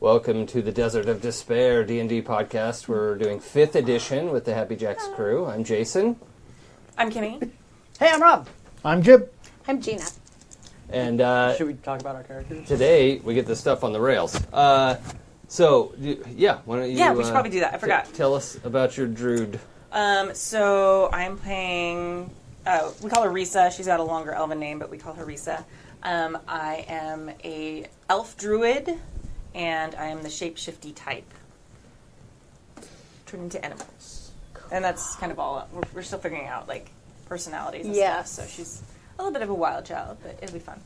Welcome to the Desert of Despair D&D podcast. We're doing 5th edition with the Happy Jacks crew. I'm Jason I'm Kimmy. Hey, I'm Rob. I'm Jib. I'm Gina. and uh, Should we talk about our characters? today we get the stuff on the rails. Uh, so y- yeah, why don't you Yeah, we should uh, probably do that. I t- forgot. tell us about your druid. Um, so I'm playing. Uh, we call her Risa. She's got a longer elven name, but we call her Risa. Um, I am a elf druid, and I am the shapeshifty type. Turn into animals, and that's kind of all. We're, we're still figuring out like personalities. And Yeah. Stuff. So she's a little bit of a wild child, but it'll be fun.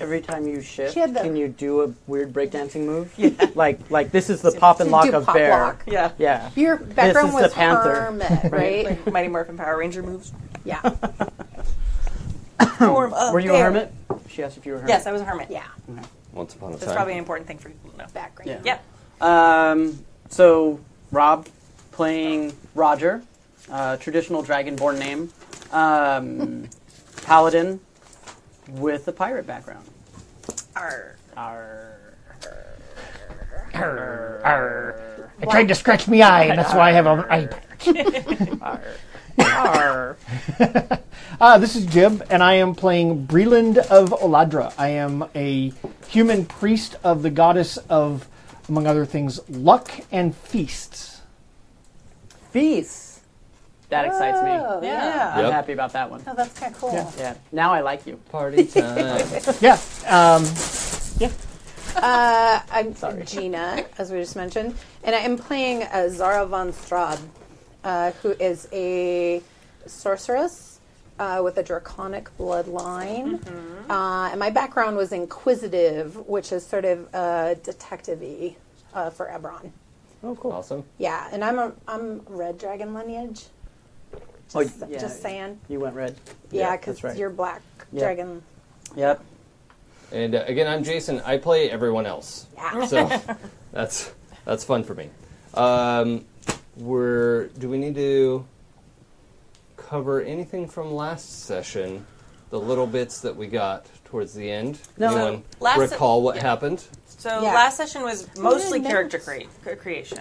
Every time you shift, She had the- can you do a weird breakdancing move? Yeah. like, like this is the pop and Do lock of pop bear. lock. Yeah. Yeah. Your background is the was panther. hermit, right? Like Mighty Morphin Power Ranger moves. yeah, Form of Hmm. Were you a bear. hermit? She asked if you were a hermit. Yes, I was a hermit. yeah. Once upon a That's time. probably an important thing for people to know. Background. Yeah. Yeah. Um, so, Rob playing Roger, uh, traditional dragonborn name, um, paladin with a pirate background. Arr. Arr. I tried to scratch me eye, and that's why I have a. I, Arr. uh, this is Jib, and I am playing Breland of Oladra. I am a human priest of the goddess of, among other things, luck and feasts. Feast. That excites me. Oh, yeah. I'm Yep. happy about that one. Oh, that's kind of cool. Yeah. Now I like you. Party time. Yeah. Um, Uh, I'm Gina, as we just mentioned, and I am playing uh, Zara von Straub, uh, who is a sorceress uh, with a draconic bloodline. Uh, and my background was inquisitive, which is sort of uh, detective-y uh, for Ebron. Oh, cool. awesome. Yeah, and I'm a I'm red dragon lineage. Just, Oh, yeah. just saying. You went red. Yeah, that's because right. you're black Yeah. dragon. Yep. And uh, again, I'm Jason. I play everyone else. Yeah. So that's that's fun for me. Um, we're do we need to cover anything from last session? The little bits that we got towards the end. No. Anyone uh, Last- recall what yeah. happened? So Yeah. last session was mostly nice. character crea- cre- creation.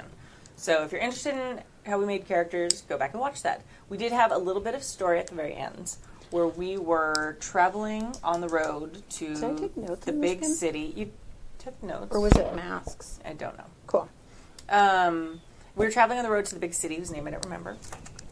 So if you're interested in how we made characters, go back and watch that. We did have a little bit of story at the very end where we were traveling on the road to Did I take notes the on this big one? city. You took notes. Or was it masks? I don't know. Cool. Um, we were traveling on the road to the big city whose name I don't remember.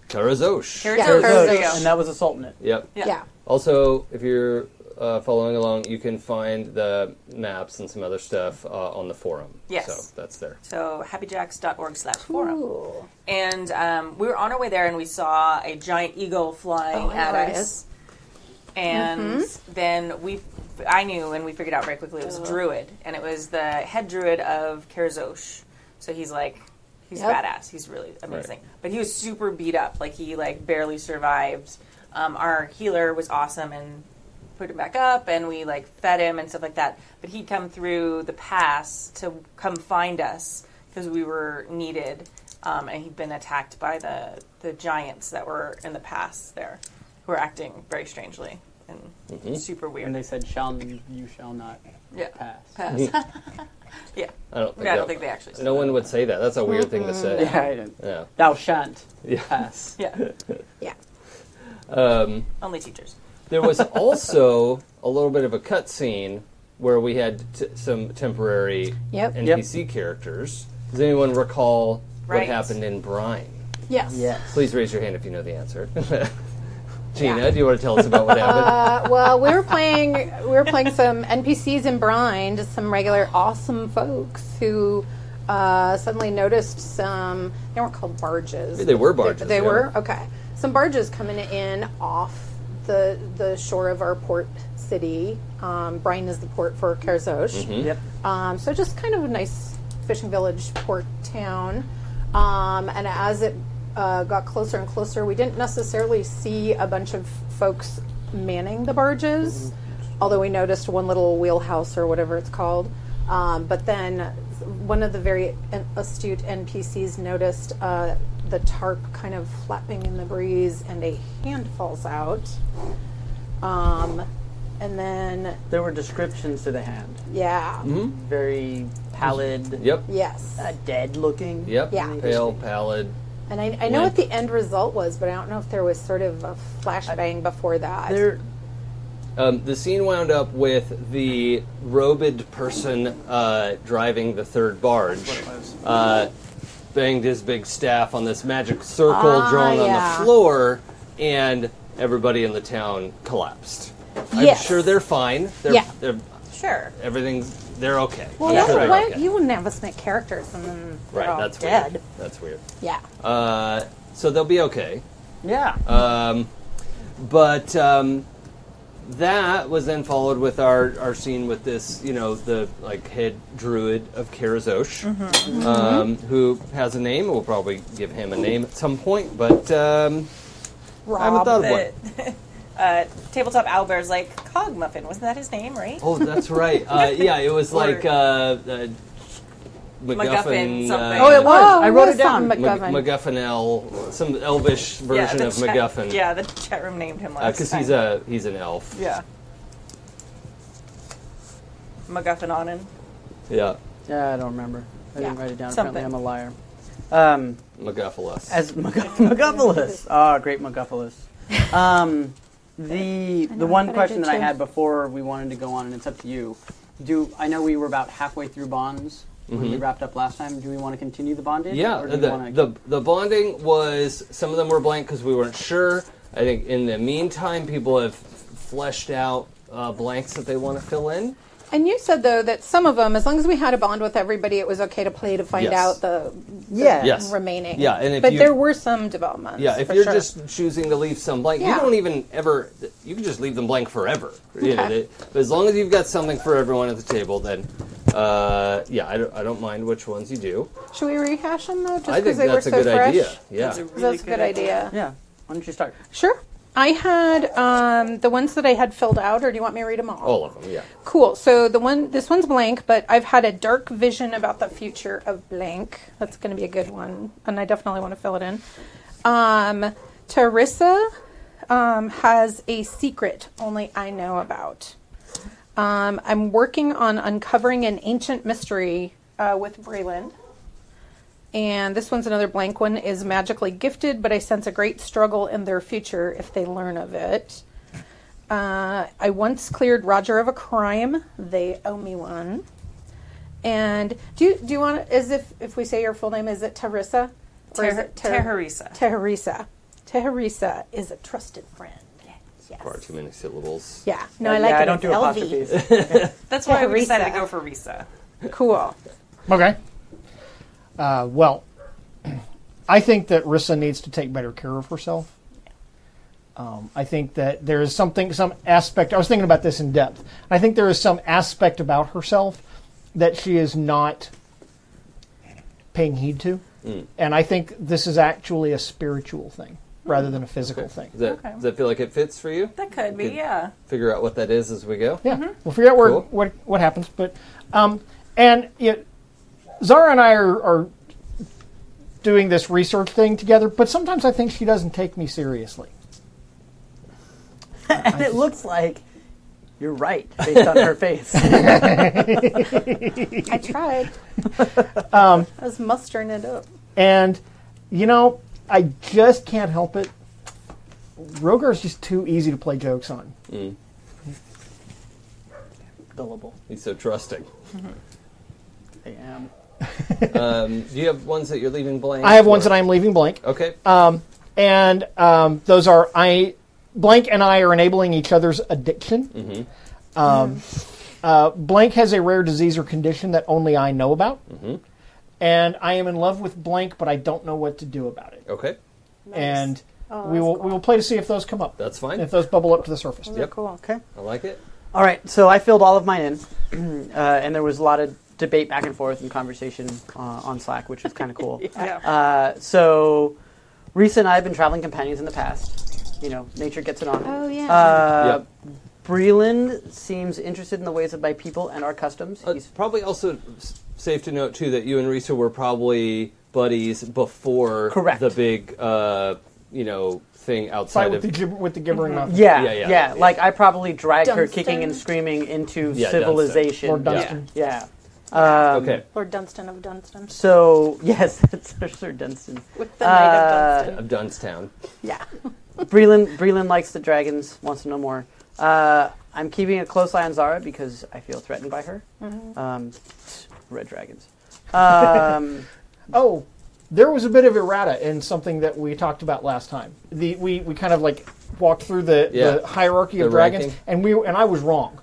Karazosh. Here Yeah, it is. Karazosh. There you go. And that was a sultanate. Yep. Yeah. yeah. Also, if you're uh, following along, you can find the maps and some other stuff uh, on the forum. Yes. So that's there. So happyjacks.org slash forum. Ooh. And um, we were on our way there, and we saw a giant eagle flying Oh, Mm-hmm. I know at where it us. is. And then we, I knew, and we figured out very quickly it was a Uh-huh. druid, and it was the head druid of Kerzosh. So he's like, he's Yep. badass. He's really amazing. But he was super beat up. Like he like barely survived. Um, our healer was awesome and put him back up, and we like fed him and stuff like that. But he'd come through the pass to come find us because we were needed, um, and he'd been attacked by the the giants that were in the pass there, who were acting very strangely and Mm-hmm. super And weird. they said, "Shall you shall not yeah, pass." pass. yeah. I don't think, Yeah, I don't that- think they actually said No one would say that. That's a weird thing to say. Yeah, I didn't. Yeah. Thou shan't Yeah. pass. Yeah, Yeah. only teachers. There was also a little bit of a cutscene where we had t- some temporary Yep. NPC characters. Does anyone recall what Right. happened in Brine? Yes. Please raise your hand if you know the answer. Gina, Yeah. do you want to tell us about what happened? Uh, well, we were playing we were playing some NPCs in Brine, just some regular awesome folks who uh, suddenly noticed some. They weren't called barges. They were barges, They, yeah. were okay. Some barges coming in off the the shore of our port city. Um, Brine is the port for Kerzosh. Yep. Um, so just kind of a nice fishing village port town. Um, and as it uh, got closer and closer, we didn't necessarily see a bunch of folks manning the barges, although we noticed one little wheelhouse or whatever it's called. Um, but then one of the very an- astute NPCs noticed uh, the tarp kind of flapping in the breeze, and a hand falls out. Um, and then There were descriptions to the hand. yeah, Very pallid, Yep. yes, uh, dead looking. Yep. Yeah. Pale, pallid. and I, I know what Blank. the end result was, but I don't know if there was sort of a flashbang before that. There, Um, the scene wound up with the robed person uh, driving the third barge. Uh, banged his big staff on this magic circle Ah, drawn on yeah. the floor, and everybody in the town collapsed. Yes. I'm sure they're fine. They're, Yeah. they're, Sure. everything's they're okay. well, I'm that's sure they're why okay. you wouldn't have us make characters and then they're right, all that's dead. weird. That's weird. Yeah, Uh, so they'll be okay. yeah. Um, but um, that was then followed with our, our scene with this, you know, the like head druid of Karazosh, Mm-hmm. um, who has a name. We'll probably give him a name at some point, but um, I haven't Rob. thought of one. The uh, tabletop owlbear's like Cog Muffin. Wasn't that his name, right? Oh, that's right. Uh, yeah, it was Or- like uh, uh, MacGuffin. MacGuffin something. uh, Oh, it was. Oh, I wrote it was it down. something Mac- McGovern. MacGuffin El, some elvish version the of chat- MacGuffin. Yeah, the chat room named him last because time. he's a he's an elf. yeah. MacGuffin Onan. yeah, Yeah, I don't remember. I didn't Yeah, write it down. something. Apparently, I'm a liar. Um, MacGuffalus. as Magu- Maguffalus. Ah, great Maguffalus. Um, the I the know, I one thought I question did that I too. had before we wanted to go on, and it's up to you. Do I know we were about halfway through bonds when we wrapped up last time? Do we want to continue the bondage? Mm-hmm. Yeah, Or do the, we wanna- the the bonding was some of them were blank because we weren't sure. I think in the meantime, people have f- fleshed out uh, blanks that they want to fill in. And you said though that some of them, as long as we had a bond with everybody, it was okay to play to find Yes. out the, the Yeah. Yes. remaining. Yeah, and if but you- there were some developments. Yeah, if for you're sure. just choosing to leave some blank, Yeah. you don't even ever. You can just leave them blank forever. You know, Okay. they- but as long as you've got something for everyone at the table, then uh, yeah, I don't, I don't mind which ones you do. should we rehash them though, just I think because they were that's so a good fresh? idea. Yeah, That's a really that's a good idea. yeah. Why don't you start? Sure. I had um, the ones that I had filled out, or do you want me to read them all? all of them. Yeah. Cool. So the one, this one's blank, but I've had a dark vision about the future of blank. That's going to be a good one, and I definitely want to fill it in. Um, Teresa um, has a secret only I know about. Um, I'm working on uncovering an ancient mystery uh, with Breland. And this one's another blank one is magically gifted, but I sense a great struggle in their future if they learn of it. Uh, I once cleared Roger of a crime. They owe me one. And do you, do you want as if if we say your full name is it Teresa? Or is Ter- it Ter- Teresa. Teresa. Teresa is a trusted friend. Yes. Far too many syllables. Yeah. No, Uh, I like yeah, it. I don't It's do LV. apostrophes. That's why we Teresa. decided to go for Risa. Cool. Okay. Uh, well, I think that Rissa needs to take better care of herself. Um, I think that there is something, some aspect. I was thinking about this in depth. I think there is some aspect about herself that she is not paying heed to, and I think this is actually a spiritual thing rather than a physical thing. Does that, Okay. does that feel like it fits for you? That could be, Good. yeah. Figure out what that is as we go. Yeah, we'll figure out where Cool. what what happens. But um, and you know, Zara and I are, are doing this research thing together. But sometimes I think she doesn't take me seriously. and it looks like you're right based on her face. I tried. Um, I was mustering it up. And you know, I just can't help it. Rogar's just too easy to play jokes on. Gullible. He's so trusting. I am. Um, do you have ones that you're leaving blank? I have ones or- that I'm leaving blank. Okay. Um, and um, those are I blank and I are enabling each other's addiction. Mm-hmm. Um, uh, blank has a rare disease or condition that only I know about, Mm-hmm. and I am in love with blank, but I don't know what to do about it. okay. And Oh, we that's will we cool. will play to see if those come up. That's fine. if those bubble up to the surface. Those are Yep. cool. Okay. I like it. All right, so I filled all of mine in, uh, and there was a lot of debate back and forth and conversation uh, on Slack, which was kind of cool. uh, so, Risa and I have been traveling companions in the past. You know, nature gets it on. Oh, yeah. Uh, Yep. Breland seems interested in the ways of my people and our customs. Uh, It's He's- probably also s- safe to note too that you and Risa were probably buddies before Correct. the big uh, you know, thing Fight outside with of the, gib- with the gibbering Mm-hmm. mouth. Yeah, Yeah, yeah, yeah, yeah. Like I probably dragged her Dunstan. kicking and screaming into Yeah, Dunstan. civilization. Lord Dunstan. Yeah. yeah. Um, Okay, Lord Dunstan of Dunstan. So yes, that's Sir Dunstan. With the Knight Uh, of Dunstan. of Dunstown. Yeah. Breland, Breland likes the dragons, wants to know more. Uh, I'm keeping a close eye on Zara because I feel threatened by her. Mm-hmm. Um, red dragons. Um, Oh, there was a bit of errata in something that we talked about last time. The we, we kind of like walked through the, Yeah. the hierarchy The of dragons, ranking. and we and I was wrong.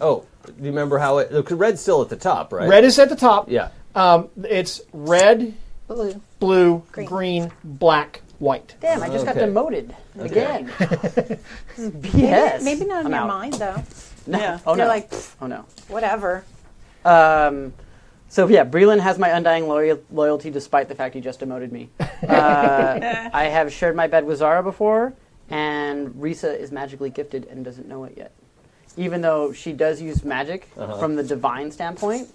Oh, do you remember how it? Because red's still at the top, right? Red is at the top. Yeah. Um, it's red, Blue. blue, green, Green. black, white. damn, I just got Okay. demoted Okay. again. This is BS. Maybe not in I'm your out. mind though. No. Yeah. Oh no. You're like "Pfft, oh no. whatever. Um, so yeah, Breland has my undying loyal- loyalty, despite the fact he just demoted me. Uh, I have shared my bed with Zara before, and Risa is magically gifted and doesn't know it yet. Even though she does use magic from the divine standpoint,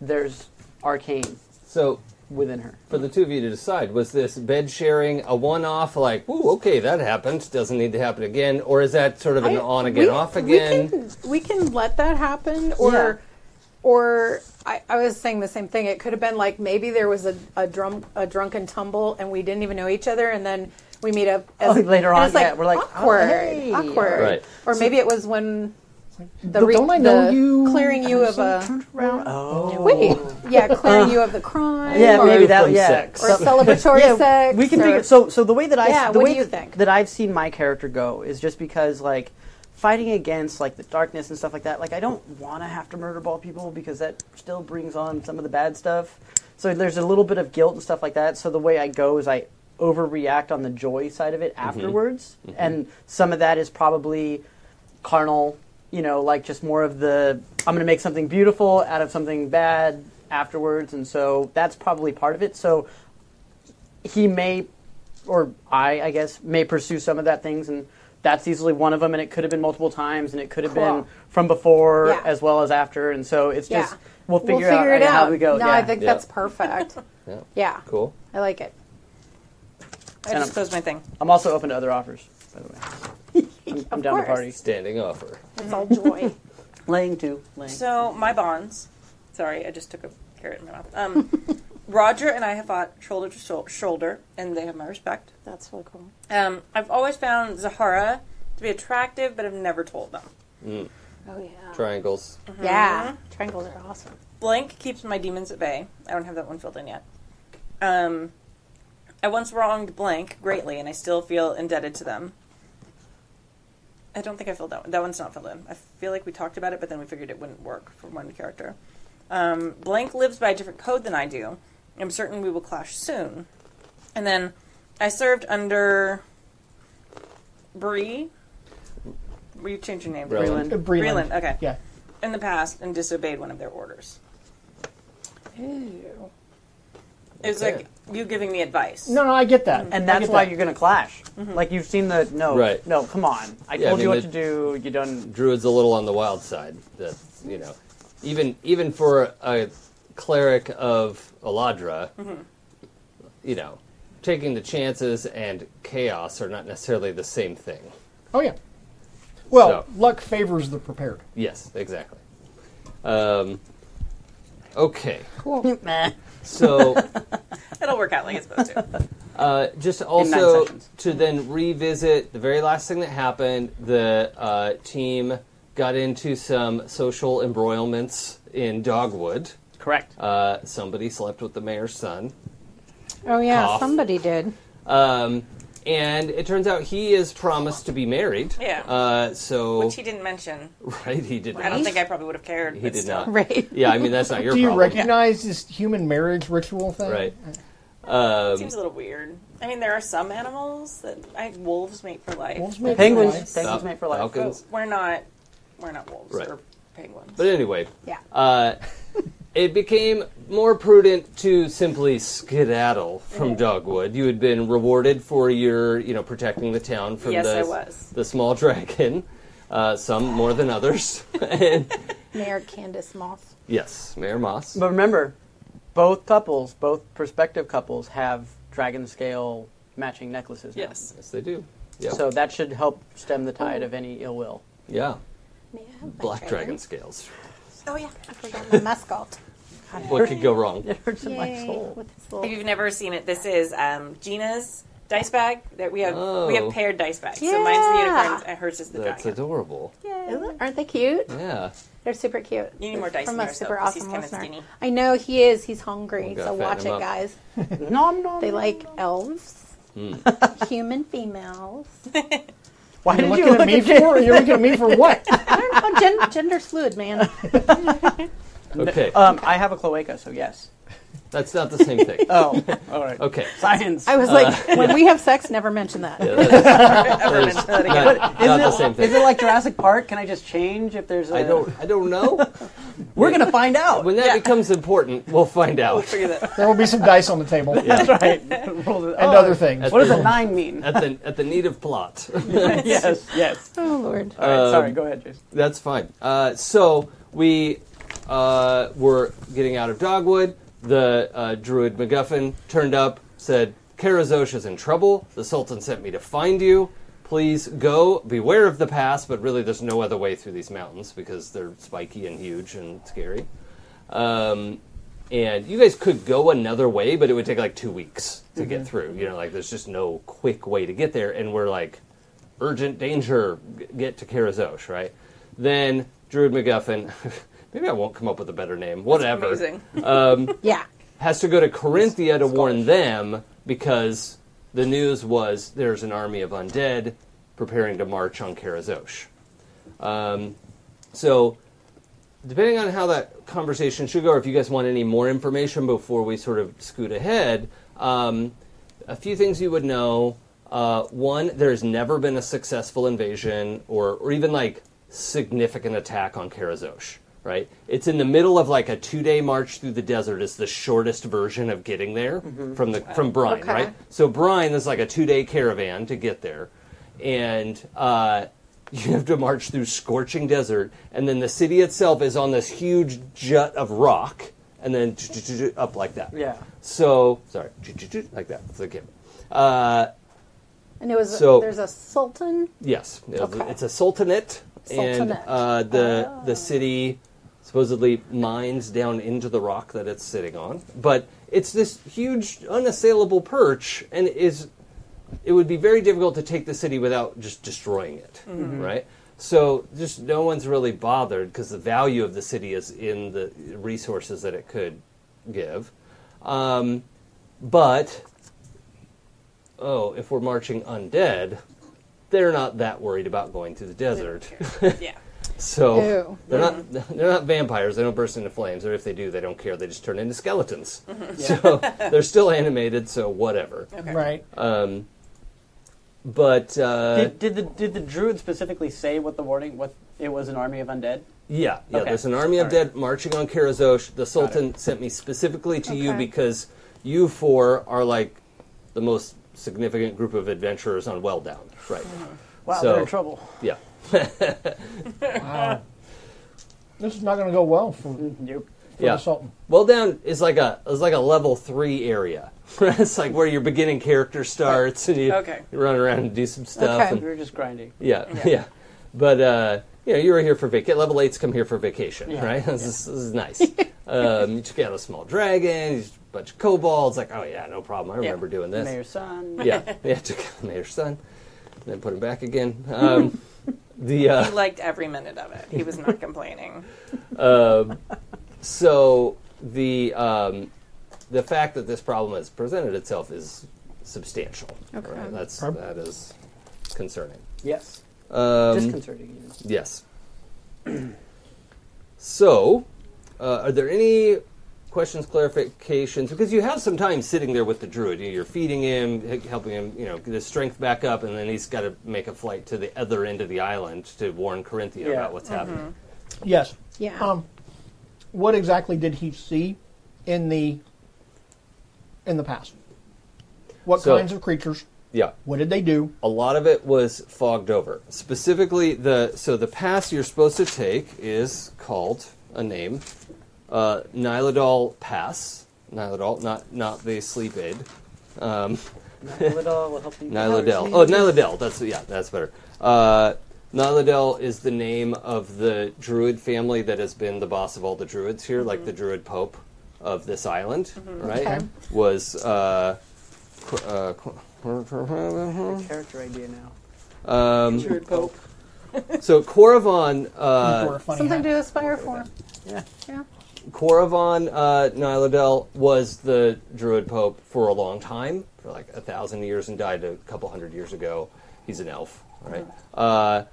there's arcane So within her. for the two of you to decide, was this bed sharing a one-off? Like, ooh, okay, that happened. Doesn't need to happen again. Or is that sort of an I- on again, we- off again? We can, we can let that happen, or Yeah. or I, I was saying the same thing. It could have been like maybe there was a a, drum, a drunken tumble, and we didn't even know each other, and then we meet up as, Oh, later and on, it's like, yeah, we're like, oh, awkward, hey, awkward, Right. or maybe it was when. The Don't re- I know the you? Clearing you of a Oh, wait, yeah, clearing you of the crime, yeah, or, maybe From that. Yeah, sex. or celebratory sex. we can or- figure. So, so the way that I Yeah, the what way do you that- think? that I've seen my character go is just because like fighting against like the darkness and stuff like that. Like I don't want to have to murder ball people because that still brings on some of the bad stuff. So there's a little bit of guilt and stuff like that. So the way I go is I overreact on the joy side of it afterwards, and some of that is probably carnal. You know, like just more of the I'm going to make something beautiful out of something bad afterwards, and so that's probably part of it. So he may or I, I guess, may pursue some of that things, and that's easily one of them. And it could have been multiple times, and it could have Cool. been from before Yeah. as well as after. And so it's yeah, just we'll figure, out, it how out. we go. No, yeah. I think Yeah. that's perfect. Yeah. yeah, Cool. I like it. I And just I'm- closed my thing. I'm also open to other offers, by the way. I'm, I'm down course. to party. Standing offer. It's all joy. Laying too. Laying. So my bonds. Sorry, I just took a carrot in my mouth. Um, Roger and I have fought shoulder to shou- shoulder, and they have my respect. That's really cool. Um, I've always found Zahara to be attractive, but I've never told them. Oh yeah. Triangles. Yeah. Triangles are awesome. Blank keeps my demons at bay. I don't have that one filled in yet. Um, I once wronged Blank greatly, and I still feel indebted to them. I don't think I filled that one. That one's not filled in. I feel like we talked about it, but then we figured it wouldn't work for one character. Um, Blank lives by a different code than I do. I'm certain we will clash soon. And then I served under Bree. Will you change your name? Breland. Uh, Breland. Breland. Breland, okay. Yeah. In the past, and disobeyed one of their orders. It was Okay. like you giving me advice. No, no, I get that. And I that's get why that. you're going to clash. Like you've seen the no, Right. no. Come on, I Yeah, I told you mean, what to do. You done. Druid's a little on the wild side. That you know, even even for a cleric of Eladra, Mm-hmm. you know, taking the chances and chaos are not necessarily the same thing. Oh yeah. So. Well, luck favors the prepared. Yes, exactly. Um, okay, Meh. so It'll work out like it's supposed to. uh, just also sessions. to then revisit the very last thing that happened. The uh, team got into some social embroilments in Dogwood. Correct. Uh, somebody slept with the mayor's son. Oh yeah, Cough. somebody did. Um, and it turns out he is promised to be married. Yeah. Uh, so Which he didn't mention. right, he did. I don't not. think I probably would have cared. he but did still. not. Right. Yeah, I mean that's not your Do you problem. recognize this human marriage ritual thing? Right. Um, It seems a little weird. I mean, there are some animals that I wolves mate for life. Wolves mate Penguins. Nice. Penguins made for life. but Falcons. we're not. We're not wolves Right. or penguins. But anyway, Yeah. uh, it became more prudent to simply skedaddle from Dogwood. You had been rewarded for your, you know, protecting the town from Yes, the I was. the small dragon. Uh, some more than others. and Mayor Candace Moss. yes, Mayor Moss. But remember, both couples, both prospective couples, have dragon scale matching necklaces. now. Yes. Yes, they do. Yeah. So that should help stem the tide of any ill will. yeah. May I have my Black dragon scales. Oh yeah. I forgot my mascot. What could go wrong? It hurts in my Yay, soul. With his little If you've never seen it, this is um, Gina's dice bag that we have. We Oh. have paired dice bags. So mine's the Yeah. unicorns and hers is the That's dragon. adorable. Ooh, Aren't they cute? Yeah. They're super cute. You need more dice From in a there, so, super 'cause he's awesome kinda listener. skinny. I know he is. He's hungry, We gotta so fatten watch him it, up. guys. Nom nom. They like elves, Hmm. human females. Why You're did looking you at look me at Jim? for? You're looking at me for what? I don't know. Oh, Gen- gender's fluid, man. Okay. Um, I have a cloaca, so yes. That's not the same thing. Oh, all right. Okay. Science. I was like, when we have sex, never mention that. Uh, Yeah, that is- that is not, Is not it- the same Is it thing. like Jurassic Park? Can I just change if there's a? I don't. I don't know. We're gonna find out. When that becomes important, we'll find out. There will be some dice on the table That's right. Roll the- and oh, other things. What does a nine mean? At the at the need of plot. yes. Yes. Oh lord. All right, Um, sorry. Go ahead, Jason. That's fine. Uh, so we uh, were getting out of Dogwood. The uh, druid MacGuffin turned up, said, Karazosh is in trouble. The Sultan sent me to find you. Please go. Beware of the pass, but really there's no other way through these mountains because they're spiky and huge and scary. Um, and you guys could go another way, but it would take like two weeks to get through. You know, like there's just no quick way to get there. And we're like, urgent danger, g- get to Karazosh, right? Then Druid MacGuffin, maybe I won't come up with a better name, whatever, Amazing. Yeah. has to go to Corinthia to warn them because the news was there's an army of undead preparing to march on Karazosh. Um, so, depending on how that conversation should go, or if you guys want any more information before we sort of scoot ahead, um, a few things you would know. Uh, one, there's never been a successful invasion or, or even like significant attack on Karazosh, right? It's in the middle of like a two day march through the desert, is the shortest version of getting there from, the, from Brine, Okay. right? So, Brine is like a two day caravan to get there. And uh, you have to march through scorching desert, and then the city itself is on this huge jut of rock, and then up like that. Yeah. So sorry, like that. It's a given. Uh, And it was So- Oh, there's a sultan. yes, It- Okay. it's a sultanate, and Sultanate. uh, the the city supposedly mines down into the rock that it's sitting on, but it's this huge unassailable perch, and is it would be very difficult to take the city without just destroying it, right? So just no one's really bothered because the value of the city is in the resources that it could give. Um, but oh, if we're marching undead, they're not that worried about going through the desert. yeah. so Ew. they're not they're not vampires. They don't burst into flames, or if they do, they don't care. They just turn into skeletons. So they're still animated. So whatever. Right. Um, but uh, Did, did the did the druid specifically say what the warning? What it was an army of undead? yeah, yeah. okay. There's an army of All right. dead marching on Karazosh. The Sultan sent me specifically to you Okay. because you four are like the most significant group of adventurers on Welldown right now. Wow, So- they're in trouble. Yeah. Wow. This is not going to go well for, for Nope. yeah. the Sultan. Well, down is like a is like a level three area. it's like where your beginning character starts, and you Okay. run around and do some stuff. Okay. And We were just grinding. yeah, yeah, But uh, you know, you were here for vacation. Level eights come here for vacation, Yeah. right? This, is, this is nice. um, you took out a small dragon, you- a bunch of kobolds. Like, oh yeah, no problem. I remember doing this. Mayor's son. Yeah, yeah. Took out the mayor's son, then put him back again. Um, the uh, He liked every minute of it. He was not complaining. so the um, the fact that this problem has presented itself is substantial. Okay. right? That's Prob- that is concerning. Yes. Um, Disconcerting. Even. yes. so, uh, are there any questions, clarifications? Because you have some time sitting there with the druid. You're feeding him, h- helping him, you know, get his strength back up, and then he's got to make a flight to the other end of the island to warn Corinthia Yeah. about what's happening. Yes. Yeah. Um, what exactly did he see in the in the past? What So- kinds of creatures? Yeah. What did they do? a lot of it was fogged over. Specifically, the so the pass you're supposed to take is called a name, uh, Nilodol Pass. Nilodol, not not the sleep aid. Um, Nyladel will help you. Nyla Dell. Oh, Nyla Dell. That's yeah, that's better. Uh, Nyla Dell is the name of the druid family that has been the boss of all the druids here, like the druid pope of this island, right? Okay. Was uh, qu- uh, qu- Character idea now. um, Druid Pope. so Coravon, uh, Or funny Something hat. to aspire for. Yeah. Yeah. Coravon uh, Nyladel was the druid pope for a long time, for like a thousand years, and died a couple hundred years ago. He's an elf, all right? Uh,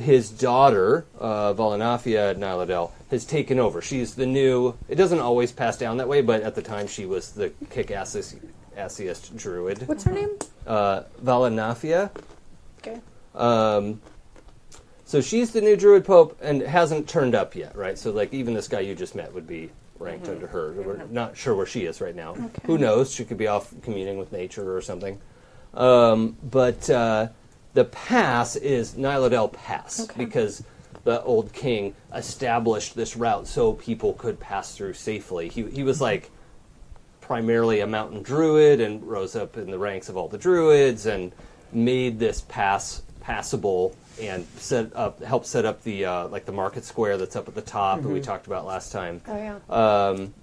his daughter, uh, Valinafia Nyladel, has taken over. She's the new. It doesn't always pass down that way, but at the time she was the kick-assiest druid. What's her name? Uh, Valinafia. Okay. Um, so she's the new Druid Pope and hasn't turned up yet, right? So like even this guy you just met would be ranked under her. We're not sure where she is right now. Who knows? She could be off communing with nature or something. Um, but uh, the pass is Nilodel Pass because the old king established this route so people could pass through safely. He he was like primarily a mountain druid and rose up in the ranks of all the druids and made this pass passable and set up helped set up the uh, like the market square that's up at the top that we talked about last time Oh yeah. um,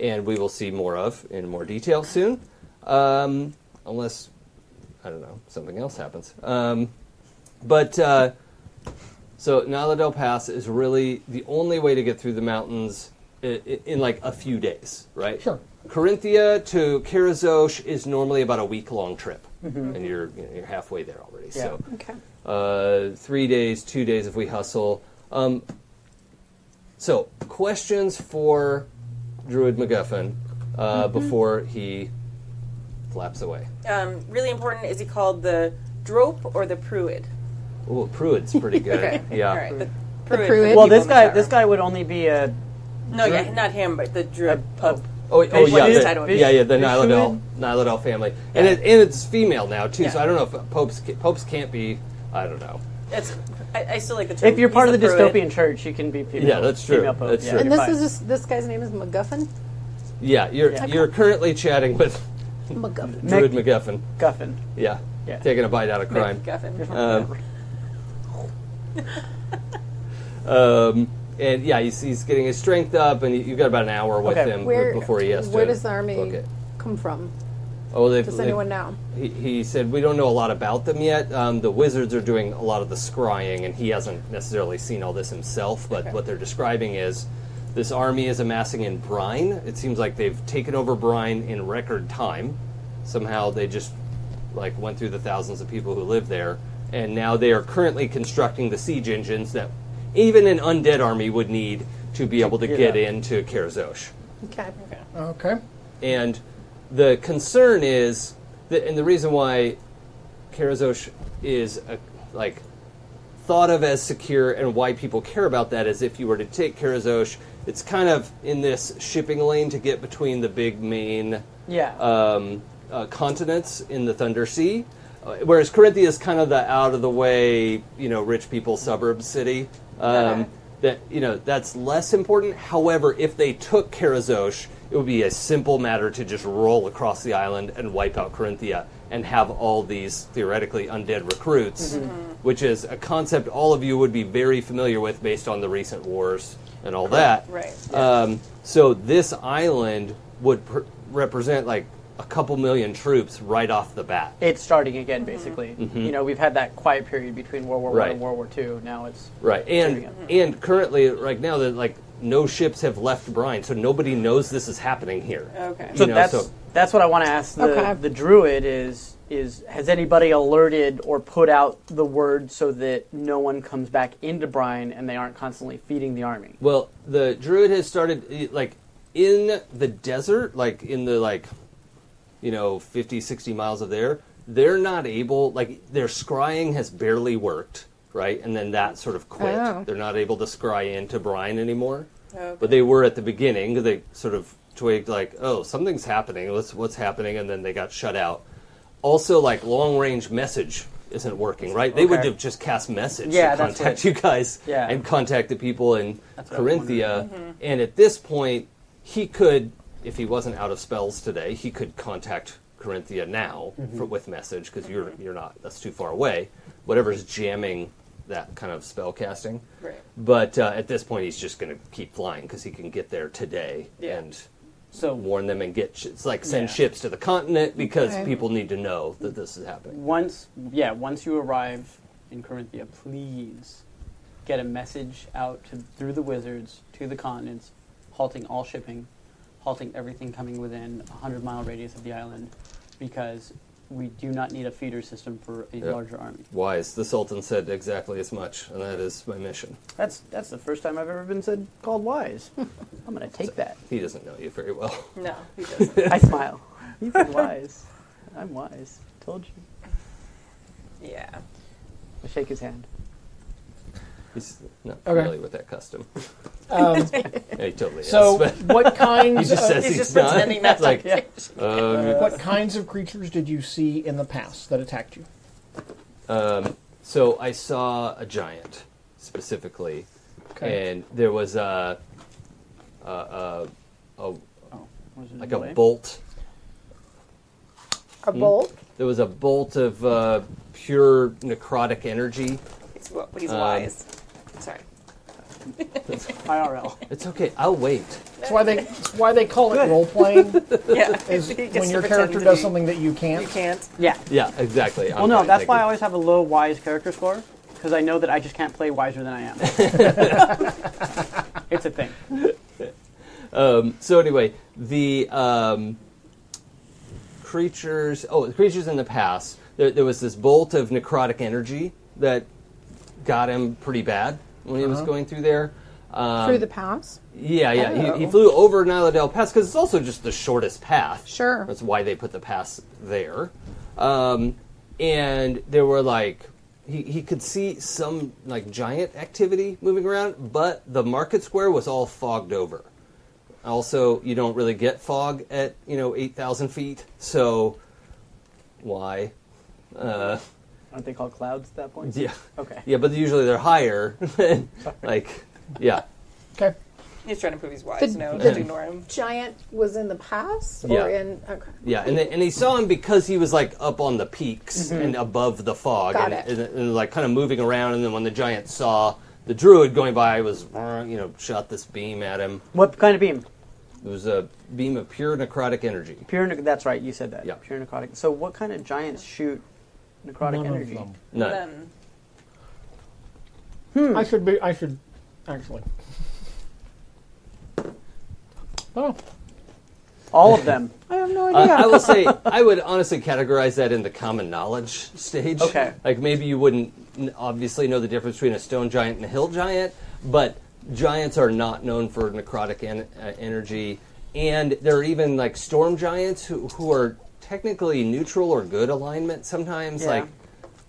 and we will see more of in more detail soon um, unless i don't know something else happens um, but uh, so Nala del Pass is really the only way to get through the mountains in, in like a few days, right? Sure. Corinthia to Karazosh is normally about a week long trip, and you're you know, you're halfway there already. So okay. uh, three days, two days if we hustle. Um, so questions for Druid MacGuffin uh, Mm-hmm. before he flaps away. Um, really important. Is he called the Drope or the Pruid? Oh, Pruid's pretty good. Okay. Yeah. All right. The The Pruid. Pruid. for Well, the this people guy, in the this chat guy would only be a. room. No, yeah, not him, but the Druid Uh, Pope. Oh, oh, Vish- yeah, what is the- that one? yeah, yeah, the Vish- Nilodel, Nilodel family, and it, and it's female now too. So Yeah. I don't know if popes ca- popes can't be. I don't know. That's, I, I still like the term. If you're part He's of the Pruid. dystopian church, you can be female. Yeah, that's true. Female pope. That's yeah, true. And you're this fine. is just, this guy's name is MacGuffin. Yeah, you're Yeah. you're currently chatting with MacGuffin. Mac- Druid MacGuffin. Guffin. Yeah, Yeah. taking a bite out of crime. MacGuffin. Um, um, and yeah, he's, he's getting his strength up, and you- you've got about an hour with Okay, him Where before he has to. Where does the army book it. come from? Oh, they've, Does they've- anyone know? He, he said, We don't know a lot about them yet. Um, the wizards are doing a lot of the scrying, and he hasn't necessarily seen all this himself, but what they're describing is this army is amassing in brine. It seems like they've taken over brine in record time. Somehow they just like went through the thousands of people who live there, and now they are currently constructing the siege engines that even an undead army would need to be able to get get up. into Kerzosh. Okay. Okay. And the concern is that, and the reason why Karazosh is a, like thought of as secure and why people care about that is if you were to take Karazosh, it's kind of in this shipping lane to get between the big main Yeah. um, uh, continents in the Thunder Sea, uh, whereas Corinthia is kind of the out of the way, you know, rich people suburb city. Um, Okay. That you know that's less important. However, if they took Karazosh, it would be a simple matter to just roll across the island and wipe out Corinthia and have all these theoretically undead recruits, Mm-hmm. which is a concept all of you would be very familiar with based on the recent wars and all that. Right. Um, so this island would pr- represent like a couple million troops right off the bat. it's starting again, Mm-hmm. basically. You know, we've had that quiet period between World War One Right. and World War Two. Now it's right. And and currently, right now, that like no ships have left Brine, so nobody knows this is happening here. Okay. You so know, that's so- that's what I want to ask the Okay. the druid is is has anybody alerted or put out the word so that no one comes back into brine and they aren't constantly feeding the army. Well, the druid has started eh, like in the desert, like in the like you know 50 60 miles of there. They're not able like their scrying has barely worked, right? And then that sort of quit. Oh. They're not able to scry into brine anymore. Okay. But they were at the beginning. 'cause They sort of twigged like, "Oh, something's happening. What's what's happening?" and then they got shut out. Also like long-range message isn't working, right? They would Okay. have just cast message Yeah, to that's what- contact you guys Yeah. and contact the people in what I was Corinthia. And at this point, he could, if he wasn't out of spells today, he could contact Corinthia now for, with message because you're you're not that's too far away. Whatever's jamming that kind of spell casting. Right. But uh, at this point, he's just going to keep flying because he can get there today Yeah. and So warn them and get. Sh- it's like send Yeah. ships to the continent because Okay. people need to know that this is happening. once, yeah, once you arrive in Corinthia, please get a message out to, through the wizards to the continents, halting all shipping, halting everything coming within a hundred mile radius of the island, because we do not need a feeder system for a Yeah. larger army. Wise, the Sultan said exactly as much, and that is my mission. That's that's the first time I've ever been said called wise. I'm gonna take that. He doesn't know you very well. No, he doesn't. I smile. You've been wise. I'm wise. Told you. yeah. I shake his hand. He's not Okay. familiar with that custom. Um, Yeah, he totally so, is. But what he kinds just of, says He's he's, just not. pretending not It's like, to. um, what kinds of creatures did you see in the past that attacked you? So I saw a giant specifically, Okay. and there was a, a, a, a Oh, was it like delay? a bolt. Hmm? A bolt. There was a bolt of uh, pure necrotic energy. He's, wa- he's Uh, Um, wise. Sorry. IRL. It's okay. I'll wait. That's why they that's why they call it role playing Yeah. is He gets when to your pretend character to does be- something that you can't. You can't. Yeah. Yeah, exactly. Well, no, that's why I always have a low wise character score because I know that I just can't play wiser than I am. it's a thing. Um, So anyway, the um, creatures. Oh, the creatures in the past. There, there was this bolt of necrotic energy that got him pretty bad when he was going through there. Um, Uh-huh. Through the pass. Yeah, yeah. Oh. He, he flew over Nyla Del Pass because it's also just the shortest path. Sure. That's why they put the pass there. Um, and there were like, he, he could see some like giant activity moving around, but the market square was all fogged over. Also, you don't really get fog at, you know, 8,000 feet, so why? Uh, Aren't they called clouds at that point? yeah. Okay. Yeah, but usually they're higher. like, yeah. Okay. He's trying to prove he's wise. The- no, the- just ignore him. Giant was in the pass Yeah. or in. Okay. Yeah, and they, and he saw him because he was like up on the peaks and above the fog, Mm-hmm. Got and, it. and, and, like kind of moving around. And then when the giant saw the druid going by, he was "Rrr," you know shot this beam at him. What kind of beam? It was a beam of pure necrotic energy. Pure. nec- That's right. You said that. Yeah. Pure necrotic. So what kind of giants shoot necrotic None of energy? them. None. Then I should be. I should actually. Oh, All of them. I have no Uh, idea. I will say I would honestly categorize that in the common knowledge stage. Okay. Like maybe you wouldn't n- obviously know the difference between a stone giant and a hill giant, but giants are not known for necrotic en- uh, energy, and there are even like storm giants who who are technically neutral or good alignment sometimes. Yeah. Like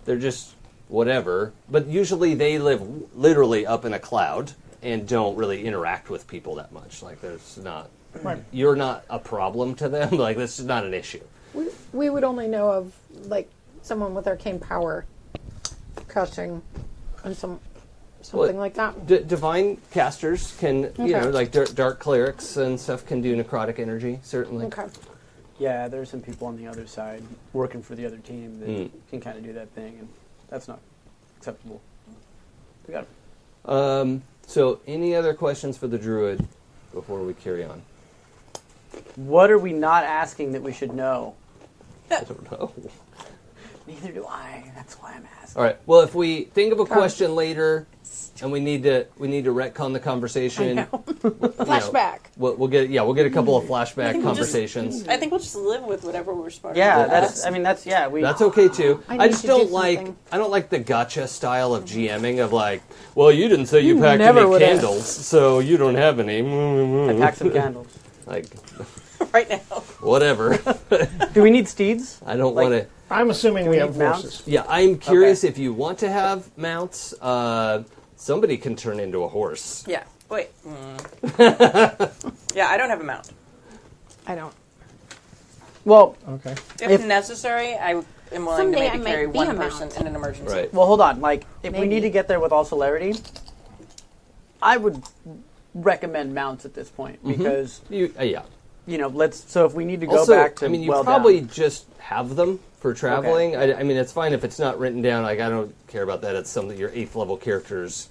they're just whatever, but usually they live w- literally up in a cloud and don't really interact with people that much. Like there's not Right. you're not a problem to them. Like this is not an issue. we, we would only know of like someone with arcane power crushing and some Well, something like that. D- divine casters can, you Okay. know, like dar- dark clerics and stuff can do necrotic energy. Certainly. Okay. Yeah, there's some people on the other side working for the other team that Mm. can kind of do that thing, and that's not acceptable. We got Um, so, any other questions for the druid before we carry on? What are we not asking that we should know? Uh. I don't know. Neither do I. That's why I'm asking. All right. Well, if we think of a question later, and we need to we need to retcon the conversation. Flashback. We'll, we'll get yeah we'll get a couple of flashback conversations. I think we'll just live with whatever we're smart Yeah, about. that's. I mean, that's. Yeah, we. That's okay too. I I, need just to don't do like something. I don't like the gotcha style of GMing of like, well, you didn't say you, packed never any would've. candles, so you don't have any. I pack some candles. Like right now. whatever. Do we need steeds? I don't Like- want to. I'm assuming we we have need mounts? horses. Yeah, I'm curious if you want to have mounts. Uh, somebody can turn into a horse. Yeah. Wait. Mm. yeah, I don't have a mount. I don't. Well, Okay. If, If- necessary, I am willing Someday to I maybe might carry be a one mount. person in an emergency. Right. well, hold on. Like, if we Maybe. need to get there with all celerity, I would recommend mounts at this point because You, uh, yeah. you know, let's. So if we need to go Mm-hmm. also, back to, I mean, you well probably down. just have them for traveling. I, I mean, it's fine if it's not written down. Like, I don't care about that. It's something your eighth level characters,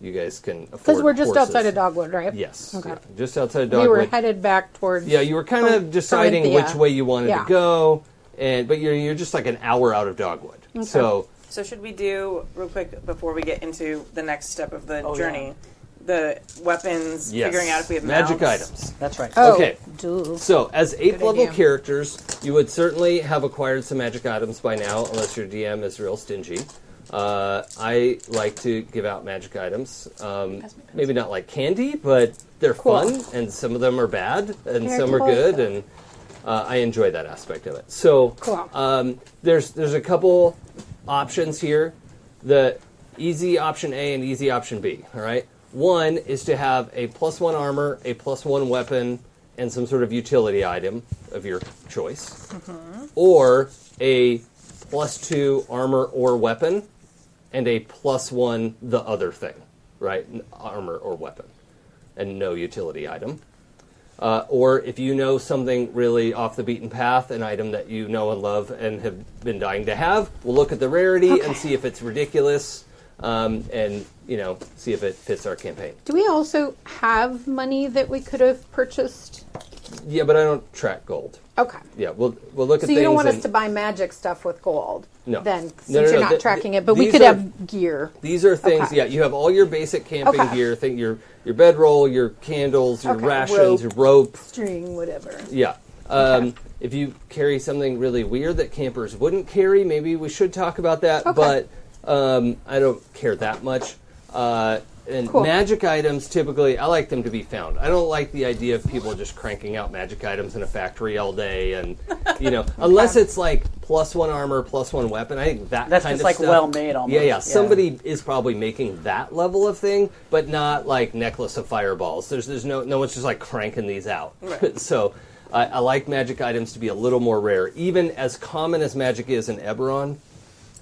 you guys can afford. Because we're just courses. outside of Dogwood, right? Yes. Okay. yeah, just outside of We Dogwood. were headed back towards. yeah, you were kind of deciding Corinthia. which way you wanted Yeah. to go, and but you're you're just like an hour out of Dogwood. So So should we do real quick before we get into the next step of the Oh, journey? The weapons, yes, figuring out if we have magic mounts. items. That's right. Oh, Okay. duh. So, as eighth Good level idea. characters, you would certainly have acquired some magic items by now, unless your DM is real stingy. Uh, I like to give out magic items. Um, Pass me pencil. maybe not like candy, but they're Cool. fun, and some of them are bad, and They're some are cool, good, though. and uh, I enjoy that aspect of it. So, Cool. um, there's there's a couple options here. The easy option A and easy option B. All right. One is to have a plus one armor, a plus one weapon, and some sort of utility item of your choice, or a plus two armor or weapon, and a plus one the other thing, right? N- Armor or weapon, and no utility item uh, or if you know something really off the beaten path, an item that you know and love and have been dying to have, we'll look at the rarity and see if it's ridiculous, um, and you know, see if it fits our campaign. Do we also have money that we could have purchased? Yeah, but I don't track gold. Okay. Yeah, we'll we'll look at. So you don't things want us and- to buy magic stuff with gold? No. Then, No, since no, no, you're not th- tracking th- it, but we these could are- have gear. These are things. Okay. Yeah, you have all your basic camping Okay. gear, thing your your bedroll, your candles, your Okay, rations, rope. your rope, String, whatever. Oh, Yeah. Um, If you carry something really weird that campers wouldn't carry, maybe we should talk about that. Okay. But um, I don't care that much. Uh, and Cool. magic items, typically, I like them to be found. I don't like the idea of people just cranking out magic items in a factory all day, and you know, unless it's like plus one armor, plus one weapon. I think that That's kind just, of like, stuff- well-made almost. Yeah, yeah. Yeah. Somebody is probably making that level of thing, but not like necklace of fireballs. There's there's no no one's just like cranking these out. Right. so I, I like magic items to be a little more rare, even as common as magic is in Eberron.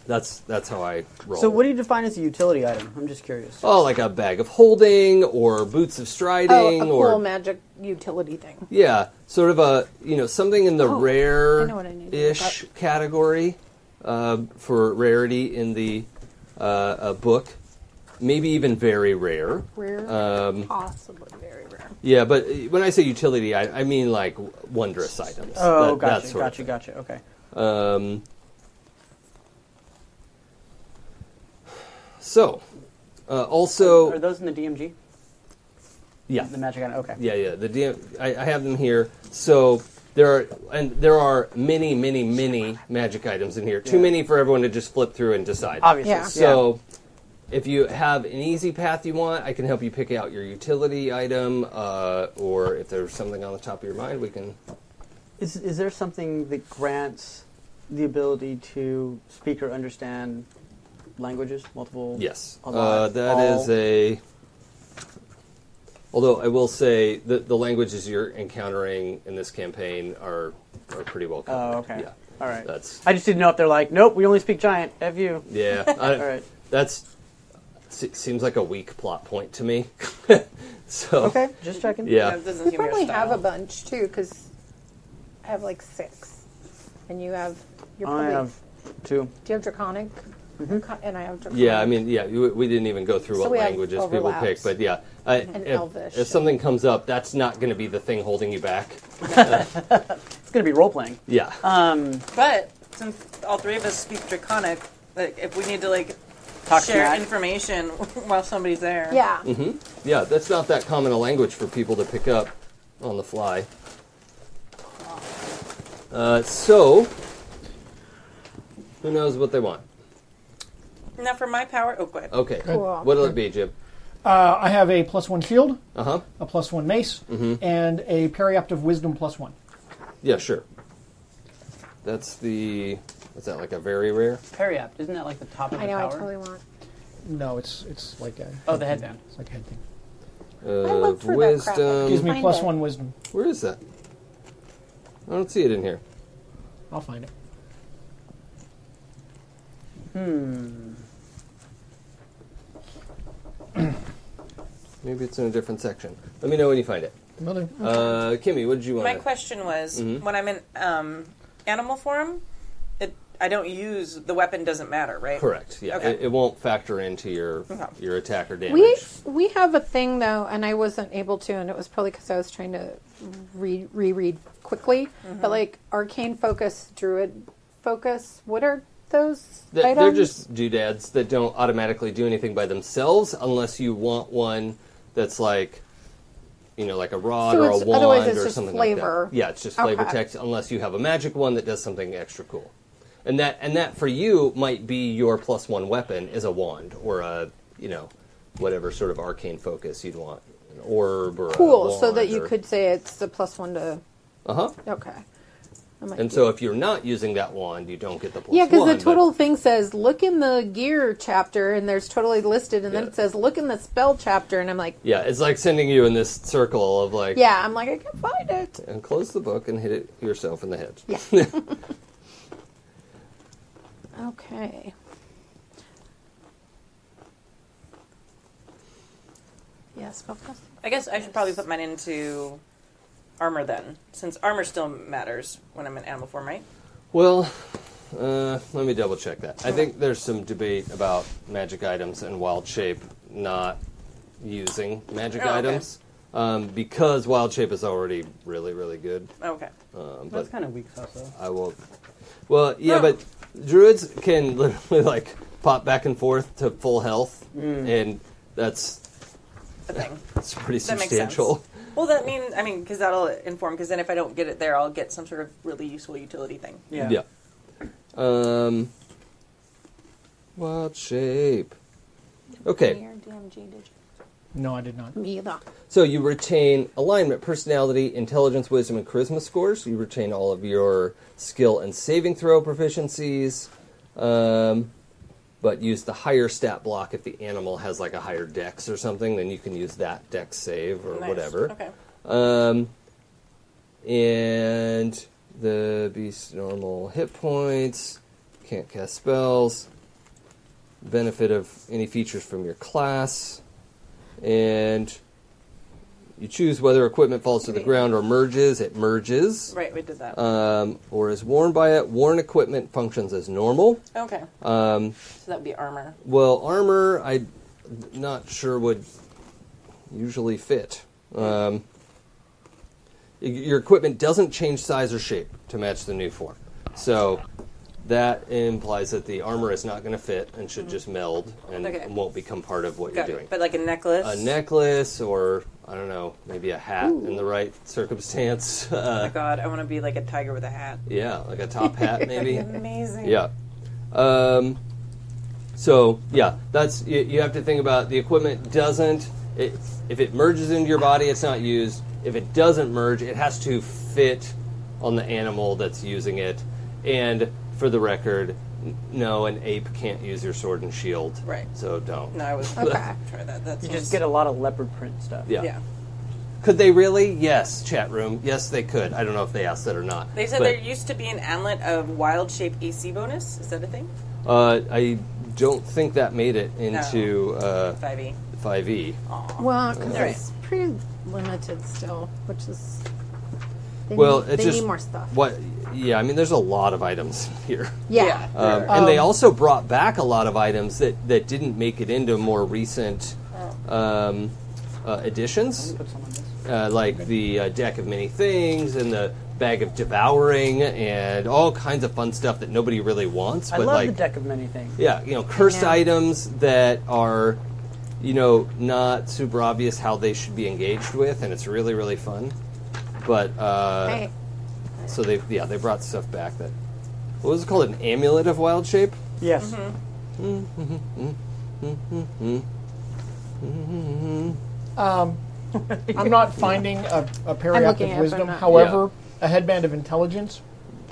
That's that's how I roll. So what do you define as a utility item? I'm just curious. Oh, like a bag of holding or boots of striding Oh, a cool or magic utility thing. yeah, sort of a you know something in the Oh, I know what I need to look rare-ish category uh, for rarity in the uh, uh, book, maybe even very rare. Rare, Um, possibly very rare. Yeah, but uh, when I say utility, I, I mean like w- wondrous items. Oh, that- that gotcha, sort of gotcha, gotcha. Okay. um, so, uh, also, Are those in the DMG? yeah, The magic item. Okay. yeah, yeah. The DM, I, I have them here. So there are and there are many, many, many magic items in here. Too Yeah. many for everyone to just flip through and decide. Obviously. Yeah. So, if you have an easy path you want, I can help you pick out your utility item, uh, or if there's something on the top of your mind, we can. Is, is there something that grants the ability to speak or understand languages, multiple? Yes, a uh, lot, that all? is a. Although I will say that the languages you're encountering in this campaign are are pretty well covered. Oh, okay. Yeah, All right. that's I just didn't know if they're like, nope, we only speak giant. F you. yeah. I, All right. That's se- seems like a weak plot point to me. so Okay, just checking. yeah, That doesn't We seem your probably have style. a bunch too, because I have like six, and you have. You're I probably, have two. Do you have draconic? Co- And I have draconic. Mm-hmm. yeah. I mean, yeah. We, we didn't even go through So what we have languages people overlaps. pick, but yeah. I, And if, Elvish if something comes up, that's not going to be the thing holding you back. It's going to be role playing. Yeah. Um, But since all three of us speak Draconic, like if we need to like Talk share smack. information while somebody's there, Yeah. Yeah, that's not that common a language for people to pick up on the fly. Uh, so, who knows what they want? Now for my power, oh, go ahead. Okay, Cool. what'll it be, Jib? Uh, I have a plus one shield, Uh huh. a plus one mace, and a periaptive wisdom plus one. Yeah, sure. That's the. What's that like a very rare? periapt. Isn't that like the top of I the know. tower? I totally want. No, it's it's like a Oh, the headband. it's like a head thing. Uh, looked for that crap. Gives wisdom. me Find plus it. one wisdom. Where is that? I don't see it in here. I'll find it. Maybe it's in a different section. Let me know when you find it. Will do. Uh, Kimmy, what did you want? My question was Mhm. when I'm in um, animal form, it, I don't use the weapon. Doesn't matter, right? Correct. Yeah, Okay. it, it won't factor into your Okay. your attack or damage. We we have a thing though, and I wasn't able to, and it was probably because I was trying to re- reread quickly. Mm-hmm. But like arcane focus, druid focus, what are those Th- items? they're just doodads that don't automatically do anything by themselves unless you want one that's like, you know, like a rod So or a it's- wand otherwise it's or just something flavor. like that. Yeah, it's just flavor Okay. text unless you have a magic one that does something extra cool. And that and that for you might be your plus one weapon is a wand or a you know whatever sort of arcane focus you'd want an orb or a cool, so wand that you or- could say it's the plus one to uh-huh okay. I might and do so if you're not using that wand you don't get the plus Yeah, because one the but- total thing says look in the gear chapter, and there's totally listed, and then Yeah. it says look in the spell chapter, and I'm like, yeah it's like sending you in this circle of like yeah, I'm like, I can't find it. and close the book and hit it yourself in the head. Okay. Yeah, spellcasting. I guess I should probably put mine into armor then, since armor still matters when I'm in animal form, right? Well, uh, let me double check that. I think there's some debate about magic items and wild shape not using magic Oh, okay. items um, because wild shape is already really really good. Okay. Um, That's but kind of weak sauce, though. I will. Well, yeah, No. but druids can literally like pop back and forth to full health, Mm. and that's The thing. that's pretty That makes substantial. sense. Well, that mean I mean because that'll inform. Because then if I don't get it there, I'll get some sort of really useful utility thing. Yeah. Um, wild shape. Okay, No, I did not. Me either. so you retain alignment, personality, intelligence, wisdom, and charisma scores. You retain all of your skill and saving throw proficiencies, um, but use the higher stat block if the animal has like a higher dex or something. Then you can use that dex save or Nice. whatever. Okay. Um, and the beast's normal hit points. Can't cast spells. Benefit of any features from your class. And you choose whether equipment falls to the ground or merges. It merges. Right, we did that. Um, or is worn by it. Worn equipment functions as normal. okay. Um, so that would be armor. well, armor, I'm not sure would usually fit. Um, y- your equipment doesn't change size or shape to match the new form. So that implies that the armor is not going to fit and should just meld and Mm-hmm. Okay. won't become part of what Got you're doing. it. But like a necklace. a necklace or, I don't know, maybe a hat in the right circumstance. Oh my Uh, god, I want to be like a tiger with a hat. yeah, like a top hat maybe. Amazing. Yeah. Um, so yeah, that's you, you have to think about the equipment doesn't it, if it merges into your body, it's not used. If it doesn't merge, it has to fit on the animal that's using it. And for the record, n- no, an ape can't use your sword and shield. Right. So don't. No, I was Okay. try that. That's You just just get get a lot of leopard print stuff. Yeah. yeah. Could they really? Yes, chat room. Yes, they could. I don't know if they asked that or not. They said but, there used to be an outlet of wild shape AC bonus. Is that a thing? Uh, I don't think that made it into uh, Five E. 5e. Well, because Alright. it's pretty limited still, which is. They Well, need, it's they just need more stuff. What? Yeah, I mean, there's a lot of items here, Yeah. um, and they also brought back a lot of items that that didn't make it into more recent Oh. um, uh, editions, Put some on this. uh, like the uh, deck of many things and the bag of devouring and all kinds of fun stuff that nobody really wants. I But love like, the deck of many things. yeah, you know, cursed Yeah. items that are. You know, not super obvious how they should be engaged with, and it's really, really fun. But uh, Hey, so they yeah they brought stuff back that what was it called an amulet of wild shape? Yes. I'm not finding a, a I'm looking periaptic at it, wisdom. but not- However, a headband of intelligence,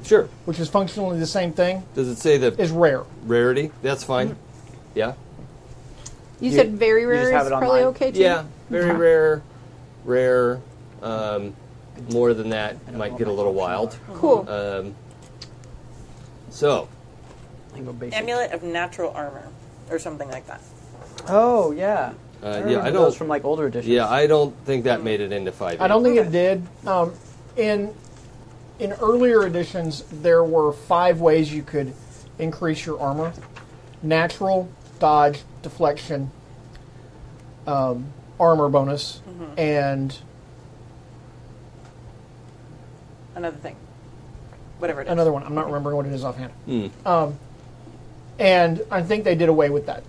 Sure. which is functionally the same thing, Does it say is Mm-hmm. the rare. rarity? That's fine. Yeah. you, You- said very you just rare have is it probably online. okay too. Yeah. Very rare. Rare. Um, more than that might get a little wild. Cool. Um, so I can go basic. Amulet of natural armor, or something like that. Oh yeah. Uh, yeah, remember I those don't. from like older editions. yeah, I don't think that made it into five. I don't think it did. Um, in in earlier editions, there were five ways you could increase your armor: natural, dodge, deflection, um, armor bonus, and Another thing. Whatever it is. another one. I'm not remembering what it is offhand. Hmm. Um, and I think they did away with that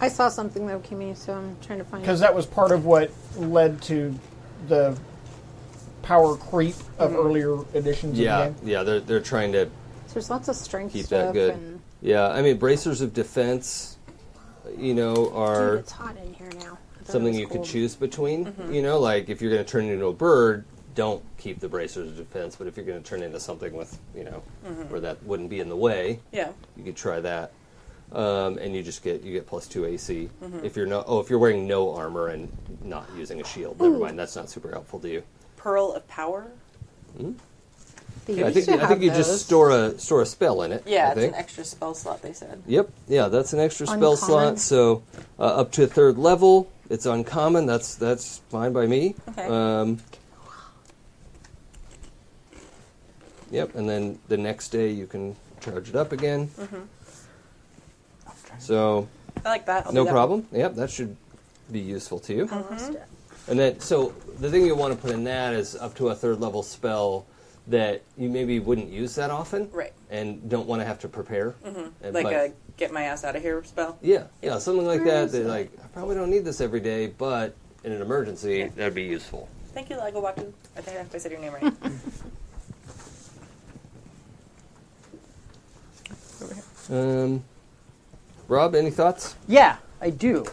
I saw something that came in, so I'm trying to find because it. that was part of what led to the power creep of earlier editions Yeah, of the game. yeah, they're they're trying to There's lots of strength keep stuff that good. and Yeah, I mean bracers of defense, you know, Dude, are it's hot in here now. I thought it something was you could cold. choose between. You know, like if you're going to turn into a bird, don't keep the bracers of defense. But if you're going to turn into something with, you know, where that wouldn't be in the way, Yeah. you could try that. Um, and you just get you get plus two AC if you're no oh if you're wearing no armor and not using a shield. Never mind, that's not super helpful to you. Pearl of Power. They I used think to I have think you those. just store a store a spell in it. I Yeah, it's think. an extra spell slot. They said. Yep. Yeah, that's an extra spell Uncommon. slot. So uh, up to a third level, it's uncommon. That's that's fine by me. Okay. Um, yep. And then the next day you can charge it up again. Mm-hmm. So I like that. I'll do no that. problem. Yep, that should be useful to you. Mm-hmm. And then, so the thing you want to put in that is up to a third level spell that you maybe wouldn't use that often, Right. Mm-hmm. And don't want to have to prepare, And Like but- a get my ass out of here spell. yeah, yeah, something like that. They're like, I probably don't need this every day, but in an emergency, that'd be useful. Thank you, Lago Waku. I think I if I said your name right. Um, Rob, any thoughts? Yeah, I do.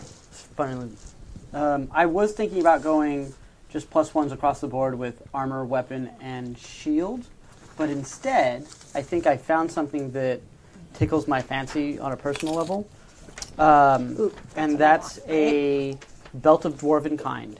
Finally, um, I was thinking about going just plus ones across the board with armor, weapon, and shield, but instead, I think I found something that tickles my fancy on a personal level, um, and that's a belt of dwarven kind.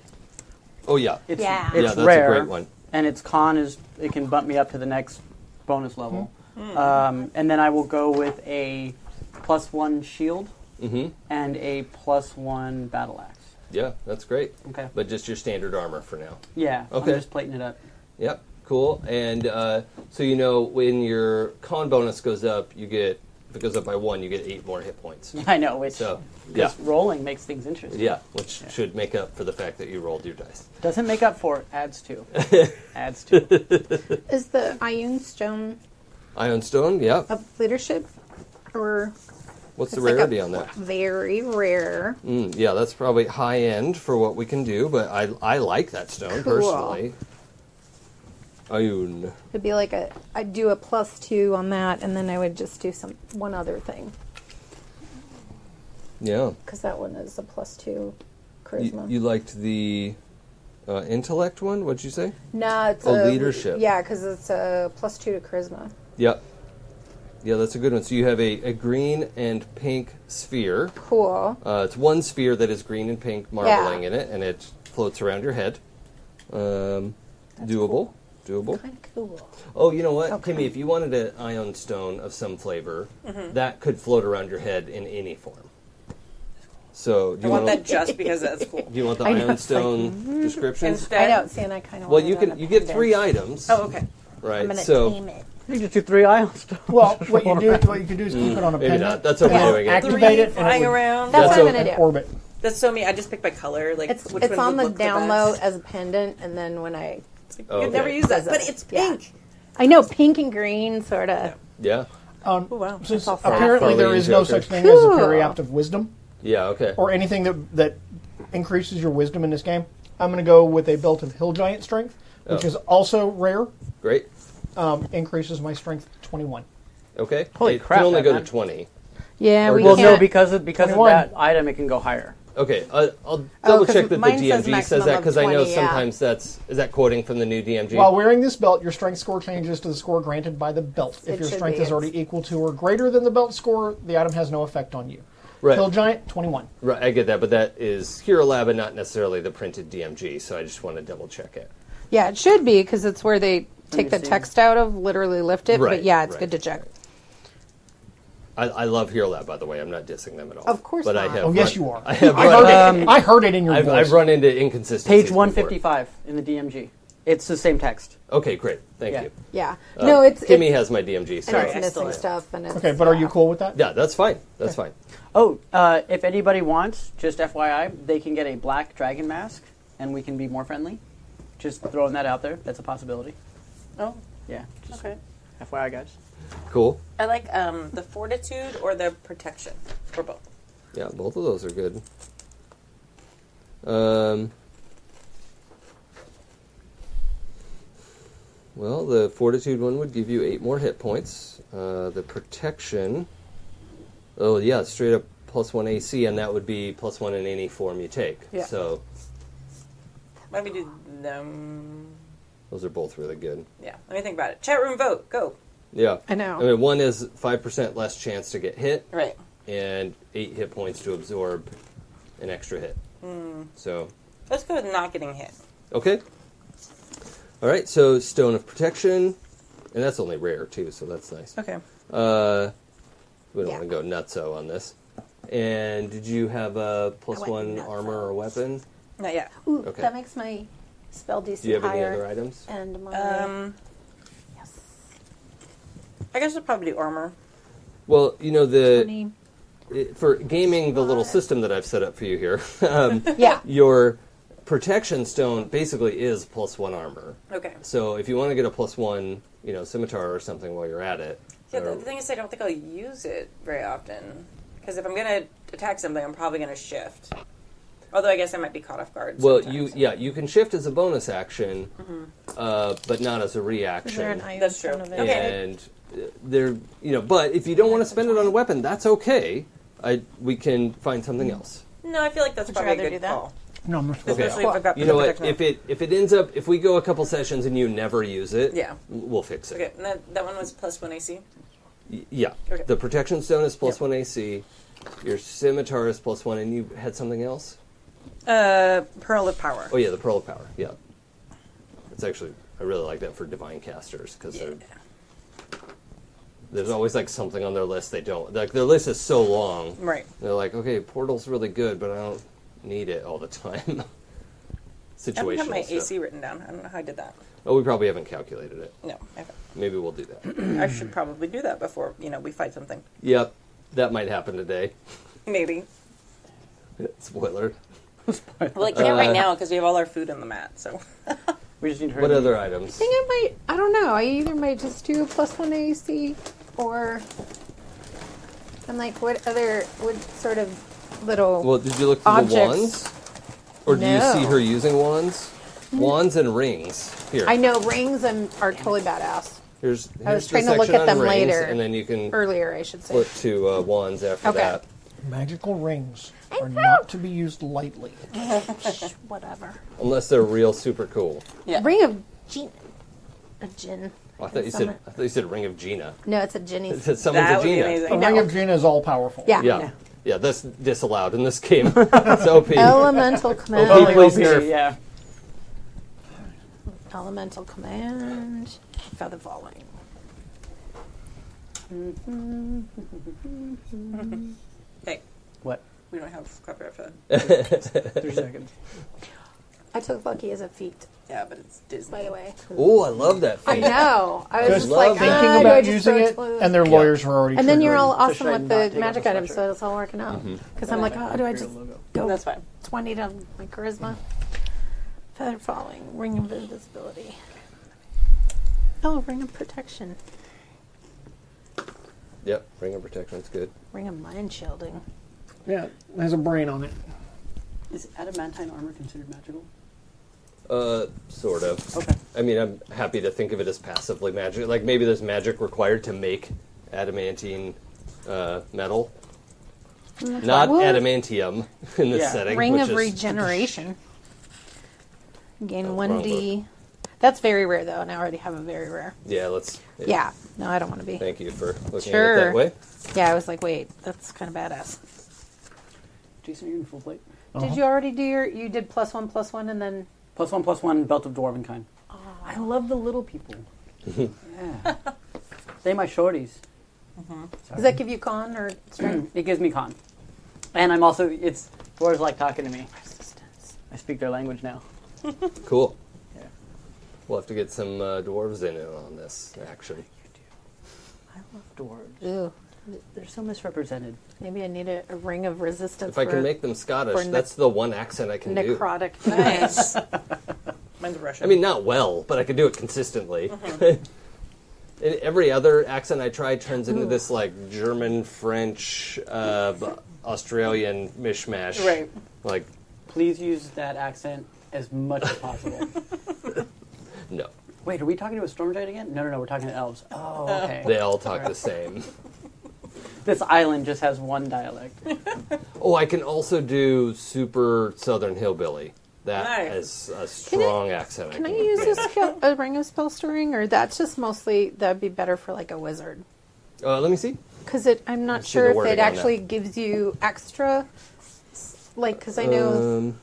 Oh yeah, It's, Yeah. it's yeah, that's rare, a great one. and its con is it can bump me up to the next bonus level, um, and then I will go with a plus one shield hmm and a plus one battle axe. Yeah, that's great. Okay. But just your standard armor for now. Yeah. Okay. I'm just plating it up. Yep, cool. And uh, so you know when your con bonus goes up, you get if it goes up by one, you get eight more hit points. I know. Which So yeah, 'cause rolling makes things interesting. yeah, which should make up for the fact that you rolled your dice. Doesn't make up for it. Adds to. adds to. Is the Ion Stone Iron stone. Yeah. of leadership, or What's the it's like a rarity on that? Very rare. Mm, yeah, that's probably high end for what we can do, but I I like that stone Cool. personally. Ayun. It'd be like a I'd do a plus two on that, and then I would just do some one other thing Yeah. because that one is a plus two You, charisma. you liked the uh, intellect one, what'd you say? no, it's Oh, a leadership. Yeah, because it's a plus two to charisma. Yep. Yeah, that's a good one. So you have a, a green and pink sphere. Cool. Uh, it's one sphere that is green and pink marbling in it, and it floats around your head. Um, doable. Doable. Kind of cool. Oh, you know what, Okay. Kimmy? If you wanted an ion stone of some flavor, Mm-hmm. that could float around your head in any form. So, do I you want want, that just because that's cool. do you want the I know, ion it's like, mm-hmm. stone descriptions? Instead, I don't see, and I kind of Well, you can you get three items, Oh, okay. right? I'm gonna so tame it. You just do three islands. Well, what you do, what you could do is keep it on a maybe pendant. not. That's overdoing it. Activate Three it and flying it would- around. That's That's what a- I'm and gonna do. orbit. That's so me. I just pick by color. Like It's which it's one on would the look down best. low as a pendant, and then when I Oh, You'd never okay. use that, As a- but it's yeah. pink. I know pink and green sort of. Yeah, Um, Oh wow. since all flat. apparently there Harley is and no Joker. such thing as a Cool. periapt of wisdom yeah, okay. or anything that that increases your wisdom in this game. I'm going to go with a belt of hill giant strength, which Oh. is also rare. Great. Um, increases my strength to 21. Okay. Holy it crap, can only that go man. to twenty. Yeah, Or we we just- Well, can't. no, because of, because of 21. that item, it can go higher. Okay, uh, I'll double Oh, 'cause check that the mine says DMG says, maximum that of because I know 20, yeah. sometimes that's is that quoting from the new DMG. While wearing this belt, your strength score changes to the score granted by the belt. It If your should strength be. is already equal to or greater than the belt score, the item has no effect on you. Right. Hill giant 21. Right, I get that, but that is Hero Lab and not necessarily the printed DMG, so I just want to double check it. Yeah, it should be because it's where they me take the see. text out of, literally lift it. Right, but yeah, it's right, good to check. I, I love Hearlab, by the way. I'm not dissing them at all. Of course but I not. have Oh, yes, run- you are. I have I run, um, heard, it, I heard it in your I've, voice. I've run into inconsistencies. Page before. 155 in the DMG. It's the same text. Okay, great. Thank Yeah. you. Yeah. Um, no, it's Kimmy it's, has my DMG. and Sorry. it's I still missing have it. stuff. And it's, okay, but are you yeah. cool with that? Yeah, that's fine. That's fine. Oh, uh, if anybody wants, just FYI, they can get a black dragon mask, and we can be more friendly. Just throwing that out there. That's a possibility. Oh, Yeah. Just okay. FYI, guys. Cool. I like um, the fortitude or the protection, or both. Yeah, both of those are good. Um, well, the fortitude one would give you eight more hit points. Uh, the protection. Oh, yeah, straight up plus one AC, and that would be plus one in any form you take. Yeah. So Let me do them. those are both really good. Yeah, let me think about it. Chat room vote, go. Yeah. I know. I mean, one is 5% less chance to get hit, Right. and eight hit points to absorb an extra hit. Hmm. So Let's go with not getting hit. Okay. All right, so Stone of Protection, and that's only rare too, so that's nice. Okay. Uh, we don't Yeah. want to go nutso on this. And did you have a plus I went one nutso. armor or weapon? Not yet. Ooh, Okay. That makes my spell DC Do you have higher. any other items? And my Um, yes. I guess I'll probably do armor. Well, you know the 20. it- for gaming the little Five. system that I've set up for you here. um, Yeah. your protection stone basically is plus one armor. Okay. So if you want to get a plus one, you know, scimitar or something while you're at it. Yeah, the, or- the thing is, I don't think I'll use it very often. Because if I'm going to attack something, I'm probably going to shift. Although I guess I might be caught off guard. Well, you sometimes. Mm-hmm. yeah, you can shift as a bonus action, uh, but not as a reaction. That's true. Okay. And uh, there, you know, but if you don't want to spend it on a weapon, that's okay. I we can find something else. No, I feel like that's Would you probably rather a do good that? call. No, I'm not. Okay. Especially if I've got You know what? protection. If it if it ends up if we go a couple sessions and you never use it, Yeah. w- we'll fix it. Okay, and that, that one was plus one AC. Y- Yeah. Okay. The protection stone is plus Yep. one AC. Your scimitar is plus one, and you had something else. Uh, Pearl of Power. Oh yeah, the pearl of power. Yeah. It's actually I really like that for divine casters because Yeah. they're there's always like something on their list they don't like their list is so long Right. they're like okay portal's really good but i don't need it all the time I don't have situational my stuff. AC written down. I don't know how I did that. oh we probably haven't calculated it No, I haven't. maybe we'll do that I should probably do that before you know we fight something. yep that might happen today Maybe. spoiler Well, I can't Uh, right now because we have all our food on the mat. So We just need her. what other items I think I might. I don't know. I either might just do a plus one AC, or and like what other what sort of little. well did you look for the Objects. wands or do you No. Mm-hmm. see her using wands wands and rings here I know rings and are totally badass. here's, here's was the trying to look section at on them rings, later. and then you can Earlier, I should say. flip to uh, wands after Okay. that Magical rings I are know. not to be used lightly. Whatever. unless they're real super cool yeah. Ring of gin. A gin. I thought you said I thought you said Ring of Gina. No, it's a Ginny. It said someone's that a would be Gina. The amazing. Ring of Gina is all powerful. Yeah. Yeah. Yeah. yeah. that's disallowed in this game. it's OP. Elemental Oh, command. he plays OP, Nerf. yeah. Elemental command. Feather volley. Hey, What? we don't have copyright for that. Three seconds. I took Lucky as a feat, Yeah, but it's by Disney. the way. Oh, I love that I thing. know. I was Just just love like thinking ah, Thinking do I about just using throw it, to- and their lawyers were already. And then you're all triggering. awesome Just with try to not the take off magic the Mm-hmm. items, sweatshirt. so it's all working out. Because I'm like, oh, do I just go That's fine. 20 to my charisma? Feather falling, ring of invisibility. Oh, ring of protection, Yep, Ring of Protection. That's good. ring of mind shielding. Yeah, it has a brain on it. Is adamantine armor considered magical? Uh, sort of. Okay. I mean, I'm happy to think of it as passively magic. Like maybe there's magic required to make adamantine uh, metal, not What? adamantium in this Yeah. setting. Ring which of is, regeneration. Gain That's wrong, 1d. That's very rare, though, and I already have a very rare. Yeah, let's. Yeah, no, I don't want to be. Thank you for looking at it Sure. that way. Yeah, I was like, wait, that's kind of badass. Jason, are you in full plate? Did you already do your? You did plus one, plus one, and then Plus one, plus one, belt of dwarven kind. I love the little people. yeah. they my shorties. Does that give you con or strength? It gives me con. And I'm also, it's, dwarves like talking to me. I speak their language now. Cool. Yeah. We'll have to get some uh, dwarves in on this action. I love dwarves. Ew. They're so misrepresented. Maybe I need a, a ring of resistance. If I for can make them Scottish, for ne- that's the one accent I can do. necrotic. Nice. Mine's Russian. I mean, not well, but I can do it consistently. Mm-hmm. And Every other accent I try turns into this like German, French, uh, b- Australian mishmash. Right. Like, Please use that accent as much as possible. no, Wait, are we talking to a storm giant again? No, no, no, we're talking to elves. Oh, okay. they all talk the same. This island just has one dialect. Oh, I can also do super Southern hillbilly. That is Nice. a strong accent. Can I use make. a, skill, a ring of spell stirring, or that's just mostly that'd be better for like a wizard? Uh, let me see. Because it, I'm not Let's see the sure if wording it on actually gives you extra, s- like because I know Um,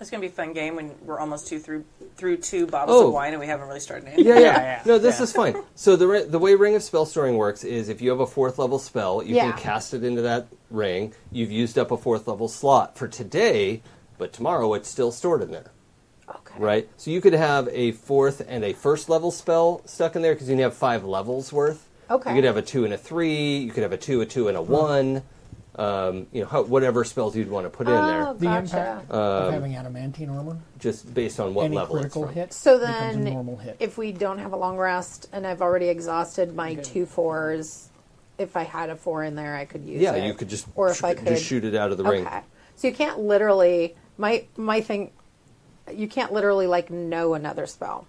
it's gonna be a fun game when we're almost two through through two bottles Oh. of wine and we haven't really started anything. yeah, yeah, yeah, No, this yeah. is fine. So the ri- the way Ring of Spell Storing works is if you have a fourth level spell, you Yeah. can cast it into that ring. You've used up a fourth level slot for today, but tomorrow it's still stored in there, okay. right? So you could have a fourth and a first level spell stuck in there because you can have five levels worth. Okay. You could have a two and a three. You could have a two, a two, and a one. Um, you know, how, whatever spells you'd want to put in Oh, there, The gotcha. impact of having adamantine armor. just based on what any level it's critical from. hit So becomes a normal then, hit. if we don't have a long rest, and I've already exhausted my two fours, if I had a four in there, I could use. Yeah, it. you could just or if I sh- could just shoot it out of the ring. Okay, so you can't literally my my thing. You can't literally like know another spell.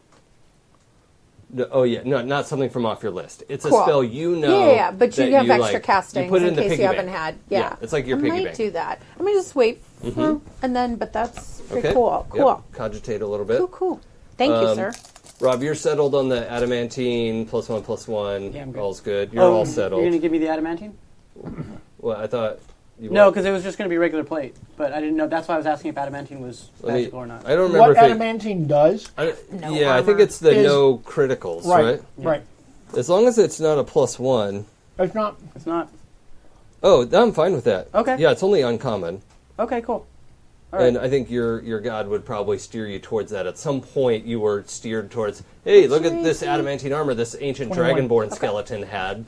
No, oh yeah, no, not something from off your list. It's Cool. a spell you know. Yeah, yeah, yeah, but you that have extra like- castings You put it in, in, the case piggy you bank. haven't had. Yeah. it's like your I piggy might bank. do that. I'm gonna just wait for and then, but that's pretty Okay. cool. Yep. Cool. Cogitate a little bit. Cool. Cool. Thank you, Um, sir. Rob, you're settled on the adamantine plus one plus one. Yeah, I'm good. All's good. You're Oh, all settled. You're going to give me the adamantine? Well, I thought. You No, want- because it was just going to be regular plate. But I didn't know. That's why I was asking if adamantine was let me- magical or not. I don't remember What if it- adamantine does, I don't- No yeah, I think armor. it's the Is- no criticals, right? right. Right. As long as it's not a plus one. It's not. It's not. Oh, I'm fine with that. Okay. Yeah, it's only uncommon. Okay, cool. All right. And I think your your god would probably steer you towards that. At some point, you were steered towards, hey, look at this adamantine armor this ancient 21. dragonborn skeleton had.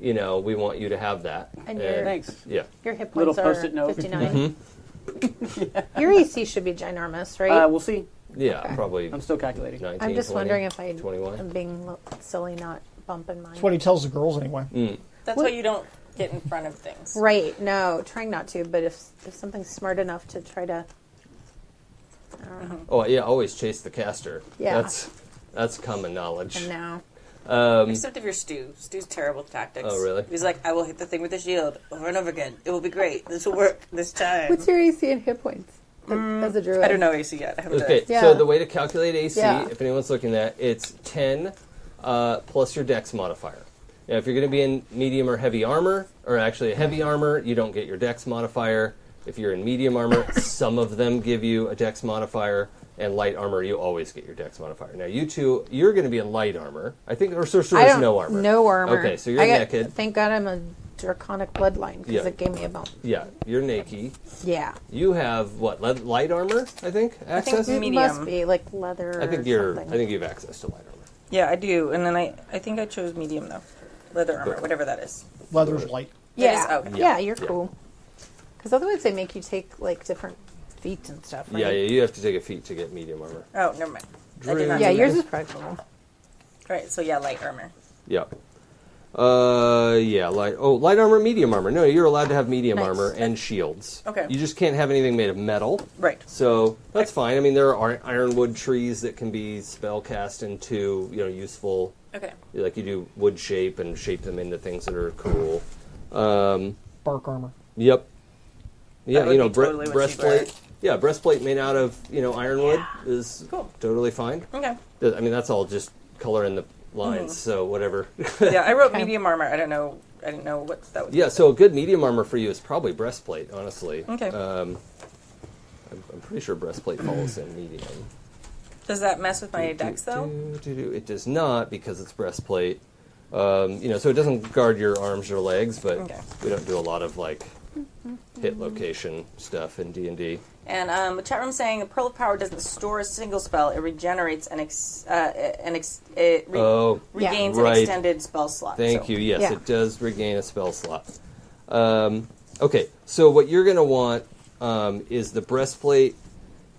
You know, we want you to have that. And you're- Thanks. yeah, Your hit little points are post-it note. 59. Mm-hmm. Your AC should be ginormous, right? Uh, we'll see. yeah, Okay. probably. I'm still calculating. 19, I'm just 20, wondering if I, 21. am being lo- silly, not bumping mine. That's what he tells the girls anyway. That's why you don't get in front of things. Right. No, trying not to. But if if something's smart enough to try to, I don't know. Oh yeah, always chase the caster. Yeah. that's that's common knowledge. And now, Except if you're Stu. Stu's terrible with tactics. Mm. Oh, really? He's like, I will hit the thing with the shield over and over again. It will be great. This will work this time. what's your AC and hit points as a druid? I don't know AC yet. I haven't done Okay, it. Yeah. so the way to calculate AC, Yeah. if anyone's looking at, it's ten uh, plus your Dex modifier. Now, if you're going to be in medium or heavy armor, or actually a heavy armor, you don't get your Dex modifier. If you're in medium armor, some of them give you a Dex modifier, and light armor, you always get your Dex modifier. Now, you two, you're going to be in light armor, I think, or sorcerer I is don't, no armor. No armor. Okay, so you're I got- naked. Thank God I'm a draconic bloodline because Yeah. it gave me a bump. Yeah, you're naked. Yeah. You have what? le- Light armor, I think. Access. It Medium. must be like leather. I or think you're. something. I think you have access to light armor. Yeah, I do. And then I, I think I chose medium, though. Leather armor, Good. whatever that is. Leather's light. Yeah. It is- okay. Yeah, you're Yeah. cool. Because otherwise they make you take like different feats and stuff. Right? Yeah, yeah, you have to take a feat to get medium armor. Oh, never mind. I did not Yeah, do yours that. is probably cool. Right, so yeah, light armor. Yeah. Uh, yeah, light. Oh, light armor, medium armor. No, you're allowed to have medium Nice. armor and shields. Okay. You just can't have anything made of metal. Right. So that's fine. I mean, there are ir- ironwood trees that can be spell cast into you know useful, Okay. like you do wood shape and shape them into things that are cool. Um, Bark armor. Yep. Yeah, would you know, be bre- totally what she'd breastplate. wear. Yeah, breastplate made out of you know ironwood is Cool. totally fine. Okay. Th- I mean, that's all just color in the Mm. lines, so whatever. Yeah, I wrote medium armor. I don't know. I didn't know what that was. yeah, so a good medium armor for you is probably breastplate, honestly. Okay. Um, I'm, I'm pretty sure breastplate falls in medium. Does that mess with my dex, though? Do, do, do. It does not because it's breastplate. Um, you know, so it doesn't guard your arms or legs, but Okay. Mm-hmm. we don't do a lot of like hit location stuff in D and D. And um, the chat room saying a pearl of power doesn't store a single spell; it regenerates and ex- uh, and ex- it re- Oh, Yeah. regains Right. an extended spell slot. Thank so- you. Yes, Yeah. it does regain a spell slot. Um, okay, so what you're going to want um, is the breastplate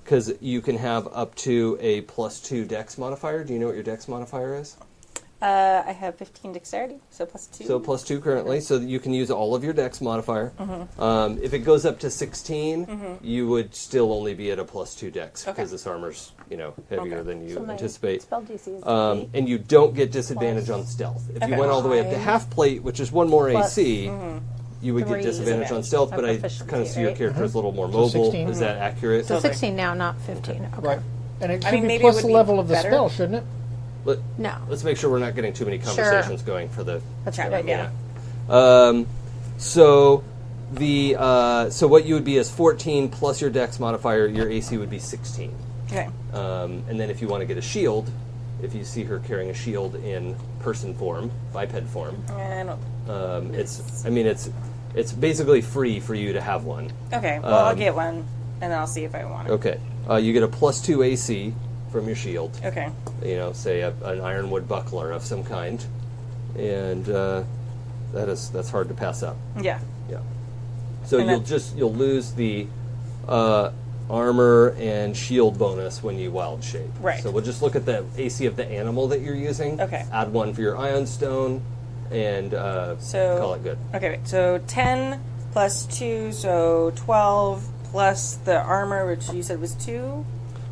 because you can have up to a plus two dex modifier. Do you know what your dex modifier is? Uh, I have 15 dexterity, so plus two. So plus two currently, so that you can use all of your dex modifier. Mm-hmm. Um, if it goes up to 16, you would still only be at a plus two dex because Okay. this armor's you know heavier Okay. than you So my anticipate. Spell DC is Um, eight. and you don't get disadvantage on stealth. If you Okay. went all the way up to Fine. half plate, which is one more Plus, AC, you would three get disadvantage on stealth. But I proficiency, kind of see your right? character as a little more mobile. 16. Is that accurate? So 16 now, not 15. Okay. Right. And it should I mean, be maybe it plus would the be level of the better. spell, shouldn't it? Let, No. us make sure we're not getting too many conversations going for the That's Chat right. room, yeah. Um, so the uh, so what you would be is 14 plus your dex modifier. Your AC would be 16. Okay. Um, and then if you want to get a shield, if you see her carrying a shield in person form, biped form, I don't- um, it's I mean it's it's basically free for you to have one. okay. Well, I'll get one, and then I'll see if I want it. Um, Okay, uh, you get a plus two AC from your shield. Okay. You know, say a, an ironwood buckler of some kind, and uh, that is that's hard to pass up. Yeah. Yeah. So And you'll that- just you'll lose the uh, armor and shield bonus when you wild shape. Right. So we'll just look at the AC of the animal that you're using. Okay. Add one for your ion stone, and uh, So call it good. Okay. wait, So 10 plus two, so 12 plus the armor, which you said was two.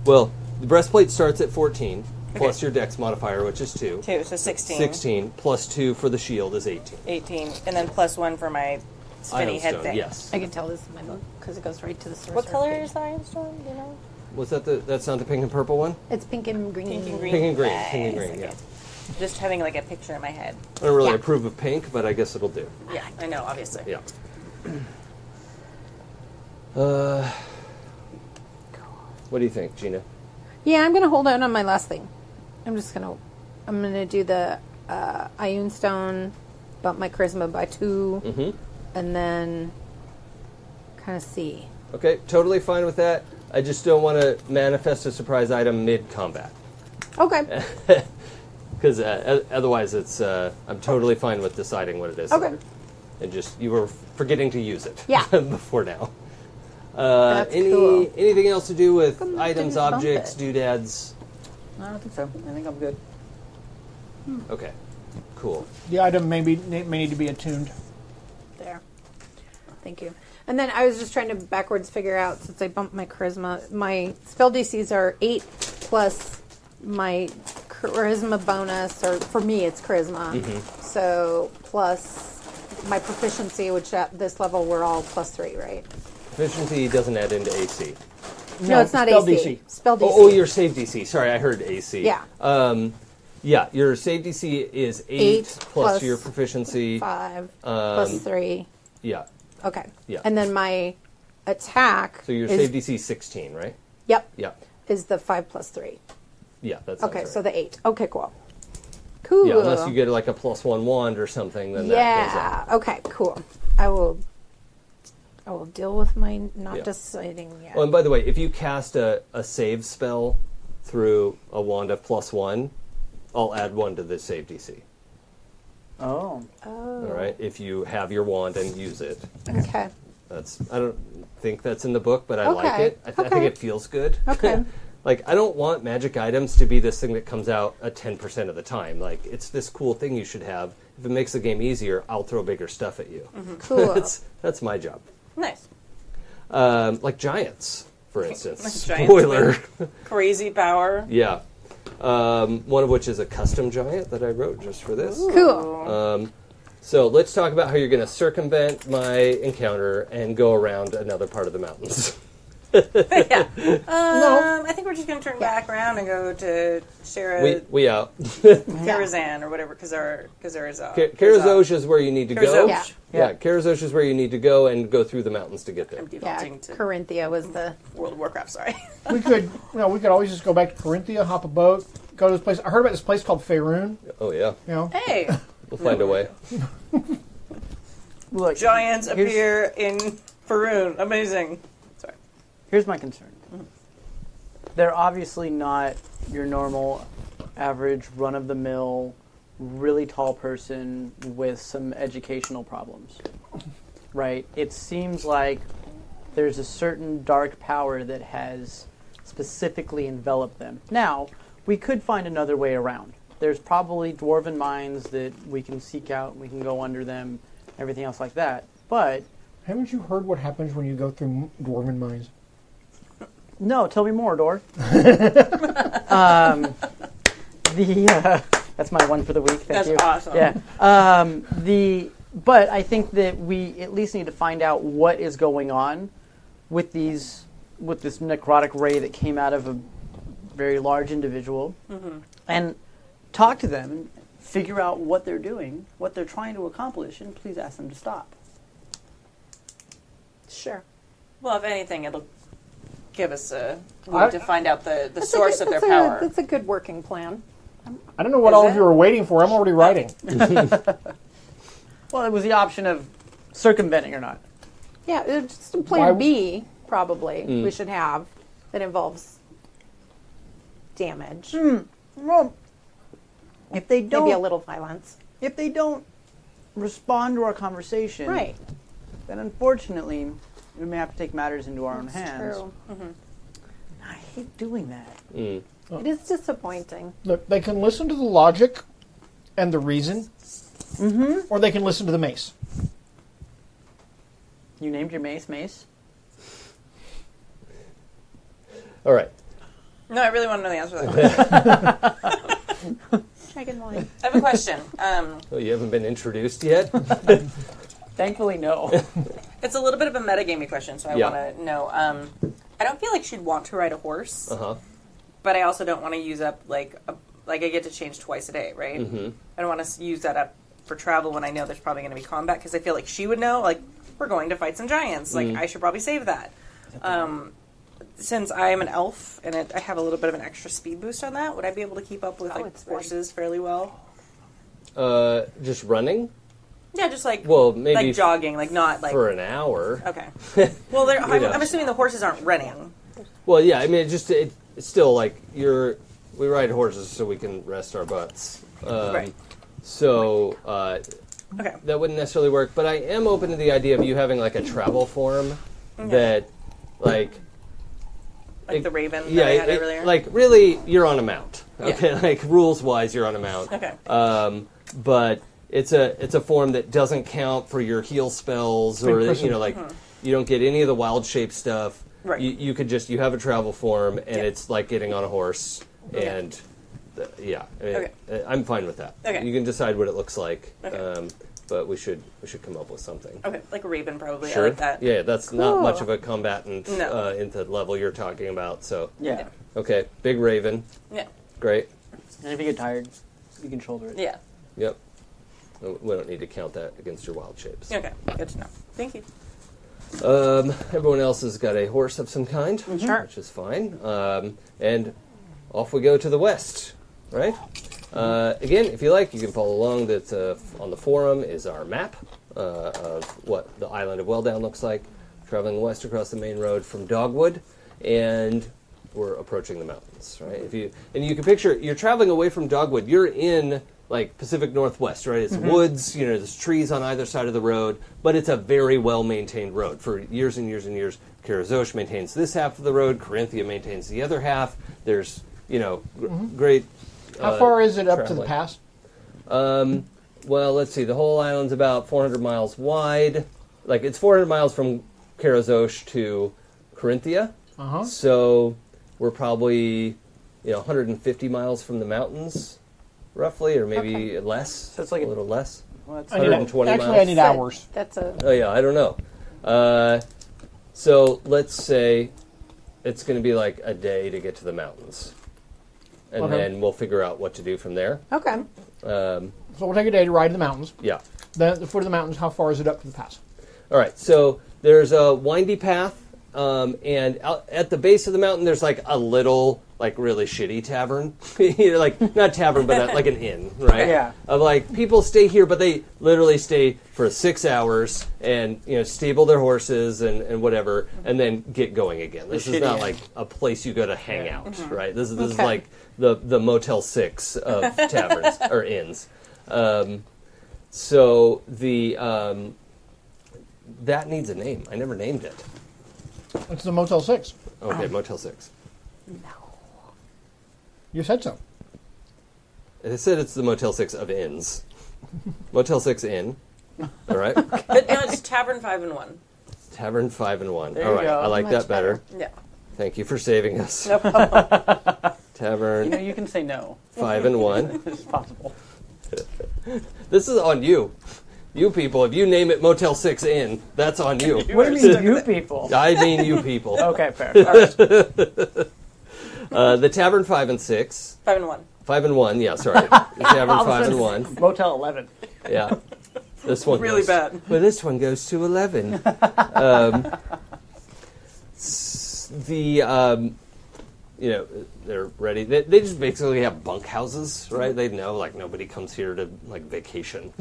Well, the breastplate starts at 14 plus Okay. your dex modifier, which is two. Two. So 16. 16 plus two for the shield is 18. 18, and then plus one for my spinny Ion head stone, thing. yes. I can tell this is my book because it goes right to the source. What color is the iron stone? Do you know? Was that the? That's not the pink and purple one. It's pink and green. Pink and green. Pink and green. Pink and green. Nice, Yeah. okay. Just having like a picture in my head. I don't really Yeah. approve of pink, but I guess it'll do. Ah, Yeah, I know, obviously. Yeah. Uh, what do you think, Gina? Yeah, I'm gonna hold out on my last thing. I'm just gonna, I'm gonna do the uh, Ion Stone, bump my charisma by 2 and then kind of see. Okay, totally fine with that. I just don't want to manifest a surprise item mid combat Okay, because uh, o- otherwise, it's uh, I'm totally fine with deciding what it is. Okay. And just you were forgetting to use it. Yeah. before now. Uh, That's any cool. anything else to do with Come on, items, didn't bump objects, it. doodads? No, I don't think so. I think I'm good. Okay, cool. The item may, be, may need to be attuned. there. Thank you. And then I was just trying to backwards figure out since I bumped my charisma. My spell DCs are eight plus my charisma bonus, or for me it's charisma. Mm-hmm. So plus my proficiency, which at this level we're all plus three, right? Efficiency doesn't add into AC. No, it's not spell AC. DC. Spell DC. Oh, oh, your save DC. Sorry, I heard AC. Yeah. Um, yeah, your save DC is eight, Eight plus plus your proficiency. five plus three. Yeah. Okay. um, yeah. And then my attack. So your is, save DC is sixteen, right? Yep. Yeah. Is the five plus three. Yeah. That's Okay, right. so the eight. Okay, cool. Cool. yeah, unless you get like a plus one wand or something, then Yeah. that goes up. Okay. Cool. I will. I will deal with my not Yeah. deciding yet. Oh, and by the way, if you cast a, a save spell through a wand of plus one, I'll add one to the save DC. Oh. All right. If you have your wand and use it, okay. That's I don't think that's in the book, but I like Okay, it. I, th- I think okay. it feels good. Okay. like I don't want magic items to be this thing that comes out a ten percent of the time. Like it's this cool thing you should have. If it makes the game easier, I'll throw bigger stuff at you. Mm-hmm. Cool. that's that's my job. Nice. Um, like giants, for instance. Like giants Spoiler. Crazy power. yeah. Um, one of which is a custom giant that I wrote just for this. cool. So let's talk about how you're going to circumvent my encounter and go around another part of the mountains. yeah. Um, I think we're just going to turn back around and go to Sarah, we we out. Um, Karazan or whatever, Kazar, Kazariza. Ka- Karazosh is where you need to go. Karazosh. Yeah. yeah. Karazosh is where you need to go and go through the mountains to get there. I'm Yeah. defaulting to Corinthia was the. World of Warcraft, sorry. We could, you know, we could always just go back to Corinthia, hop a boat, go to this place. I heard about this place called Faerun. Oh yeah. You know, hey, We'll find a way. Look, Giants here's- appear in Faroon. Amazing. Sorry. Here's my concern. They're obviously not your normal, average, run of the mill, really tall person with some educational problems. Right? It seems like there's a certain dark power that has specifically enveloped them. Now, we could find another way around. There's probably dwarven mines that we can seek out, we can go under them, everything else like that. But, Haven't you heard what happens when you go through m- dwarven mines? no, tell me more, Dor. um, the uh, that's my one for the week. Thank That's you. awesome. Yeah. Um, the but I think that we at least need to find out what is going on with these with this necrotic ray that came out of a very large individual, Mm-hmm. and talk to them and figure out what they're doing, what they're trying to accomplish, and please ask them to stop. Sure. Well, if anything, it'll give us a way I- to find out the, the That's a source good- of their that's a- power. That's a good working plan. I don't know what Is all of it? you are waiting for. I'm already writing. Well, it was the option of circumventing or not. Yeah, it's just a Why plan w- B probably Mm. we should have that involves damage, Hmm, Well, if they maybe a don't, little violence. if they don't respond to our conversation, Right. then unfortunately we may have to take matters into our own hands. True. I hate doing that. It is disappointing. Look, they can listen to the logic and the reason, mm-hmm. or they can listen to the mace. You named your mace Mace. All right. no, I really want to know the answer to that. Dragon wine. I have a question. Um, Oh, you haven't been introduced yet? Thankfully, no. it's a little bit of a metagamey question, so I Yeah. want to know. Um, I don't feel like she'd want to ride a horse, Uh huh. but I also don't want to use up like a, like I get to change twice a day, right? Mm-hmm. I don't want to use that up for travel when I know there's probably going to be combat because I feel like she would know. Like we're going to fight some giants. Like Mm. I should probably save that. Um, since I am an elf and it, I have a little bit of an extra speed boost on that, would I be able to keep up with Oh, like it's fine. horses fairly well? Uh, just running Yeah, just like Well, maybe like jogging, like not like for an hour. okay. Well, they're, I'm, know. I'm assuming the horses aren't running. Well, yeah. I mean, it just it, it's still like you're. We ride horses so we can rest our butts. Um, Right. So uh, Okay. that wouldn't necessarily work. But I am open to the idea of you having like a travel form that, like, Like It- the raven that yeah, I had it- earlier. like really, you're on a mount. Yeah. Okay, like rules wise, you're on a mount. Okay. Um, but it's a it's a form that doesn't count for your heal spells or person. you know like you don't get any of the wild shape stuff. Uh-huh. Right. You, you could just you have a travel form and Yeah. it's like getting on a horse Okay. and th- yeah, I mean, Okay. uh, I'm fine with that. Okay. You can decide what it looks like. Okay. Um, but we should we should come up with something. okay, like a raven probably. Sure. I like that. Yeah, that's not much Cool. of a combatant No. uh, in the level you're talking about. So Yeah. Okay, big raven. Yeah. Great. and if you get tired, you can shoulder it. Yeah. Yep. No, We don't need to count that against your wild shapes. Okay. Good to know. Thank you. Um, everyone else has got a horse of some kind, Sure. which is fine. Um, and off we go to the west, right? Uh, again, if you like, you can follow along. That's uh, f- on the forum is our map uh, of what the island of Welldown looks like, traveling west across the main road from Dogwood, and we're approaching the mountains, right? If you and you can picture you're traveling away from Dogwood. You're in like Pacific Northwest, right? It's woods, you know, there's trees on either side of the road, but it's a very well maintained road. For years and years and years, Karazosh maintains this half of the road, Corinthia maintains the other half. There's, you know, gr- great. How uh, far is it up to the traveling. pass? Um, well, let's see. The whole island's about 400 miles wide. Like it's 400 miles from Karazosh to Corinthia. Uh-huh. So we're probably you know 150 miles from the mountains, roughly, or maybe less. So it's like a a- little less. Well, that's I need, 120 actually, I miles. need hours. That's a Oh yeah, I don't know. Uh, so let's say it's going to be like a day to get to the mountains, and Okay. then we'll figure out what to do from there. okay. Um, So we'll take a day to ride to the mountains. yeah. Then at the foot of the mountains, how far is it up to the pass? All right, so there's a windy path Um, and out, at the base of the mountain, there's like a little, like really shitty tavern. You know, like not tavern, but uh like an inn, right? Yeah. Of like people stay here, but they literally stay for six hours and you know stable their horses and, and whatever, and then get going again. This is shitty Mm-hmm. not inn. like a place you go to hang out, right? This is this Okay. is like the the Motel Six of taverns or inns. Um, so the um, that needs a name. I never named it. It's the Motel 6. Okay, Motel Six. You said so. They said it's the Motel Six of inns. Motel Six Inn. All right. But no, it's Tavern Five and One. Tavern Five and One. There All you right, go. I like Much that better. Yeah. Thank you for saving us. You know, Tavern you can say no. Five and One. It's possible. This is on you, you people. If you name it Motel Six Inn, that's on you. What do you mean, you people? I mean you people. Okay, fair. All right. Uh, the Tavern Five and Six. Five and One. Five and one, yeah, sorry. The Tavern five and one, Motel 11. yeah. This one Really goes- bad. Well, this one goes to eleven. Um, s- the um, you know they're ready. They, they just basically have bunkhouses, right? They know like nobody comes here to like vacation,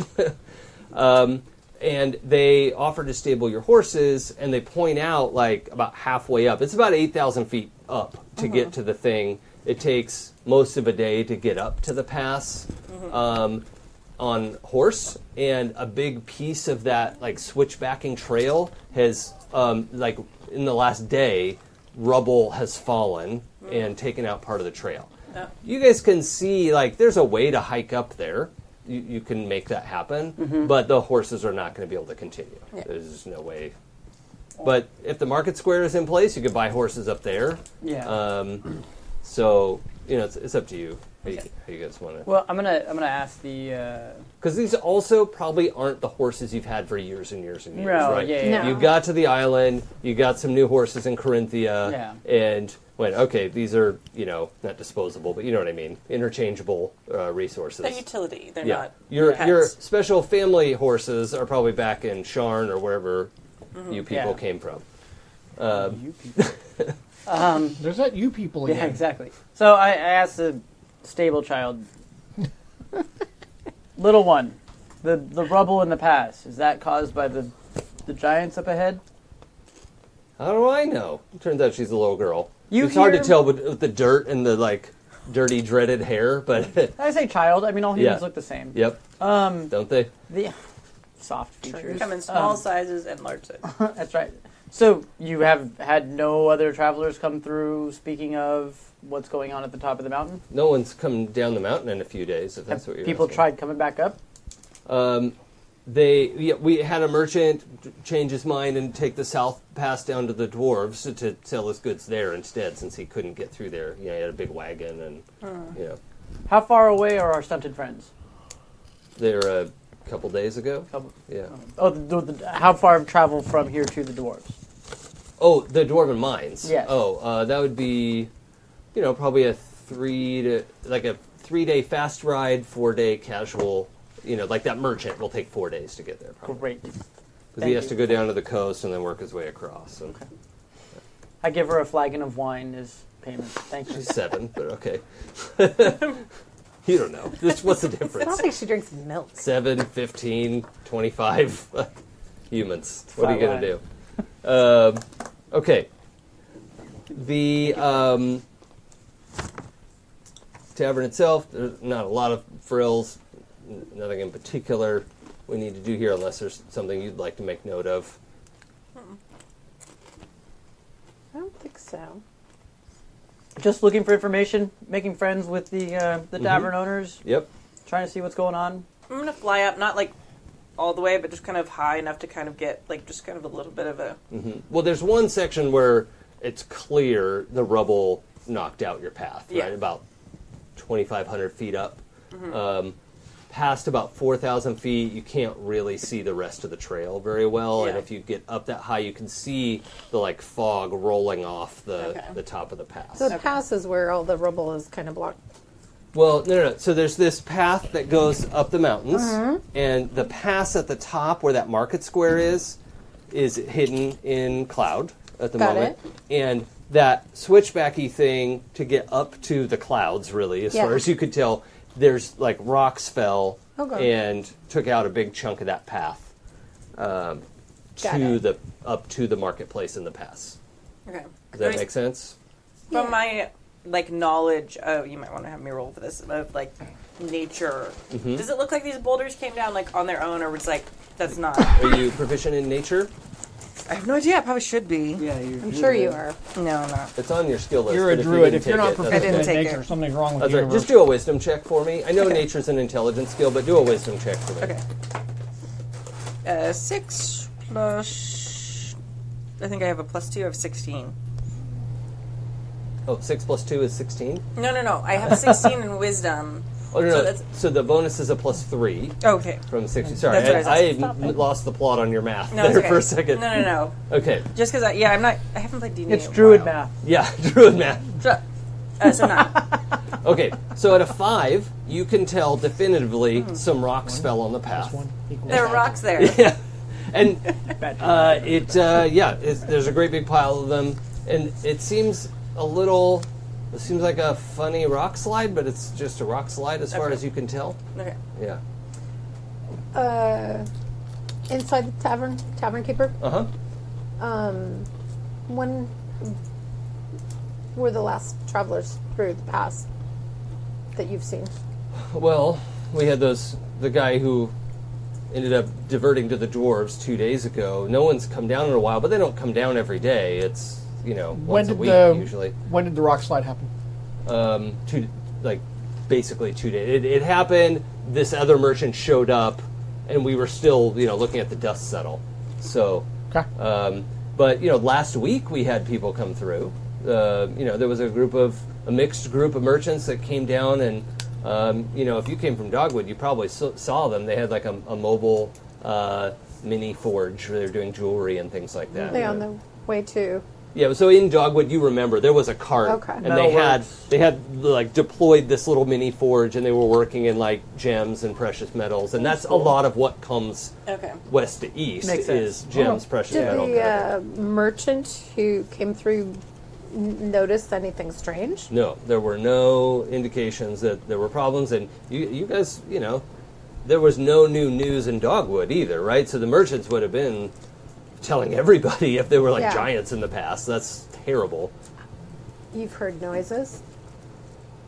um, and they offer to stable your horses, and they point out like about halfway up. It's about eight thousand feet up to Uh-huh. get to the thing. It takes most of a day to get up to the pass. Um, on horse, and a big piece of that like switchbacking trail has um, like in the last day, rubble has fallen and taken out part of the trail. You guys can see like there's a way to hike up there. You, you can make that happen, but the horses are not going to be able to continue. There's just no way. But if the market square is in place, you could buy horses up there. Yeah. Um, so you know it's, it's up to you how you, how you guys want to. Well, I'm gonna I'm gonna ask the uh, Because these also probably aren't the horses you've had for years and years and years, No, right? yeah, yeah, No. You got to the island, you got some new horses in Corinthia, Yeah. and went, okay, these are, you know, not disposable, but you know what I mean, interchangeable uh, resources. They're utility. They're yeah. not. your, pets. your special family horses are probably back in Sharn or wherever you people Yeah. came from. you people. um, There's that you people again. yeah, exactly. So I, I asked the stable child, little one, the the rubble in the pass is that caused by the the giants up ahead? How do I know? Turns out she's a little girl. You it's hard to hear- tell with, with the dirt and the, like, dirty, dreaded hair, but I say child. I mean, all humans Yeah. look the same. yep, Um, don't they? the soft features. come in small Um, sizes and large sizes. That's right. So you have had no other travelers come through. Speaking of what's going on at the top of the mountain, No one's come down the mountain in a few days. If that's Have what you're people asking. tried coming back up. Um, they yeah, we had a merchant change his mind and take the south pass down to the dwarves to sell his goods there instead, since he couldn't get through there. You know, he had a big wagon and you know How far away are our stunted friends? they were a uh, couple days ago. Couple- Yeah. Oh, the, the, the- how far of travel from here to the dwarves? Oh, the dwarven mines. Yes. Oh, uh, that would be, you know, probably a three to like a three day fast ride, four day casual. You know, like that merchant will take four days to get there. Probably. Great. Because he Thank has you. to go down to the coast and then work his way across. And I give her a flagon of wine as payment. Thank you. she's seven, but okay. you don't know. This, what's the I don't difference? think she drinks milk. Seven, 15, 25 humans. What are you going Flatline. to do? Um, okay. The um, tavern itself, there's not a lot of frills, n- nothing in particular we need to do here unless there's something you'd like to make note of. I don't think so. Just looking for information, making friends with the uh, the tavern owners, Yep. trying to see what's going on. I'm gonna fly up, not like all the way, but just kind of high enough to kind of get like just kind of a little bit of a. Well, there's one section where it's clear the rubble knocked out your path, Yeah. Mm-hmm. right? About 2,500 feet up. Um, past about 4,000 feet, you can't really see the rest of the trail very well. And Yeah. if you get up that high, you can see the like fog rolling off the, Okay. the top of the pass. So the pass is where all the rubble is kind of blocked. Well, no, no, no. So there's this path that goes up the mountains, Mm-hmm. and the pass at the top where that market square is is hidden in cloud. at the Got moment, and that switchbacky thing to get up to the clouds, really, as Yeah. far as you could tell, there's like rocks fell Oh, God. and took out a big chunk of that path um, Got to it. the up to the marketplace in the pass. Okay. Does that make sense? From my like knowledge of, you might want to have me roll for this of like nature. Mm-hmm. Does it look like these boulders came down like on their own, or was like that's not? Are you proficient in nature? I have no idea. I probably should be. Yeah, you're I'm sure you are. No, I'm not. It's on your skill list. You're a but if you druid. didn't If you're take not it, that's didn't proficient in okay. take nature, it. something's wrong with That's you. right. Just do a wisdom check for me. I know nature's an intelligence skill, but do a wisdom check for me. Okay. Uh, six plus. I think I have a plus two of sixteen. Oh, six plus two is sixteen. No, no, no. I have sixteen in wisdom. Oh no, So no. that's- so the bonus is a plus three. Oh, Okay. From 60. Sorry, That's what I was I, I n- lost the plot on your math No, it's there okay. for a second. No, no, no. Okay. Just because I yeah, I'm not. I haven't played E D&D. It's in a druid while. math. Yeah, druid math. Dru- Uh, so not. Okay, so at a five, you can tell definitively Mm-hmm. some rocks fell on the path. there are rocks there. Yeah, and uh, it uh, yeah, it's, there's a great big pile of them, and it seems a little. It seems like a funny rock slide, but it's just a rock slide as far Okay. as you can tell. Okay. Yeah. Uh, inside the tavern, tavern keeper. Uh huh. Um, when were the last travelers through the pass that you've seen? Well, we had those the guy who ended up diverting to the dwarves two days ago. No one's come down in a while, but they don't come down every day. It's you know When once a did week the usually. when did the rock slide happen? Um, two like basically two days. It, it happened. This other merchant showed up, and we were still you know looking at the dust settle. So, Okay. um, but you know last week we had people come through. Uh, you know there was a group of a mixed group of merchants that came down and. Um, you know, if you came from Dogwood, you probably s saw them. They had like a, a mobile uh, mini forge where they were doing jewelry and things like that. They on the way to Yeah, so in Dogwood, you remember there was a cart, Okay. and they had Metalworks. they had like deployed this little mini forge, and they were working in like gems and precious metals, and that's a lot of what comes Okay. west to east Makes is sense. gems, precious Oh. Did metals. the uh, merchant who came through n- notice anything strange? No, there were no indications that there were problems, and you, you guys, you know, there was no new news in Dogwood either, right? So the merchants would have been telling everybody if they were like Yeah. giants in the past. That's terrible. You've heard noises.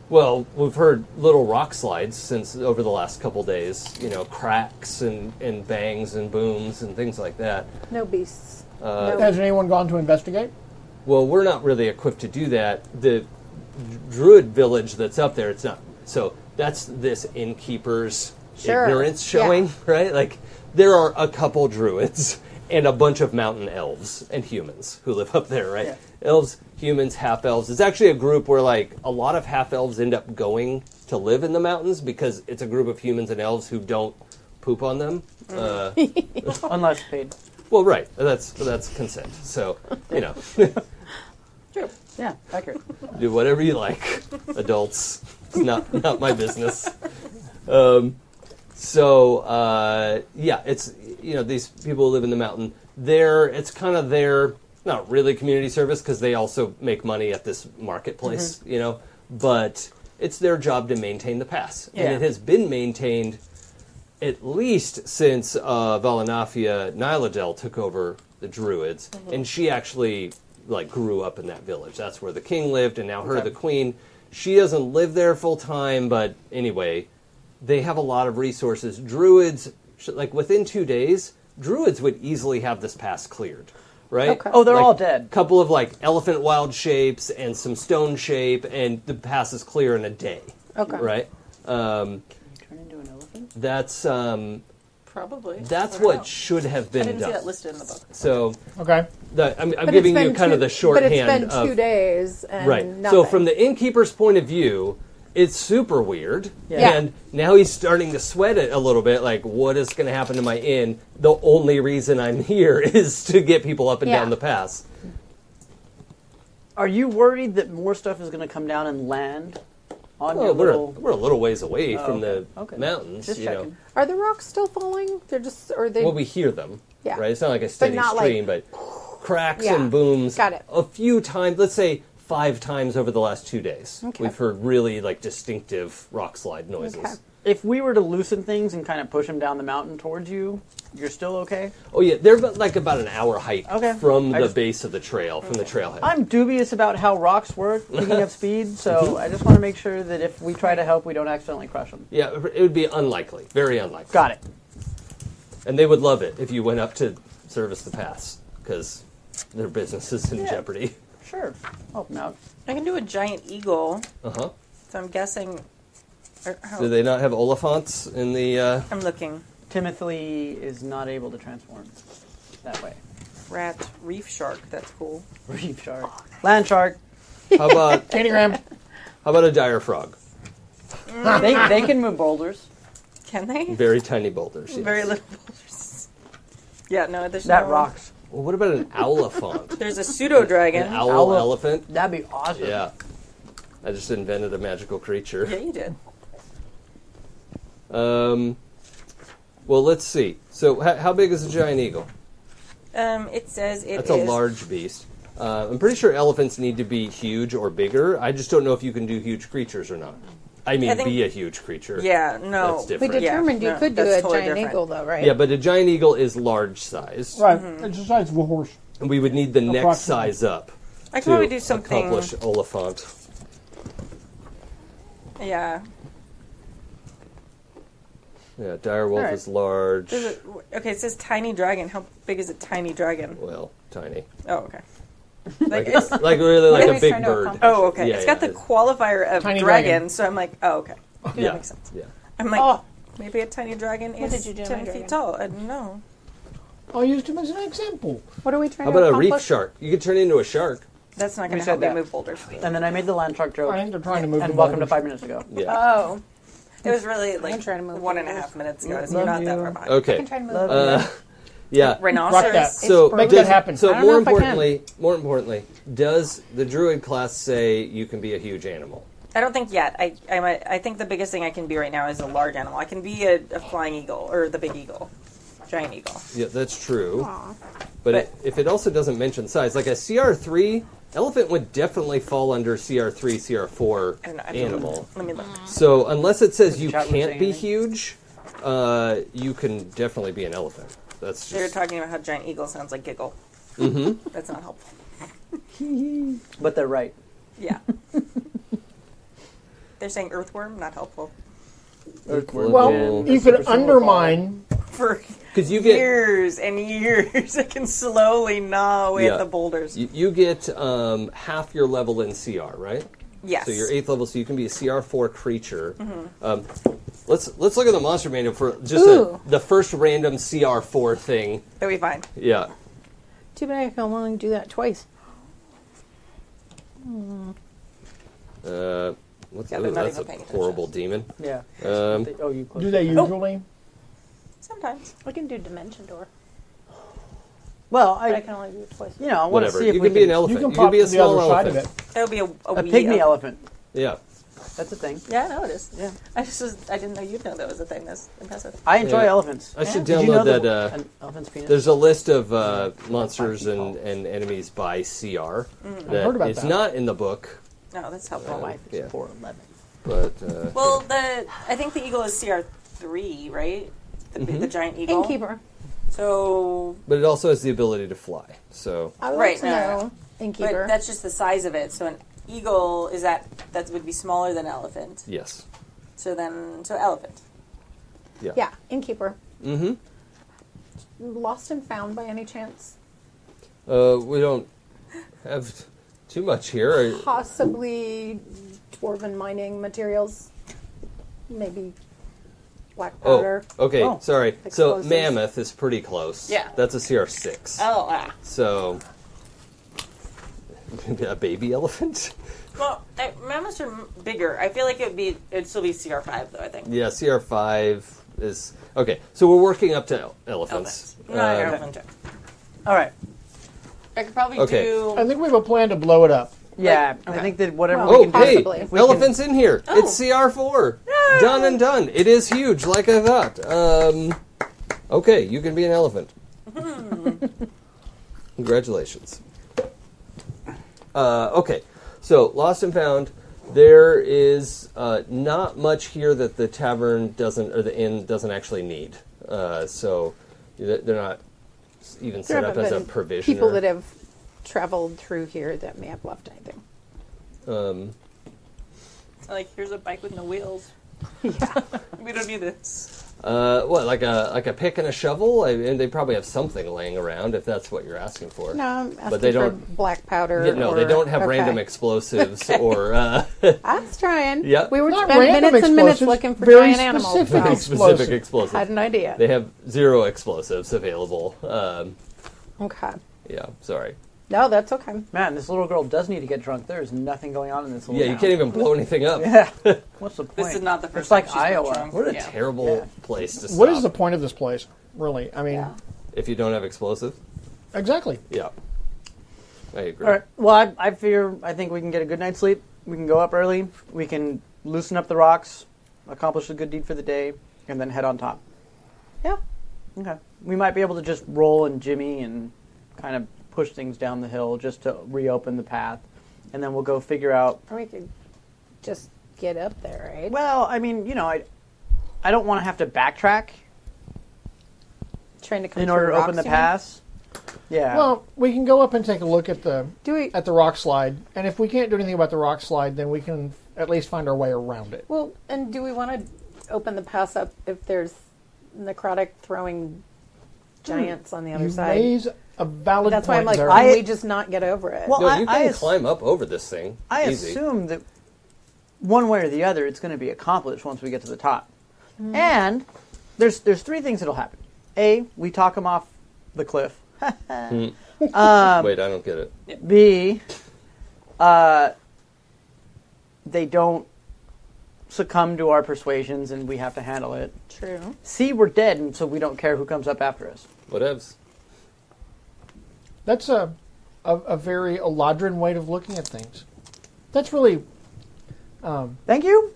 Well, we've heard little rock slides since over the last couple days. You know, cracks and, and bangs and booms and things like that. No beasts. Uh, no. Has anyone gone to investigate? Well, we're not really equipped to do that. The druid village that's up there, it's not. So that's this innkeeper's Sure. ignorance Yeah. showing, right? Like there are a couple druids and a bunch of mountain elves and humans who live up there, right? Elves, humans, half elves. It's actually a group where like a lot of half elves end up going to live in the mountains because it's a group of humans and elves who don't poop on them. Uh, Mm. Unless paid. well, right. That's that's consent. So you know. Yeah, accurate. Do whatever you like, adults. It's not not my business. Um, so uh, yeah, it's you know these people who live in the mountain. They're it's kind of their not really community service because they also make money at this marketplace, you know. But it's their job to maintain the pass, and Yeah. it has been maintained at least since uh, Valinafia Nyladel took over the Druids, and she actually like grew up in that village. That's where the king lived, and now her, the queen, she doesn't live there full time. But anyway, they have a lot of resources. Druids, sh- like within two days, druids would easily have this pass cleared. Right? Okay. Oh, they're Like, all dead. Couple of like elephant wild shapes and some stone shape, and the pass is clear in a day. Okay. Right? Um, turn into an elephant. that's um, Probably. I that's don't what know. should have I been didn't done. see that listed in the book. So Okay. the, I'm, I'm But it's giving you been kind two- of the shorthand But it's been two of days and right. nothing. So from the innkeeper's point of view, it's super weird, Yeah. and now he's starting to sweat it a little bit. Like, what is going to happen to my inn? The only reason I'm here is to get people up and Yeah. down the pass. Are you worried that more stuff is going to come down and land on Well, your we're, little? Oh, we're a little ways away from the okay. mountains, Just you know. checking. Are the rocks still falling? They're just, or they? Well, we hear them, Yeah. right? It's not like a steady not like- stream, but cracks Yeah. and booms Got it. a few times, let's say five times over the last two days. Okay. We've heard really like distinctive rock slide noises. Okay. If we were to loosen things and kind of push them down the mountain towards you, you're still okay. Oh yeah, they're about, like about an hour hike Okay. from I the just- base of the trail, from the trailhead. I'm dubious about how rocks work picking up speed, so I just want to make sure that if we try to help, we don't accidentally crush them. yeah, it would be unlikely, very unlikely. Got it. And they would love it if you went up to service the pass because their business is in Yeah. jeopardy. Sure. Help them out. I can do a giant eagle, Uh huh. so I'm guessing. Or, oh, Do they not have olifants in the? Uh, I'm looking. Timothy is not able to transform that way. Rat reef shark. That's cool. Reef shark. Land shark. how about Candygram. how about a dire frog? they, they can move boulders. Can they? Very tiny boulders. Yes. Very little boulders. Yeah, no, there's That no- rocks. Well, what about an owlifant? There's a pseudo an dragon. owl, Owl- elephant? That'd be awesome. Yeah. I just invented a magical creature. Yeah, you did. Um, well, let's see. So, h- how big is a giant eagle? Um, it says it That's is- a large beast. Uh, I'm pretty sure elephants need to be huge or bigger. I just don't know if you can do huge creatures or not. I mean, I think- be a huge creature. Yeah, no. That's We different. did- determined Yeah, you no, could do that's a totally giant different. eagle, though, right? Yeah, but a giant eagle is large sized. Right. Mm-hmm. It's the size of a horse. And we would need the next Approximately. size up I could to probably do something. accomplish Oliphant. Yeah. Yeah, direwolf Alright. is large. There's a- okay, it says tiny dragon. How big is a tiny dragon? Well, tiny. Oh, okay. Like, Like it's, like really like What a he's big trying to bird. accomplish. oh, okay. Yeah, it's got yeah, the it's- qualifier of Tiny dragon, dragon. so I'm like, oh, okay. That Yeah. makes sense. Yeah. I'm like, Oh. maybe a tiny dragon is did you do to ten my feet dragon? tall. Uh, I don't know. I used him as an example. What are we trying How to about a accomplish? reef shark? You could turn into a shark. That's not going to said help me that. move boulders. And then I made the land shark joke. I think they're trying to move and the welcome to boulders. five minutes ago. Yeah. Uh, Oh, It was really like trying to move one and a boulders. half minutes ago, so you're not that far behind. I Okay. can try and move. Love it. Uh, yeah. Rock that. Rhinoceros. So Make does- that happen. So I don't more know if I can. importantly, more importantly, does the druid class say you can be a huge animal? I don't think yet. I I'm a, I think the biggest thing I can be right now is a large animal. I can be a, a flying eagle or the big eagle, giant eagle. Yeah, that's true. Aw. But it, if it also doesn't mention size, like a CR3 elephant would definitely fall under CR3, CR4 I don't know. I mean, animal. Let me look. So unless it says Does you the chat room say can't be anything? huge, uh, you can definitely be an elephant. That's They were just talking about how giant eagle sounds like giggle. That's not helpful. But they're right. Yeah. They're saying earthworm, not helpful. Well, you could undermine. For because you get years and years, I can slowly gnaw away Yeah. at the boulders. You, you get um, half your level in CR, right? yes. Mm-hmm. So you're eighth level, so you can be a CR four creature. Um, let's let's look at the monster manual for just a, Ooh. the first random CR four thing. That we find. Yeah, Too bad I can only do that twice. uh, what's Yeah, ooh, they're not that's a even paying horrible demon. Yeah. Um, They- oh, you closed Do it. they usually? Sometimes. I can do Dimension Door, Well, but I I, can only do it twice. you know, I want to whatever. see if You we can be an elephant. You You can pop be a to the other small side of elephant. it. That would be a, a, A wee pygmy ele- elephant. Yeah, That's a thing. Yeah, I know it is. Yeah. I just was, I didn't know you'd know that was a thing. That's impressive. I enjoy Yeah. elephants. I should Did download you know that. that uh, an elephant's penis? There's a list of uh, monsters and, and enemies by CR Mm-hmm. that heard about is that. not in the book, No, that's helpful. My Uh, wife is yeah. 4'11. but uh, Well, the I think the eagle is CR three, right? The, Mm-hmm. the giant eagle. Innkeeper. So, but it also has the ability to fly. So I would Right, like to no, no, know. Innkeeper. but that's just the size of it. So an eagle is that that would be smaller than elephant. yes, So then, so elephant. yeah, yeah, innkeeper. Mm-hmm. Lost and found by any chance? Uh, we don't have t- too much here. I- Possibly dwarven mining materials. Maybe black Oh, powder. okay. Oh. Sorry. So Explosives. mammoth is pretty close. Yeah. That's a CR six. Oh, ah. So maybe a baby elephant. well, I, mammoths are m- bigger. I feel like it would be it'd still be CR five though. I think. yeah, CR five is okay. So we're working up to el- elephants. Elephant. No, Um, elephant. All right. I could probably Okay. I do. think we have a plan to blow it up. Yeah, I think that whatever Well, we Oh, can do. hey, possibly. Oh. If we elephants in here. It's CR4. Done and done. It is huge, like I Hmm. thought. Um, okay, you can be an elephant. Congratulations. Uh, okay, so lost and found. There is uh, not much here that the tavern doesn't or the inn doesn't actually need. Uh, so th- they're not even set There up haven't as a been provision. People that have traveled through here that may have left anything. um, Like, here's a bike with no wheels. Yeah. we don't need this. uh, what like a like a pick and a shovel? I, and they probably have something laying around if that's what you're asking for. No, I'm asking they for don't- black powder. Yeah, no, they or- don't have okay. random explosives or uh, I was trying. Yeah. We were Not spending random minutes and minutes explosives, looking for very giant animals. specific Oh, Wow. explosives. specific I had explosives. an idea. They have zero explosives available. Um, okay. yeah, sorry. No, that's okay. Man, this little girl does need to get drunk. There is nothing going on in Oh, this little Yeah, you town. can't even blow anything up. Yeah. What's the point? This is not the first It's like time she's been Iowa. drunk. What a Yeah. terrible Yeah. place to stop. What is the point of this place, really? I mean, Yeah. if you don't have explosives? exactly. Yeah, I agree. All right. Well, I, I figure I think we can get a good night's sleep. We can go up early. We can loosen up the rocks, accomplish a good deed for the day, and then head on top. Yeah. Okay. We might be able to just roll and jimmy and kind of push things down the hill just to reopen the path, and then we'll go figure out. Or we could just get up there, right? Well, I mean, you know, I I don't want to have to backtrack Trying to come in through order to rocks, open the you mean? pass. Yeah. Well, we can go up and take a look at the Do we? at the rock slide, and if we can't do anything about the rock slide, then we can at least find our way around it. Well, and do we want to open the pass up if there's necrotic throwing giants on the other You side? raise a valid That's why point I'm like, there. why I- can we just not get over it? Well, No, I- you I can ass- climb up over this thing. I Easy. assume that one way or the other, it's going to be accomplished once we get to the top. Mm. And there's there's three things that'll happen. A, we talk him off the cliff. um, Wait, I don't get it. B, uh, they don't succumb to our persuasions, and we have to handle it. True. C, we're dead, and so we don't care who comes up after us. Whatevs. That's a, a a very Eladrin way of looking at things. That's really Thank you.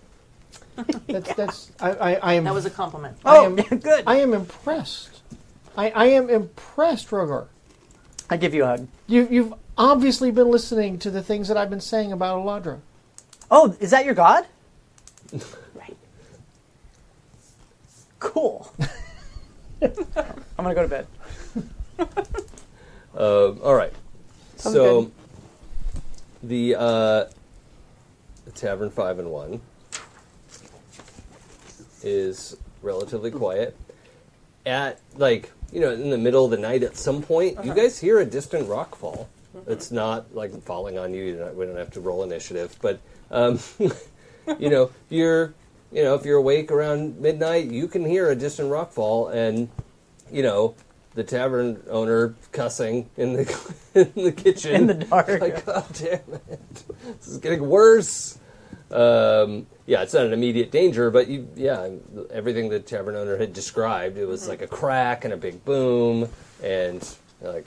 that's that's I, I, I am That was a compliment. I Oh, am- good. I am impressed. I, I am impressed, Rogar. I give you a hug. You you've obviously been listening to the things that I've been saying about Eladra. Oh, is that your god? Cool. I'm gonna go to bed. Um, all right. so the uh, tavern five and one is relatively quiet. At like you know in the middle of the night, at some point, Uh-huh. you guys hear a distant rock fall. It's not like falling on you. you don't, we don't have to roll initiative, but um, you know if you're you know if you're awake around midnight, you can hear a distant rock fall and you know, the tavern owner cussing in the in the kitchen In the dark. Like, God damn it, this is getting worse. Um, yeah, it's not an immediate danger, but you, yeah, everything the tavern owner had described, it was like a crack and a big boom, and you're like,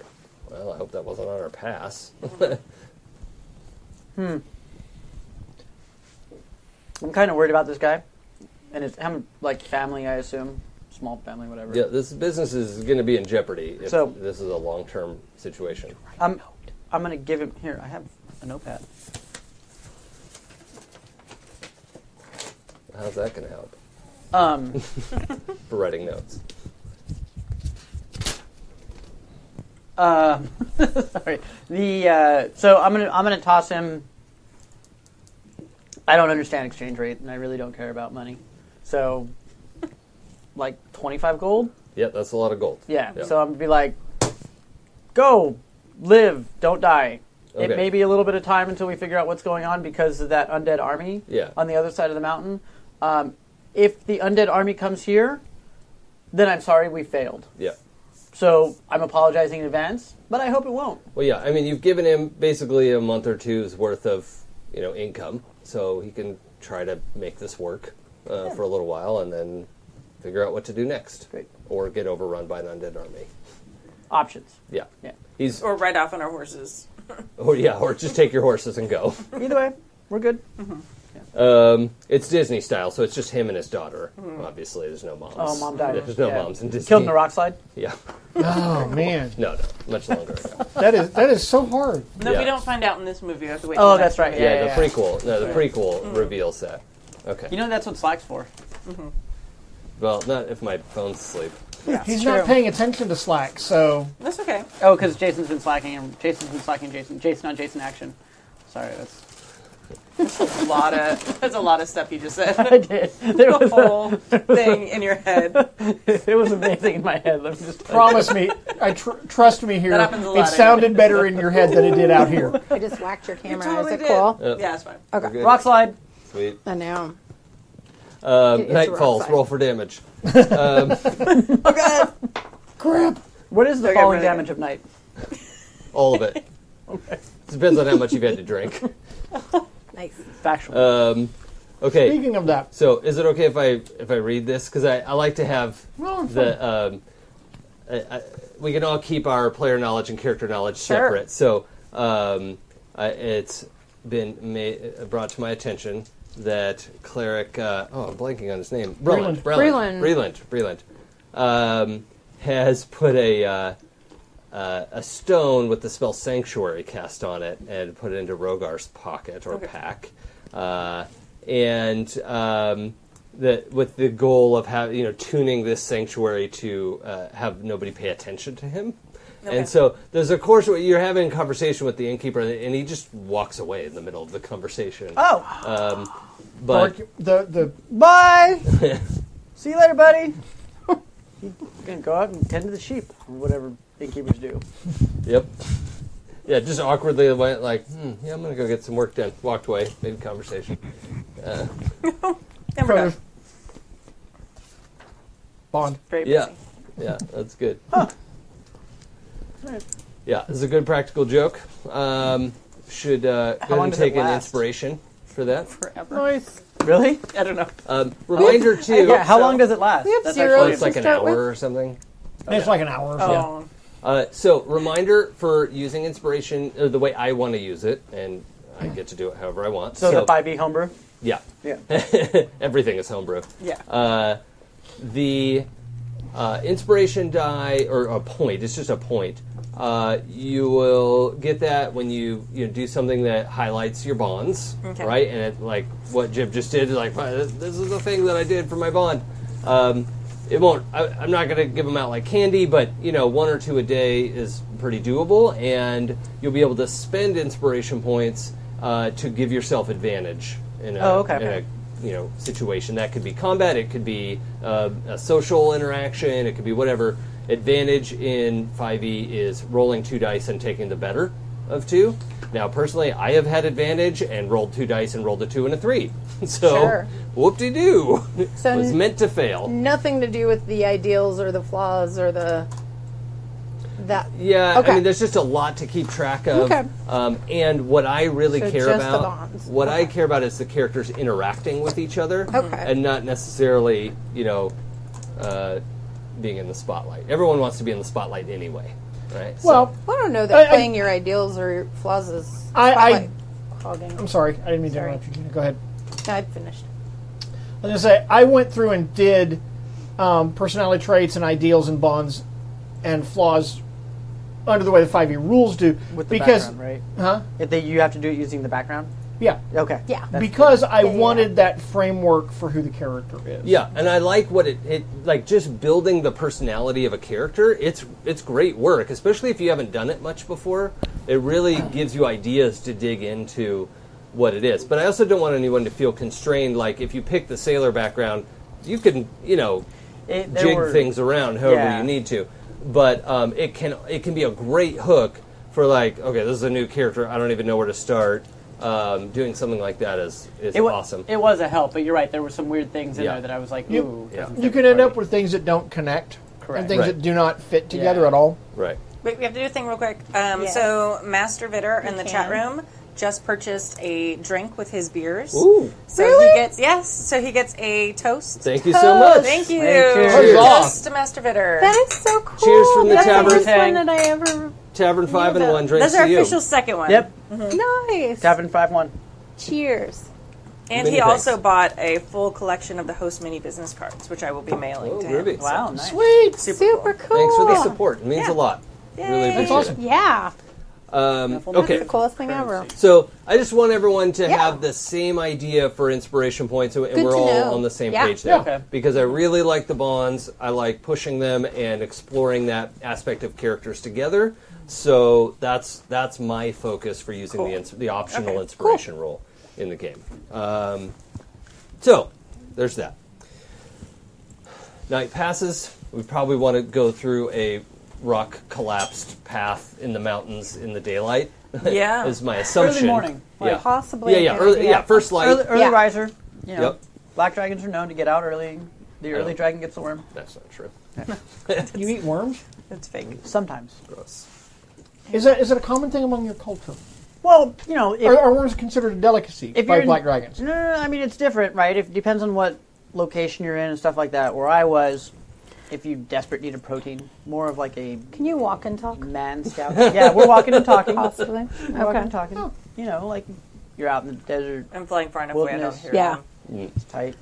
well, I hope that wasn't on our pass. I'm kind of worried about this guy, and it's him like family, I assume, small family, whatever. yeah, this business is going to be in jeopardy if So- this is a long term situation. I'm, Um, I'm gonna give him here. I have a notepad. How's that going to help Um, for writing notes? uh, sorry. The uh, so I'm gonna I'm gonna toss him. I don't understand exchange rate, and I really don't care about money. So, like twenty five gold. Yeah, that's a lot of gold. Yeah. Yeah. So I'm gonna be like, go, live, don't die. Okay. It may be a little bit of time until we figure out what's going on because of that undead army Yeah. on the other side of the mountain. Um, if the undead army comes here, then I'm sorry we failed. Yeah. So I'm apologizing in advance, but I hope it won't. Well, yeah. I mean, you've given him basically a month or two's worth of you know income, so he can try to make this work uh, for a little while, and then figure out what to do next, Great. or get overrun by an undead army. Options. Yeah. Yeah. He's Or ride off on our horses. or yeah, or just take your horses and go. Either way, we're good. Yeah. Um, it's Disney style, so it's just him and his daughter. Obviously, there's no moms. Mm-hmm. Oh, mom died. There's no Yeah. moms in Disney. Killed in a rock slide. Yeah. Oh man, No, no. Much longer ago. that is that is so hard. No, Yeah. we don't find out in this movie. We have to wait. Oh, till that's next right, movie. Yeah, Yeah, the yeah. Mm. prequel. No, the prequel reveals that. Okay. You know that's what Slack's for. well, not if my phone's asleep. He's not paying attention to Slack, so That's okay. Oh, because Jason's been slacking and Jason's been slacking Jason. Jason on Jason action. Sorry, that's A lot of that's a lot of stuff you just said. I did. There the was whole thing in your head. That it was amazing in my head. Let me just promise me, I tr- trust me here. That happens a it lot, I sounded better in your head than it did out here. I just whacked your camera. totally Is did. it cool? Yep. Yeah, it's fine. Uh, Okay. Good. rock slide. Sweet. I know. Um, It is night a rock falls. slide. Roll for damage. Oh god. Crap. What is the Okay, falling really good. damage of night? All of it. Depends on how much you've had to drink. Nice. Factual. Um, okay. Speaking of that, So, is it okay if I if I read this? Because I, I like to have the um, I, I, we can all keep our player knowledge and character knowledge separate. So, um, I, it's been ma- brought to my attention that cleric uh, oh I'm blanking on his name Breland Breland Breland Breland, um, has put a. Uh, uh, a stone with the spell Sanctuary cast on it and put it into Rogar's pocket or pack, uh, and um, the, with the goal of have, you know tuning this Sanctuary to uh, have nobody pay attention to him. Okay. And so there's a course where you're having a conversation with the innkeeper, and he just walks away in the middle of the conversation. Ah, oh, Um, but the the bye. See you later, buddy. Gonna go out and tend to the sheep, or whatever innkeepers do. Yep. Yeah, just awkwardly went like, hmm, yeah, I'm gonna go get some work done. Walked away, made conversation. And we're done. Bond. Very Yeah, busy. yeah, that's good. Yeah, this is a good practical joke. Um, should uh, go long and does it take an last? inspiration for that. Nice. Really? I don't know. Um, reminder too. Yeah. How so- long does it last? have That's zero. Well, actually- it's like To an hour start with? or something. It's like an hour. Or so. Oh, Uh, so, reminder for using inspiration uh, the way I want to use it, and I get to do it however I want. So, the 5e homebrew? yeah, Yeah. everything is homebrew. yeah. Uh, the uh, inspiration die or a point. It's just a point. Uh, you will get that when you you know, do something that highlights your bonds, Okay. right? And it, like what Jib just did, like "Wow, this this is the thing that I did for my bond. Um, it won't. I, I'm not going to give them out like candy, but you know, one or two a day is pretty doable, and you'll be able to spend inspiration points uh, to give yourself advantage in a, Oh, okay. in a you know situation that could be combat it could be uh, a social interaction it could be whatever advantage in 5e is rolling two dice and taking the better of two now personally i have had advantage and rolled two dice and rolled a two and a three so Sure. whoop-de-doo So it was n- meant to fail Nothing to do with the ideals or the flaws or the that. yeah Okay. i mean there's just a lot to keep track of Okay. um, and what i really So care just the about bonds. what i care about is the characters interacting with each other Okay. and not necessarily, you know, uh, being in the spotlight. Everyone wants to be in the spotlight anyway, right? So- Well, I don't know that I- I- playing your ideals or your flaws is I- I- spotlight hogging. I'm sorry, I didn't mean Sorry. to interrupt you. Gina. Go ahead. I finished. I was gonna say I went through and did um, personality traits and ideals and bonds and flaws under the way the five E rules do With the because background, right? huh If they, you have to do it using the background? yeah Okay. Yeah. because I Yeah, yeah. wanted that framework for who the character is. yeah, and I like what it, it like just building the personality of a character. It's it's great work, especially if you haven't done it much before. It really gives you ideas to dig into what it is. But I also don't want anyone to feel constrained. Like if you pick the sailor background, you can you know It- there jig were- things around however Yeah. you need to. But um, it can it can be a great hook for like okay, this is a new character. I don't even know where to start. Um, doing something like that is is It was awesome. It was a help, but you're right. There were some weird things in Yeah. there that I was like, You- ooh. Yeah. doesn't You fit can the end up party. with things that don't connect Correct. and things Right. that do not fit together Yeah. at all. right. Wait, we have to do a thing real quick. Um, Yes. So, Master Vitter in the can. chat room just purchased a drink with his beers. Ooh, So he gets yes. So he gets a toast. thank you so much. Thank you. Cheers. Cheers. Toast to Master Vitter. That is so cool. Cheers from the That's tavern. first Tang. one that I ever. Tavern five and one drinks That's our to you. official second one. Yep. Nice. Tavern 5 1. Cheers. And Many he thanks. also bought a full collection of the host mini business cards, which I will be mailing Oh, to Ruby. him. Wow, nice. Sweet. Super, Super cool. cool. Thanks for the support. It means a Yeah. lot. Really Yay. appreciate That's awesome. Yeah. it. Um, Wonderful. okay. the coolest thing ever. Currency. So I just want everyone to Yeah. have the same idea for inspiration points, and Good we're to all know. on the same Yeah. page there. Yeah. Okay. Because I really like the bonds. I like pushing them and exploring that aspect of characters together. So that's that's my focus for using the ins- the optional inspiration role in the game. Um, so there's that. Night passes. We probably want to go through a rock collapsed path in the mountains in the daylight. Yeah. is my assumption. Oh. morning, like yeah. Possibly. Yeah, yeah, I early, think, yeah. First light. Early, early Yeah. riser. You know, Yep. Black dragons are known to get out early. The early Oh. dragon gets the worm. That's not true. You eat worms? That's fake. Sometimes. Gross. Is that is it a common thing among your culture? Well, you know, if, Are, are worms considered a delicacy if by you're in- black dragons? No, no, no, I mean it's different, right? If it depends on what location you're in and stuff like that. Where I was, if you desperate need a protein, more of like a Can you walk and talk? man scout. yeah, we're walking and talking. Possibly. We're walking Okay. and talking. Oh. You know, like you're out in the desert, I'm flying far enough away. I don't Wilderness. hear Yeah. him. it's tight.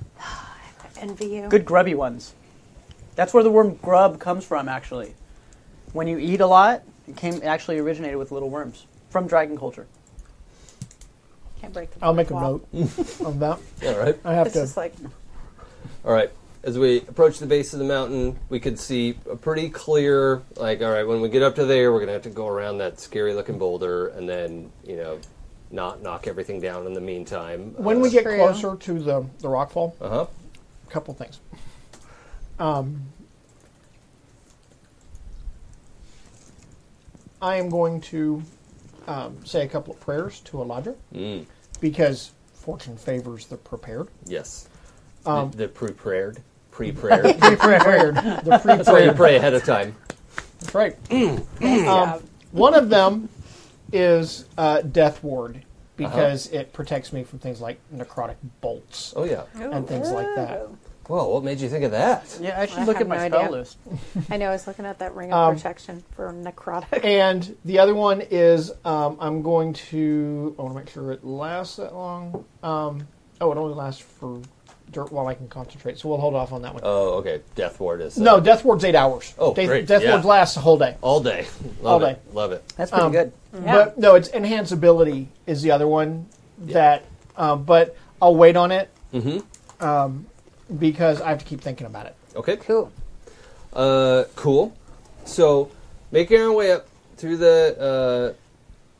Envy you. Good grubby ones. That's where the worm grub comes from, actually. When you eat a lot, it came it actually originated with little worms from dragon culture. Can't break the I'll make a fourth wall. note of that. All right. I have It's just to. like All right. As we approach the base of the mountain, we could see a pretty clear, like, all right, when we get up to there, we're going to have to go around that scary looking boulder and then, you know, not knock everything down in the meantime. When we get True. closer to the the rockfall, Uh huh. a couple things. Um, I am going to um, say a couple of prayers to Eladra Mm. because fortune favors the prepared. Yes. Um. the, the pre prepared. Pre prepared. Prepared. the That's why you pre-prepared. pray ahead of time. That's right. Mm. Um, one of them is uh, Death Ward because it protects me from things like necrotic bolts Oh, yeah. and things like that. Whoa, what made you think of that? Yeah, I should I look have at my no spell idea. list. I know. I was looking at that ring of Um, protection for necrotic. And the other one is um, I'm going to. I want to make sure it lasts that long. Um, oh, it only lasts for dirt while I can concentrate, so we'll hold off on that one. Oh, okay. Death Ward is. uh, no, Death Ward's eight hours. Oh, Death, great, Death yeah. Ward lasts a whole day. All day. All Love day. It. Love it. That's pretty Um, good. But no, it's enhanceability is the other one that. Um, but I'll wait on it um, because I have to keep thinking about it. Okay. Cool. Uh, cool. So, making our way up through the uh,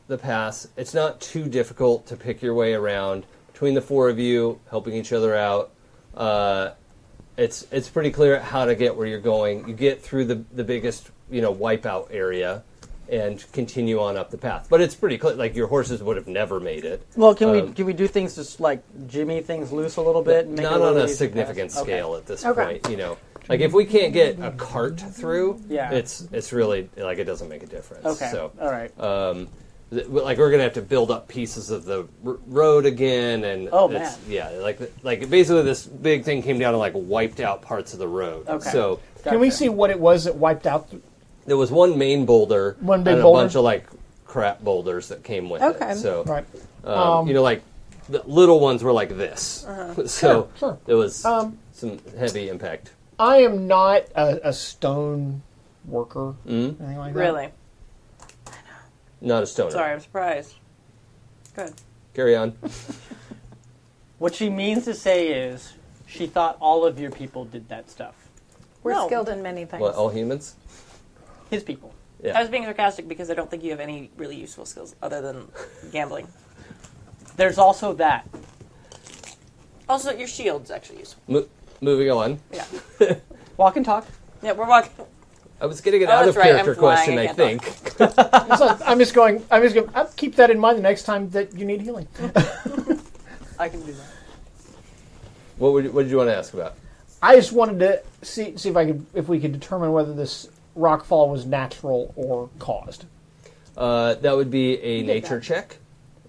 the pass, it's not too difficult to pick your way around between the four of you helping each other out. Uh, it's it's pretty clear how to get where you're going. You get through the the biggest you know wipeout area and continue on up the path. But it's pretty clear like your horses would have never made it. Well, can we Um, can we do things just like jimmy things loose a little bit? And make it not a on little a easier significant pass? Okay. scale at this Okay. point. You know, like if we can't get a cart through, Yeah. it's it's really like it doesn't make a difference. Okay. Uh, so All right. um, th- like we're gonna have to build up pieces of the r- road again, and Oh, it's, man. yeah, like like basically this big thing came down and like wiped out parts of the road. Okay. so Can we Gotcha. see what it was that wiped out? The, there was one main boulder, One big and boulder? a bunch of like crap boulders that came with Okay. it. So right. um, Um, you know, like the little ones were like this, Uh-huh. so Sure, sure. there was Um, some heavy impact. I am not a, a stone worker. Anything like that. Really? Not a stoner. Sorry, I'm surprised. Good. Carry on. What she means to say is, she thought all of your people did that stuff. We're No. skilled in many things. what, all humans? His people. Yeah. I was being sarcastic because I don't think you have any really useful skills other than gambling. There's also that. Also, your shield's actually useful. Mo- moving on. Yeah. Walk and talk. Yeah, we're walking. I was getting an Oh, out of that's right, I'm character flying, question, I I can't think. So I'm just going. I'm just going. I'll keep that in mind the next time that you need healing. I can do that. What, would, what did you want to ask about? I just wanted to see see if I could if we could determine whether this rock fall was natural or caused. Uh, that would be a nature that. check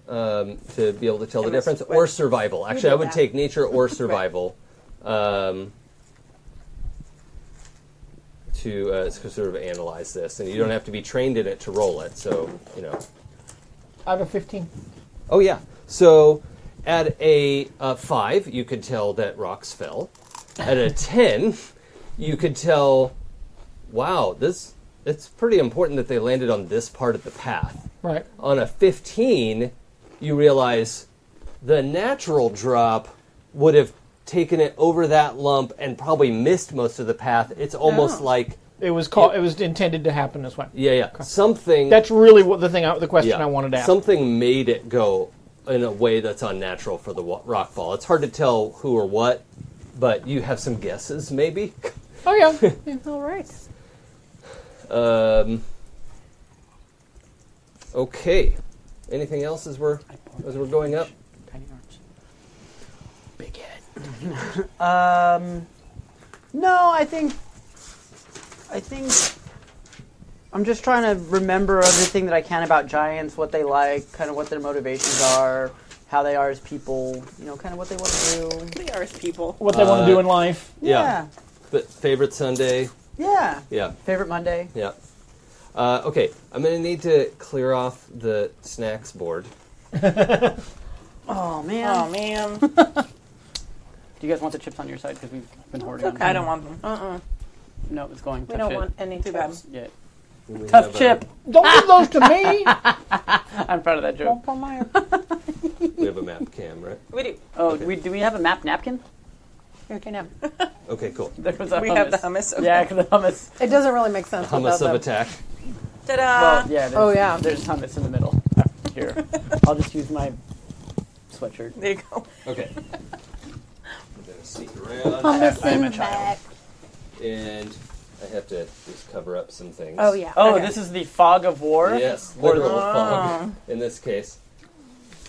um, to be able to tell the must- difference, right. or survival. Actually, did I would that. take nature or survival um, to uh, s- sort of analyze this, and you don't have to be trained in it to roll it. So you know. Out of fifteen. Oh yeah. So At a uh, five, you could tell that rocks fell. At a ten, you could tell, wow, this it's pretty important that they landed on this part of the path. Right. On a fifteen, you realize the natural drop would have taken it over that lump and probably missed most of the path. It's almost Oh. like It was called. It was intended to happen this way. yeah, yeah, something That's really what the thing. I, the question I wanted to ask. Something made it go in a way that's unnatural for the wa- rock fall. It's hard to tell who or what, but you have some guesses, maybe. oh yeah. All right. Um, okay. Anything else as we're as we're going up? Tiny arms. Big head. um, no, I think. I think. I'm just trying to remember everything that I can about giants, what they like, kind of what their motivations are, how they are as people, you know, kind of what they want to do. They are as people. What they want Uh, to do in life. Yeah. Yeah. But favorite Sunday? Yeah. Yeah, Favorite Monday? yeah. Uh, okay, I'm gonna need to clear off the snacks board. Oh, man. Oh man, Do you guys want the chips on your side? Because we've been hoarding I them. don't want them. Uh-uh. No, it's going. We don't want any Too bad. tips. Yeah. We Tough have a- chip. Don't give those to me. I'm proud of that joke. we have a map cam, right? We do. Oh, do we, do we have a map napkin? Here, can have. Okay, cool. There was a We hummus. have the hummus. Okay. Yeah, the hummus. It doesn't really make sense Hummus without of them. attack. Ta-da! Well, yeah. There's, oh, yeah. There's hummus in the middle. Here, I'll just use my sweatshirt. There you go. Okay. I'm gonna sneak around, I am a child. and I have to just cover up some things. Oh yeah. Oh, Okay. this is the fog of war. Yes, Or literal the- fog. In this case,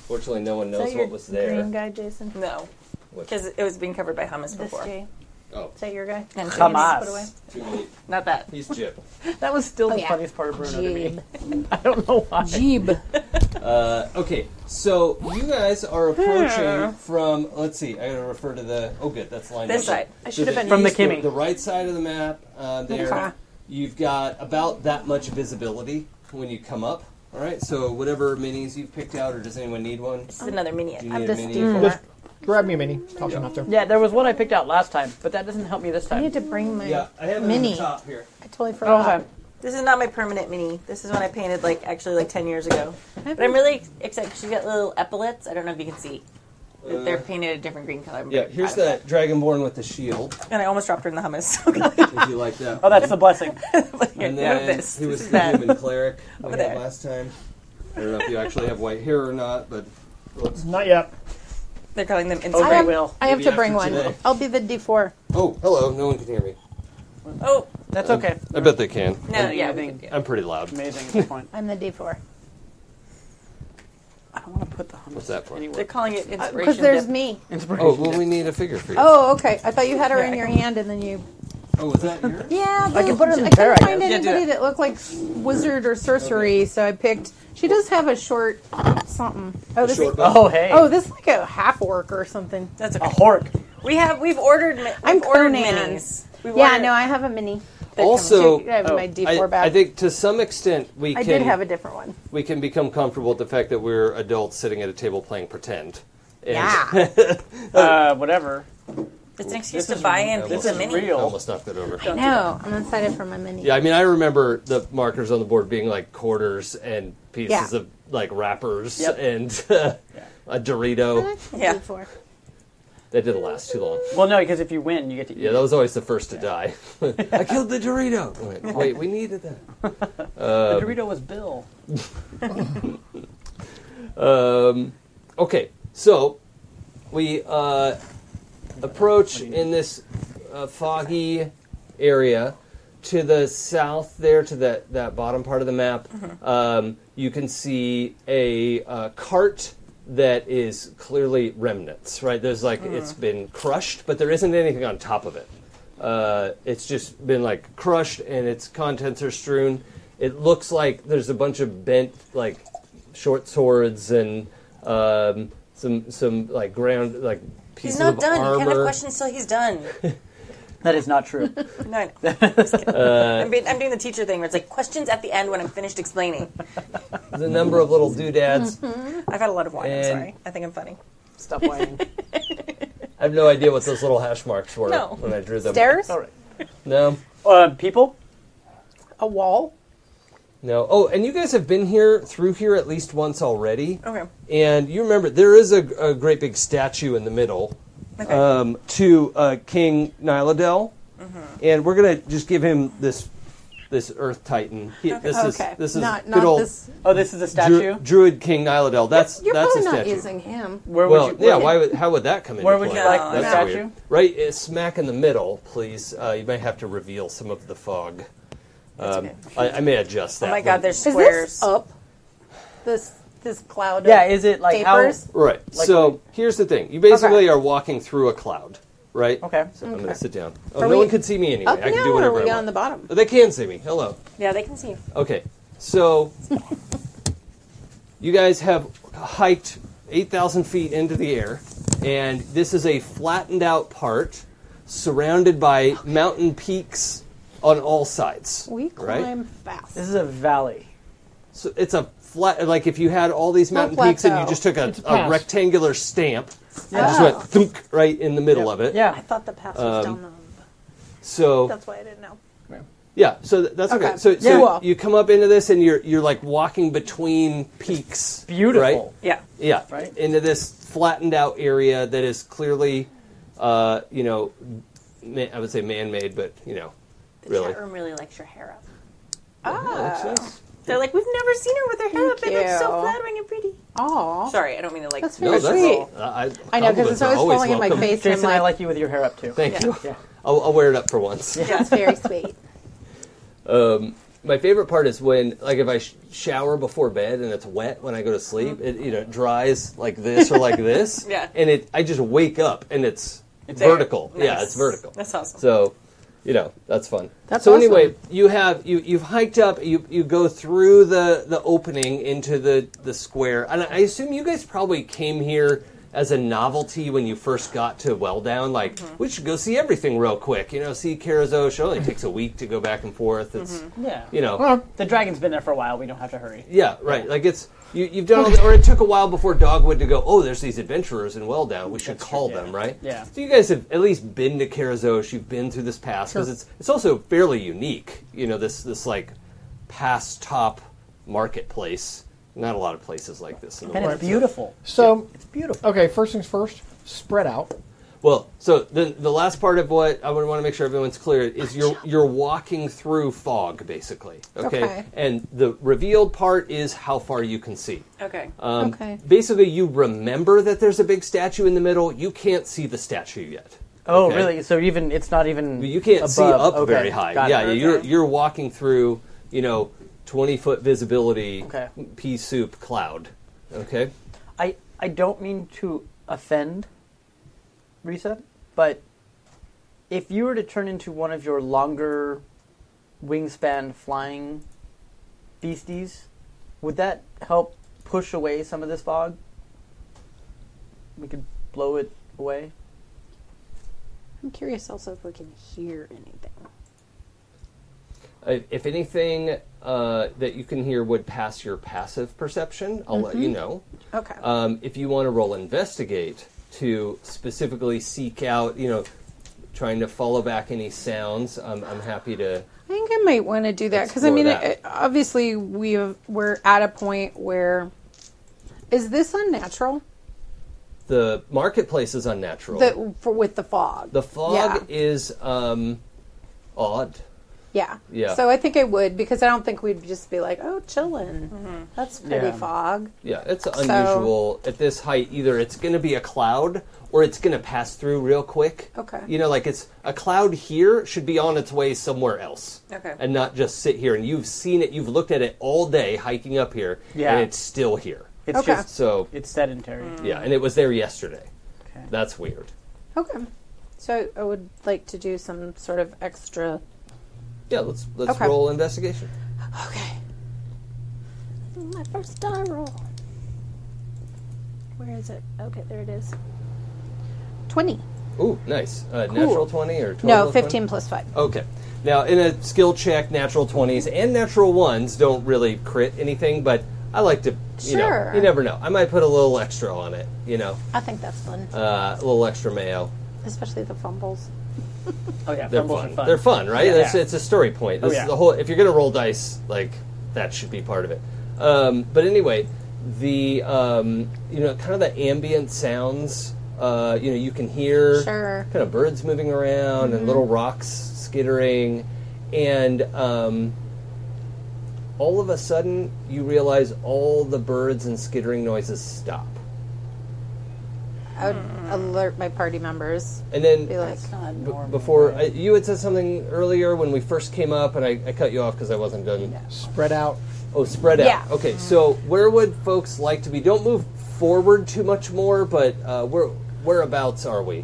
fortunately, no one Is that knows your what was there. Green guy, Jason. No, What- because it was being covered by hummus This before. Jay. oh, Is that your guy? And Hummus. cheese. Put away. too many. Not that. He's Jip. That was still Oh, the yeah. funniest part of Bruno to me. I don't know why. Jeeb. Uh, okay, so you guys are approaching from. Let's see. I gotta refer to the. Oh, good. That's lined This up. side. I So should have the been. From the east, the- Kimmy. The right side of the map. Uh, there, Okay. you've got about that much visibility when you come up. All right. So whatever minis you've picked out, or does anyone need one? This is another mini. Do you Um, I'm need a just mini? doing Just grab me a mini. Toss them out there. Yeah, there was one I picked out last time, but that doesn't help me this I time. need to bring my. Yeah, I have it on Mini. the top here. I totally Oh, forgot. okay. This is not my permanent mini. This is one I painted like actually like ten years ago. But I'm really excited. 'cause She's got little epaulets. I don't know if you can see. that They're Uh, painted a different green color. I'm Yeah, very here's proud that of dragonborn with the shield. that. And I almost dropped her in the hummus. if you like that. Oh, that's the blessing. But here, And none of then this. he This was is the that. human cleric we Over had there. last time. I don't know if you actually have white hair or not, but looks. Not yet. They're calling them Oh, inside. I great have, will. I have Maybe to bring after one. today. I'll be the D4. Oh, hello. No one can hear me. Oh That's okay. I bet they can. no, think- yeah. I we think- could do it. I'm pretty loud. Amazing at this point. I'm the D4. I don't want to put the hummus. What's that for? Anywhere. They're calling it inspiration. Because there's dip. me. Oh, well, we need a figure for you. Oh, okay. I thought you had her in your hand and then you. Oh, is that yours? Yeah, I can put it in the I chair, I couldn't find guess. Yeah, do anybody it. that looked like s- wizard or sorcery, so I picked. She does have a short something. Oh, this. Short bow. Oh, hey. Oh, this is like a half orc or something. That's a okay. hork. We have we've ordered. mi- I'm we've ordered Conan. minis. We've Yeah, ordered- no, I have a mini. Also, I have Oh, my D4 I, back. I think to some extent we I can did have a different one. we can become comfortable with the fact that we're adults sitting at a table playing pretend. And Yeah. Oh. Uh, whatever. It's an This excuse to is- buy and this pizza is mini. I real. almost knocked that over. Don't do that. No, I'm excited for my mini. Yeah, I mean, I remember the markers on the board being like quarters and pieces Yeah. of like wrappers Yep. and Yeah. a I Dorito. like the Yeah. D4. That didn't last too long. Well, no, because if you win, you get to eat. Yeah, that was always the first to die. I killed the Dorito. Wait, wait, we needed that. the Dorito was Bill. Um, okay, so we uh, approach in this uh, foggy area to the south there, to that, that bottom part of the map. Um, you can see a uh, cart that is clearly remnants, right? There's like it's been crushed, but there isn't anything on top of it. Uh, it's just been like crushed, and its contents are strewn. It looks like there's a bunch of bent like short swords and um, some some like ground like pieces He's not of done. You armor. can't have questions till he's done. That is not true. No, I know. I'm, just kidding. I'm, being, I'm doing the teacher thing where it's like questions at the end when I'm finished explaining. The number of little doodads. I've had a lot of wine. And- I'm sorry. I think I'm funny. Stop whining. I have no idea what those little hash marks were No. when I drew them. Stairs? All right. No, Uh, people? A wall? no. Oh, and you guys have been here through here at least once already. Okay. And you remember there is a, a great big statue in the middle Okay. um, to uh, King Nyladel, and we're gonna just give him this this Earth Titan. He, This is Okay. this is not, good not old this. Oh, this is a Dru- statue. Druid King Nyladel. That's You're that's probably a not statue. using him. Where well, would you? yeah. Why would how would that come into Where would you play? like the That's statue? weird. Right, uh, smack in the middle, please. Uh, you may have to reveal some of the fog. Um, I, I may adjust that. oh my when- god, there's Is squares. this up? This this cloud of Yeah, is it like vapors? Right. Like- so here's the thing. You basically are walking through a cloud, right? how? Okay. So I'm going to sit down. Oh, no Are we one can see me anyway. Up I can now, do or whatever are we I on want. the bottom? Oh, they can see me. Hello. yeah, they can see. you. Okay. So you guys have hiked 8,000 feet into the air, and this is a flattened out part surrounded by mountain peaks on all sides. We right? climb fast. This is a valley. So it's a flat, like if you had all these not mountain peaks and you plateau. just took a, It's a a pass. rectangular stamp and just went thunk right in the middle of it. Yeah. I thought the pass um, was down the. So That's why I didn't know. yeah, so th- that's okay. Okay. So, so Yeah. you come up into this and you're you're like walking between peaks. Beautiful. Right? Yeah. Yeah. Right. Into this flattened out area that is clearly, uh, you know, ma- I would say man made, but you know, The really. chat room really likes your hair up. Ah. Oh, that looks nice. They're like, we've never seen her with her hair up. Thank It looks so you. flattering and pretty. Aw. Sorry, I don't mean to like. That's No, very that's sweet. I, I know because it's compliments are always, falling in my welcome. face. Jason, I and I'm like, like you with your hair up too. Thank Yeah. you. Yeah. I'll, I'll wear it up for once. That's very sweet. My favorite part is when, like, if I sh- shower before bed and it's wet when I go to sleep, it you know it dries like this or like this, Yeah. and it I just wake up and it's, there. vertical. Yeah, Nice. it's vertical. That's awesome. So, you know, that's fun. That's so awesome. anyway, you have you you've hiked up. You you go through the the opening into the the square, and I assume you guys probably came here as a novelty when you first got to Welldown. Like Mm-hmm. we should go see everything real quick. You know, see Carazo. It only takes a week to go back and forth. It's Mm-hmm. Yeah. you know. Well, The dragon's been there for a while. We don't have to hurry. Yeah, right. Like it's you, you've done, all the, or it took a while before Dogwood to go. Oh, there's these adventurers in Welldown. We should That's call true, yeah. them, right? Yeah. So you guys have at least been to Karazosh. You've been through this pass because it's it's also fairly unique. You know, this this like pass top marketplace. Not a lot of places like this in the And world. it's beautiful. so It's beautiful. okay. First things first. Spread out. Well, so the the last part of what I would want to make sure everyone's clear is you're you're walking through fog basically, okay? Okay. And the revealed part is how far you can see. okay. Um, Okay. Basically, you remember that there's a big statue in the middle. You can't see the statue yet. Oh, Okay? really? So even it's not even You can't see up above. Okay, very high. got it. Yeah, you're Okay. you're walking through, you know, 20 foot visibility Okay. pea soup cloud. Okay. I I don't mean to offend, Risa, but if you were to turn into one of your longer wingspan flying beasties, would that help push away some of this fog? We could blow it away. I'm curious also if we can hear anything. Uh, If anything uh, that you can hear would pass your passive perception, I'll let you know. okay. Um, if you want to roll investigate to specifically seek out, you know, trying to follow back any sounds, I'm, I'm happy to. I think I might want to do that because I Explore mean, that. it, obviously we have, we're at a point where is this unnatural? The marketplace is unnatural. The for, with the fog. The fog Yeah. is um, odd. Yeah. Yeah. So I think I would because I don't think we'd just be like, oh, chillin'. That's pretty Mm-hmm. Yeah. fog. Yeah, it's unusual at this height. Either it's going to be a cloud or it's going to pass through real quick. Okay. You know, like it's a cloud here should be on its way somewhere else. Okay. And not just sit here. And you've seen it, you've looked at it all day hiking up here, Yeah. and it's still here. It's Okay. Mm. just So, it's sedentary. yeah, and it was there yesterday. Okay. That's weird. Okay. So I would like to do some sort of extra. Yeah, let's let's Okay. roll investigation. Okay. My first die roll. Where is it? Okay, there it is. Twenty. Ooh, nice. Uh, Natural 20 or 12? No, fifteen plus five. Okay. Now, in a skill check, natural 20s and natural 1s don't really crit anything, but I like to, you Sure. know, you never know. I might put a little extra on it, you know, I think that's fun, uh, a little extra mayo. especially the fumbles. Oh yeah, They're fumbles fun. are fun. They're fun, right? Yeah. It's, it's a story point. This Oh, is yeah. the whole. If you're gonna roll dice, like that should be part of it. Um, but anyway, the um, you know kind of the ambient sounds. Uh, you know, you can hear Sure. kind of birds moving around and little rocks skittering, and um, all of a sudden you realize all the birds and skittering noises stop, I would alert my party members. and then Be like, Not B- normal. before I, you had said something earlier when we first came up, and I, I cut you off because I wasn't done. Spread out. Oh, spread out. Yeah. Okay, so where would folks like to be? Don't move forward too much more, but uh, where whereabouts are we?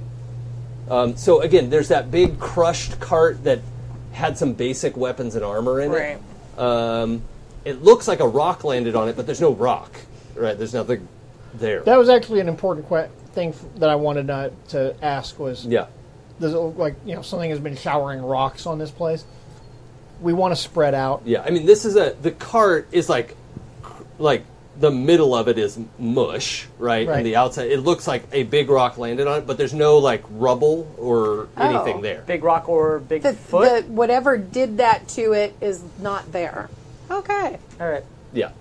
Um, so again, there's that big crushed cart that had some basic weapons and armor in Right. it. Um, it looks like a rock landed on it, but there's no rock. Right? There's nothing there. That was actually an important que- thing f- that I wanted uh, to ask was yeah. does it look like you know something has been showering rocks on this place? We want to spread out. Yeah, I mean, this is a the cart is like, like the middle of it is mush, right? Right. And the outside, it looks like a big rock landed on it, but there's no like rubble or Oh. anything there. big rock or big the, foot. the, whatever did that to it is not there. okay. All right. Yeah,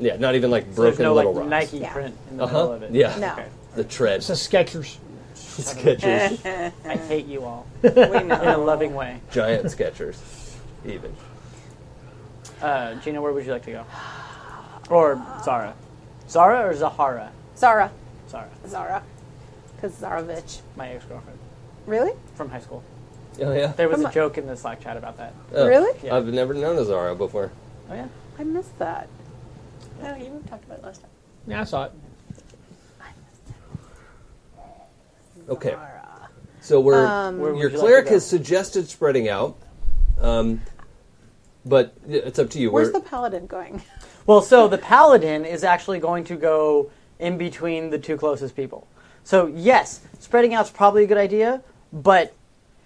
yeah, not even like So there's broken no like little rocks. Nike Yeah. print in the uh middle huh. of it. Yeah. No. The tread It's a Skechers. sketchers, I hate you all We in a know. loving way. giant sketchers, even. Uh, Gina, where would you like to go? Or Zara? Zara or Zahara? Zara. Zara, Zara. Because Zarovich. my ex-girlfriend Really? from high school. Oh yeah. There was From a a- joke in the Slack chat about that. Oh, Really? Yeah. I've never known a Zara before. Oh yeah. I missed that. No, Oh, you talked about it last time. Yeah, I saw it. Okay. So we're Where would your you like cleric to go? has suggested spreading out, um, but it's up to you. Where's We're- the paladin going? Well, so the paladin is actually going to go in between the two closest people. So yes, spreading out's probably a good idea, but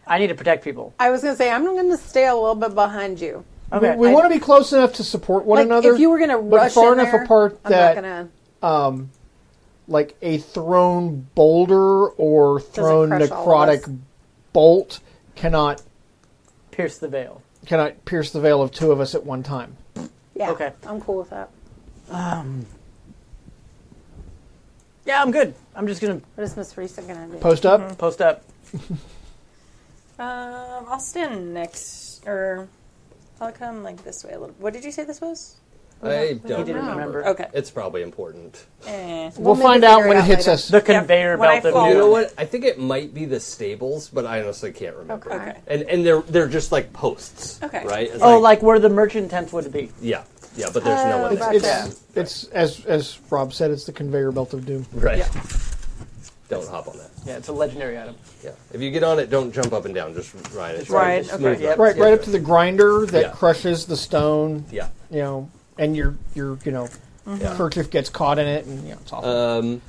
I need to protect people. I was going to say, I'm going to stay a little bit behind you. Okay. We, we I- want to be close enough to support one Like, another. if you were going to but rush far in enough there, apart I'm that not going to. um, like a thrown boulder or thrown crush all of us. necrotic bolt cannot Pierce the veil. cannot pierce the veil of two of us at one time. Yeah. Okay. I'm cool with that. Yeah, I'm good. I'm just gonna What is Miss Risa going to do? Post up. post up. Um, I'll stand next, or I'll come like this way a little. What did you say this was? I don't didn't remember. remember. Okay. It's probably important. Eh. We'll, maybe find out figure when it it out hits later. us. The conveyor when I belt of Oh. fall- you. You know what? I think it might be the stables, but I honestly can't remember. Okay. Okay. And and they're they're just like posts. Okay. Right? It's Oh, like where the merchant tent would be. yeah. Yeah, but there's no Oh, one there. gotcha. It's, it's as as Rob said. It's the conveyor belt of doom. Right. Yeah. Don't hop on that. Yeah, it's a legendary item. Yeah. If you get on it, don't jump up and down. Just ride it. Ride, Smooth okay. ride. Yep. Right, right up to the grinder that Yeah. crushes the stone. Yeah. You know, and your your you know Mm-hmm. kerchief gets caught in it, and you know, it's awful. Um,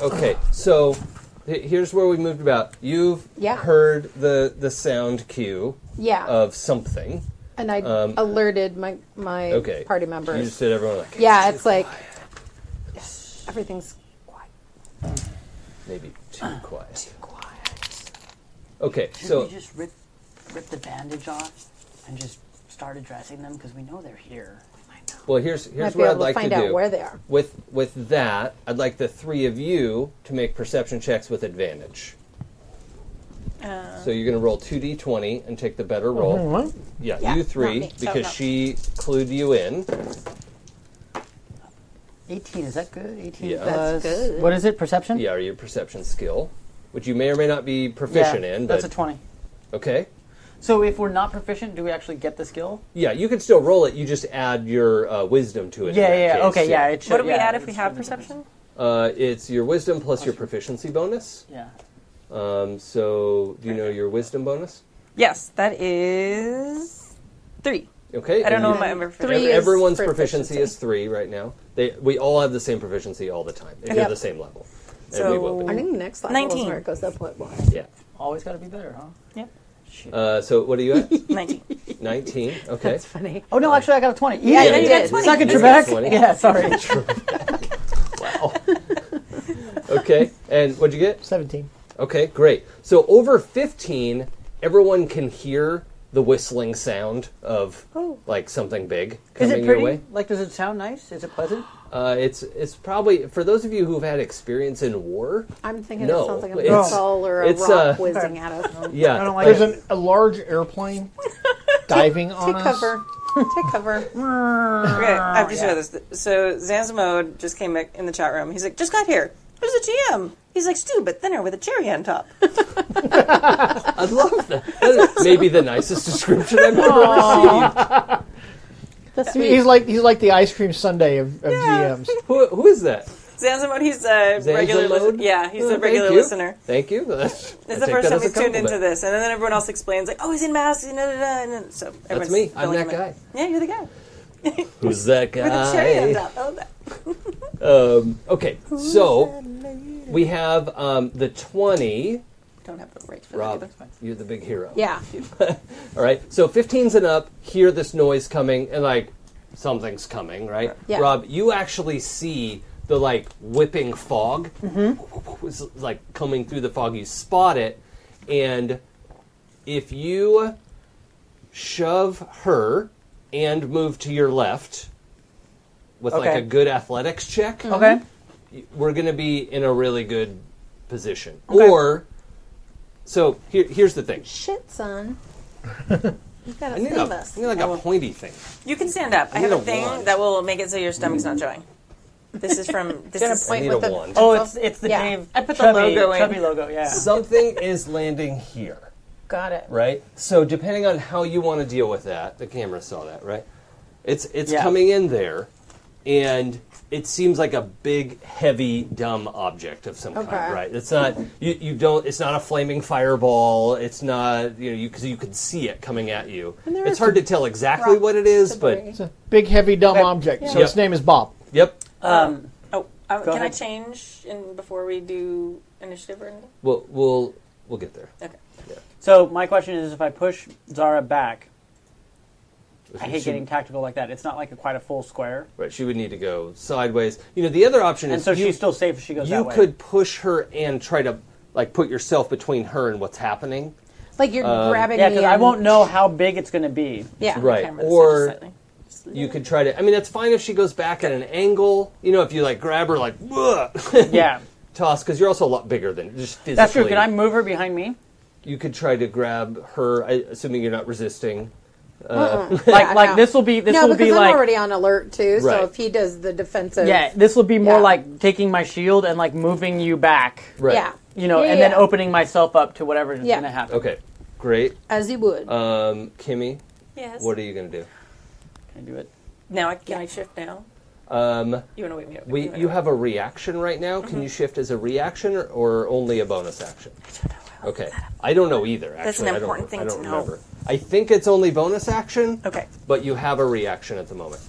okay, so h- here's where we moved about. You've Yeah. heard the the sound cue Yeah. of something. and I um, alerted my, my Okay. party You members. just did everyone like yeah, it's like everything's quiet. maybe too quiet. quiet. Okay, so just rip, rip the bandage off and just start addressing them because we know they're here. well here's here's Might be what able I'd like to find to out do. where they are. with with that, I'd like the three of you to make perception checks with advantage. Uh, so you're going to roll 2d20 and take the better roll. Uh-huh. Yeah, Yeah, you not three, me. Oh, because no. she clued you in. 18, is that good? 18 Yeah. plus. What is it? Perception? Yeah, or your perception skill, which you may or may not be proficient Yeah, in. But That's a twenty. okay. So if we're not proficient, do we actually get the skill? Yeah, you can still roll it. You just add your uh, wisdom to it. in Yeah, that yeah, case, okay, yeah. it should, What do we yeah, add if it we should have be different. perception? Uh, it's your wisdom plus your proficiency bonus. Yeah. Um, so, do you know your wisdom bonus? Yes, that is three. Okay. I don't and know you- my number for Three Ev- is everyone's proficiency. proficiency. is three right now. They, we all have the same proficiency all the time. If you're Yep. the same level, and So- we will I be. think the next level is 19. where it goes up a little more. Yeah. Always got to be better, huh? Yeah. Uh, so what are you at? 19. 19. Okay. That's funny. Oh no, actually I got a twenty. Yeah, you you got did. 20. Suck it, You got Trebek. 20. Yeah, sorry. Wow. okay. And what'd you get? Seventeen. Okay, great. So over 15, everyone can hear the whistling sound of Oh. like something big Is coming it your pretty? way. Like, does it sound nice? Is it pleasant? Uh, it's it's probably for those of you who've had experience in war. I'm thinking No, it sounds like a it's- missile or a it's, rock uh, whizzing at us. Yeah, I don't like There's it. an, a large airplane diving on Take us. cover. Take cover. Okay, I Oh, have to show this. So Zanzimode just came back in the chat room. He's like, just got here. Who's the GM? He's like, stew, but thinner with a cherry on top. I love that. That is maybe the nicest description I've ever received. That's sweet. He's like he's like the ice cream sundae of, of GMs. Who, who is that? Zanzimode, he's a Zanzimode? regular listener. Yeah, he's Oh, a thank regular you. listener. Thank you. That's, I It's the take that first as time a he's tuned into compliment. this, and then everyone else explains like, "Oh, he's in masks," and, da, da, da, and then, so That's everyone's me. I'm filling that him in. guy. Yeah, you're the guy Who's that guy? with a cherry on top. Oh, that. Um, okay, so we have um, the 20. Don't have the right for Rob, that. you're the big hero. Yeah. All right, so 15s and up hear this noise coming and like something's coming, right? Yeah. Rob, you actually see the like whipping fog. It's like coming through the fog. You spot it, and if you shove her and move to your left with Okay. like a good athletics check, Mm-hmm. Okay. we're going to be in a really good position. Okay. Or, so here, here's the thing. Shit, son. You gotta I need, save a, us. I need like a pointy thing. You can stand up. I, I have need a a thing wand. that will make it so your stomach's not showing. This is from this Gonna is point I need with a the- wand. Oh, it's it's the Yeah. Dave. I put the chubby, logo in. Chubby logo. Yeah. Something is landing here, Got it. right? So depending on how you want to deal with that, the camera saw that, right? It's it's Yeah. coming in there, and it seems like a big, heavy, dumb object of some Okay. kind, right? It's not you, you don't. It's not a flaming fireball. It's not you know you because you can see it coming at you. there It's are hard to tell exactly rock what it is, but debris. It's a big heavy dumb object. So Yeah. its name is Bob. yep. Um, Oh, I, can I ahead. change in before we do initiative or anything? We'll we'll we'll get there. Okay. so my question is, if I push Zara back, I hate She- getting tactical like that. It's not like a, quite a full square, Right, she would need to go sideways. You know, the other option and is so you, she's still safe if she goes you that way. could push her and try to like put yourself between her and what's happening. Like you're grabbing yeah, me. because I and- won't know how big it's going to be. Yeah. um, Right. Camera this Or- side slightly. You could try to. I mean, that's fine if she goes back at an angle. You know, if you like grab her like Hmm. Yeah, toss because you're also a lot bigger than just physically. that's true. Can I move her behind me? You could try to grab her, I- assuming you're not resisting. Like Yeah, like no. this will be this No, will because be I'm like already on alert too. Right. So if he does the defensive, yeah, this will be more Yeah. like taking my shield and like moving you back, Right. yeah, you know, Yeah, and yeah. then opening myself up to whatever is Yeah. going to happen. Okay. Great. as he would. Um, Kimmy, Yes. what are you gonna do? Can I do it? now? I, can I shift now? Um, You want to wait me? we you have a reaction right now. Can Mm-hmm. you shift as a reaction or, or only a bonus action? Okay. I don't know either. Actually, That's an I don't- important thing I to don't know. remember. I think it's only bonus action. Okay. But you have a reaction at the moment.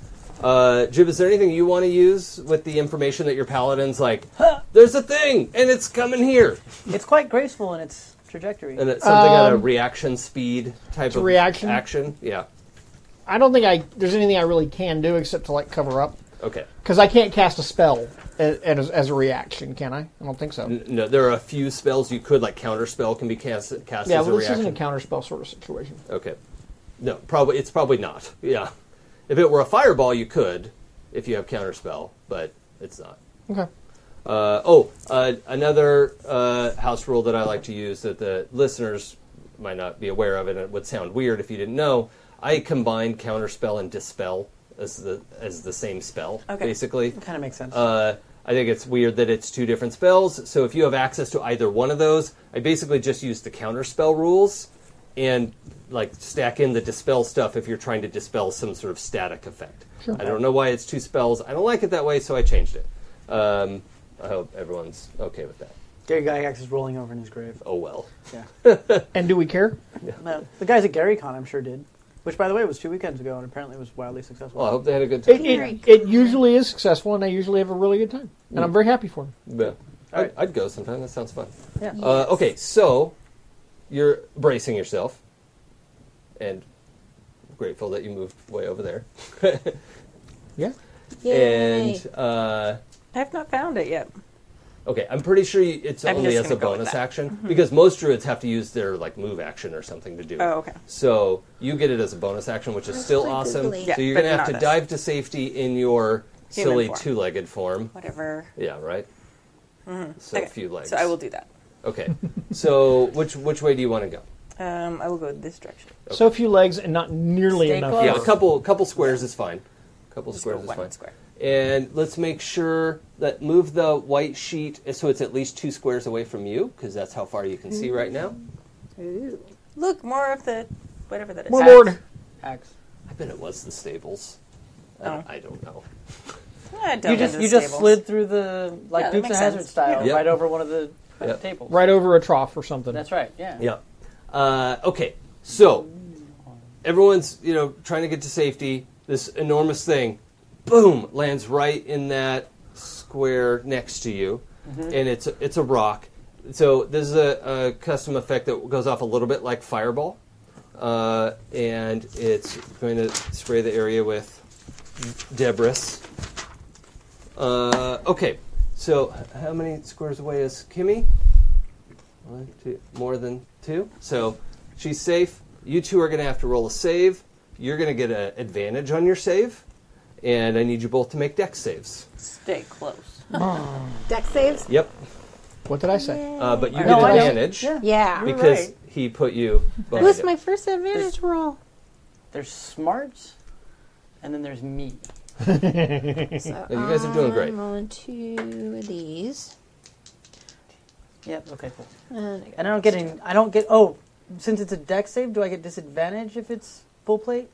Uh, Jib, is there anything you want to use with the information that your paladin's like, there's a thing and it's coming here, It's quite graceful in its trajectory. and it's something at a Um, reaction speed type of reaction? action? Yeah. I don't think I there's anything I really can do except to like cover up Okay. because I can't cast a spell as, as, as a reaction, can I? I don't think so. N- No, there are a few spells you could like counter spell can be cast, cast yeah, as well, a this reaction. isn't a counter spell sort of situation. Okay. No, probably it's probably not. Yeah. If it were a fireball, you could, if you have counterspell, but it's not. Okay. Uh, oh, uh, another uh, house rule that I like to use that the listeners might not be aware of, and it would sound weird if you didn't know. I combine counterspell and dispel as the as the same spell, Okay. basically. kind of makes sense. Uh, I think it's weird that it's two different spells. So if you have access to either one of those, I basically just use the counter spell rules and like stack in the dispel stuff if you're trying to dispel some sort of static effect. I don't know why it's two spells. I don't like it that way, so I changed it. Um, I hope everyone's okay with that. Gary Gygax is rolling over in his grave. Oh well. Yeah. And do we care? No, the guys at GaryCon, I'm sure, did. Which, by the way, was two weekends ago, and apparently was wildly successful. Well, I hope they had a good time. It, it, it usually is successful, and I usually have a really good time, and Mm. I'm very happy for them. Yeah. I, I'd go sometime. That sounds fun. Yeah. Uh, okay, so you're bracing yourself. and grateful that you moved way over there. Yeah. Yay. And uh, I've not found it yet. okay, I'm pretty sure you- it's I'm only just as a gonna go with bonus that. Mm-hmm. action because most druids have to use their like move action or something to do it. Oh, okay. So you get it as a bonus action, which is still like awesome. Googly. Yeah, so you're but gonna have not to this. dive to safety in your Human silly form. two-legged form. Whatever. Yeah, right. So Mm-hmm. okay. a few legs. So I will do that. Okay. so which which way do you want to go? Um, I will go this direction. So a few legs and not nearly Stay enough. close. Yeah, for- a couple couple squares is fine. couple Just squares go is one fine. square. And let's make sure that move the white sheet so it's at least two squares away from you because that's how far you can see right now. Look, more of the whatever that is. More lord. Axe. I bet it was the stables. Oh. I, I don't know. Ah, don't go You just to the you just stables. slid through the like Yeah, that Dukes of makes Hazard sense. style, Yeah. right over one of the. uh, Yep. Tables. Right over a trough or something. That's right. Yeah. Yeah. Uh, okay. So everyone's you know trying to get to safety. This enormous thing, boom, lands right in that square next to you, and it's it's a rock. So this is a, a custom effect that goes off a little bit like fireball, uh, and it's going to spray the area with debris. Uh, okay, so h- how many squares away is Kimmy? One, two, more than two. So she's safe. You two are going to have to roll a save. You're going to get an advantage on your save, and I need you both to make deck saves. Stay close. Deck saves? Yep. What did I say? Uh, but you No, get I know. advantage Yeah. You're because right. he put you. It behind was it. my first advantage roll. There's smarts, and then there's me. So you guys are doing great. I'm rolling two of these. Yep. Okay. Cool. And I got And I don't get any. I don't get. Oh, since it's a deck save, do I get disadvantage if it's full plate?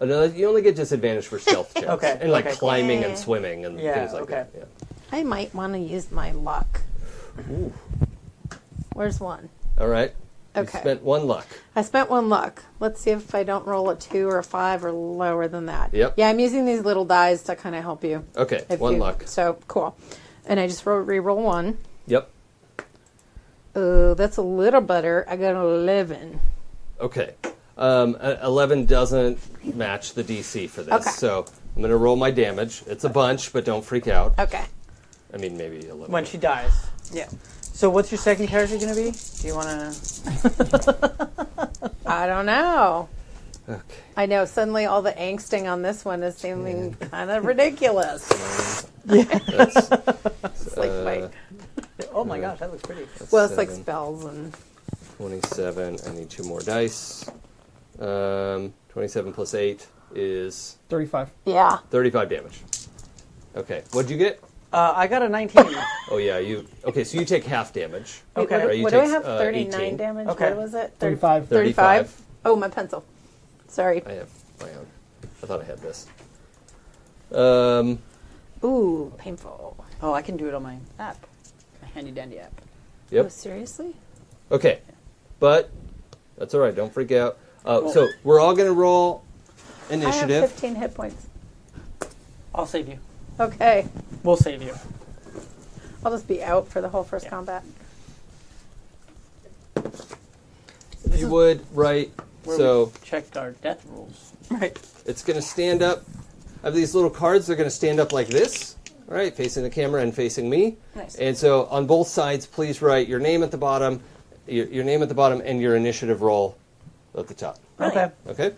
Oh, no, you only get disadvantage for stealth checks Okay, and like okay, cool. climbing Yeah. and swimming and Yeah, things like that. okay. Yeah. I might want to use my luck. Where's one? All right. Okay. You spent one luck. I spent one luck. Let's see if I don't roll a two or a five or lower than that. Yep. Yeah, I'm using these little dies to kind of help you. Okay. if one you- luck. So cool. And I just roll, re-roll one. Yep. Oh, that's a little better. I got an eleven. Okay. Um, uh, 11 doesn't match the DC for this, Okay. so I'm going to roll my damage. It's a bunch, but don't freak out. Okay. I mean, maybe 11. When she dies. Yeah. So what's your second character going to be? Do you want to? I don't know. Okay. I know. Suddenly, all the angsting on this one is seeming kind of ridiculous. Uh, That's, It's like, uh, wait. Oh my gosh, that looks pretty. Well, it's like seven. spells and 27. I need two more dice. Um, 27 plus 8 is Thirty-five. yeah. 35 damage. Okay. What'd you get? Uh, I got a 19. Oh, yeah. you. Okay, so you take half damage. Wait, Okay. What, Right, you what do I take, have? uh, 39 18. damage? Okay. What was it? Thirty- Thirty-five. 35. Oh, my pencil. Sorry. I have my own. I thought I had this. Um, Ooh, painful. Oh, I can do it on my app, my handy dandy app. Yep. Oh, seriously? Okay, but that's all right. Don't freak out. Uh, so we're all going to roll I have initiative. 15 hit points. I'll save you. Okay. We'll save you. I'll just be out for the whole first combat. If you would, right? Where So we checked our death rules. Right. it's going to stand up. I have these little cards. They're going to stand up like this. All right, facing the camera and facing me. Nice. And so on both sides, please write your name at the bottom, your, your name at the bottom, and your initiative roll at the top. okay. Okay.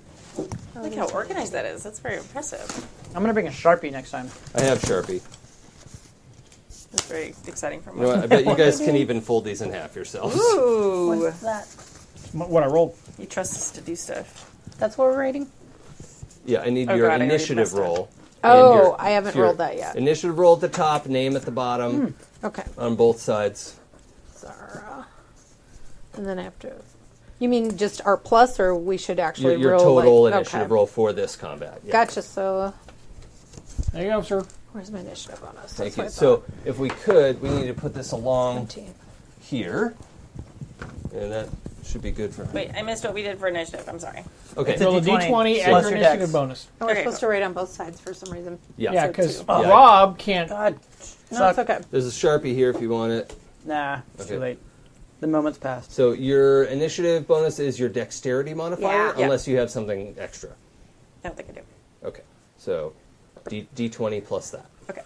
Look how organized that is. That's very impressive. I'm gonna bring a sharpie next time. I have Sharpie. That's very exciting for me. You know what? I bet you guys can even fold these in half yourselves. Ooh. What I rolled. You trust us to do stuff. That's what we're rating? Yeah, I need Oh, your God, I already initiative messed up. roll. Oh, and your- I haven't your rolled that yet. Hmm. Initiative roll at the top, name at the bottom Okay. on both sides. Zara. And then I have to. You mean just our plus, or we should Your, actually your roll? total like, initiative okay. roll for this combat. Yeah. Gotcha. So, There you go, sir. where's my initiative on us? Thank you. So if we could, we need to put this along here, and that should be good for her. Wait, I missed what we did for initiative. I'm sorry. Okay. It's Roll a D20 d20 plus add your your initiative dex. bonus. Oh, we're Okay. supposed to rate on both sides for some reason. yeah. Yeah, So Uh, because two. Yeah. Rob can't. God, No, it's okay. There's a sharpie here if you want it. nah, it's Okay. too late. The moment's passed. So your initiative bonus is your dexterity modifier, Yeah. Yeah. unless you have something extra. I don't think I do. Okay. So D- d20 plus that. Okay.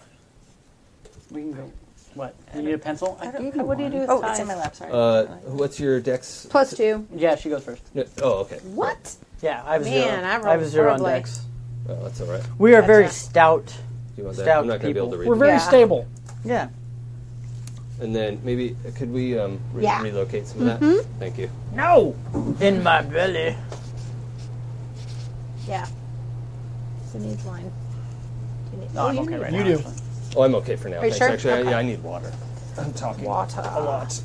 We can go. What? You need a pencil? I, gave you What do you one. do with Oh, ties? it's in my lap. Sorry. Uh, what's your dex? Plus two. Yeah, she goes first. No, oh, okay. What? Yeah, I have Man, zero. I have rolled zero on horribly. dex. Well, that's all right. Do We are very Gotcha. stout. you want that? Stout I'm not going to be able to read. We're very Yeah. stable. Yeah. it. And then maybe uh, could we um, re- Yeah. relocate some of that? Thank you. No. In my belly. Yeah. So needs wine. Do you need- No, oh, I'm you okay need right wine. now. You do. actually. Oh, I'm okay for now. Are you Thanks. sure? Actually, Okay. I, yeah, I need water. I'm talking Water. a lot.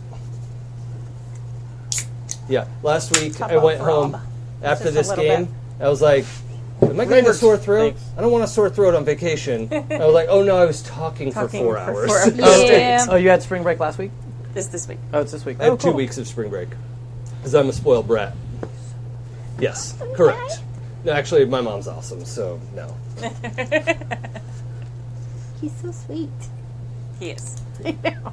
Yeah, last week Top I off, went Rob. home after Just a this little game. I was like, "Am I getting a Rivers. sore throat? Thanks. I don't want a sore throat on vacation." I was like, "Oh no, I was talking, Talking for four for hours." Um, four hours. I was- Yeah. Oh, you had spring break last week? This this week. Oh, it's this week. I have oh, two cool. weeks of spring break because I'm a spoiled brat. Yes, correct. No, actually, my mom's awesome, so no. He's so sweet. He is.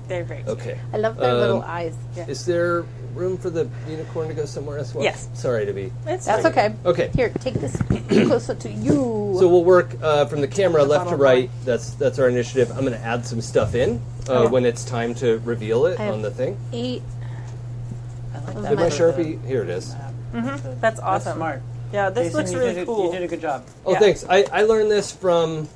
They're very cute. Okay. I love their little Um, eyes. Yeah. Is there room for the unicorn to go somewhere as well? Yes. Sorry to be. It's That's fine. okay. Okay. Here, take this closer to you. So we'll work uh, from the camera left to bottom right. That's that's our initiative. I'm going to add some stuff in uh, when it's time to reveal it I have- on the thing. Eight. I like that. Those Uh, are Did my my- sharpie? Here it is. That's awesome. That's smart. Yeah, this Jason, looks you really did a- cool. You did a good job. Oh, Yeah. thanks. I, I learned this from.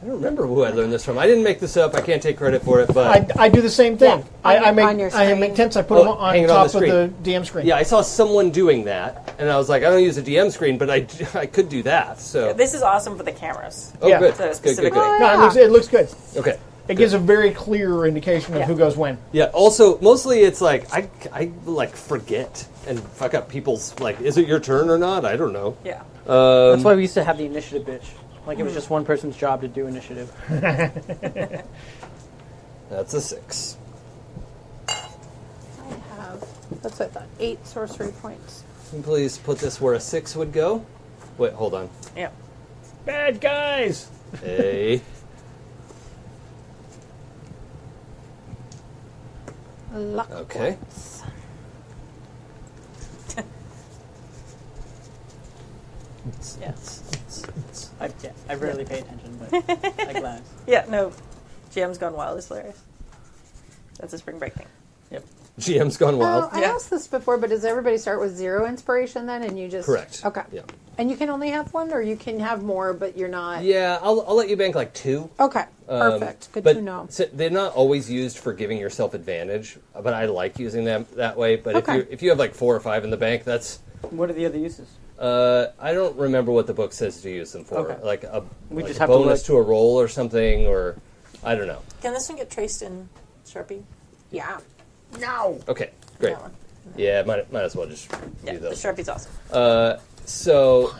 I don't remember who I learned this from. I didn't make this up. I can't take credit for it, but I, I do the same thing. Yeah, I, on I your- make on your I screen. make tents. I put Oh, them on hang it on top the of the DM screen. Yeah, I saw someone doing that, and I was like, I don't use a DM screen, but I, I could do that. So This is awesome for the cameras. oh, Yeah. good, So good, good, specifically- good. No, it looks it looks good. Okay. It gives a very clear indication of who goes when. Yeah. Also, mostly it's like I, I like forget and fuck up people's like, is it your turn or not? I don't know. Yeah. That's why we used to have the initiative bitch. Like, it Hmm. was just one person's job to do initiative. That's a six. I have. That's what I thought. Eight sorcery points. Can you please put this where a six would go. Wait, hold on. Yeah. Bad guys. Hey. Luck. Okay. Yes. I, yeah, I rarely pay attention, but I glance. Yeah, no. GM's Gone Wild is hilarious. That's a spring break thing. GM's gone Oh, wild. I Yeah. asked this before, but does everybody start with zero inspiration then, and you just Correct. Okay. Yeah. And you can only have one, or you can have more, but you're not. Yeah, I'll, I'll let you bank like two. Okay. Um, Perfect. Good but to know. so they're not always used for giving yourself advantage, but I like using them that way. But Okay. if you if you have like four or five in the bank, that's What are the other uses? uh, I don't remember what the book says to use them for. Okay. Like a, We like just a have to bonus look. to, a roll or something, or I don't know. Can this one get traced in Sharpie? Yeah. Okay, great. That one. Yeah, might, might as well just Yeah, do the those. Sharpie's awesome. Uh, so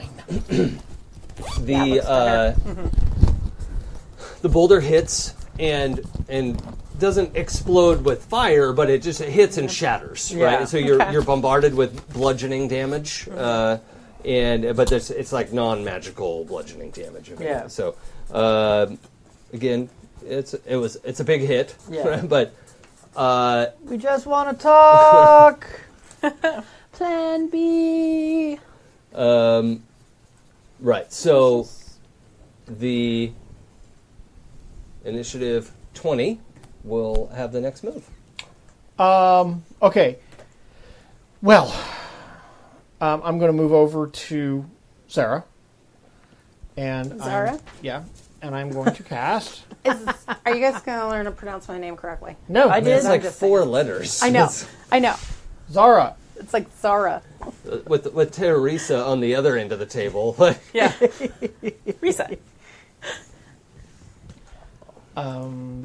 the uh, Mm-hmm. the boulder hits and and doesn't explode with fire, but it just it hits and shatters. Mm-hmm. Yeah. Mm-hmm. Right, so you're you're bombarded with bludgeoning damage, uh, and but there's, it's like non magical bludgeoning damage. if Yeah. anything. So um again, it's it was it's a big hit, Yeah. but. Uh, We just want to talk! Plan B. Um, right. So the initiative twenty will have the next move. Um, okay. Well, um, I'm going to move over to Sarah. And I'm- Zara? yeah, and I'm going to cast. Is this, are you guys going to learn to pronounce my name correctly? No, I mean, it's I'm like just four letters. I know. I know. Zara. It's like Zara. with with Teresa on the other end of the table. Like, Yeah. Reset. Um,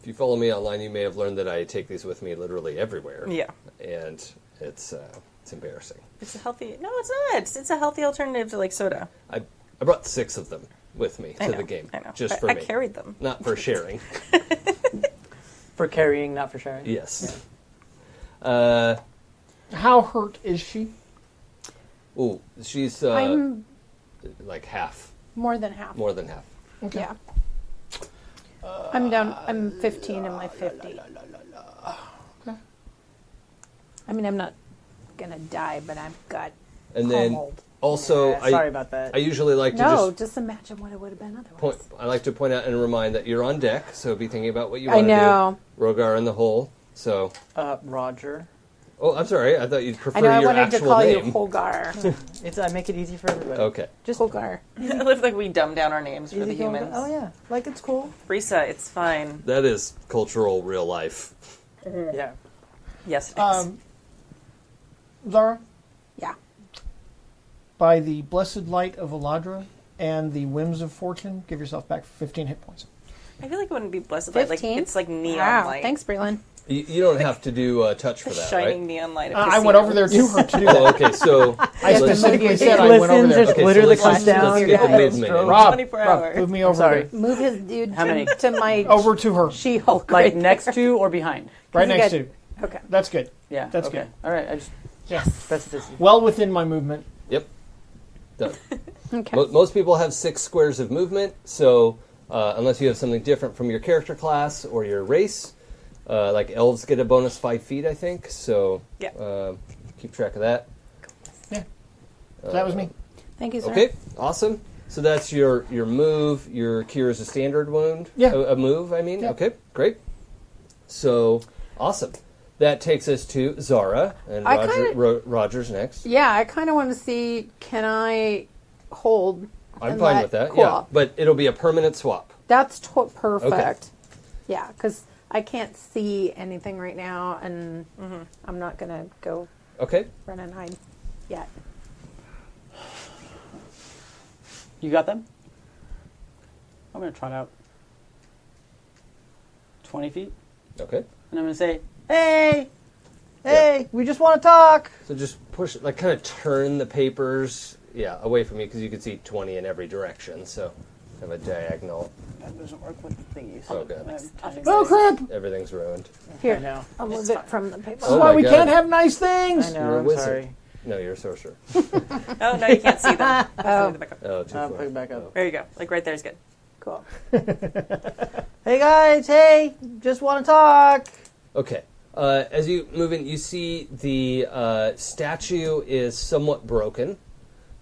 if you follow me online, you may have learned that I take these with me literally everywhere. Yeah. and it's uh, it's embarrassing. It's a healthy. No, it's not. It's, it's a healthy alternative to like soda. I I brought six of them with me I to know, the game, I know. just I- for I me, carried them. not for sharing. For carrying, not for sharing. yes. Uh, how hurt is she? Ooh, she's uh, I'm like half. More than half. More than half. Yeah. I'm down. I'm 15 in Uh, my 50. I mean, I'm not gonna die, but I'm got. And then pummeled. also, Yeah, sorry I, about that. I usually like to No, just just, imagine what it would have been otherwise. point. I like to point out and remind that you're on deck, so be thinking about what you I want to know. do. Rogar in the hole. So, uh, Roger. oh, I'm sorry. I thought you'd prefer I know. I your wanted to actual call name. you Holgar. It's I make it easy for everybody. Okay. just Holgar. it looks like we dumb down our names for Easy the going, humans. Oh yeah, like it's cool. Risa, it's fine. That is cultural real life. Yeah. Yes, it is. Um, Zara, Yeah. by the blessed light of Eladra and the whims of fortune, give yourself back 15 hit points. I feel like it wouldn't be blessed light. Like 15? it's like neon Wow. light. Thanks, Breland. You, you don't have to do uh, touch for The that, shining right? neon light. Of Uh, I went casino. over there to her to do Oh, that. okay. So I let's- specifically said It I went over glistens, there. there's Okay, so glitter that let's- comes let's down. get the Yeah. movement in. Rob, 24 Rob, hours. move me over Sorry. there. Move his dude How many? to my Oh, Over to her, She Hulk. Like next to or behind? right you next got- to. Okay. That's good. Yeah. That's okay. good. All right. I just Specificity. Well within my movement. Yep. Done. Okay. Mo- most people have six squares of movement, so uh, unless you have something different from your character class or your race, uh, like elves get a bonus five feet, I think. So Yeah. uh, keep track of that. So that was me. Thank you, sir. Okay, awesome. So that's your your move. Your cure is a standard wound. Yeah. A, a move, I mean. Okay, great. So awesome. That takes us to Zara and I Roger, kinda- Ro- Roger's next. Yeah, I kind of want to see. Can I hold? I'm and fine let- with that. Cool. Yeah, but it'll be a permanent swap. That's to- perfect. Yeah, 'cause Yeah, because I can't see anything right now, and I'm not gonna go Okay. run and hide yet. you got them. I'm gonna trot out twenty feet, Okay. and I'm gonna say, Hey, hey, we just want to talk. So just push, like, kind of turn the papers, yeah, away from you because you can see twenty in every direction. So kind of a diagonal. "That doesn't work with the Um, thing you said." Oh, God. I'm trying to- Oh crap! Everything's ruined. I Here, know. I'll move it from the paper. Oh Why my we God. can't have nice things? I know. You're a I'm wizard. sorry. No, you're a sorcerer. Oh no, you can't see them. Oh, Oh, too I'll far. put it back up. There you go. Like right there is good. cool. Hey guys, hey, just want to talk. Okay. Uh, as you move in, you see the uh, statue is somewhat broken,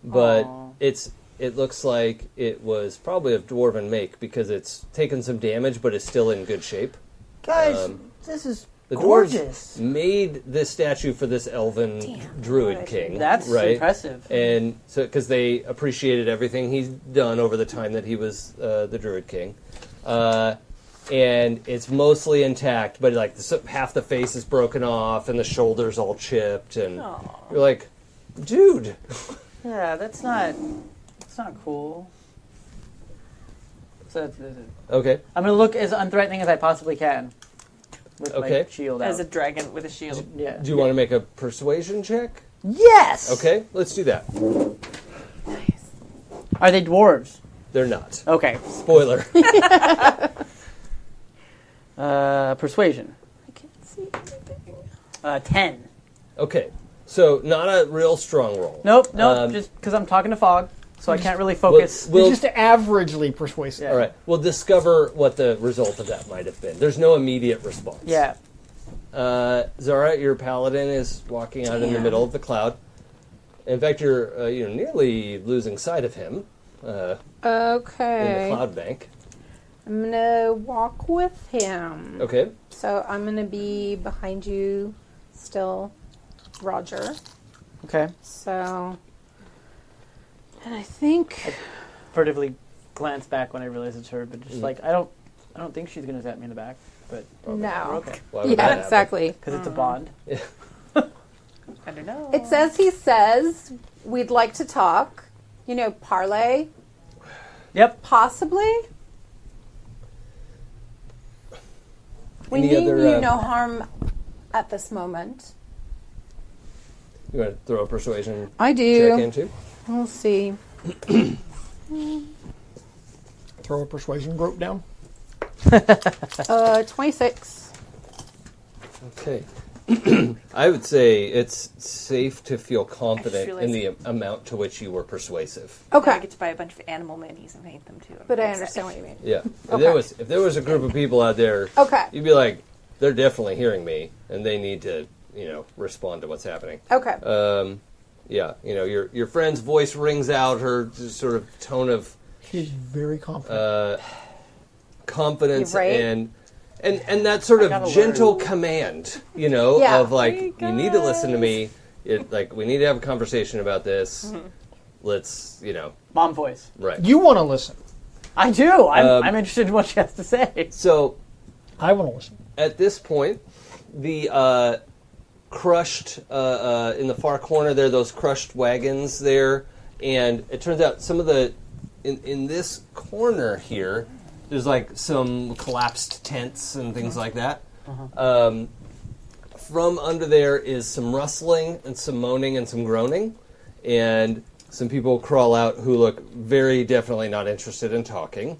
but it's it looks like it was probably of dwarven make because it's taken some damage, but is still in good shape. Guys, Um, this is The gorgeous. dwarves made this statue for this elven druid king. That's right? impressive. And so, because they appreciated everything he's done over the time that he was uh, the druid king, uh, and it's mostly intact, but like the, so- half the face is broken off and the shoulders all chipped, and you're like, dude, Yeah, that's not. That's not cool. So that's, that's it. okay, I'm gonna look as unthreatening as I possibly can. With Okay. my shield out. As a dragon with a shield. yeah. do you want to make a persuasion check? Yes. Okay, let's do that. Are they dwarves? They're not. Okay. Spoiler. Uh, persuasion. I can't see anything. Uh, ten. okay, so not a real strong roll. Nope, nope. Um, just because I'm talking to fog, so I can't really focus. We'll- You're just averagely persuasive. Yeah. All right. We'll discover what the result of that might have been. There's no immediate response. yeah. Uh, Zara, your paladin is walking out in the middle of the cloud. In fact, you're uh, you're nearly losing sight of him uh, in the Okay, cloud bank. I'm gonna walk with him. Okay. So I'm gonna be behind you, still, Roger. Okay. So, and I think Furtively glance back when I realize it's her, but just like I don't, I don't think she's gonna zap me in the back, but no. we're okay Why would that Yeah, happen? exactly. because it's a bond. I don't know. It says he says we'd like to talk. You know, parlay Yep. possibly. We Any mean other, you uh, no harm at this moment. You want to throw a persuasion I check in too? We'll see. Throw a persuasion grope down. Uh, twenty-six. Okay. I would say it's safe to feel confident in realized- the am- amount to which you were persuasive. I Okay, get to buy a bunch of animal minis and paint them too. I'm but I really understand excited. what you mean. Yeah. If there Okay. was if there was a group of people out there, Okay. you'd be like, they're definitely hearing me, and they need to, you know, respond to what's happening. Okay. Um, yeah, you know, your your friend's voice rings out, her sort of tone of She's very confident. uh, confidence You're right. and and and that sort of gentle command, you know, Yeah. of like you need to listen to me. It, like we need to have a conversation about this. Mm-hmm. Let's, you know, Mom voice. right. you want to listen. I do. I'm, Um, I'm interested in what she has to say. so I want to listen. at this point, the uh, crushed uh, uh, in the far corner there, those crushed wagons there, and it turns out some of the in in this corner here, there's like some collapsed tents and things like that. Um, from under there is some rustling and some moaning and some groaning, and some people crawl out who look very definitely not interested in talking.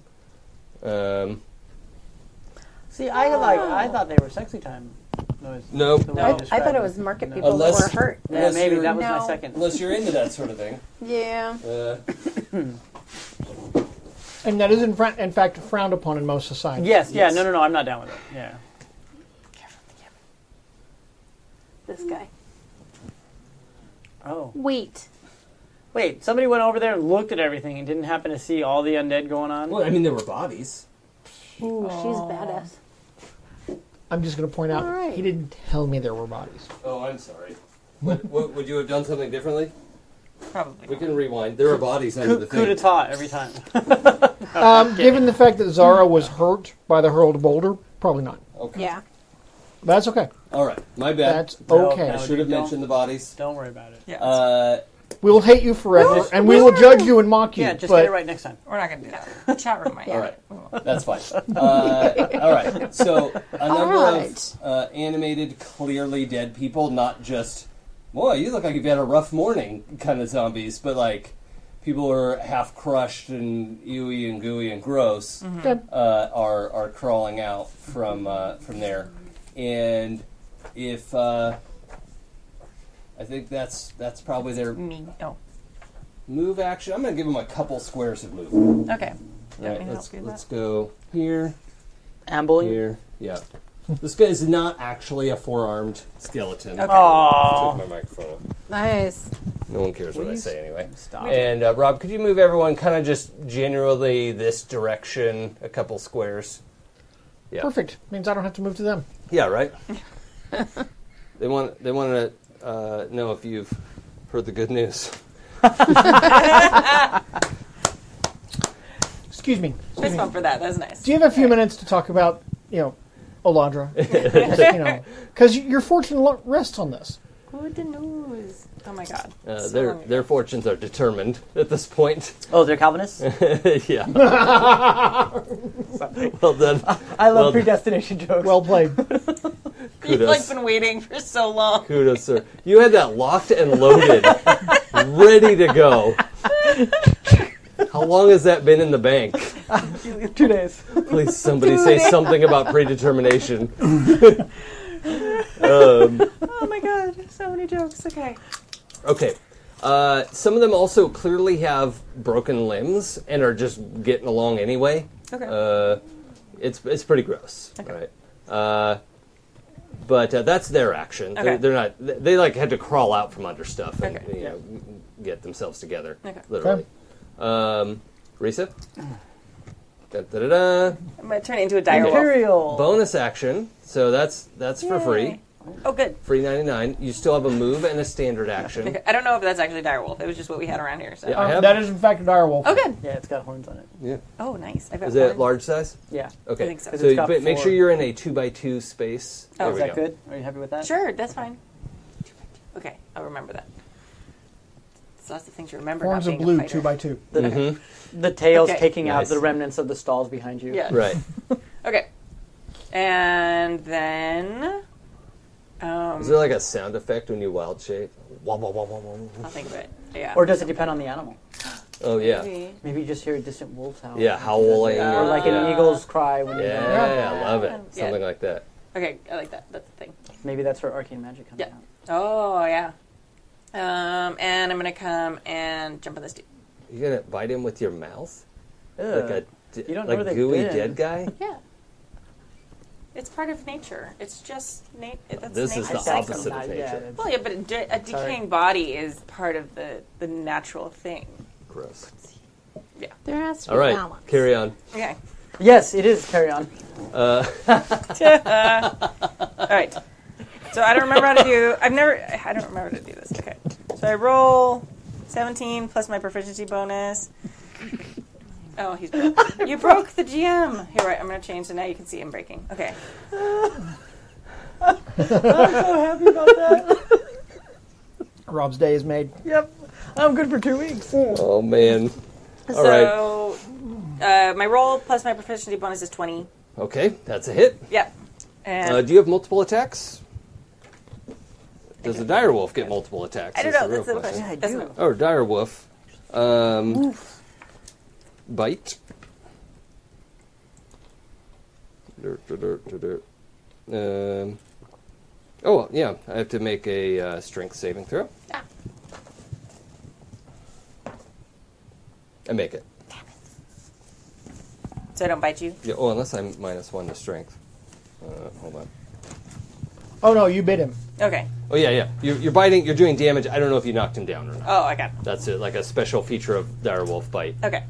Um, See, I like. I thought they were sexy time. Noise. Nope. The way I- you I I described thought it was market No. people Unless- that were hurt. Yeah, maybe you're- that was No. my second. Unless you're into that sort of thing. Yeah. Uh, And that is, in, fra- in fact, frowned upon in most societies. Yes, yeah, no, no, no, I'm not down with it. Yeah. This guy. Oh. Wait. Wait, somebody went over there and looked at everything and didn't happen to see all the undead going on? well, I mean, there were bodies. Ooh, she's badass. I'm just going to point out, All right. he didn't tell me there were bodies. Oh, I'm sorry. Would, would, would you have done something differently? Probably. We can rewind. There were bodies under Coup, the coup thing. d'etat every time. Um, given the fact that Zara was hurt by the hurled boulder, probably not. Okay. Yeah. But that's okay. All right. My bad. That's No, okay. I should have No. mentioned the bodies. Don't worry about it. Yeah, Uh, We will hate you forever, Just- and we will judge you and mock you. Yeah, just but get it right next time. we're not going to do that. The chat room might. All right. That's fine. Uh, all right. So a number right. of uh, animated, clearly dead people, not just boy, you look like you've had a rough morning kind of zombies, but like people who are half crushed and ewy and gooey and gross uh, are are crawling out from uh, from there, and if. Uh, I think that's that's probably their Me. Oh. move action. I'm going to give them a couple squares of move. Okay. All right, me help let's, you with let's that. go here Ambling. here. Yeah. this guy is not actually a four armed skeleton. Okay. Oh. Took Aww. my microphone. off. Nice. No one cares what I Please. say anyway. Stop. And uh, Rob, could you move everyone kind of just generally this direction, a couple squares? Yeah. perfect. Means I don't have to move to them. Yeah, right. they want they want to uh, know if you've heard the good news. Excuse me. Fist bump for that. That was nice. Do you have a few minutes to talk about, you know, Oladra? you know, because your fortune lo- rests on this. Good news. Oh my god. Uh, So their long ago. their fortunes are determined at this point. Oh, they're Calvinists? yeah. well done. I Well, love predestination jokes. Well played. You've like Kudos. been waiting for so long. Kudos, sir. You had that locked and loaded, ready to go. How long has that been in the bank? two days. Please, somebody say something about predetermination. um, Oh my god. So many jokes. Okay. okay. Uh, some of them also clearly have broken limbs and are just getting along anyway. Okay. Uh, it's it's pretty gross. Okay. Right. Uh, but uh, that's their action. They're, Okay. they're not. They, they, like had to crawl out from under stuff and Okay. you know, m- get themselves together. Okay. Literally. Um, Risa. Da, da, da, da. I'm going to turn it into a dire wolf. Imperial. Bonus action. So that's that's for free. Oh, good. Free ninety nine. You still have a move and a standard action. Okay. I don't know if that's actually dire wolf. It was just what we had around here. So. Yeah. I have- Um, that is, in fact, a direwolf. Oh, good. Yeah, it's got horns on it. Oh, nice. I've got Is that one. large size? Yeah. Oh, Okay. think so. 'Cause So it's you- got but make four. sure you're in a two by two space. Oh, There is we Is that go. good? Are you happy with that? Sure. That's fine. Okay. I'll remember that. It's lots of things to remember. Horns not of being a blue, fighter. two by two. The, Mhm. the tail's Okay. taking Nice. out the remnants of the stalls behind you. Yeah. Right. Okay. And then. Um, Is there like a sound effect when you wild shape? Wah, wah, wah, wah, wah. I'll think of it. Yeah. Or does it depend on the animal? Oh yeah, Maybe. Maybe you just hear a distant wolf howl. yeah, howling Or or like an eagle's cry when yeah, you I love it. Yeah. Something like that. Okay, I like that. That's the thing. Maybe that's where arcane magic comes Yeah. out. Oh yeah. Um, and I'm gonna come and jump on this dude. You gonna bite him with your mouth? Ugh. Like a d- You don't know like where they've gooey been. dead guy? Yeah. It's part of nature. It's just na- that's this is nature. the Psycho- opposite of nature. Yeah, that's- Well, yeah, but a, de- a decaying body is part of the the natural thing. Gross. There has to be All right, balance. carry on. Okay. Yes, it is. Carry on. All right. So I don't remember how to do. I've never. I don't remember how to do this. Okay. So I roll 17 plus my proficiency bonus. Oh, he's broke. you broke the GM. Here, right. I'm gonna change, so now you can see him breaking. Okay. Rob's day is made. Yep. I'm good for two weeks. Oh man. All right. so uh, my roll plus my proficiency bonus is 20. Okay, that's a hit. Yep. And Uh, do you have multiple attacks? Does a dire wolf get multiple attacks? I don't is know. the real That's the question. question. That's the- Oh, dire wolf. Um, bite. Dur, dur, dur, dur, dur. Um, oh, yeah. I have to make a uh, strength saving throw. I make it. So I don't bite you. Yeah, oh, unless I'm minus one to strength. Uh, hold on. Oh no, you bit him. Okay. Oh yeah, yeah. You're, you're biting. You're doing damage. I don't know if you knocked him down or not. Oh, I got it. That's it. Like a special feature of direwolf bite. Okay.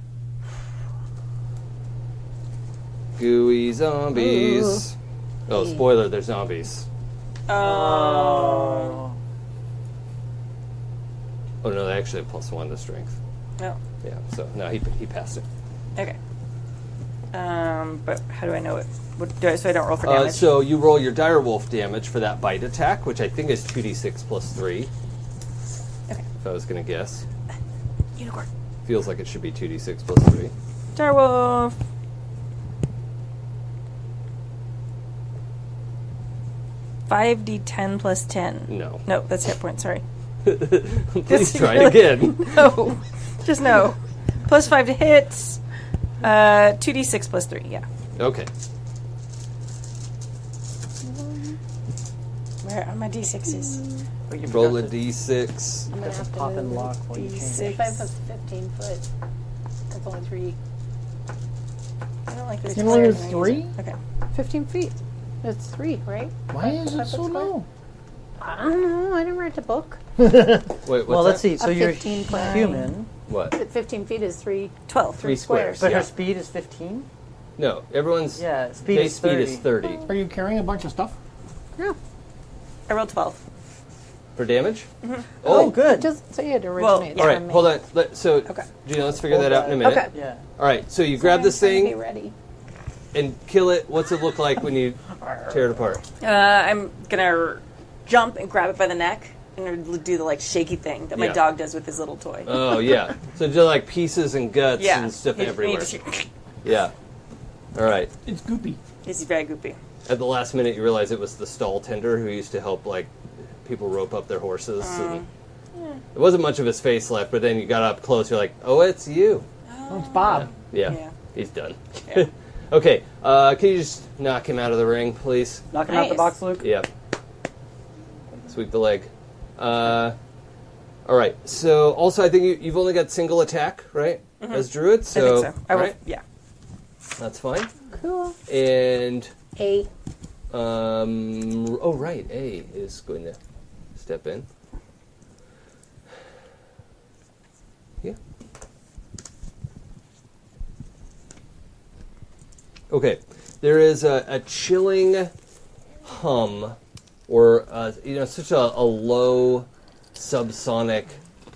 Gooey zombies. Oh, spoiler! They're zombies. Uh, Uh. Oh. Oh no, they actually have plus one to strength. No. Yeah. So no, he he passed it. Okay. Um, but how do I know it? What, do I, so I don't roll for Uh, damage. so you roll your direwolf damage for that bite attack, which I think is two d six plus three. Okay. If I was gonna guess, Unicorn. feels like it should be two d six plus three. Direwolf. Five D ten plus ten. No. No, that's hit point. Sorry. Please try it again. No, just no. Plus five to hits. Uh, two D six plus three. Yeah. Okay. Where are my D sixes? But you Roll a forgot to- d6. I'm going to That's have a to pop and move lock the while you change. D6. If I put 15 foot, that's only three. I don't like this. Can only color. three? Okay. 15 feet. It's three, right? Why is it so low? I don't know. I didn't write the book. Wait, what's well, let's that? see. So A you're 15 foot. human, What? 15 feet is three. Twelve. Three squares. but yeah. her speed is 15. No, everyone's Yeah, speed base is speed 30. is 30. Are you carrying a bunch of stuff? I rolled twelve. For damage? Oh, Oh, It good. doesn't say it Well, originates yeah. all right. from me. Hold on. Let, so, Okay. Gina, let's figure that out in a minute. Okay. Yeah. All right. So you grab this Sorry, I'm trying to thing Be ready. and kill it. What's it look like when you tear it apart? Uh, I'm gonna jump and grab it by the neck and do the like shaky thing that my Yeah. dog does with his little toy. Oh yeah. So just like pieces and guts yeah. and stuff You- you everywhere. just- Yeah. All right. It's goopy. He's very goopy. At the last minute, you realize it was the stall tender who used to help like people rope up their horses. and Mm. It wasn't much of his face left, but then you got up close. You're like, oh, it's you. Oh, it's Bob. Yeah. Yeah. He's done. okay. Uh, can you just knock him out of the ring, please? Knock him out the Nice. box, Luke. Yep. Sweep the leg. Uh, all right. So, also, I think you, you've only got single attack, right? As druid, so, Mm-hmm. I think so. I all will, right, Yeah. that's fine. Cool. And A. um, oh, right, A is going to step in. Yeah. Okay. There is a, a chilling hum, or uh, you know, such a, a low subsonic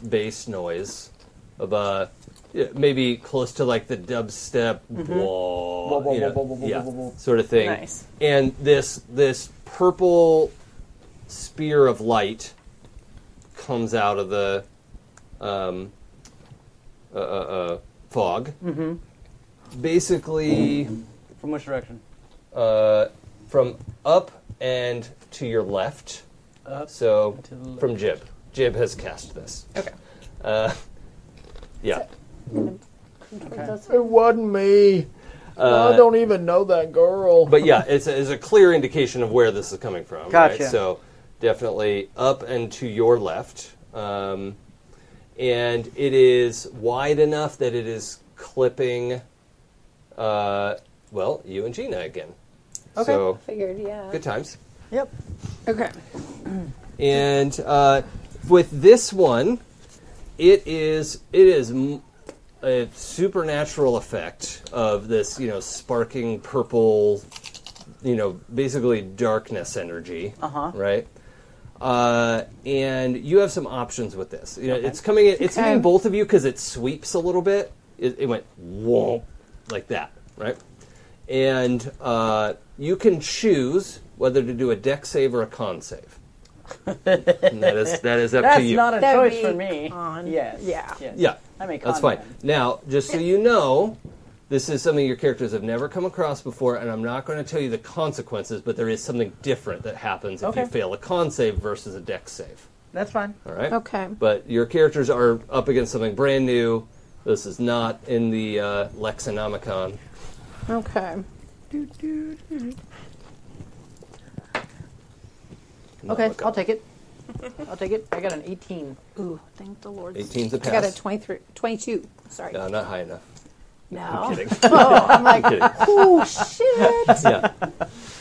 bass noise of uh, yeah, maybe close to like the dubstep blah, Blah, blah, you blah, know, blah, blah, blah, yeah, blah, blah. sort of thing. Nice. And this this purple spear of light comes out of the um, uh, uh, uh, fog. Mm-hmm. Basically, From which direction? uh, from up and to your left. Up. So and to the left. from Jib. Jib has cast this. Okay. Uh, yeah. That's Okay. It wasn't me. I don't even know that girl. Uh, but yeah, it's a, it's a clear indication of where this is coming from. Gotcha. Right? So definitely up and to your left, um, and it is wide enough that it is clipping. Uh, well, you and Gina again. Okay. So Figured, yeah. good times. Yep. Okay. And uh, with this one, it is it is m- a supernatural effect of this you know sparking purple, you know basically darkness energy. Uh-huh. Right. Uh, and you have some options with this. You know, it's coming. In, it's hitting both of you because it sweeps a little bit. It, it went whoa, like that, right? And uh, you can choose whether to do a deck save or a con save. And that is that is up That's to you. not a That would choice be for me. con. Yes. Yeah. yes. yeah, I make that's con fine. then. Now, just so you know, this is something your characters have never come across before, and I'm not going to tell you the consequences, but there is something different that happens if you Okay. fail a con save versus a deck save. That's fine. All right. Okay. But your characters are up against something brand new. This is not in the uh, Lexonomicon. Okay. Okay, I'll take it. I'll take it. I got an 18. Ooh, thank the Lord. 18's a I got a pass. 23, 22. Sorry. no, not high enough. No. Kidding. Oh, I'm like, Kidding. oh shit. Yeah.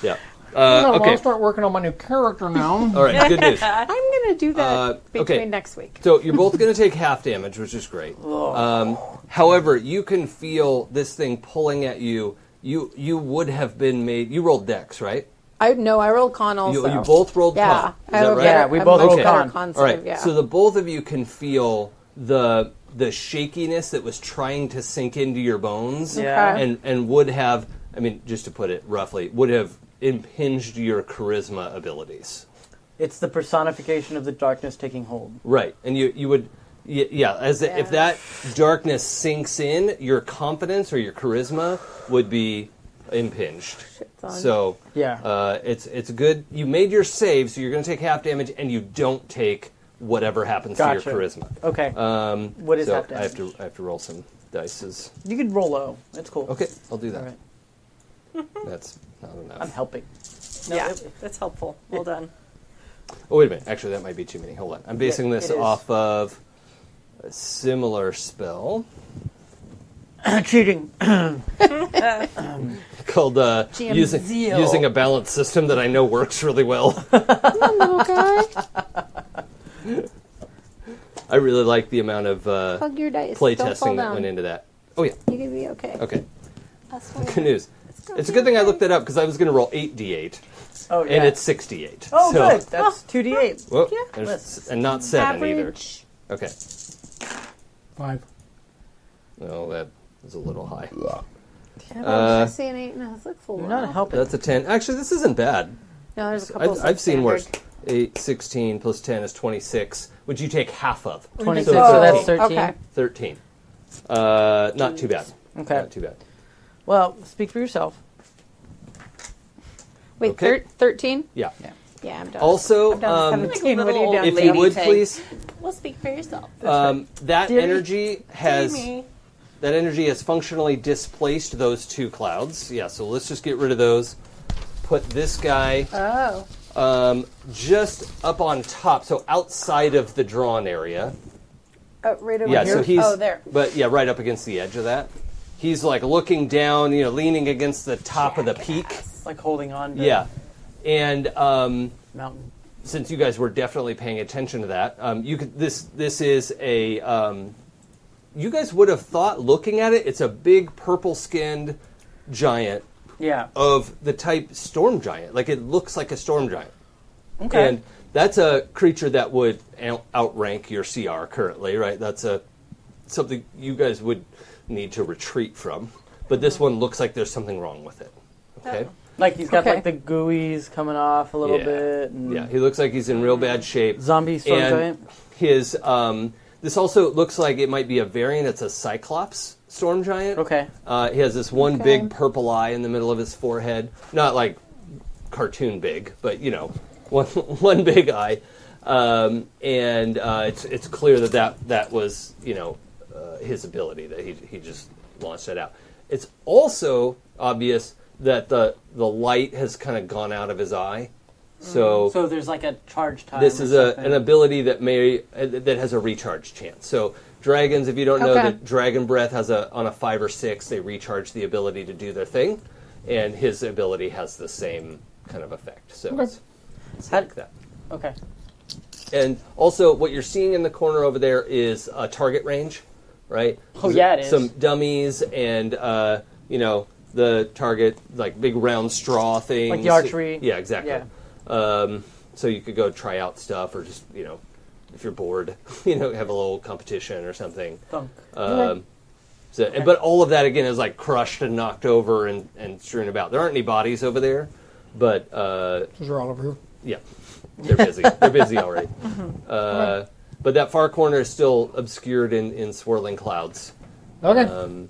Yeah. Uh, I'll okay. start working on my new character now. All right. Good news. I'm gonna do that Uh, between okay. next week. So you're both going to take half damage, which is great. Oh. Um, however, you can feel this thing pulling at you. You you would have been made. You rolled dex, right? I no, I rolled con also. You, you both rolled yeah, con. Is I have that a right? better- Yeah, we I'm both much rolled better con. con All right. save, yeah. So the both of you can feel the the shakiness that was trying to sink into your bones, Yeah. Okay. and and would have. I mean, just to put it roughly, would have impinged your charisma abilities. It's the personification of the darkness taking hold. Right, and you you would, y- yeah. As the, if that darkness sinks in, your confidence or your charisma would be impinged. on. So Yeah. uh, it's it's good. You made your save, so you're going to take half damage, and you don't take whatever happens to Gotcha. your charisma. Okay. Um, What is so half I have to damage? I have to roll some dices. you can roll low. That's cool. Okay, I'll do All that. right. That's not I'm enough. helping. yeah, that's helpful. Well done. Oh wait a minute. Actually, that might be too many. Hold on. I'm basing Yeah, this it is. off of a similar spell. Cheating. called uh, using GMZO. using a balance system that I know works really well. Little guy, I really like the amount of uh, hug your dice. play Don't fall testing that down. went into that. Oh yeah, You can be okay. okay. That's fine. Good news. It's a good thing I looked that up because I was going to roll eight d8, Oh yeah. and it's six d8. oh so, good. That's two d eight. Whoa, Yeah. there's- Let's- and not seven Average. either. Okay. Five. No, that is a little high. Yeah, Uh, I see an eight and a half. Look full. You're not helping. That's a ten. Actually, this isn't bad. no, there's a couple. I've, I've seen substandard. worse. 8, 16 plus 10 is 26, which you take half of. Twenty So six. it's So Oh, that's thirteen. okay. 13. Uh, not too bad. Okay. Not too bad. Well, speak for yourself. Wait, Okay. thir- thirteen? Yeah. Yeah, I'm done. Also, I'm done um, with 17. What are you little doing? if lady you would thing. please, Well, speak for yourself. um, that Dear- energy has Jamie. that energy has functionally displaced those two clouds. Yeah, so let's just get rid of those. Put this guy Oh. um, just up on top, so outside of the drawn area. Oh, right over yeah, here. so he's oh, there. but yeah, right up against the edge of that. He's like looking down, you know, leaning against the top of the peak. Like holding on. To Yeah, and um, Mountain. since you guys were definitely paying attention to that, um, you could this this is a um, you guys would have thought looking at it, it's a big purple skinned giant Yeah. of the type storm giant. Like it looks like a storm giant, okay. and that's a creature that would out- outrank your CR currently, right? That's a something you guys would need to retreat from. But this one looks like there's something wrong with it. Okay. like he's got Okay. like the gooeys coming off a little Yeah. bit. And Yeah, he looks like he's in real bad shape. Zombie storm and giant. His um, this also looks like it might be a variant. It's a Cyclops storm giant. Okay. Uh, he has this one big purple eye in the middle of his forehead, not like cartoon big, but you know, one one big eye. Um, and uh, it's it's clear that that, that was you know uh, his ability that he he just launched that out. It's also obvious that the the light has kind of gone out of his eye. So, So there's like a charge time. this or is a, an something. ability that may uh, that has a recharge chance. So dragons, if you don't know Okay. that dragon breath has a on a five or six, they recharge the ability to do their thing, and his ability has the same kind of effect. So it's, it's like that. Okay. And also, what you're seeing in the corner over there is a target range, right? Oh, yeah, it is. Some dummies and, uh, you know, the target, like big round straw things. Like the archery. Yeah, exactly. Yeah. Um, so you could go try out stuff or just, you know, if you're bored, you know, have a little competition or something. Thunk. Um, so, But all of that, again, is like crushed and knocked over and, and strewn about. There aren't any bodies over there, but uh, Those are all over here. yeah, they're busy. they're busy already. Mm-hmm. Uh, but that far corner is still obscured in, in swirling clouds. Okay. Um,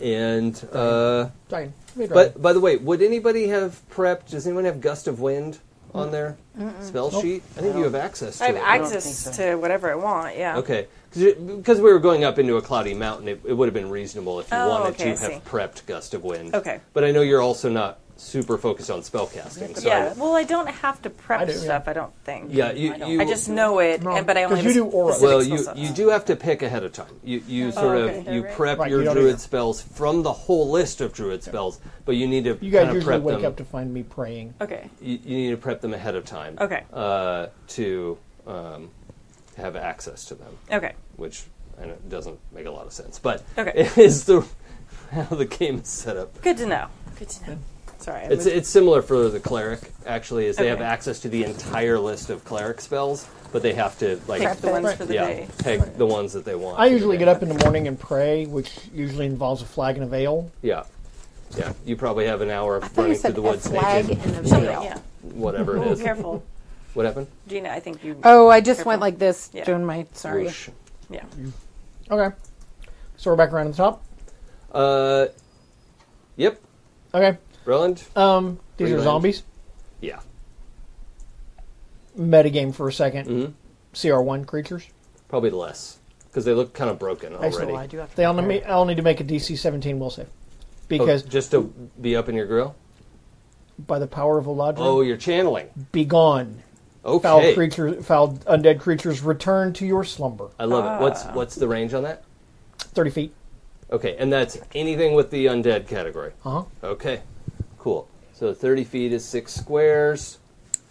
and uh, Dang. Let me try. but by the way, would anybody have prepped? Does anyone have gust of wind on their spell sheet? I think you have access to I have it. access think to whatever I want. Yeah. Okay, because we were going up into a cloudy mountain, it, it would have been reasonable if you Oh, wanted okay, to I have see. prepped gust of wind. Okay. but I know you're also not super focused on spellcasting. So yeah. Well, I don't have to prep I do, yeah. stuff. I don't think. yeah, you, you I just know it, and, but I only 'cause you have do aura. specific Well, skill you sets. you do have to pick ahead of time. You you sort Oh, okay. of Yeah, you right. prep Right, your you don't druid either. spells from the whole list of druid spells, but you need to You guys kind of usually prep wake them. up to find me praying. Okay. you, you need to prep them ahead of time. Okay. Uh, to um, have access to them, Okay. which I know doesn't make a lot of sense, but Okay. it is the how the game is set up. Good to know. Good to know. Sorry. I It's, moved- it's similar for the cleric actually, is they have Okay. access to the entire list of cleric spels, but they have to like Pick the ones for the yeah, day. peg the ones that they want. I for the usually day. get up in the morning and pray, which usually involves a flag and a veil. Yeah. Yeah. You probably have an hour of thought you running through said the a woods flag naked. and a you know, veil. Yeah. Whatever it is. Careful, What happened? Gina. I think you. Oh, I just Careful. went like this Yeah. doing my sorry. Whoosh. Yeah. Okay. So we're back around to the top. Uh, yep. Okay. Roland? Um, these Rewind. are zombies. Yeah. Metagame for a 2nd Mhm. CR1 creatures. Probably less. Because they look kind of broken Actually, I already. do have to They all prepare. need, all need to make a DC 17 will save. Oh, Because just to be up in your grill? by the power of Eladrin, Oh, you're channeling. be gone. Foul Okay. creatures, foul undead creatures, return to your slumber. I love Ah. it. What's what's the range on that? 30 feet. Okay, and that's anything with the undead category. Uh huh. Okay, cool. So 30 feet is six squares.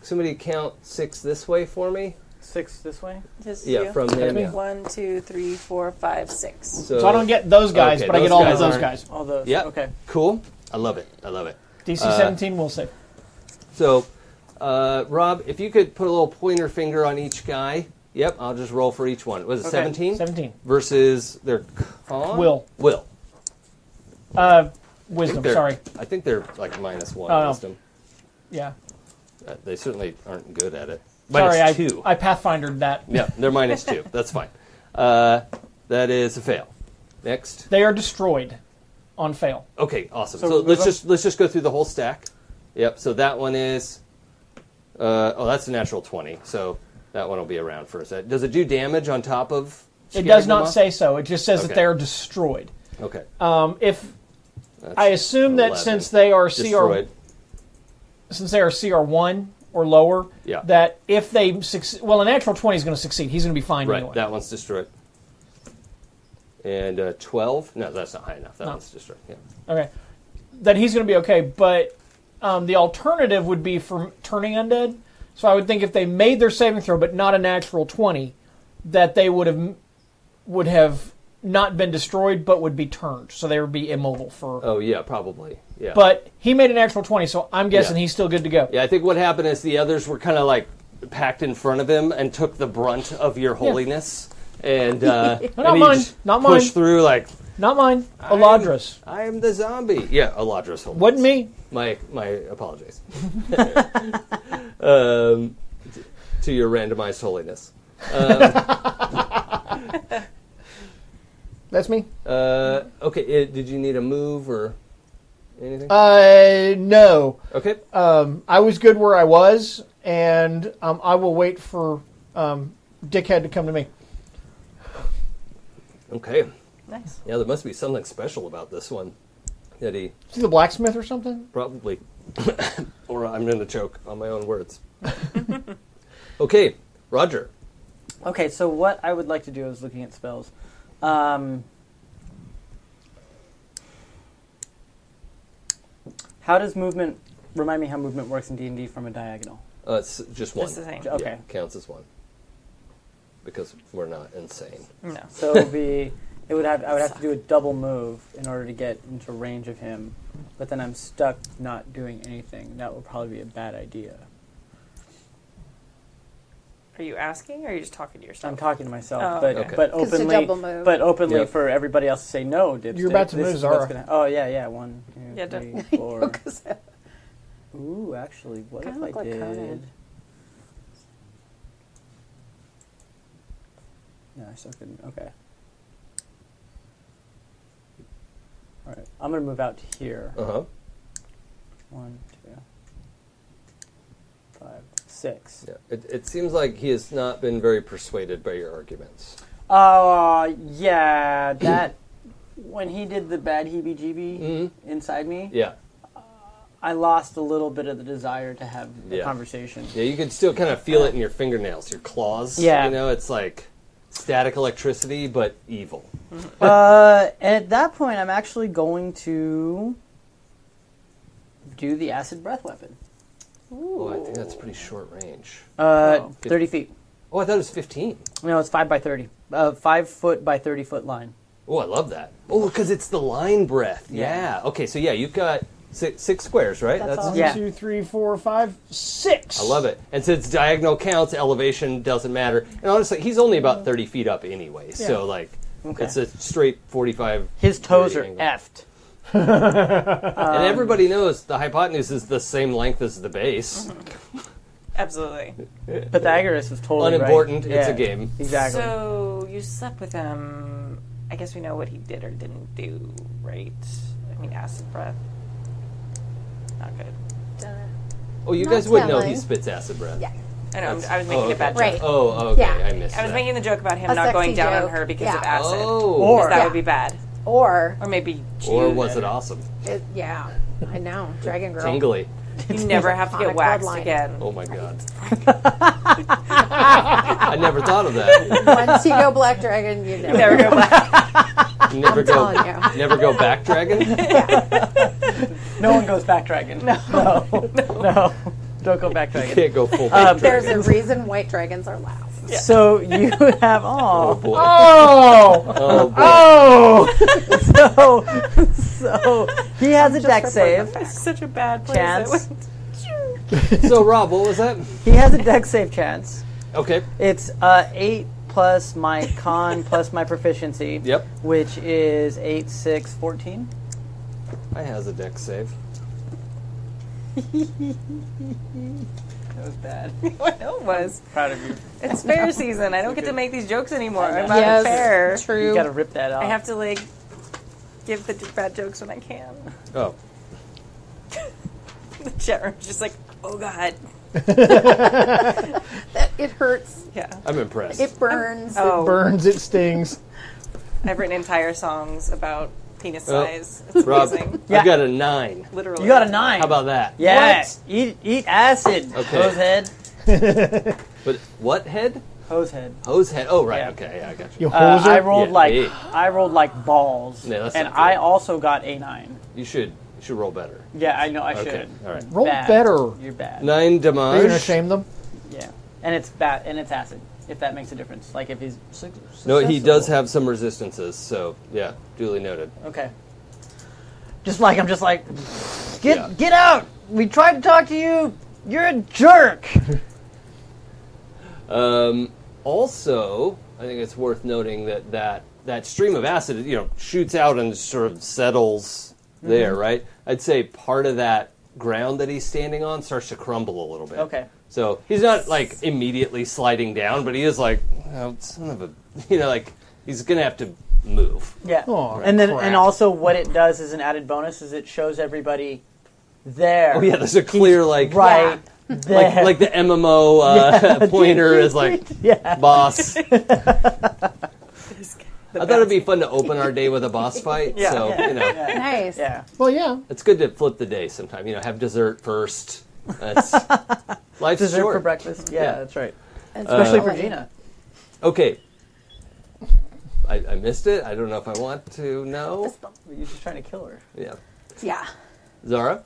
Somebody count six this way for me. Six this way. Just Yeah, you. from him. Yeah. One, two, three, four, five, six. So, So I don't get those guys, okay, but I those get all guys of those aren't- guys. All those. Yeah. Okay. Cool. I love it. I love it. DC Uh, 17 will save. So, uh, Rob, if you could put a little pointer finger on each guy. Yep, I'll just roll for each one. Was it Okay, 17? 17. Versus their con? Will. Will. Uh, I think wisdom, they're- sorry. I think they're like minus one Oh. wisdom. Yeah. Uh, they certainly aren't good at it. Sorry, I, minus two. I pathfindered that. Yeah, they're minus two. That's fine. Uh, that is a fail. Next. They are destroyed on fail. Okay, awesome. So, So let's remove- just let's just go through the whole stack. Yep. So that one is. Uh, oh, that's a natural twenty. So that one will be around for a sec. Does it do damage on top of? It does scattering not them say so. It just says Okay. that they are destroyed. off? Okay. Um, if I assume that 11. since they are Destroyed. CR since they are CR one or lower, Yeah. that if they succeed, well, a natural twenty is going to succeed. He's going to be fine Right. anyway. That one's destroyed. And uh, twelve? No, that's not high enough. That No. one's destroyed. Yeah. okay, that he's going to be okay. But um, the alternative would be from turning undead. So I would think if they made their saving throw but not a natural twenty, that they would have would have not been destroyed but would be turned. So they would be immobile for. Oh yeah, probably. Yeah. But he made a natural twenty, so I'm guessing Yeah. he's still good to go. Yeah, I think what happened is the others were kind of like packed in front of him and took the brunt of your holiness. And, uh, Not and he mine, just not pushed mine. through like, Not mine, Eladris. I am the zombie. Yeah, Eladris holiness. Wasn't me. My, my apologies. um, t- to your randomized holiness. That's me. Uh, okay, i did you need a move or anything? Uh, no. okay. Um, I was good where I was, and um, I will wait for um, Dickhead to come to me. Okay. Nice. Yeah, there must be something special about this one that he Is he the blacksmith or something? Probably. or I'm going to choke on my own words. okay, Roger. Okay, so what I would like to do is looking at spells. Um, how does movement? Remind me how movement works in D and D from a diagonal. Uh, it's just one. Just the same. Yeah, Okay. counts as one. Because we're not insane. No. So it would be, it would have, I would have to do a double move in order to get into range of him, but then I'm stuck not doing anything. That would probably be a bad idea. Are you asking, or are you just talking to yourself? I'm talking to myself, Oh, but okay. but It's a openly, double move. but openly Yep. for everybody else to say no. Dipstick. You're about to this move, is what's Zara. gonna- oh yeah, yeah. One, two, Yeah, three, don't- four. Ooh, actually, what Kinda if I look like did? Conan. No, I still couldn't. Okay. All right, I'm gonna move out to here. Uh huh. One, two, five, six. Yeah. It, it seems like he has not been very persuaded by your arguments. Uh, yeah, that. when he did the bad heebie-jeebie inside me, Mm-hmm. Yeah. I lost a little bit of the desire to have the Yeah. conversation. Yeah, you could still kind of feel it in your fingernails, your claws. Yeah. You know, it's like static electricity, but evil. uh, and at that point, I'm actually going to do the acid breath weapon. Oh, I think that's pretty short range. Uh, Wow. 30 feet. Oh, I thought it was 15. No, it's 5 by 30. Uh, 5 foot by 30 foot line. Oh, I love that. Oh, because it's the line breath. Yeah. Okay, so yeah, you've got six, six squares, right? That's That's all. Yeah. One, two, three, four, five, six. I love it. And since diagonal counts, elevation doesn't matter. And honestly, he's only about 30 feet up anyway. Yeah. So, like, Okay. it's a straight 45. His toes are degree angle. effed. and everybody knows the hypotenuse is the same length as the base. Absolutely. Pythagoras was totally right. Unimportant. It's a Yeah, game. Exactly. So you slept with him. I guess we know what he did or didn't do, right? I mean, acid breath. Not good. Oh, you Not guys would know telling. he spits acid breath. Yeah. I know. I'm- That's- I was making oh, a bad joke. okay. Right. Oh, okay. Yeah. I missed I was that. making the joke about him A not going sexy down on joke. her because Yeah. of acid. Oh. Or- that Yeah. would be bad. Or, Or maybe. Or Jude. was it awesome? it, yeah, I know. Dragon Girl. Tingly. You never have to get Iconic waxed bloodline. again. Oh my god. I never thought of that. Once you go Black Dragon, you never. Never go back. Never go telling you. never go back dragon? No one goes back dragon. No. No. Don't go back dragon. Can't go full Um, back There's dragon. a reason white dragons are last. So you have all. Oh boy. Oh Oh! boy. oh! So, so he has a deck save. Such a bad place. Chance. So Rob, what was that? He has a deck save chance. Okay. It's uh, eight plus my con plus my proficiency. Yep. Which is eight, six, fourteen. I has a deck save. That was bad. I know it was. Proud of you. It's fair season. I don't get to make these jokes anymore. I'm not Yes, fair. You True. gotta rip that out. I have to like give the bad jokes when I can. Oh. The chat room's just like, oh god, It hurts. yeah. I'm impressed. It burns. Oh, Burns, it stings. I've written entire songs about penis Well, size. It's Oh. Rob, amazing, I got a nine. literally. you got a nine. How about that? Yeah. What? Eat eat acid. Okay. Hose head. But what head? Hose head. Hose head. Oh right, Yeah. okay, yeah, I got you. You Uh, hoser. I rolled Yeah, like eight. I rolled like balls, Yeah, that's and not good. I also got a nine. You should you should roll better. Yeah, I know I Okay. should. Alright. Roll Bad. better. You're bad. Nine Are you going to damage. shame them? Yeah, and it's bad, and it's acid. If that makes a difference, like if he's su- No, he successful. does have some resistances, so yeah, duly noted. Okay. Just like I'm just like, get Yeah. get out. We tried to talk to you. You're a jerk. Um, also, I think it's worth noting that, that that stream of acid, you know, shoots out and sort of settles Mm-hmm. there, right? I'd say part of that ground that he's standing on starts to crumble a little bit. Okay. So he's not like immediately sliding down, but he is like, oh, son of a, you know, like he's gonna have to move. Yeah. Oh, Aw, and then crap. and also what it does is an added bonus is it shows everybody there. Oh yeah, there's a clear like right there. like like the MMO uh, pointer is like yeah. boss. I thought it'd be fun to open our day with a boss fight. Yeah. So you know, Nice. Yeah. Well, yeah. it's good to flip the day sometime. You know, have dessert first. That's life's Dessert short. for breakfast. Yeah, Yeah. Uh, that's right. Especially For Gina. Okay. I, I missed it. I don't know if I want to know. You're just trying to kill her. Yeah. Yeah. Zara?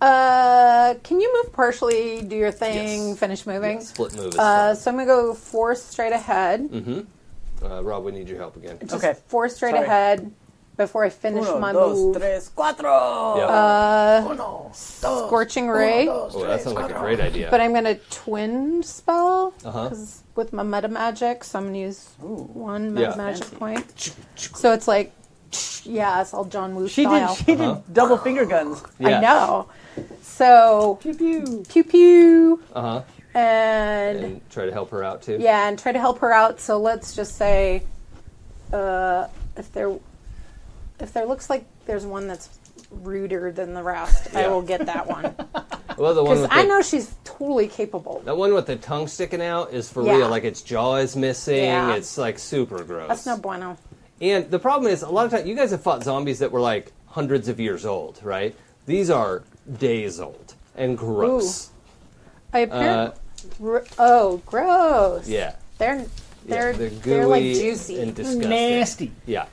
Uh, can you move partially? Do your thing. Yes. Mm-hmm. Finish moving. Yeah, split move is Uh, so I'm gonna go four straight ahead. fine. Uh, Rob, we need your help again. Just Okay. four straight Sorry. ahead before I finish my Uno, dos, move. tres, cuatro. Yeah. Uh, Uno, scorching ray. oh, that sounds like a great idea. But I'm gonna twin spell Uh-huh. 'cause with my meta magic, so I'm gonna use one meta Yeah. magic point. So it's like, yeah, it's all John Woo She style. did. She Uh-huh. did double finger guns. yeah. I know. So Pew pew. pew pew, Uh-huh. and, And try to help her out, too. yeah, and try to help her out. So let's just say, uh, if there, if there looks like there's one that's ruder than the rest, I Yeah. will get that one Well, the one because with I the, know she's totally capable. that one with the tongue sticking out is for Yeah. real. Like, its jaw is missing. Yeah. It's, like, super gross. That's no bueno. And the problem is, a lot of times, you guys have fought zombies that were like hundreds of years old, right? These are days old and gross. I Uh, apparently. oh, gross. yeah. They're they're yeah. They're gooey they're like juicy. and disgusting. Nasty. Yeah.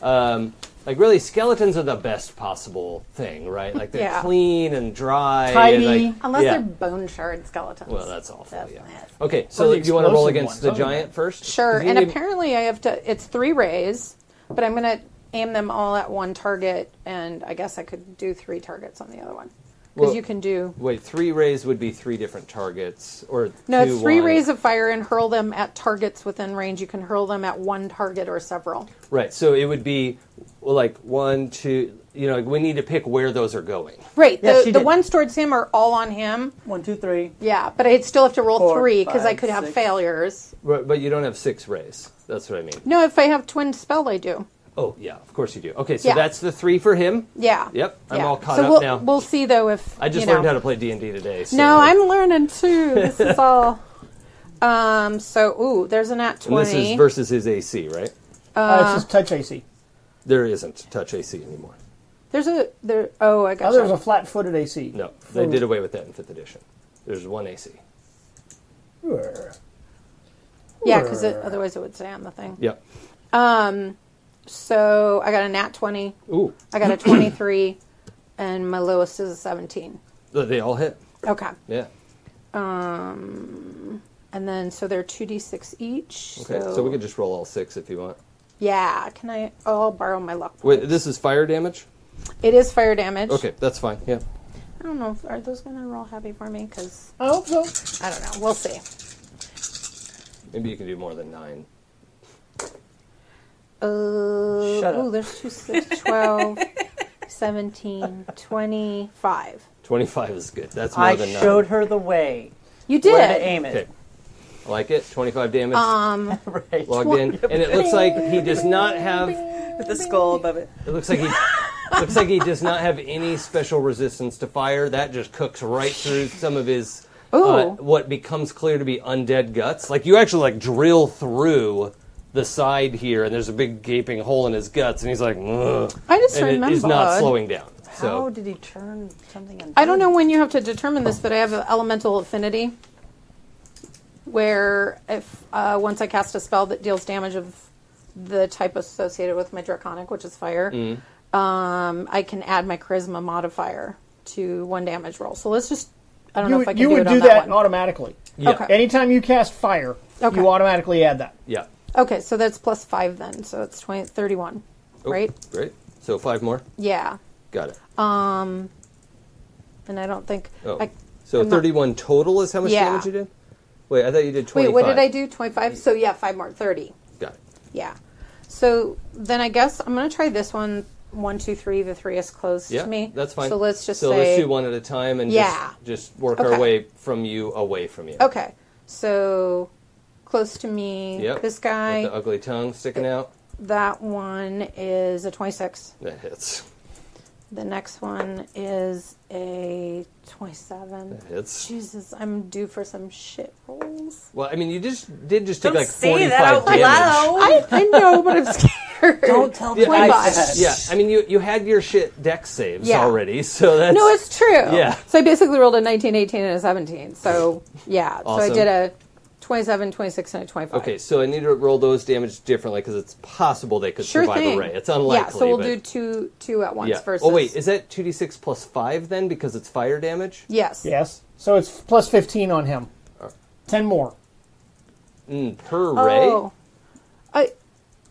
Um, like, really, skeletons are the best possible thing, right? Like, they're Yeah. clean and dry. And Tidy. like, Unless yeah. they're bone shard skeletons. Well, that's awful, That's yeah. nasty. Okay, so the you want to roll explosive against ones. the giant first? Sure. 'Cause you And need- apparently, I have to. It's three rays, but I'm gonna aim them all at one target, and I guess I could do three targets on the other one because Well- you can do. Wait, three rays would be three different targets, or No, two, it's three one. rays of fire and hurl them at targets within range. You can hurl them at one target or several. Right. So it would be well, like one, two. You know, we need to pick where those are going. Right. Yeah, she the the did. ones towards him are all on him. One, two, three. Yeah, but I'd still have to roll Four, three because I five, could have six. failures. But, but you don't have six rays. That's what I mean. No, if I have twin spell, I do. Oh yeah, of course you do. Okay, so Yeah. that's the three for him. Yeah. Yep, I'm Yeah. all caught so up we'll, now. We'll see though if I just you know. learned how to play D and D today. So No, I'm learning too. This is all. Um. So ooh, there's an at And twenty. this is versus his AC, right? Uh, it's just touch AC. There There isn't touch AC anymore. there's a there. Oh, I got. oh, there's a flat-footed AC. No, they did away with that in fifth edition. There's one AC. yeah, because otherwise it would say on the thing. Yep. So I got a nat twenty. Ooh, I got a twenty-three, and my lowest is a seventeen. they all hit. Okay. Yeah. And then so they're two d six each. Okay. So, So, we could just roll all six if you want. Yeah. Can I? Oh, I'll borrow my luck. Wait, this is fire damage. It is fire damage. Okay, that's fine. Yeah. I don't know. if- Are those going to roll heavy for me? Because I hope so. I don't know. We'll see. Maybe you can do more than nine. Uh, Shut ooh, up. there's two, six, 12, 17, 25. 25 is good. That's more I than nine. showed her the way. You Where to did. aim it. Okay. I like it. 25 damage. Um, Right. logged in. And it looks like he does not have it with the skull above it. looks like he looks like he does not have any special resistance to fire. That just cooks right through some of his uh, Ooh. what becomes clear to be undead guts. Like you actually like drill through the side here and there's a big gaping hole in his guts and he's like Ugh. I just and it is not remembered. slowing down. How So did he turn something into I don't know when you have to determine this, but I have an elemental affinity where if uh, once I cast a spell that deals damage of the type associated with my draconic, which is fire, um, I can add my charisma modifier to one damage roll. So let's just. I don't You, know if I would- can you do would it do on that that one. automatically. yeah. Okay. Anytime you cast fire, Okay. you automatically add that. Yeah. Okay, so that's plus five then. So it's 20, 31, Oh, right? Great. So five more. Yeah. Got it. And I don't think. Oh. I, so I'm not- 31 total is how much Yeah. damage you did? Wait, I thought you did 25. wait, what did I do? 25? So yeah, five more. 30. Got it. Yeah. So then I guess I'm going to try this one. One, two, three. The three is close Yeah, to me. that's fine. So let's just so say. let's do one at a time and Yeah. just, just work our Okay. way from you away from you. Okay. So close to me. Yep. This guy. with the uh, ugly tongue sticking out that one is a 26. that hits. The next one is a 27. That hits. Jesus, I'm due for some shit rolls. rolls. Well, I mean, you just did just take Don't like say forty-five that out damage. loud. I, I know, but I'm scared. Don't tell the Oh Yeah, I- that. yeah, I mean, you you had your shit deck saves Yeah. already, so that's No, it's true. Yeah. So I basically rolled a 19, 18, and a 17. So, yeah. So Awesome. I did a 27, 26, and a 25. okay. So I need to roll those damage differently because it's possible they could Sure survive thing. a ray. It's unlikely. Yeah, so we'll but, do two two at once yeah. versus. Oh wait, is that two d six plus five then because it's fire damage? yes. Yes. So it's plus 15 on him. 10 more. Mm, per Oh. ray. I,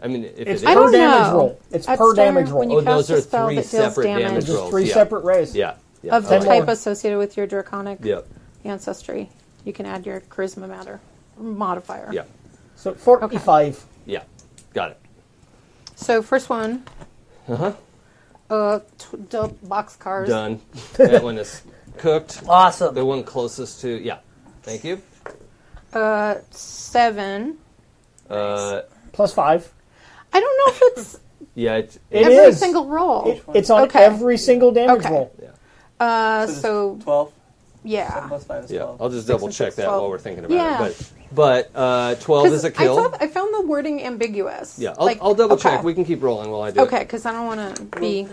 I mean, if It's it is, I per don't damage know. roll. It's At per Starter, damage roll. when you Oh, cast those are a spell three that deals separate damage, damage There's rolls, three yeah. separate rays. yeah, yeah, of the okay. more. type associated with your draconic yeah, ancestry, you can add your charisma matter modifier. yeah, So 45. yeah. Got it. So first one. Uh huh. Uh, t- the box cars. Uh-huh. Done. that one is cooked. Awesome. The one closest to yeah. Thank you. Uh, seven. Uh, Plus 5. I don't know if it's yeah, it, It every is. single roll. It- it's on Okay. every single damage Okay. roll. uh, it's so 12. Seven yeah, plus 5 is Yeah, 12. I'll just double check that twelve. while we're thinking about Yeah. it. But but uh, twelve is because a I kill. thought I found the wording ambiguous. yeah, I'll, Like, I'll double check. okay. We can keep rolling while I do Okay, it. because I don't want to be.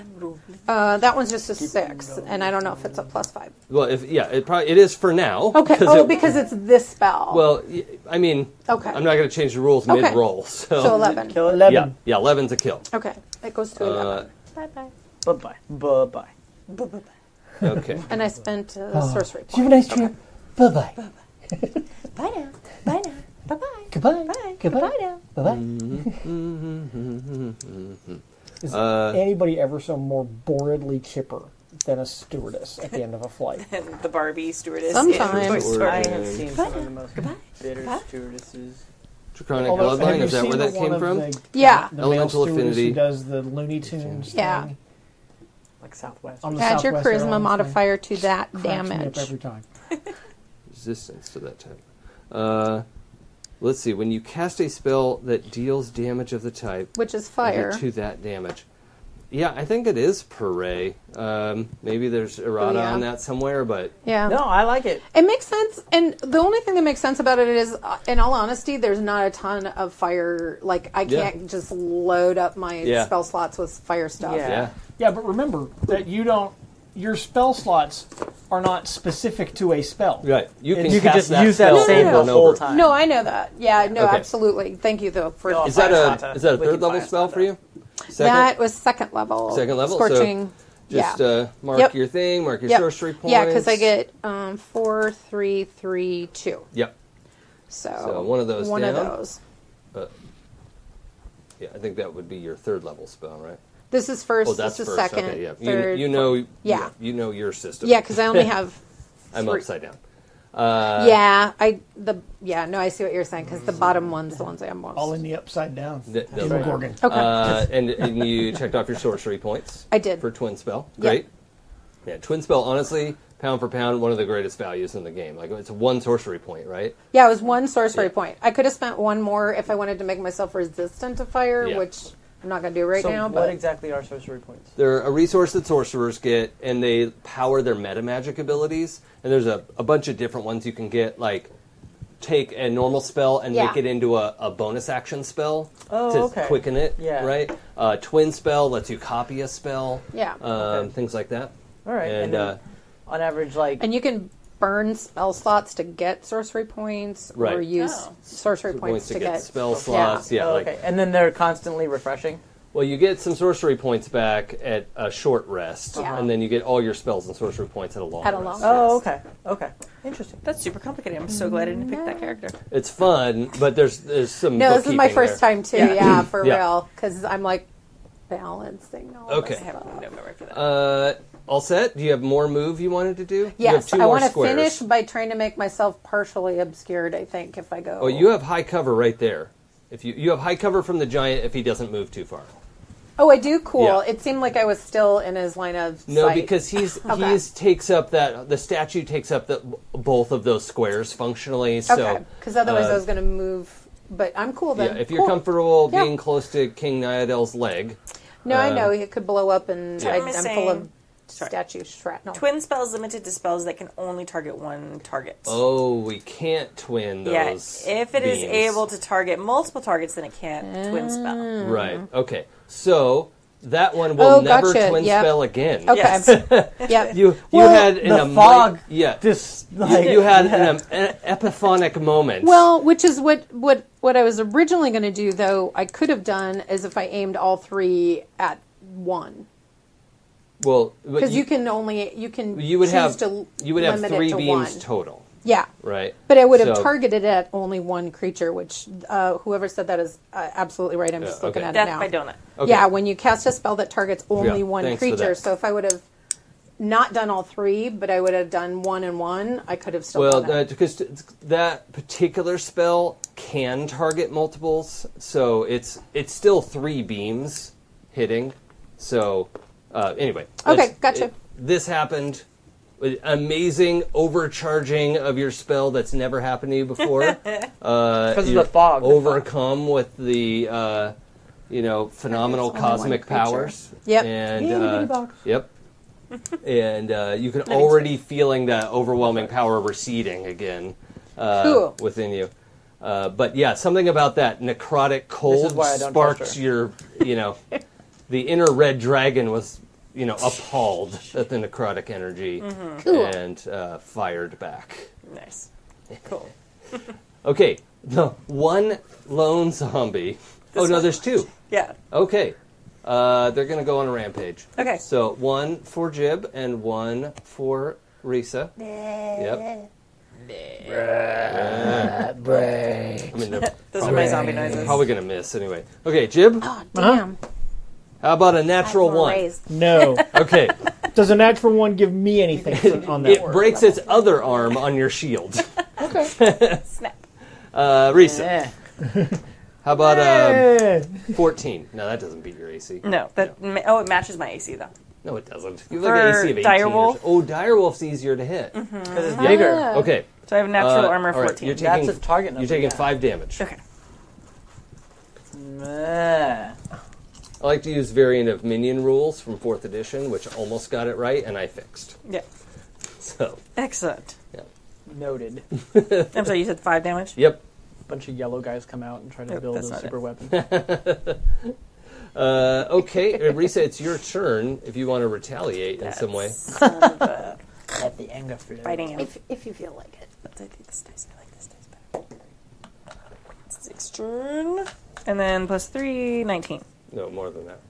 Uh, that one's just a six, and I don't know if it's a plus five. Well, if yeah, it probably it is for now. Okay. Oh, it- because it's this spell. well, y- I mean, Okay. I'm not going to change the rules Okay. mid roll. So, so eleven. Kill it. 11. yeah, yeah, eleven's a kill. Okay, it goes to Uh, eleven, Bye-bye. Bye-bye. Uh, okay. and I spent uh, sorcery. Ah. Have a nice Point. trip. Bye bye. Bye now. Bye now. Bye bye. Goodbye. Bye. Goodbye. Goodbye now. Bye bye. Is anybody ever so more boredly chipper than a stewardess at the end of a flight? And the Barbie stewardess. Sometimes. in Toy Story. I have seen some of the most Goodbye. bitter Goodbye. stewardesses. Draconic Although, have bloodline. you Is that seen where the that one came of from? The, Yeah. the Elemental male stewardess affinity. Who does the Looney Tunes? Yeah. thing Like Southwest. Um, on the Add your Southwest charisma Airlines modifier to that thing? Cracks me up damage. every time. resistance to that type. Uh, let's see. When you cast a spell that deals damage of the type, Which is added fire. to that damage. Yeah, I think it is per ray. Um, maybe there's errata yeah. on that somewhere, but Yeah. No, I like it. It makes sense, and the only thing that makes sense about it is, uh, in all honesty, there's not a ton of fire. Like I Yeah. can't just load up my Yeah. spell slots with fire stuff. Yeah. yeah, Yeah, but remember that you don't. Your spell slots are not specific to a spell. right. You And can you cast could just that use that spell same over the and whole over. time. No, I know that. Yeah, no, Okay. absolutely. Thank you though for No, Is Fire that a Santa. is that a We third can level fire spell for you? Santa. Second, that was second level. Second level, so scorching. just yeah. uh, mark Yep. your thing, mark your Yep. sorcery points. Yeah, because I get um, four, three, three, two. Yep. So, So one of those One of down. those. Uh, yeah, I think that would be your third level spell, right? This is first. Oh, that's this is first. second. okay, yeah. You- Third. you, know, Yeah. you know your system. Yeah, because I only have. I'm three. upside down. Uh, yeah, I the yeah no, I see what you're saying because the bottom one's the ones I almost. All in the upside down. Th- those are- Demogorgon. okay. Uh, and, and you checked off your sorcery points. I did. For Twin Spell. Yeah. Great. Yeah, Twin Spell, honestly, pound for pound, one of the greatest values in the game. Like, it's one sorcery point, right? yeah, it was one sorcery Yeah. point. I could have spent one more if I wanted to make myself resistant to fire, Yeah. which I'm not going to do right so now. what But exactly are sorcery points? They're a resource that sorcerers get, and they power their meta magic abilities. And there's a, a bunch of different ones you can get, like take a normal spell and Yeah. make it into a, a bonus action spell Oh, to okay. quicken it, Yeah. right? Uh, twin spell lets you copy a spell, Yeah. um, Okay. things like that. All right. And, And, uh, then on average, like, and you can burn spell slots to get sorcery points, or Right. use Oh. sorcery points points to get spell slots, yeah, Oh, like okay. and then they're constantly refreshing. Well, you get some sorcery points back at a short rest, Yeah. and then you get all your spells and sorcery points at a long At a rest. long- Oh, Yes. okay. Okay. Interesting. That's super complicated. I'm so glad I didn't pick that character. It's fun, but there's there's some. No, this is my bookkeeping first there. time too. Yeah, for Yeah. real, because I'm like balancing all Okay. this I have stuff. no memory for that. Uh, all set. Do you have more move you wanted to do? you have Yes, two I more want to squares. finish by trying to make myself partially obscured. I think if I go, Oh, you have high cover right there. If you you have high cover from the giant if he doesn't move too far. Oh, I do. Cool. Yeah. It seemed like I was still in his line of No, sight. because he's Okay. he's takes up that the statue takes up the both of those squares functionally. okay, So because otherwise uh, I was going to move. But I'm cool yeah, then. if you're Cool. comfortable Yeah. being close to King Nyadel's leg, no, I uh, know it could blow up, and Yeah. I, I'm full of statue shrapnel. Twin spells limited to spells that can only target one target. Oh, we can't twin yeah. those. If it is beams. able to target multiple targets, then it can't twin Mm. spell. Right. Okay. So that one will Oh, never gotcha. twin Yep. spell again. Okay. Yes. Yep. You you Well, had an the amid- fog yeah. This You- like you had an, em- an epiphonic moment. Well, which is what what what I was originally going to do, though I could have done is if I aimed all three at one, well, but because you, can only you can you would choose have to you would have limit it three to beams one. total, Yeah, right? but I would have So- targeted at only one creature, which uh, whoever said that is uh, absolutely right. I'm just Yeah, looking okay. at Death it now. by donut. Okay. Yeah, when you cast a spell that targets only Yeah, one thanks for creature, that. so if I would have not done all three, but I would have done one and one, I could have still Well, done it. that, because t- that particular spell can target multiples, so it's it's still three beams hitting. So, uh, anyway. Okay, that's- gotcha. it- this happened. With Amazing overcharging of your spell that's never happened to you before. uh, of you're the fog. Overcome with the uh, you know phenomenal It's only one cosmic Oh creature. powers. Yep. And Itty bitty uh, box. yep. and uh, you can already feeling that overwhelming power receding again uh, Cool. within you. Uh, but yeah, something about that necrotic cold why I don't sparks trust her. your, you know, the inner red dragon was, you know, appalled at the necrotic energy Mm-hmm. Cool. and uh, fired back. Nice. Cool. Okay, the one lone zombie. oh no, there's two. Yeah. Okay. Uh, they're going to go on a rampage. Okay. So one for Jib and one for Risa. Yep. I mean, they're Those are my zombie noises. Ah. probably going to miss anyway. Okay, Jib, how Damn. about a natural one? No. Okay. Does a natural one give me anything on that? it breaks its other arm on your shield. Snap. Uh, Risa, eh. how about uh, Eh. 14? No, that doesn't beat your AC. No, that ma- oh, it matches my AC though. No, it doesn't. You have like an For AC of 18. or Direwolf? so- Mm-hmm. Oh, Direwolf's easier to hit. because it's bigger. Okay. So I have natural Uh, armor all right, 14. you're taking, That's a target number, You're taking yeah. five damage. okay. Meh. I like to use variant of minion rules from fourth edition, which almost got it right and I fixed. Yeah. So, Excellent. Noted. I'm sorry, you said five damage? yep. bunch of yellow guys come out and try to Nope, build that's a not it. super weapon. Uh, okay, Risa, it's your turn if you want to retaliate in some way. Son of a- Let the anger flow. Biting him. If, if you feel like it. That's- I think this dice. I like this dice better. Six turn. And then plus three, 19. No, more than that.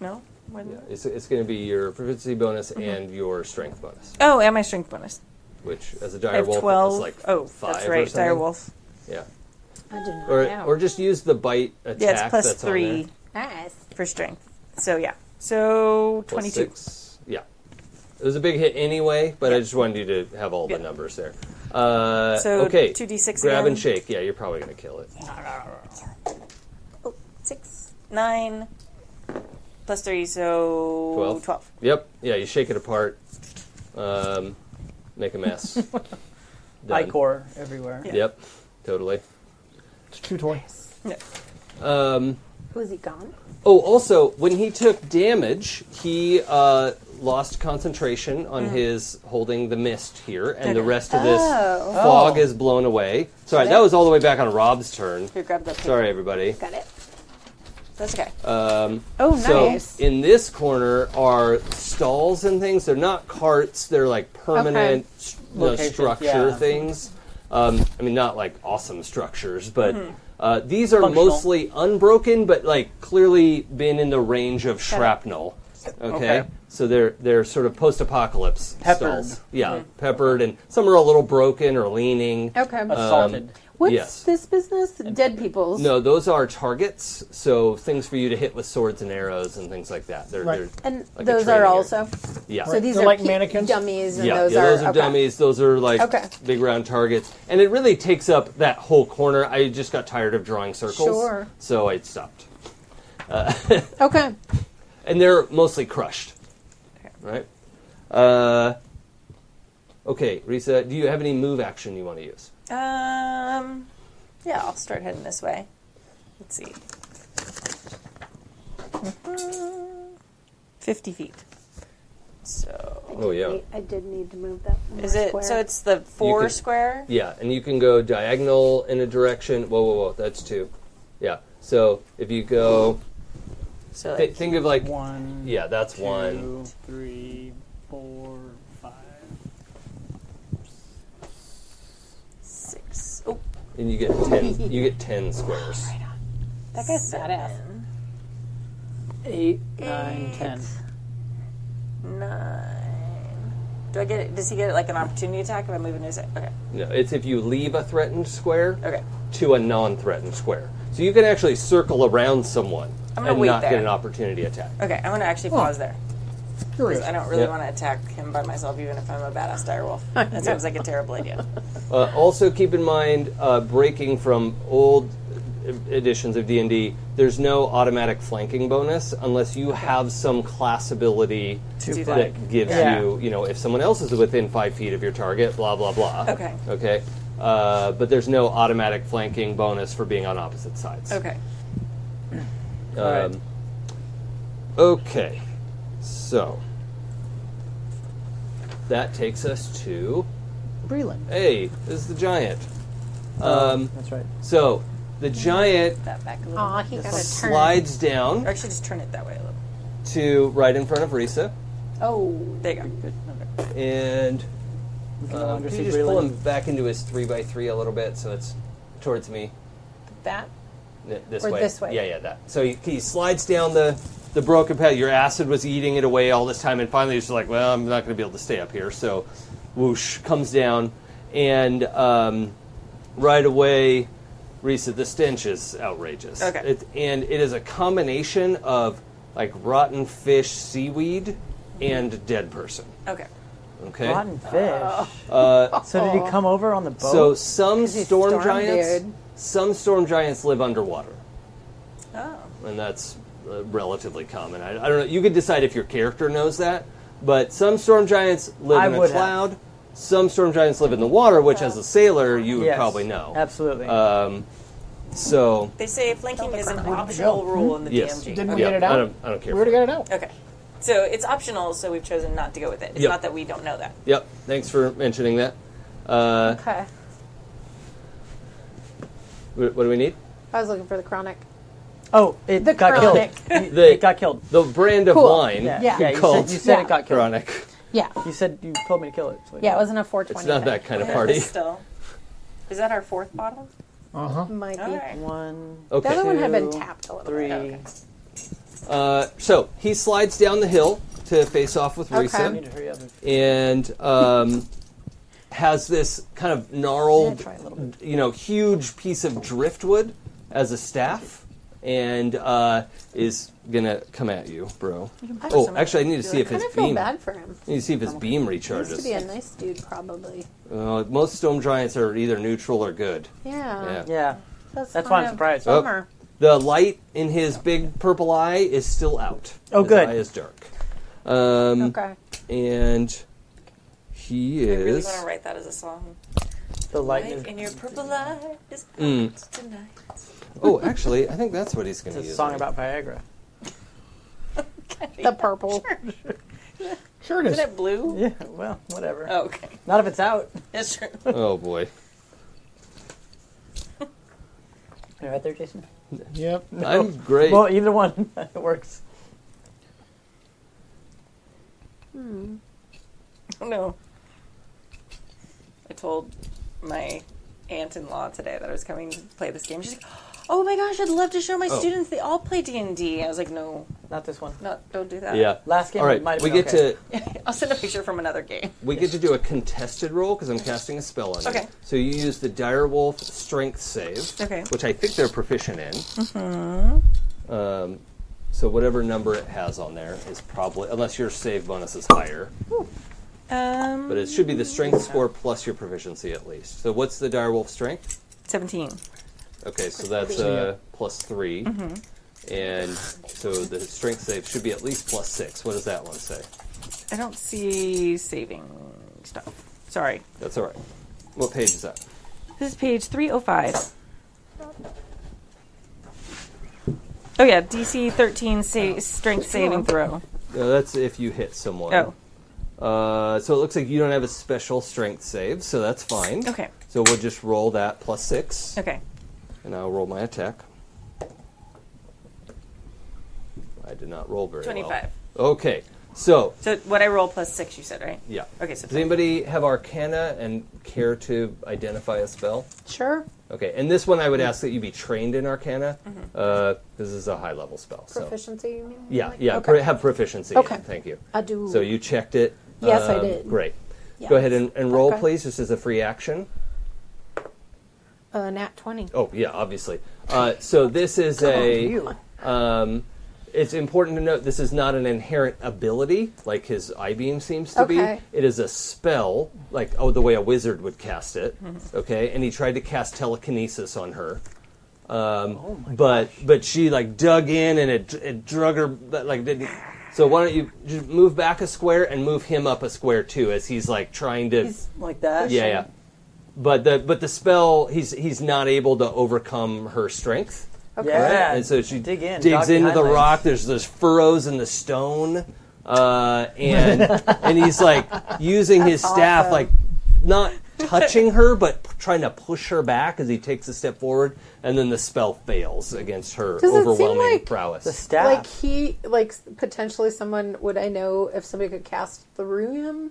No? More than Yeah, that? it's, it's going to be your proficiency bonus Mm-hmm. and your strength bonus, Oh, and my strength bonus. which as a I have direwolf 12. is like oh, five that's or right. something. Direwolf. Yeah, I do not or know. or just use the bite attack. Yeah, it's plus that's on there. three nice. for strength. So, yeah. So, Plus 22. six. Yeah, it was a big hit anyway, but I just wanted you to have all Yeah. the numbers there. Uh, So, okay, 2d6 grab again. and shake. Yeah, you're probably going to kill it. Oh, six, nine, plus three, so 12? Yep. Yeah, you shake it apart. Um, make a mess. Done. Icor everywhere. Yeah. Yep. Totally. It's two toy. Um, Was he gone? oh, also, when he took damage, he uh, lost concentration on Mm. his holding the mist here, and the rest of this Oh. fog is blown away. Sorry, that was all the way back on Rob's turn. Here, grab that. paper. Sorry, everybody. Got it. That's okay. Um, Oh, so nice. in this corner are stalls and things. They're not carts. They're like permanent s- you know, Locations, structure yeah. things. Um, I mean, not like awesome structures, but uh, these are Functional. mostly unbroken, but like clearly been in the range of shrapnel. Okay, Okay. so they're they're sort of post-apocalypse Peppered. stalls. Yeah, peppered, and some are a little broken or leaning. Okay. Assaulted. What's yes. this business? Dead people's. No, those are targets, so things for you to hit with swords and arrows and things like that. They're, Right. they're And like a those training are area. also. yeah. So these They're are like pe- mannequins? dummies, and yeah, those, yeah, those are, okay. dummies. Those are like Okay. big round targets, and it really takes up that whole corner. I just got tired of drawing circles, Sure. so I stopped. Okay. And they're mostly crushed, right? Uh, okay, Risa, do you have any move action you want to use? Um, yeah, I'll start heading this way. Let's see. Mm-hmm. Mhm. Fifty feet. So Oh yeah, I did need to move that. one is more it? square. So it's the four can- square. yeah, and you can go diagonal in a direction. Whoa, whoa, whoa, that's two. Yeah, so if you go, So th- like, think of like One. yeah, that's one. two, three, four, five. six. Oh, and you get ten. You get ten squares. That guy's badass. Eight, nine, ten. nine. Do I get? it? Does he get like an opportunity attack if I move into his? Okay. No, it's if you leave a threatened square Okay. to a non-threatened square. So you can actually circle around someone I'm gonna and wait not there. get an opportunity attack. Okay. I'm gonna actually pause there. 'Cause I don't really Yeah. want to attack him by myself, even if I'm a badass direwolf. That sounds like a terrible idea. Uh, also, keep in mind, uh, breaking from old editions of D anD D, there's no automatic flanking bonus unless you have some class ability Do that. that gives Yeah. you, you know, if someone else is within five feet of your target, blah blah blah. Okay. Okay. Uh, but there's no automatic flanking bonus for being on opposite sides. Okay. Um, okay, so that takes us to Breland. hey, this is the giant. Um, That's right. so the giant That back a little. Aw, he got a turn. slides Or down actually, just turn it that way a little. to right in front of Risa, Oh, there you go. and um, longer can see you just pull Breland. him back into his three by three a little bit so it's towards me. That Th- This Or way. this way. Yeah, yeah, that. So he, he slides down the, the broken path. Your acid was eating it away all this time, and finally he's just like, well, I'm not going to be able to stay up here. So whoosh, comes down, and um, right away, Risa, the stench is outrageous. Okay. It, and it is a combination of like rotten fish, seaweed, and dead person. Okay. Okay? Rotten fish. Uh, so did he come over on the boat? so some he's storm, storm giants, dude. some storm giants live underwater. Oh. and that's uh, relatively common. I, I don't know. You could decide if your character knows that, but some storm giants live I in a would have. cloud. Some storm giants live in the water, which, as a sailor, you would Yes, probably know. Absolutely. Um, so They say flanking is an optional rule in the yes, DMG. Didn't Okay. we get it I out? don't, I don't care. We already for got it. it out. Okay. So it's optional, so we've chosen not to go with it. It's Yep. not that we don't know that. Yep. Thanks for mentioning that. Uh, okay. wh- What do we need? I was looking for the chronic. oh, it The got chronic. killed. The- it got killed. The brand of Cool. wine. Yeah. Yeah. you Called said, you said Yeah. it got killed. Chronic. Yeah, You said you told me to kill it. so I yeah. It did. wasn't a 420. It's not thing. that kind of Yeah, party. Still. Is that our fourth bottle? Uh-huh. Might be. All right. One. The other Okay. one had been Two, tapped a little Three. bit. Uh, so he slides down the hill to face off with Okay. Risa. I need to hurry up. and- and um, has this kind of gnarled, Yeah, try a little you know, huge piece of driftwood as a staff, and uh, is gonna come at you, bro. Oh, actually, I need to see if I kind his of feel beam. bad for him. I need to see if his beam He used to be a recharges. nice dude, probably. Uh, most storm giants are either neutral or good. Yeah. Yeah. Yeah. That's, That's why kind I'm of surprised. Oh. Bummer. The light in his big purple eye is still out. Oh, his good. Eye is dark. Um, Okay. And he I really is. want to write that as a song. The light Light is. in your purple eye is out Mm. tonight. oh, actually, I think that's what he's going to It's use. a song right? about Viagra. Oh. The purple. Sure it is. Isn't it blue? Yeah. Well, whatever. Oh, okay. Not if it's out. That's true. Oh boy. You're right there, Jason. Yep. I'm great. Well, either one. it works. Oh, no. I told my aunt in law today that I was coming to play this game. She's like, "Oh my gosh, I'd love to show my Oh. students. They all play D and d I was like, "No, Not this one. no, don't do that." Yeah. Last game All right. might have we been get okay. to I'll send a picture from another game. we get to do a contested roll because I'm casting a spell on you. Okay. So you use the direwolf strength save, Okay. Mm-hmm. which I think they're proficient in. Mm-hmm. Um, so whatever number it has on there is probably unless your save bonus is higher, Um, but it should be the strength score plus your proficiency at least. So what's the direwolf strength? seventeen. Okay, so that's uh, plus 3 Mm-hmm. and so the strength save should be at least plus six. What does that one say? I don't see saving stuff. Sorry. That's all right. What page is that? This is page 305. Oh, yeah, DC 13 sa- strength saving throw. No, that's if you hit someone. Oh. Uh, so it looks like you don't have a special strength save, so that's fine. Okay. So we'll just roll that plus six, Okay. and I'll roll my attack. I did not roll very well. 25. Okay. So So what I roll plus six, you said, right? yeah. Okay, so Does anybody have Arcana and care to identify a spell? Sure. Okay, and this one I Mm-hmm. would ask that you be trained in Arcana. Uh, this is a high level spell. So. Proficiency. you mean? Yeah, Like- yeah, Mm-hmm. Okay. pro- have proficiency. in it, Okay. thank you. I do. So you checked it. Um, Yes, I did. Great. Go ahead and, and roll, Okay. please, just as a free action. uh, nat twenty. Oh, yeah, obviously. Uh, so this is Oh, a. Um, it's important to note this is not an inherent ability like his I beam seems to Okay. be. It is a spell, like oh, the way a wizard would cast it. Okay, and he tried to cast telekinesis on her. Um, but but she like dug in and it, it drug her but, like didn't. So why don't you just move back a square and move him up a square too as he's like trying to He's like that. yeah, yeah. But the but the spell he's he's not able to overcome her strength. Okay. Right? And so she Dig in, digs doggy into the highlights. rock. There's those furrows in the stone, uh, and and he's like using his staff, like not touching her, but p- trying to push her back as he takes a step forward. And then the spell fails against her Does it seem overwhelming like- prowess. The staff. Like he, like s- potentially someone would I know if somebody could cast through him,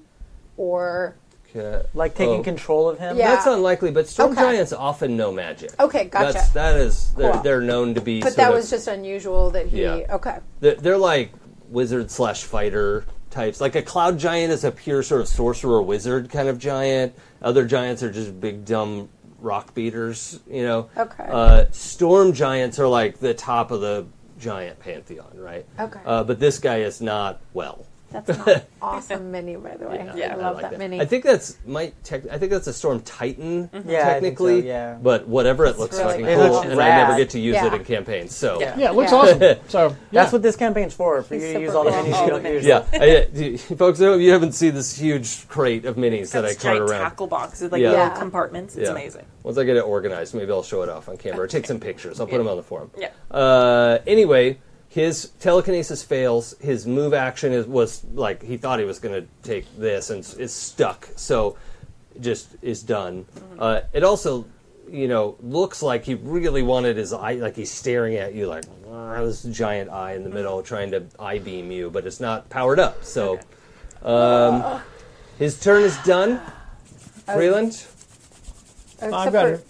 or Okay. like taking Oh. control of him. Yeah. That's unlikely, but storm Okay. giants often know magic. Okay, gotcha. That's, that is they're, Cool. they're known to be. but sort that of- was just unusual that he. Yeah. Okay. They're, they're like wizard slash fighter types. Like a cloud giant is a pure sort of sorcerer wizard kind of giant. Other giants are just big dumb rock beaters. You know. Okay. Uh, storm giants are like the top of the giant pantheon, right? Okay. Uh, but this guy is not well. That's an awesome mini, by the way. I love like that, mini. I think that's might. Tech, I think that's a storm titan. Mm-hmm. Yeah, I think technically. so, yeah. But whatever, it looks really fucking cool. cool, It looks and I never rad. get to use it Yeah. in campaigns. So Yeah. Yeah, it looks Yeah. awesome. So yeah. That's what this campaign's for. For He's you to super use all the cool. minis Oh, you don't okay. use. Yeah, I, I- you- folks, if you haven't seen this huge crate of minis that I That's cart giant around. tackle box with like Yeah. little Yeah. compartments. It's Yeah. amazing. Once I get it organized, maybe I'll show it off on camera. or Take some pictures. I'll put them on the forum. Yeah. Uh, anyway, his telekinesis fails. His move action is, was like he thought he was going to take this and s- is stuck. So just is done. Mm-hmm. Uh, it also, you know, looks like he really wanted his eye, like he's staring at you, like "Ah," this giant eye in the middle Mm-hmm. trying to eye beam you, but it's not powered up. So um, his turn is done. Freeland? Except I've got for- it.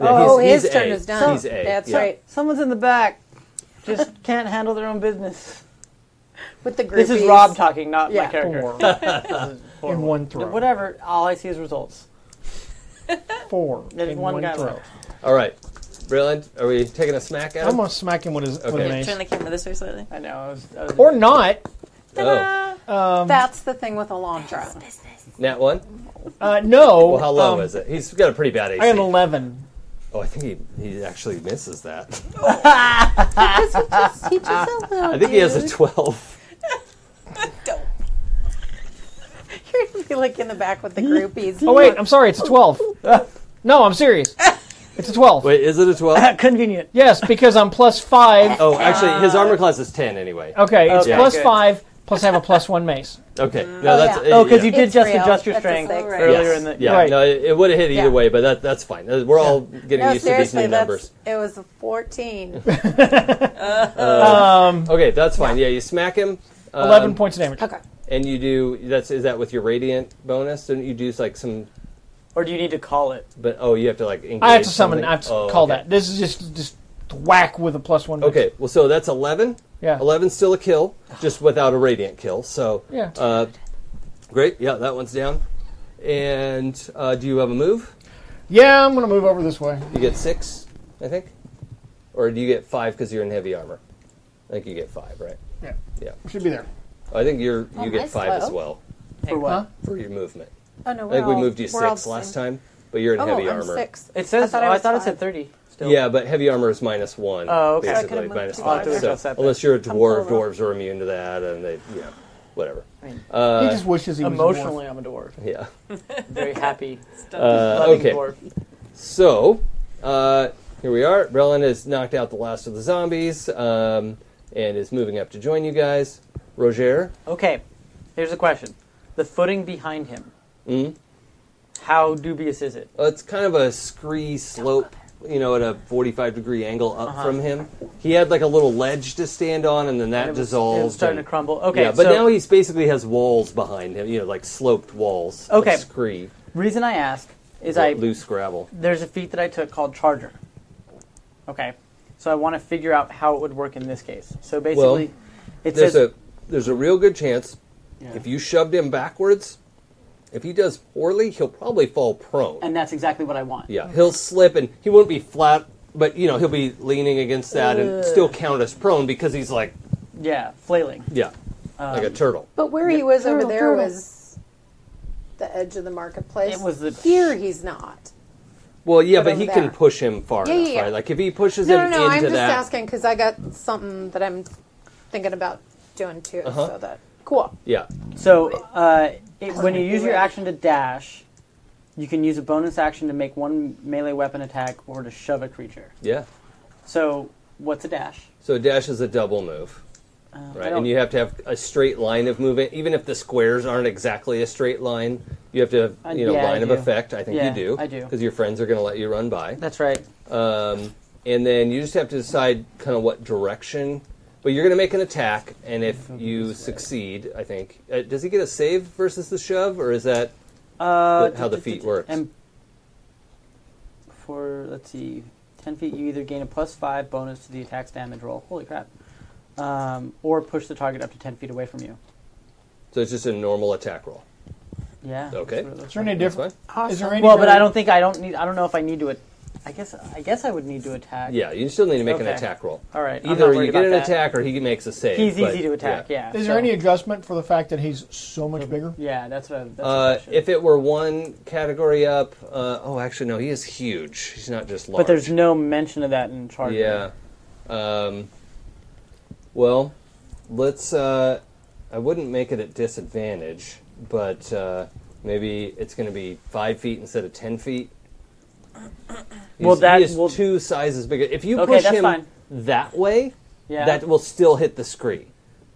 Yeah, Oh, he's- his he's turn A. is done. He's A. That's yeah. right. Someone's in the back. Just can't handle their own business. With the groupies. This is Rob talking, not Yeah. my character. Four Four. in one throw. Whatever. All I see is results. Four There's in one one, guy throw. left. All right. Brilliant. Are we taking a smack at I'm him? gonna smack him with his with Okay. an Yeah, ace. Turn the camera this way slightly. I know. I was, I was or not. Oh, That's the thing with Alondra. nat one. Uh, no. Well, how low um, is it? He's got a pretty bad AC. I got an eleven. oh, I think he, he actually misses that. He just a little I think he has a twelve. You're be like in the back with the groupies. Oh wait, I'm sorry. It's a twelve. no, I'm serious. It's a twelve. Wait, is it a twelve? convenient. Yes, because I'm plus five. Oh, actually, his armor class is ten anyway. Okay, it's Okay, plus good. five. Plus, I have a plus one mace. Okay. No, that's yeah. it- Oh, because yeah. you did It's just real. adjust your That's a strength six. Right. earlier Yes. in the. Yeah, Right. no, it, it would have hit either Yeah. way, but that that's fine. Uh, We're all getting No, used to these seriously, new that's, numbers. it was a 14. Okay, that's fine. Yeah, you smack him. um, Eleven points of damage. Okay. And you do that's is that with your radiant bonus? Didn't you do like some? Or do you need to call it? But oh, you have to like. I have engage to summon. something? I have to Oh, call okay. that. This is just just whack with a plus one. mace. Okay, well, so that's 11. Yeah. 11 still a kill, just without a radiant kill. So, Yeah. uh, great. Yeah, that one's down. And uh, do you have a move? Yeah, I'm gonna move over this way. You get six, I think? Or do you get five because you're in heavy armor? I think you get five, right? Yeah. Yeah. Should be there. I think you're, you am I get five as slow? well For what? Huh? for your movement. Oh, no, I think we we're all- moved you we're all six the last same. time, but you're in Oh, heavy I'm armor. six. It says. thought oh, I I was thought it five. said thirty. Still. Yeah, but heavy armor is minus one. Oh, okay. So I Basically, could've moved minus to five. five. So, Adjust that then. unless you're a dwarf, full of- dwarves are immune to that, and they, you know, whatever. Uh, he just wishes he was a dwarf. Emotionally, I'm a dwarf. Yeah. Very happy, Uh, loving okay. dwarf. So, uh, here we are. Relin has knocked out the last of the zombies um, and is moving up to join you guys. Roger, Okay, here's a question. the footing behind him. Mhm. How dubious is it? Uh, it's kind of a scree slope, you know, at a 45 degree angle up Uh-huh. from him. He had like a little ledge to stand on, and then that And it was- dissolved. It was starting and- to crumble. Okay, yeah, but so now he basically has walls behind him, you know, like sloped walls. of Okay. scree, reason I ask is lo- I loose gravel. there's a feat that I took called Charger. Okay, so I want to figure out how it would work in this case. So basically, it There's says a there's a real good chance if you shoved him backwards, if he does poorly, he'll probably fall prone. And that's exactly what I want. yeah, he'll slip and he won't be flat, but you know he'll be leaning against that and still count as prone because he's like Yeah, flailing. yeah, Um, like a turtle. But where he was over Turtle, there turtle. was the edge of the marketplace. It was the- here. He's not. Well, yeah, But but he over can there. push him far Yeah, enough, yeah, yeah. right? Like if he pushes No, no, him no. into I'm just that, asking because I got something that I'm thinking about doing too. Uh-huh. So that cool. yeah, So uh, it, when you use your action to dash, you can use a bonus action to make one melee weapon attack or to shove a creature. yeah. So what's a dash? So dash is a double move, Uh, right? don't- And you have to have a straight line of movement, even if the squares aren't exactly a straight line. You have to have Uh, you know yeah, I line of do. effect. I think Yeah, you do. I do. because your friends are going to let you run by. that's right. Um, and then you just have to decide kind of what direction. But you're going to make an attack, and if you succeed, I think uh, does he get a save versus the shove, or is that Uh, the- how the feat works? And for let's see, ten feet, you either gain a plus five bonus to the attack's damage roll. Holy crap! Um, or push the target up to ten feet away from you. So it's just a normal attack roll. Yeah. that's Okay. what it looks Is there any That's difference? fine. Is there any Well, but really- I don't think I don't need. I don't know if I need to. At- I guess. I guess I would need to attack. Yeah, you still need to make an Okay. attack roll. All right. I'm Either not you worried get about an that. attack, or he makes a save. He's but- easy to attack. Yeah. Is there so- any adjustment for the fact that he's so much bigger? Yeah, that's what. I, that's Uh, what I if it were one category up, uh, oh, actually no, he is huge. He's not just large. but there's no mention of that in charge. Yeah. Um, well, let's. Uh, I wouldn't make it at disadvantage, but uh, maybe it's going to be five feet instead of ten feet. He's- Well, that he is will- two sizes bigger. If you Okay, push that's him fine. that way, Yeah. that will still hit the screen.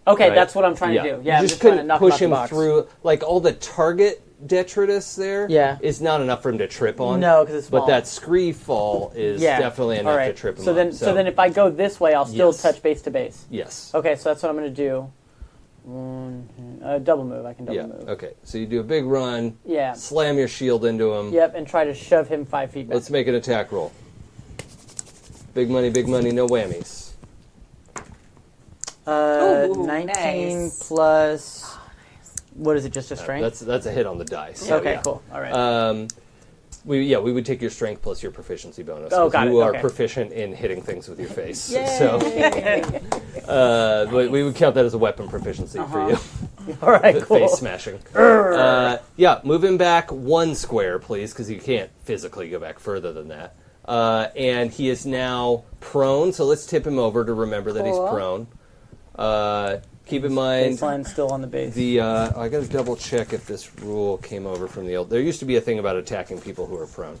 Okay, right? that's what I'm trying yeah. to do. Yeah. you I'm just, trying to couldn't knock him out push the him box. through. Like all the target detritus there is Yeah. not enough for him to trip on. No, 'cause it's But small. that scree fall is Yeah. definitely enough All right. to trip him so up. then, so. then, if I go this way, I'll still Yes. touch base to base. yes. Okay, so that's what I'm going to do. One, two, uh, double move. I can double Yeah. move. Okay. So you do a big run. Yeah. Slam your shield into him. Yep, and try to shove him five feet back. Let's make an attack roll. Big money, big money, no whammies. Uh, Ooh, 19 nice. plus. What is it? Just a strength? Uh, That's that's a hit on the dice. okay, cool. All right. Um, we yeah we would take your strength plus your proficiency bonus. Oh, 'cause got you it, are okay. proficient in hitting things with your face. So, uh, but we would count that as a weapon proficiency Uh-huh. for you. All right. The Cool. Face smashing. Uh, yeah, move him back one square, please, because you can't physically go back further than that. Uh, and he is now prone, so let's tip him over to remember that he's prone. Uh, keep in mind Baseline's still on the base. the uh, I got to double check if this rule came over from the old. There used to be a thing about attacking people who are prone.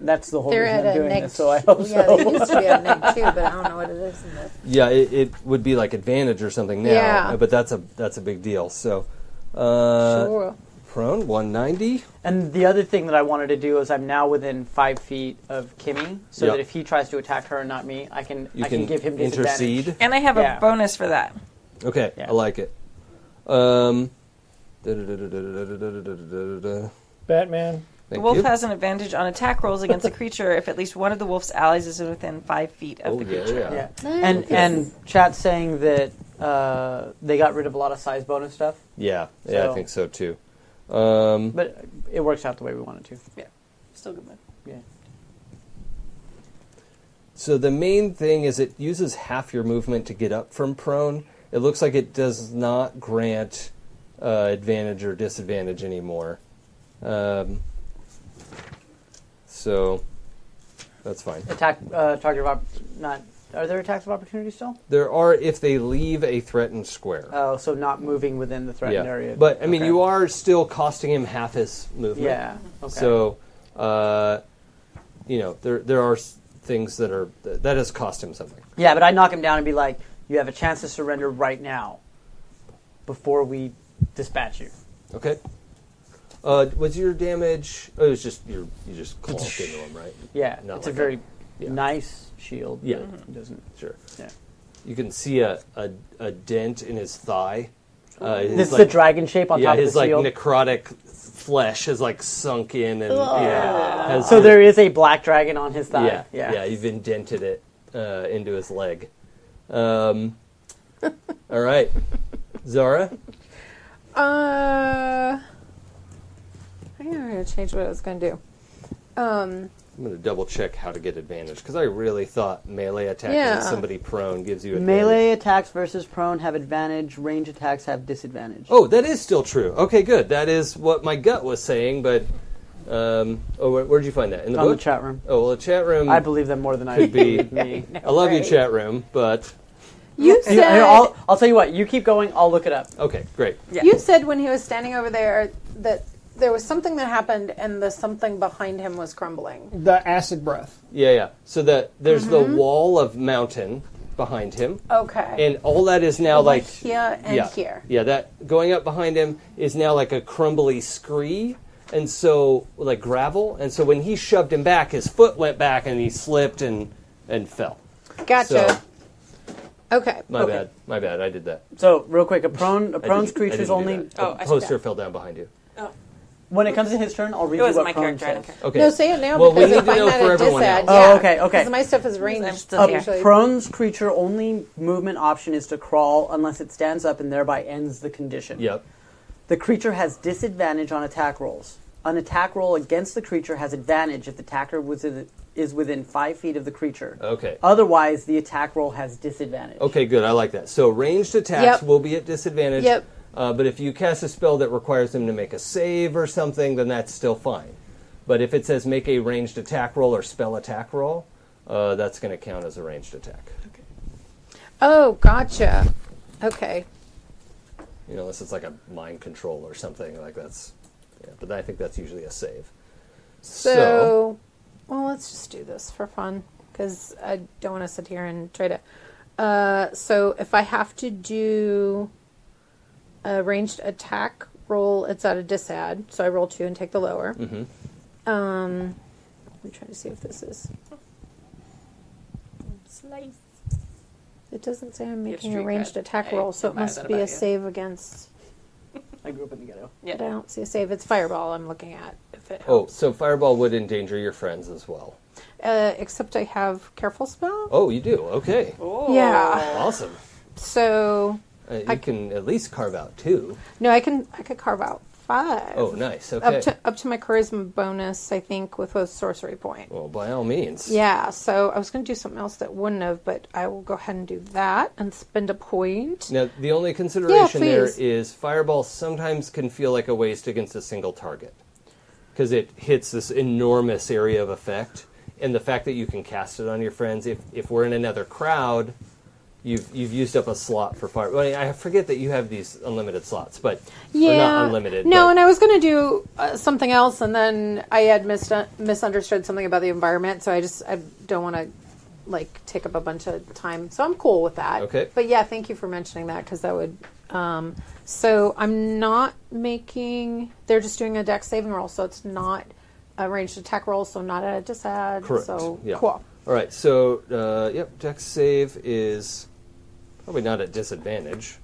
That's the whole They're reason at I'm a doing neg. this. So I hope yeah, so. there used to be a neg too, but I don't know what it is. Yeah, it, it would be like advantage or something now, uh, Yeah. but that's a that's a big deal. So uh, Sure. prone 190. And the other thing that I wanted to do is I'm now within five feet of Kimmy, so Yeah. that if he tries to attack her and not me, I can You I can, give him disadvantage. intercede. And I have Yeah. a bonus for that. Okay, Yeah. I like it. Um, thank Batman. The wolf you. has an advantage on attack rolls against a creature if at least one of the wolf's allies is within five feet of Oh, the yeah, creature. yeah. Yeah. And and chat saying that uh, they got rid of a lot of size bonus stuff, yeah, yeah, I So- think so too. Um, but it works out the way we want it to. Still good one. Yeah. so the main thing is it uses half your movement to get up from prone. It looks like it does not grant uh, advantage or disadvantage anymore. Um, so that's fine. Attack uh, target of op- not. Are there attacks of opportunity still? There are if they leave a threatened square. Oh, so not moving within the threatened area. But I mean, Okay. you are still costing him half his movement. Yeah. Okay. So, uh, you know, there there are s- things that are th- that has cost him something. Yeah, but I knock him down and be like, "You have a chance to surrender right now, before we dispatch you." Okay. Uh, was your damage? Oh, it was just your you just clocked into him, right? Yeah, Not it's like a very Yeah. nice shield. Yeah. but it doesn't. Sure. Yeah. You can see a, a, a dent in his thigh. Uh, his, This is the like- dragon shape on Yeah, top of his the like shield. necrotic flesh has like sunk in and yeah. has- so there is a black dragon on his thigh. yeah, yeah, You've indented it uh, into his leg. Um, all right, Zara. Uh, I think I'm going to change what I was going to do. Um, I'm gonna double check how to get advantage because I really thought melee attacking Yeah. somebody prone gives you advantage. Melee attacks versus prone have advantage. Range attacks have disadvantage. Oh, that is still true. Okay, good. That is what my gut was saying, but um, oh, where, where'd you find that in the on book? the chat room. Oh well, the chat room. I believe them more than I Could be. believe me. I love you, chat room, but you You- said here, I'll, I'll tell you what. You keep going. I'll look it up. okay, great. you said when he was standing over there that there was something that happened and the something behind him was crumbling. The acid breath. Yeah, yeah. So that there's Mm-hmm. the wall of mountain behind him, Okay. and all that is now like here and yeah, here. Yeah, that going up behind him is now like a crumbly scree, and so like gravel, and so when he shoved him back, his foot went back and he slipped and and fell. Gotcha. So okay. my okay. bad, my bad. I did that. So real quick, a prone a I prone's didn't- I didn't creature's do only that. Oh, I a see poster fell down behind you. when it comes to his turn. I'll read It you wasn't what my prone character. I don't says. care. Okay. No, say it now Well, we because need if to I'm know for not a everyone disad, else. Oh, yeah, okay, okay. 'cause my stuff is ranged. I'm still here. usually. Prone's creature only movement option is to crawl unless it stands up and thereby ends the condition. Yep. The creature has disadvantage on attack rolls. An attack roll against the creature has advantage if the attacker was in- is within five feet of the creature. Okay. Otherwise, the attack roll has disadvantage. Okay, good. I like that. So ranged attacks Yep. will be at disadvantage. Yep. Uh, but if you cast a spell that requires them to make a save or something, then that's still fine. But if it says make a ranged attack roll or spell attack roll, uh, that's going to count as a ranged attack. Oh, gotcha. Okay. You know, unless it's like a mind control or something like that's. Yeah, but I think that's usually a save. So, well, let's just do this for fun because I don't want to sit here and try to. Uh, so, if I have to do a ranged attack roll, it's at a disad. So I roll two and take the lower. Mhm. Um, let me try to see if this is. Slice. It doesn't say I'm have making a street ranged cred. attack I roll, so feel it bad must about be a you. save against. I grew up in the ghetto. But Yeah. I don't see a save. It's fireball I'm looking at. If it Oh, helps. so fireball would endanger your friends as well. Uh, except I have careful spell. Oh, you do. Okay. Oh. Yeah. Awesome. So Uh, you Ah. I c- can at least carve out two. No, I can I could carve out five. Oh, nice. Okay. Up to up to my charisma bonus, I think, with a sorcery point. well, by all means. Yeah, so I was going to do something else that wouldn't have, but I will go ahead and do that and spend a point. Now, the only consideration there please. is fireball sometimes can feel like a waste against a single target because it hits this enormous area of effect, and the fact that you can cast it on your friends. If if we're in another crowd, you've you've used up a slot for fire. Well, I forget that you have these unlimited slots, but or not unlimited. No, but- and I was going to do uh, something else, and then I had mis- misunderstood something about the environment, so I just I don't want to like take up a bunch of time. So I'm cool with that. Okay. But yeah, thank you for mentioning that because that would. Um, so I'm not making. They're just doing a deck saving roll, so it's not a ranged attack roll, so not at a disad. Correct. So yeah. cool. All right. So, uh, yep. Dex save is probably not at disadvantage.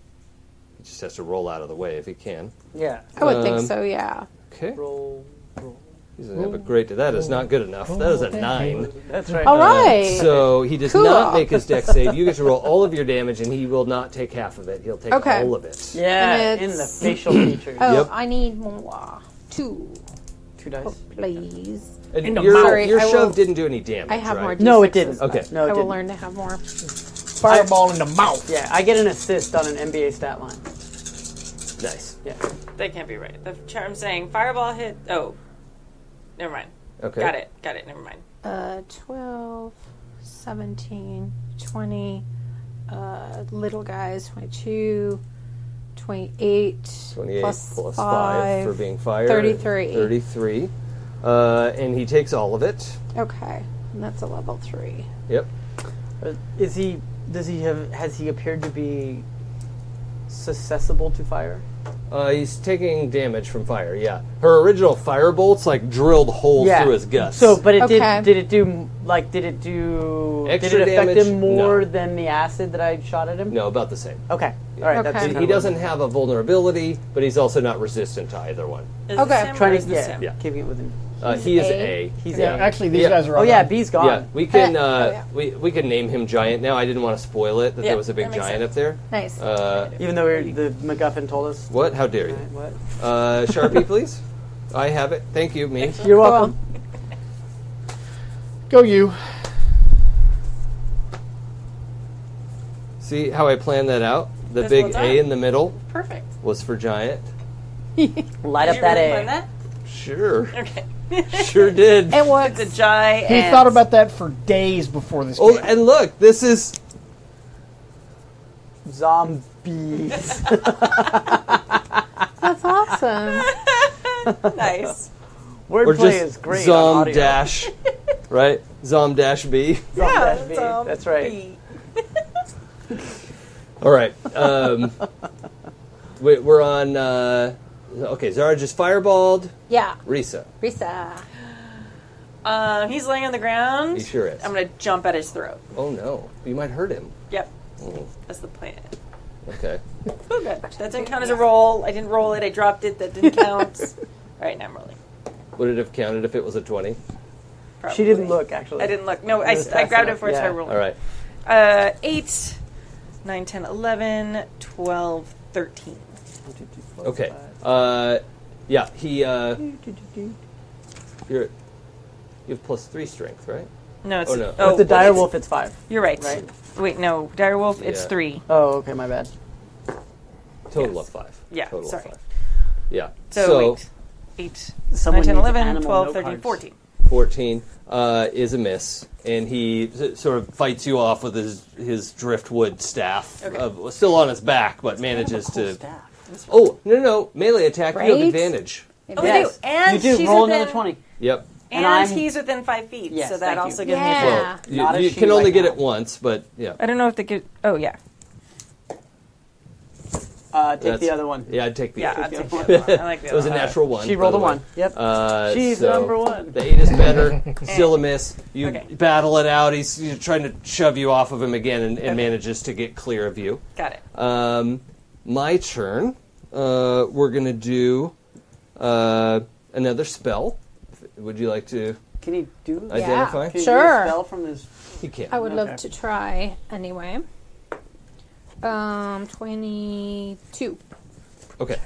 He just has to roll out of the way if he can. Yeah. I would think Um, so. Yeah. Okay. Roll, roll. He's gonna Oh. have a great. That is not good enough. That is a nine. That's right. Oh. All Uh, right. so he does Oh, Cool. not make his dex save. You get to roll all of your damage, and he will not take half of it. He'll take Okay. all of it. yeah, And in the it's- facial features. oh, yep. I need more. Two, Two dice. oh, please. And the your, mouth. Sorry, your I will- shove didn't do any damage. I have right? more. No, it D6s. didn't. Okay. No, it I will didn't. learn to have more. Fireball in the mouth. Yeah, I get an assist on an NBA stat line. Nice. Yeah. That can't be right. The charm saying fireball hit. Oh, never mind. Okay. Got it. Got it. Never mind. Uh, 12, 17, 20, uh, little guys, 22, 28, 28 plus, plus 5. five for being fired. 33. 33. Uh, and he takes all of it. Okay, and that's a level 3. Yep. Is he? Does he have? Has he appeared to be susceptible to fire? Uh, he's taking damage from fire. Yeah, her original fire bolts like drilled holes Yeah. through his guts. So, but it Okay. did. Did it do like? Did it do? Extra did it affect damage? him more No. than the acid that I shot at him? no, about the same. Okay. All right. That's Okay. He- kinda He what- doesn't have a vulnerability, but he's also not resistant to either one. Is Okay. Sim or Trying is to the yeah, Sim? Yeah. keeping it within. Uh, he is A. A. He's Yeah, a- actually, these Yeah. guys are. Oh all yeah, done. B's gone. Yeah, we can uh, Oh, yeah. we we can name him Giant now. I didn't want to spoil it that Yeah, there was a big that makes giant sense. up there. Nice. Uh, Even though we the MacGuffin told us. what? How dare you? Right, what? Uh, Sharpie, please. I have it. Thank you, me. You're welcome. Go you. See how I planned that out? The That's big well A done. in the middle Perfect. was for Giant. Light Did up you that really A. plan that? Sure, Okay. sure did. And what? It's a giant. He thought about that for days before this. Oh, game. and look, this is Zombies. That's awesome. nice. or Wordplay just is great. on Zom audio. Dash, right? Zom Dash B. Zom dash B. um, That's right. B. All right. Um, we, we're on. Uh, okay, Zara just fireballed Yeah, Risa. Risa. Um, he's laying on the ground. He sure is. I'm gonna jump at his throat. Oh no, you might hurt him. Yep, Oh, that's the plan. okay. Oh, good. That didn't count as a roll. I didn't roll it. I dropped it. That didn't count. All right, now I'm rolling. Would it have counted if it was a twenty? Probably. She didn't look actually. I didn't look. No, I, It was I fast grabbed it enough, for it, so I yeah. rolled. All right. Uh, 8, 9, 10, 11, 12, 13. Okay. Uh, yeah, he. Uh, you're. You have plus three strength, right? No, it's Oh, no. With the well, dire it's- wolf, it's five. You're right. right? Wait, no, direwolf. It's Yeah. three. Oh, okay, my bad. Total Yes. of five. Yeah, Total sorry. of five. Yeah. So, So, wait, eight, Someone 9, 10, needs 11, animal 12, note 13, cards. 14. fourteen uh, is a miss, and he s- sort of fights you off with his his driftwood staff, Okay. uh, still on his back, but manages Cool to. staff. Oh no, no no melee attack! You have Right? advantage. Oh, Yes. we do. And you do she's roll within, another twenty. Yep. And, And I'm- he's within five feet, Yes, so thank that you. also gives me. Yeah. Well, you, Not a you she can only right get now. it once, but yeah. I don't know if they get. Oh yeah, Uh, take That's- the other one. Yeah, I'd take the. yeah. eight. I take the other one. I like the It was a other one. natural one. She by rolled the a way. one. Yep. Uh, She's so number one. The eight is better. Still a miss. You Okay. battle it out. He's, he's trying to shove you off of him again and, and manages to get clear of you. Got it. Um, my turn. Uh, we're going to do uh, another spell. Would you like to Can he do? Can identify? he do a Sure. spell from his? You can. I would Okay. love to try anyway. Um, 22. Okay.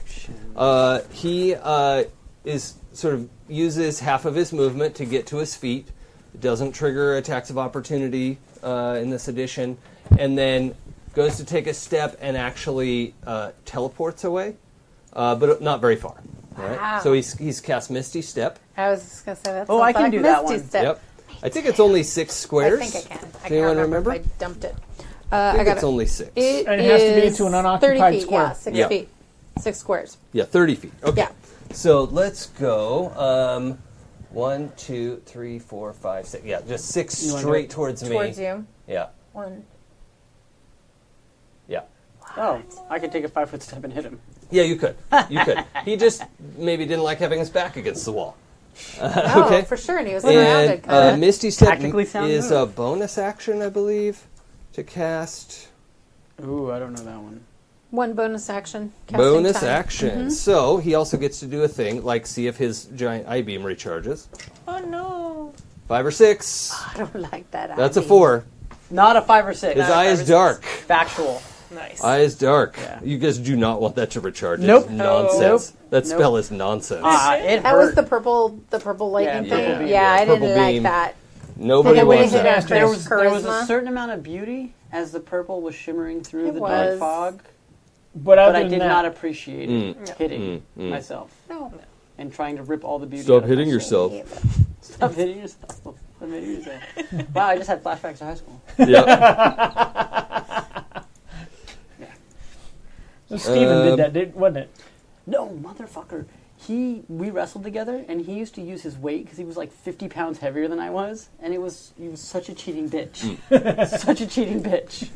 Uh, he uh, is sort of uses half of his movement to get to his feet. It doesn't trigger attacks of opportunity uh, in this edition, and then goes to take a step and actually uh, teleports away, uh, but not very far. All right. Wow. So he's he's cast Misty Step. I was just going to say that's Oh, I can like do that Misty one. Step. Yep. I think it's only six I squares. think I can. I Does anyone can't remember? if I dumped it. I Uh, think got it's it. only six. It And it has to be is to an unoccupied 30 feet, square. Yeah, six Yeah. feet. Six squares. Yeah, 30 feet. Okay. Yeah. So let's go. Um, one, two, three, four, five, six. Yeah, just six wanna straight towards me. Towards you. Yeah, One. yeah. Oh, I could take a five foot step and hit him. Yeah, you could. You could. he just maybe didn't like having his back against the wall. Oh, Okay. for sure. And he was surrounded. And uh, Misty Step Tactically sound is move. a bonus action, I believe, to cast. Ooh, I don't know that one. one bonus action. casting bonus time. Mm-hmm. action. So he also gets to do a thing like see if his giant I beam recharges. Oh no. Five or six. I don't like that. That's a idea. four. Not a five or six. His eye five or is six. dark. Factual. Nice. Eye is dark. Yeah. You guys do not want that to recharge. It's Nope. nonsense. Nope. That spell is nonsense. Ah, it That hurt. was the purple, the purple lightning purple thing. beam. Yeah, I Purple didn't like beam. that. Nobody Okay, we wants hit that. it. there was, there was charisma. a certain amount of beauty as the purple was shimmering through It the dark was. fog, But, but other I than did that, not appreciate it hitting Mm, mm. myself No. and trying to rip all the beauty. out Stop of hitting my soul. yourself. Stop hitting yourself. Stop hitting yourself. wow, I just had flashbacks to high school. Yep. Steven Um, uh, did that, did, wasn't it? No, motherfucker. he we wrestled together, and he used to use his weight because he was like 50 pounds heavier than I was, and it was he was such a cheating bitch, such a cheating bitch.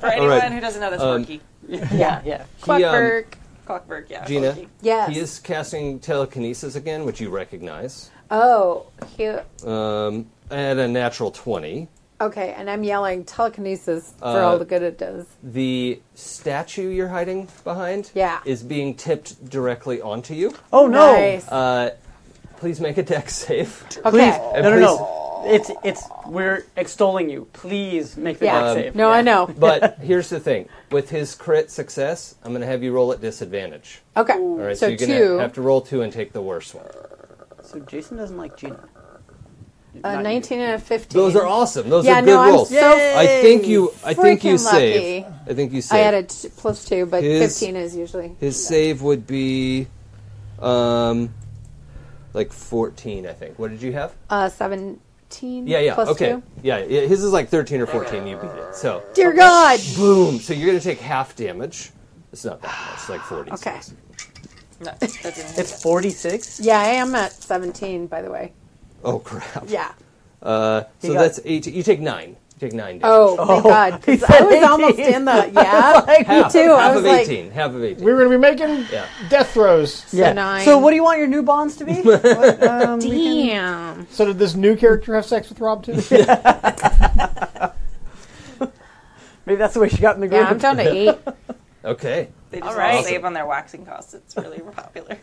For anyone right. who doesn't know, that's Um, Corky. yeah, yeah. He, um, Clockwork. Clockwork, yeah. Gina, Corky. Yes. he is casting telekinesis again, which you recognize, oh, cute. um, at a natural 20. Okay, and I'm yelling telekinesis for Uh, all the good it does. The statue you're hiding behind Yeah. is being tipped directly onto you. Oh no! Nice. Uh, please make a deck save. okay. And No, no, please- no. It's it's we're extolling you. Please make the Yeah. deck Um, save. No, I know. But here's the thing with his crit success, I'm going to have you roll at disadvantage. Okay. All right, so, so, you're going two, to have to roll two and take the worst one. So Jason doesn't like Gina. Not a you. 19 Uh, and a 15. Those are awesome. Those Yeah, are good no, I'm rolls. so Yay! I think you. I think you freaking save. lucky. I think you save. I had a t- plus two, but His- 15 is usually. His save would be, um, like fourteen. I think. What did you have? Uh, 17 yeah, yeah. plus okay. two. Yeah, yeah, his is like thirteen or fourteen. You beat it. So Dear God. boom. So you're gonna take half damage. It's not that much. It's like forty. Okay. No, that didn't hit. It's 46. Yeah, I am at 17, by the way. Oh crap. Yeah. Uh, so got- that's eight. You take nine. You take nine. Damage. Oh, thank God. 'cause I was almost in the. Yeah. half, me too. Half I was of like, eighteen. Half of eighteen. We're going to be making Yeah. death throws. yeah. nine. So what do you want your new bonds to be? What, um, we can- Damn. So did this new character have sex with Rob too? Maybe that's the way she got in the group. Yeah, I'm down to eight. Okay. They just All all right. right. save on their waxing costs. It's really popular.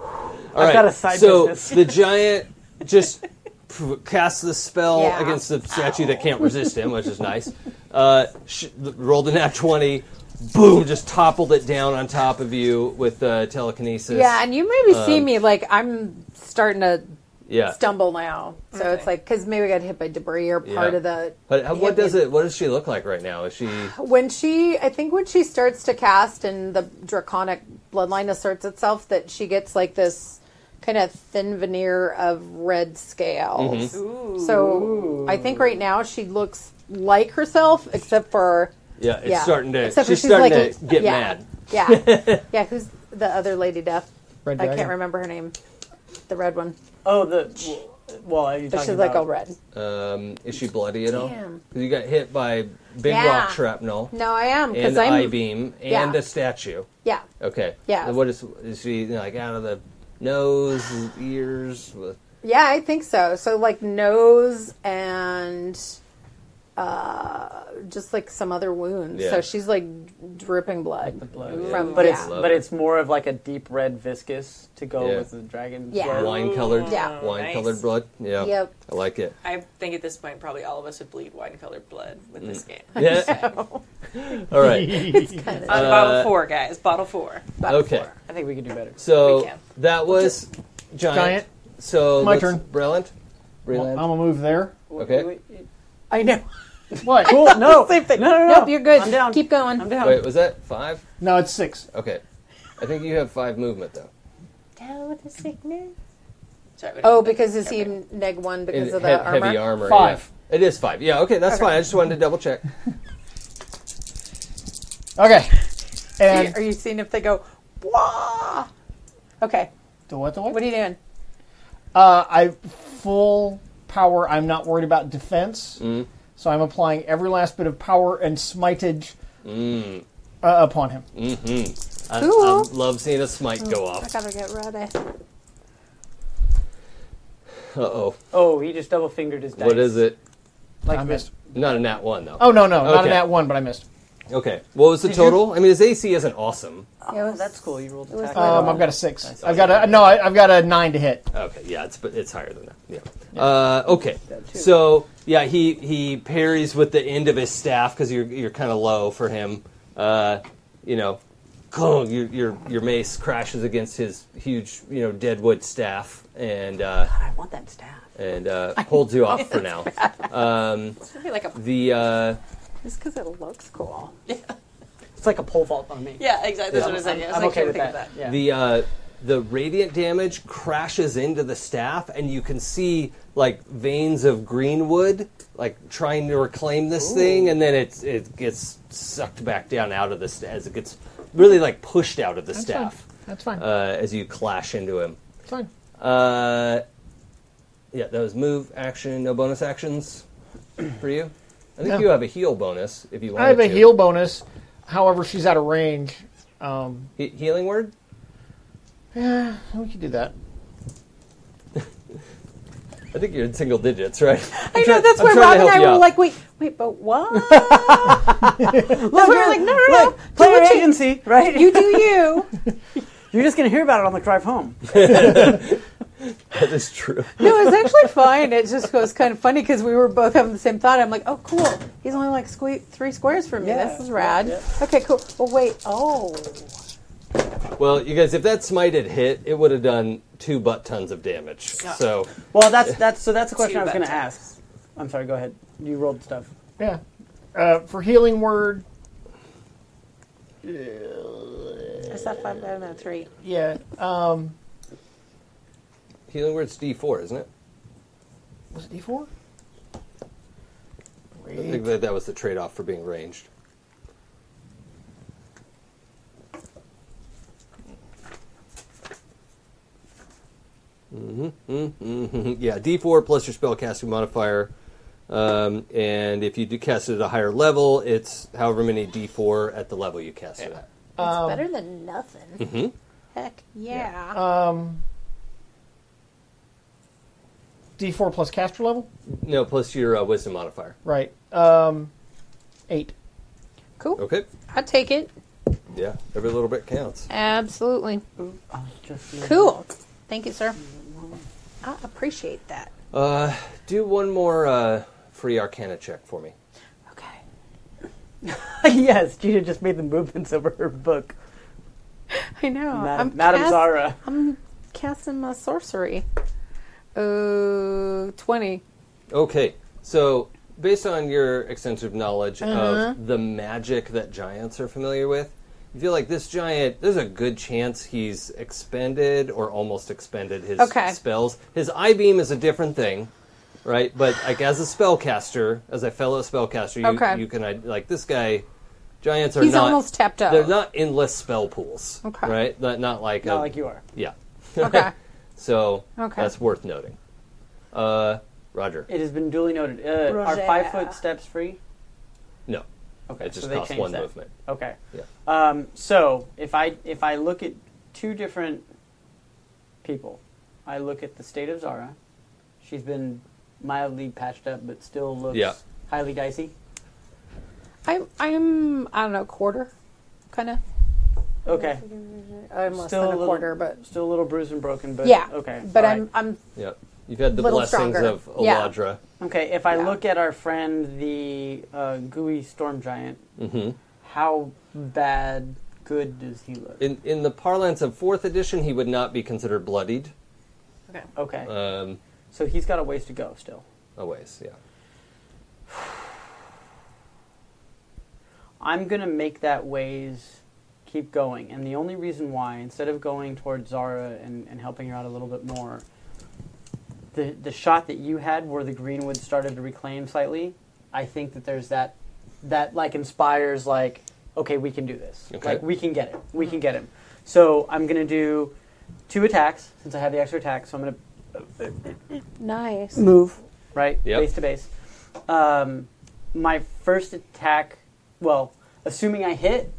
All right. got a side so business. the giant just p- casts the spell Yeah. against the statue that can't resist him, which is nice. Uh, sh- rolled a nat twenty, boom, just toppled it down on top of you with uh, telekinesis. Yeah, and you maybe see me like I'm starting to Um, yeah. stumble now. So it's like because maybe I got hit by debris or part Yeah. of the. But how, what hit me. does it? What does she look like right now? Is she? When she, I think when she starts to cast and the draconic bloodline asserts itself, that she gets like this kind of thin veneer of red scales. Mm-hmm. So I think right now she looks like herself, except for Yeah, it's yeah. starting to. Except for she's she's starting like- to get yeah. mad. yeah, yeah. Who's the other lady death? Red I Dragon. can't remember her name. The red one, Oh, the well, are you but talking she's about? like all red. Um, is she bloody at all? Damn. 'Cause you got hit by big Yeah. rock shrapnel No, I am because and I'm I beam and yeah. a statue. yeah. Okay. Yeah. And What is is she you know, like out of the nose, ears? with- Yeah, I think so. So like nose and uh, just like some other wounds. Yeah. So she's like dripping blood. blood. From- but it's yeah. Love but it. it's more of like a deep red viscous to go Yeah. with the dragon. Yeah. blood. Wine colored, Yeah. wine colored Nice. blood. Yeah, Yep. I like it. I think at this point, probably all of us would bleed wine colored blood with this Mm. game. Yeah. All right. On Uh, bottle four, guys. Bottle four. Okay. I think we could do better. We So can. that was giant. Giant. So My let's- turn. Brilliant. I'm Brilliant. gonna move there. Okay. I know. What? Cool. Oh, No. Same thing. No, no, Oh. no. Nope, you're good. I'm down. Keep going. I'm down. Wait, was that five? No, it's six. Okay. I think you have five movement though. Down with the sickness. Sorry, Oh, because is he neg one because In of the he- armor? Heavy armor. Five. yeah. It is five. Yeah. Okay, that's fine. I just wanted to double check. Okay. Are And you- Are you seeing if they go? Wah! Okay. the what? The what? What are you doing? Uh, I full power. I'm not worried about defense, Mm. so I'm applying every last bit of power and smitage Mm. uh, upon him. Mm-hmm. I, I Cool. Mm, love seeing a smite go I off. Uh gotta get ready. oh. Oh, he just double fingered his dice. What is it? I missed. Not a nat one though. Oh no, no, not Okay. in that one, but I missed. Okay. What was the total? I mean, his AC isn't awesome. Oh, that's cool. You rolled it was attack. like- Um, Oh. I've got a six. I've got a no. I, I've got a nine to hit. Okay. Yeah, it's but it's higher than that. Yeah. Uh, okay. So yeah, he he parries with the end of his staff because you're you're kind of low for him. Uh, you know, kung, your your your mace crashes against his huge you know deadwood staff and uh, I want that staff. and uh, holds you off for now. Um, It's gonna be like a the uh, Just because it looks cool. It's like a pole vault on me. yeah, exactly. That's Yeah. what I was I'm, thinking. I was I'm like, okay trying to with think that. of that. Yeah. the uh, the radiant damage crashes into the staff, and you can see like veins of greenwood, like trying to reclaim this thing, and then it it gets sucked back down out of the sta- as it gets really like pushed out of the staff. That's fine. uh, as you clash into him. That's fine. Uh, yeah, that was move action. No bonus actions for you. I think No. you have a heal bonus if you want. I have a to. heal bonus. However, she's out of range. Um, He- healing word. yeah, Oh, we could do that. I think you're in single digits, right? I know that's I'm why trying Rob to and help I you were out. like, wait, wait, but what? that's why we were like, no, no, no. Look, player what you- agency, right? You do you. You're just gonna hear about it on the drive home. That is true. No, it's actually fine. It just was kind of funny because we were both having the same thought. I'm like, oh, cool. He's only like sque- three squares from me. This is rad. Okay, cool. Well, wait. Oh, Well, you guys, if that smite had hit, it would have done two butt tons of damage. So Well, that's that's so that's a question Two I was going to buttons. ask. I'm sorry. Go ahead. You rolled stuff. Yeah. Uh, for healing word, Is that five better than a three? yeah. Um, healing word's D4, isn't it? was it D four? I think that, that was the trade-off for being ranged. hmm Yeah, D4 plus your spellcasting modifier, um, and if you do cast it at a higher level, it's however many D4 at the level you cast it at. better than nothing. Mhm. Heck yeah. Uh, D four plus caster level. No, plus your uh, wisdom modifier. Right. Um, eight. cool. Okay. I take it. Yeah, every little bit counts. Absolutely. Oh, just Cool. Thank you, sir. I appreciate that. Uh, do one more uh, free Arcana check for me. Okay. yes, Gina just made the movements over her book. I know. Madam, Madam Oh, cast- Zara. I'm casting my sorcery. Uh, 20. Okay, so based on your extensive knowledge Uh-huh. of the magic that giants are familiar with, you feel like this giant, there's a good chance he's expended or almost expended his Okay. spells. His I beam is a different thing, right? But like as a spellcaster, as a fellow spellcaster, you, Okay. you can, I- like, this guy, giants are He's not. almost tapped out. They're not endless spell pools, Oh. Okay. right? Not, not like. Not a- like you are. Yeah. Okay. So Okay. that's worth noting. Uh, Roger. It has been duly noted. Uh, are Roger. five foot steps free? No. Okay, It just so they costs changed one that. movement. Okay. Yeah. Um, so if I if I look at two different people, I look at the state of Zara. She's been mildly patched up, but still looks Yeah. highly dicey. I'm, I'm, I don't know, quarter, kind of. Okay. I'm less Still a than a little- quarter, but Still a little bruised and broken, but yeah. Okay. But all I'm, right. I'm, Yeah. You've had the Little blessings stronger. of Yeah. Eladra. okay. If I Yeah. look at our friend the uh, gooey storm giant, hmm how bad good does he look? In in the parlance of fourth edition, he would not be considered bloodied. okay. Um, so he's got a ways to go still. a ways, yeah. I'm gonna make that ways keep going. And the only reason why, instead of going towards Zara and, and helping her out a little bit more, the the shot that you had where the greenwood started to reclaim slightly, I think that there's that that like inspires like, okay, we can do this. Okay. Like we can get it. We can get him. So I'm gonna do two attacks since I have the extra attack. So I'm gonna nice. move right Yep. base to base um, my first attack well assuming i hit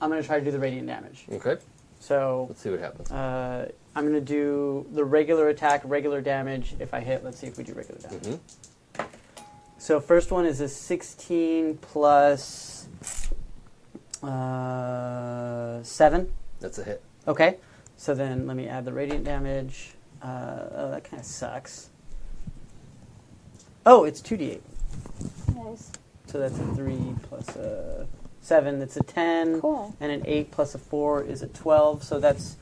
i'm going to try to do the radiant damage Okay. so Let's see what happens. uh, i'm going to do the regular attack regular damage if i hit let's see if we do regular damage Mhm. so first one is a 16 plus uh, 7 That's a hit. Okay. So then let me add the radiant damage. Uh, oh, that kind of sucks. Oh, it's 2d8. Nice. So that's a 3 plus a 7, that's a 10. Cool. And an 8 plus a 4 is a 12. So that's.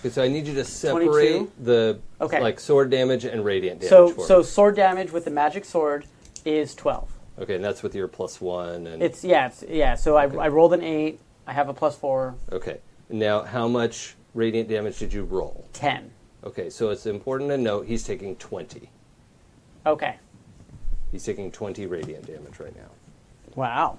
Okay, so I need you to separate 22? the Okay. like sword damage and radiant damage. so, for so me. sword damage with the magic sword is 12. okay, and that's with your plus one and It's, yeah, it's, yeah. So I, Okay. I rolled an 8. I have a plus 4, okay. Now, how much radiant damage did you roll? 10. Okay, so it's important to note he's taking twenty. Okay. He's taking twenty radiant damage right now. Wow.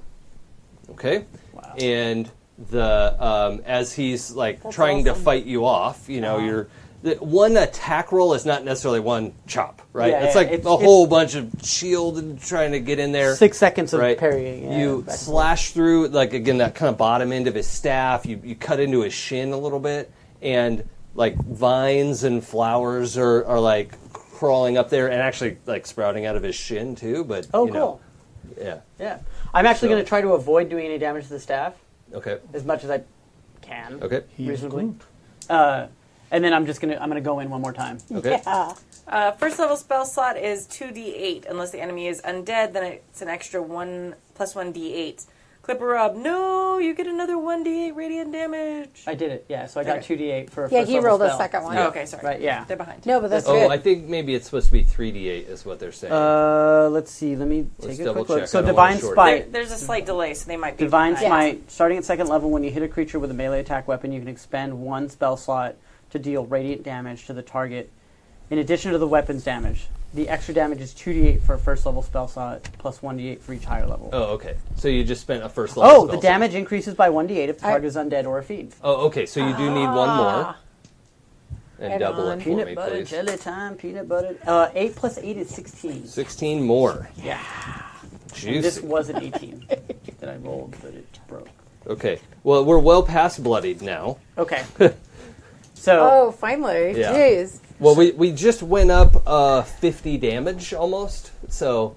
Okay? Wow. And the um, as he's like trying to fight you off. You Uh-huh. know, you're the, one attack roll is not necessarily one chop, right? Yeah, it's yeah, like it's- a whole bunch of shield and trying to get in there. Six seconds of right? parrying. yeah, you back and forth. slash through like again that kind of bottom end of his staff. You you cut into his shin a little bit, and like vines and flowers are are like crawling up there and actually like sprouting out of his shin too. But Oh, you know, cool. yeah, Yeah. I'm actually So- going to try to avoid doing any damage to the staff okay, as much as I can. okay, Reasonably. Uh, and then I'm just gonna I'm gonna go in one more time. okay. Uh, first level spell slot is 2d8. Unless the enemy is undead, then it's an extra 1 plus 1d8. Clipper Rob, no, you get another 1d8 radiant damage. I did it. Yeah. So I got Okay. two d8 for a Yeah, first he level rolled a spell. second one. Oh, okay, sorry. Right. Yeah. They're behind. No, but that's Oh, good. I think maybe it's supposed to be three d eight is what they're saying. Uh, let's see. Let me Let's take a quick double look. check. I So don't divine wanna short There, spite. there's a slight delay, so they might be Divine behind. Smite. Starting at second level, when you hit a creature with a melee attack weapon, you can expend one spell slot to deal radiant damage to the target, in addition to the weapon's damage. The extra damage is 2d8 for a first level spell slot, plus 1d8 for each higher level. oh, okay. So you just spent a first level. Oh, spell the slot. damage increases by 1d8 if the I- target is undead or a fiend. Oh, okay. So you do need one Ah. more. And Right double on. it for Peanut me, butter please. jelly time, peanut butter. Uh, 8 plus 8 is 16. 16 more. Yeah. Juicy. This was an 18 that I rolled, but it broke. Okay. Well, we're well past bloodied now. Okay. Oh, So, finally. Yeah. Jeez. Well, we, we just went up uh, 50 damage almost. So,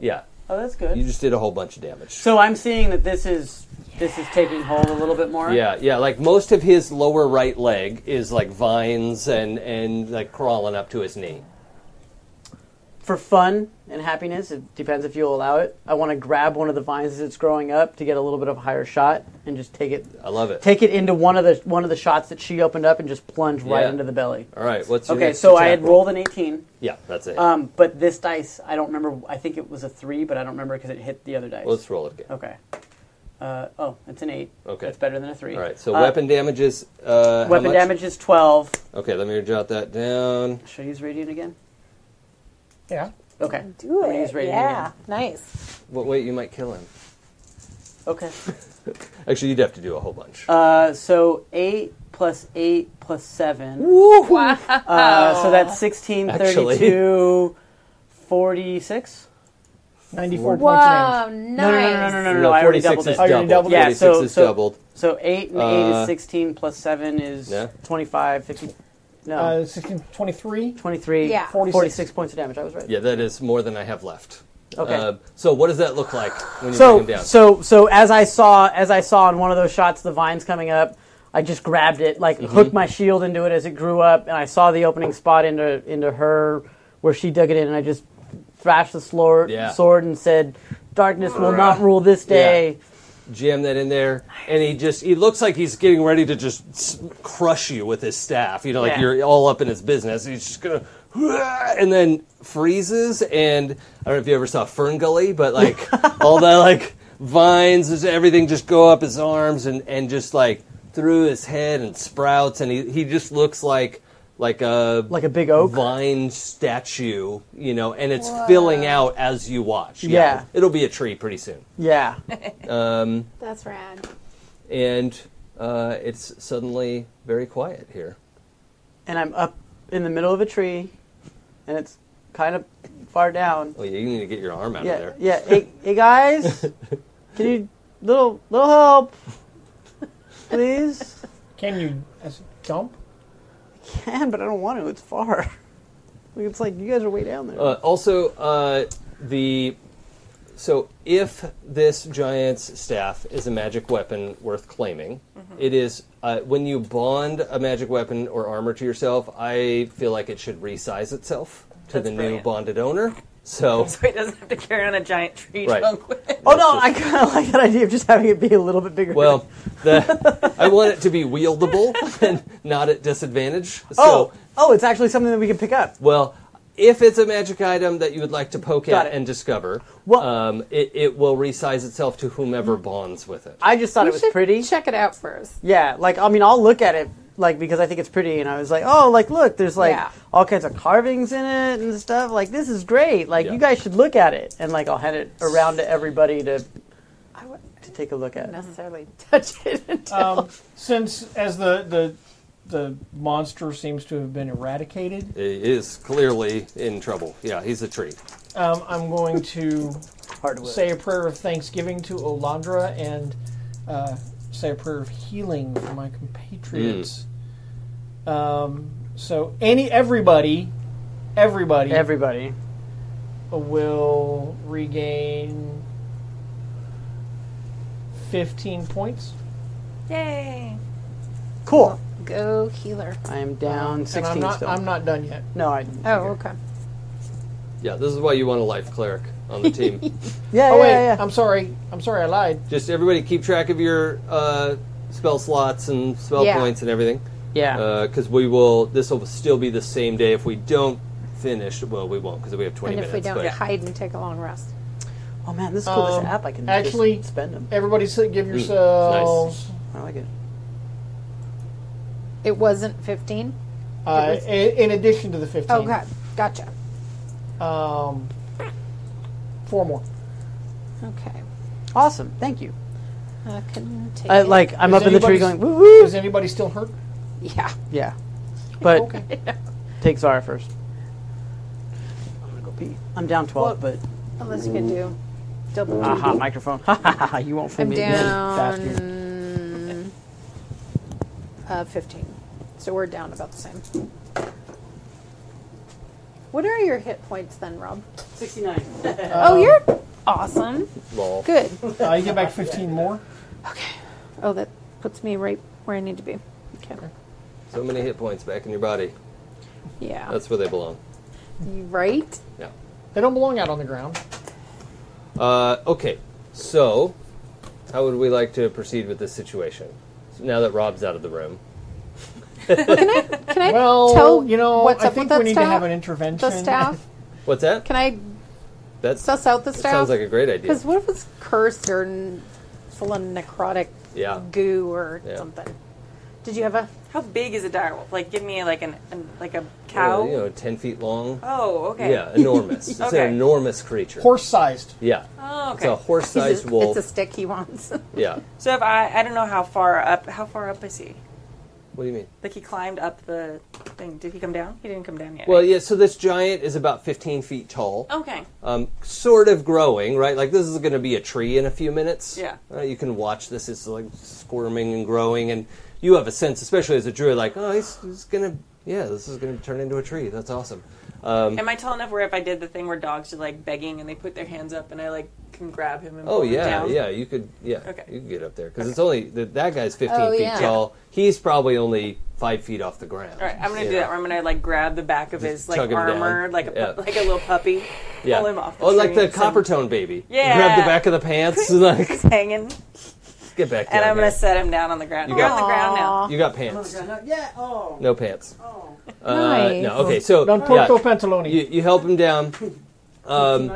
yeah. oh, that's good. You just did a whole bunch of damage. So I'm seeing that this is this is taking hold a little bit more. yeah, yeah. Like most of his lower right leg is like vines and, and like crawling up to his knee. For fun and happiness, it depends if you'll allow it. I want to grab one of the vines as it's growing up to get a little bit of a higher shot and just take it I love it. take it into one of the one of the shots that she opened up and just plunge right Yeah. into the belly. All right. What's your Okay, next so I attack had roll? rolled an 18, Yeah, that's it. um, but this dice I don't remember. I think it was a three, but I don't remember because it hit the other dice. Let's roll it again. Okay. Uh, oh, it's an eight. Okay. It's better than a three. All right. So Uh, weapon damage is uh, how Weapon much? damage is 12. Okay, let me jot that down. Should I use radiant again? Yeah. Okay. Do I'm gonna use it. radiant Yeah. again. Nice. Well, wait, you might kill him. Okay. Actually, you'd have to do a whole bunch. Uh, so eight plus eight plus seven. Wow. Uh, so that's 16, Actually. 32, 46. 94 points of damage. Wow. Nice. No, no, no, no, no, no, no. No, I already 46 doubled is it. Oh, you already doubled. doubled it? Yeah, 46 so- is so- doubled. So 8 and 8 Uh, is 16, plus 7 is Yeah. 25, 50, no, Uh, 16, 23. 23, Yeah. 46. 46 points of damage. I was right. Yeah, that is more than I have left. Okay. Uh, so what does that look like when you bring him So down? so so as I saw as I saw in one of those shots the vines coming up, I just grabbed it, like Mm-hmm. hooked my shield into it as it grew up, and I saw the opening spot into into her where she dug it in, and I just thrashed the slor- Yeah. sword and said, "Darkness will not rule this day." Jam that in there, and he just—he looks like he's getting ready to just s- crush you with his staff. You know, like Yeah. you're all up in his business. He's just gonna, and then freezes. And I don't know if you ever saw Fern Gully, but like all that like vines, just everything just go up his arms and and just like through his head and sprouts, and he he just looks like like a Like a big oak. vine statue, you know, and it's filling out as you watch. Yeah. It'll be a tree pretty soon. Yeah. That's rad. And uh, it's suddenly very quiet here. and I'm up in the middle of a tree, and it's kind of far down. Oh, yeah, you need to get your arm out yeah, of there. yeah. Hey, hey guys, can you little little help, please? Can you as, jump? can, but I don't want to. It's far. Like, it's like you guys are way down there. Uh, also, uh, the. So, if this giant's staff is a magic weapon worth claiming, Mm-hmm. it is. Uh, when you bond a magic weapon or armor to yourself, I feel like it should resize itself to That's the new brilliant. bonded owner. So, So he doesn't have to carry on a giant tree Right. trunk with him. oh no, I kind of like that idea of just having it be a little bit bigger. Well, the, I want it to be wieldable and not at disadvantage. So, oh, oh, it's actually something that we can pick up. well, if it's a magic item that you would like to poke Got at it. and discover, Well- um, it, it will resize itself to whomever bonds with it. I just thought it was should pretty. Check it out first. Yeah, like I mean, I'll look at it like because I think it's pretty, and I was like, oh, like look, there's like Yeah. all kinds of carvings in it and stuff. Like this is great. Like Yeah. you guys should look at it, and like I'll hand it around to everybody to I would- to take a look at. necessarily touch it. Oh. Um, since as the, the the monster seems to have been eradicated, He is clearly in trouble. Yeah, he's a tree. um, I'm going to Hardwood. say a prayer of thanksgiving to Olandra and uh, say a prayer of healing for my compatriots. Um, so any everybody, everybody, Everybody. will regain fifteen points. Yay! Cool. Go healer. I am down and I'm 16 not, still. I'm not done yet. no, I. Oh, okay. Yeah, this is why you want a life cleric on the team. Yeah, Oh yeah, wait, yeah. I'm sorry. I'm sorry, I lied. Just everybody keep track of your uh, spell slots and spell Yeah. points and everything. yeah. Because we will, this will still be the same day. If we don't finish, well, we won't because we have 20 And if minutes. we don't but- hide and take a long rest. oh man, this is cool. Um, this app I can actually- just spend them. Everybody, sit- Mm, give yourselves. I like it. It wasn't 15? Uh, in, in addition to the fifteen. Okay. Gotcha. Um, four more. Okay. Awesome. Thank you. I couldn't take I, it. like I'm Is up in the tree anybody's- going woo woo. Is anybody still hurt? Yeah. Yeah, but Okay. take Zara first. I'm gonna go pee. I'm down What? twelve. But Unless you can do double. Uh-huh. Aha, Ah, microphone. Ha ha ha! ha, You won't fool I'm me. Bastard. down uh, 15. So we're down about the same. What are your hit points then, Rob? 69. oh, you're awesome. Lol. Good. Uh, you get back fifteen more. Oh, that puts me right where I need to be. Okay. So many hit points back in your body. Yeah. That's where they belong. You right? Yeah. They don't belong out on the ground. Uh, okay, so how would we like to proceed with this situation? So now that Rob's out of the room, Can I Well, tell you know, what's I up with think that we need to staff? have an intervention. the staff? what's that? Can I That's, that suss out the staff? sounds like a great idea. Because what if it's cursed or n- full of necrotic Yeah. goo or Yeah. something? Did you have a? How big is a direwolf? Like, give me like an, an like a cow. Well, you know, ten feet long. oh, okay. Oh, Yeah, enormous. It's Okay. an enormous creature. Horse-sized. Yeah, Oh, it's a okay. he's a- horse-sized wolf. It's a stick he wants. yeah. So if I, I don't know how far up, how far up is he? What do you mean? Like he climbed up the thing. Did he come down? He didn't come down yet. Well, right? yeah. So this giant is about fifteen feet tall. Okay. um, sort of growing, right? Like this is going to be a tree in a few minutes. Yeah. Uh, you can watch this. It's like squirming and growing, and you have a sense, especially as a druid, like, oh, he's, he's going to, yeah, this is going to turn into a tree. That's awesome. Um, Am I tall enough where if I did the thing where dogs are like begging and they put their hands up and I like can grab him and oh pull him yeah, down? yeah. You could, yeah. Okay. You could get up there because it's only that that guy's fifteen Oh, feet yeah. tall. He's probably only five feet off the ground. All right, I'm gonna You do know? that. Where I'm gonna like grab the back of his like chug him down. armor, like a pu- Yeah. like a little puppy, Yeah. pull him off. The oh, like tree the and copper send- tone baby. Yeah. Grab the back of the pants. and, like, He's hanging, get back. down and here. I'm gonna Oh, set him down on the ground. You We're got- on the ground now. You got pants. yeah. Oh. No pants. Oh. Uh, Nice. No. Okay. So Non yeah. porto pantaloni. You, you help him down. Um,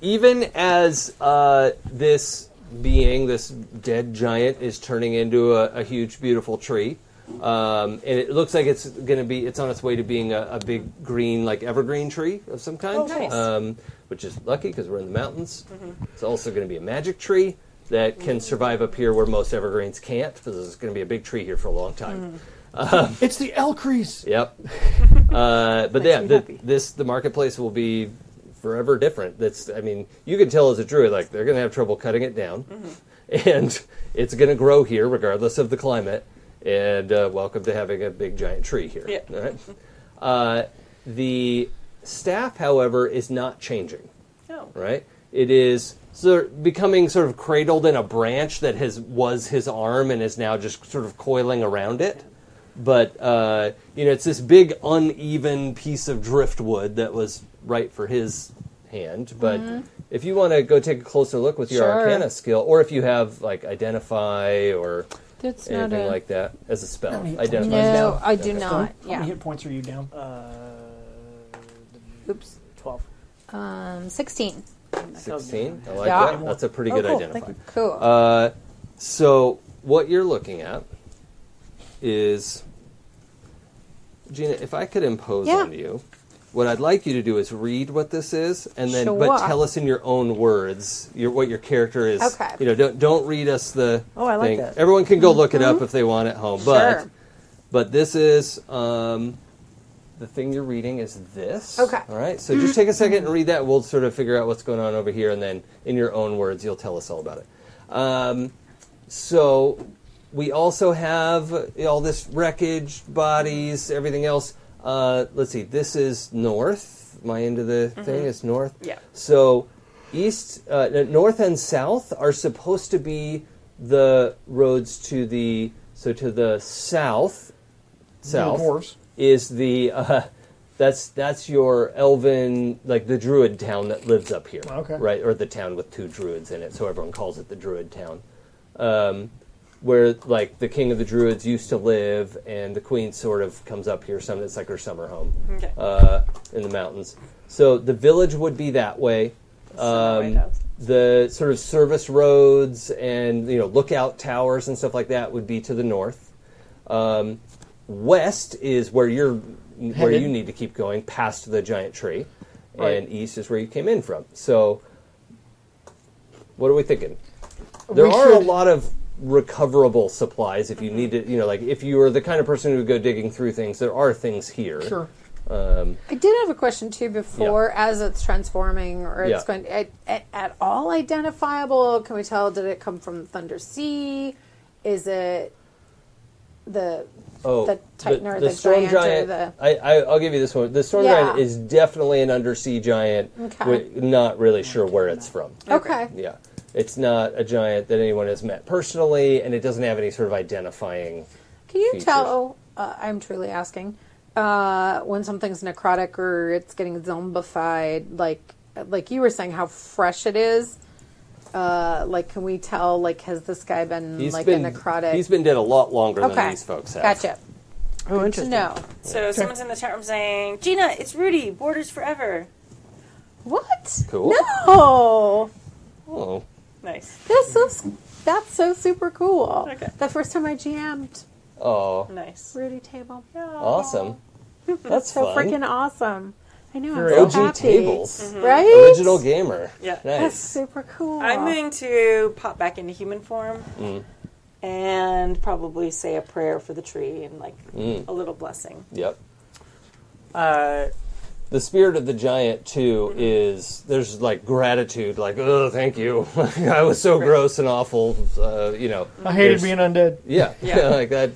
even as uh, this being, this dead giant, is turning into a, a huge, beautiful tree, um, and it looks like it's going to be, it's on its way to being a, a big green, like evergreen tree of some kind. nice. um, which is lucky because we're in the mountains. It's also going to be a magic tree that can survive up here where most evergreens can't, because there's going to be a big tree here for a long time. It's the Elcrease. Yep. uh, but yeah, me the, happy. this the marketplace will be forever different. That's I mean, you can tell as a druid like they're going to have trouble cutting it down, Mm-hmm. and it's going to grow here regardless of the climate. And uh, welcome to having a big giant tree here. Yeah. All right? uh, the staff, however, is not changing No. right? It is sort of becoming sort of cradled in a branch that has was his arm and is now just sort of coiling around it. But uh, you know, it's this big uneven piece of driftwood that was right for his hand. But if you want to go take a closer look with your Mm-hmm. Sure. Arcana skill, or if you have like identify or That's anything like that as a spell, need identify. No, spell. I do Okay. not. How many Yeah. hit points are you down? Oops. 12. Oh, Um, 16. Sixteen. I like Yeah. Oh, that. That's a pretty good cool. identify. Cool. Uh, so what you're looking at is Gina. If I could impose Yeah. on you, What I'd like you to do is read what this is, and then but Sure. tell us in your own words your, what your character is. Okay. You know, don't don't read us the. Oh, I like thing. that. Everyone can go look it up if they want at home, but Sure. but this is um, the thing you're reading is this. Okay. All right. So just take a second and read that. We'll sort of figure out what's going on over here, and then in your own words, you'll tell us all about it. Um, so we also have all this wreckage, bodies, everything else. Uh, let's see. This is north. My end of the thing is north. Yeah. So east, uh, no, north, and south are supposed to be the roads to the so to the south. South dwarves. is the uh, that's that's your elven like the druid town that lives up here, Okay. right? Or the town with two druids in it, so everyone calls it the druid town, um, where like the king of the druids used to live, and the queen sort of comes up here. Some it's like her summer home Okay. uh, in the mountains. So the village would be that way. Um, Summer White House. the sort of service roads and you know lookout towers and stuff like that would be to the north. Um, west is where you're where Headed. you need to keep going past the giant tree, Right. and east is where you came in from. So, what are we thinking? There We are a should- lot of recoverable supplies if you need to. You know, like if you are the kind of person who would go digging through things, there are things here. Sure. Um, I did have a question too before, as it's transforming or Yeah. it's going at, at, at all identifiable. Can we tell? Did it come from Thunder Sea? Is it the Oh, the Titan or the giant or the- I, I, I'll give you this one. The storm Yeah. giant is definitely an undersea giant. Okay. We're Not really sure where it's from. okay? Yeah, it's not a giant that anyone has met personally, and it doesn't have any sort of identifying. Can you features. tell? Uh, I'm truly asking uh, when something's necrotic or it's getting zombified, like like you were saying, how fresh it is. Uh, like, can we tell? Like, has this guy been He's like been a necrotic? He's been dead a lot longer okay, than these folks have. gotcha. Oh, To interesting. know So someone's in the chat room saying, Gina, it's Rudy, Borders Forever. what? Cool. No, Oh, Nice. this is that's so super cool. Okay. The first time I GM'd oh, Nice. Rudy Table, awesome. That's so fun. freaking awesome. I know Very I'm OG so happy. tables, right? original gamer. Yeah. That's nice. super cool. I'm going to pop back into human form Mm. and probably say a prayer for the tree and like Mm. a little blessing. Yep. Uh, the spirit of the giant too is there's like gratitude, like oh thank you, I was so gross and awful, uh, you know. I hated There's- being undead. Yeah, Yeah. like that.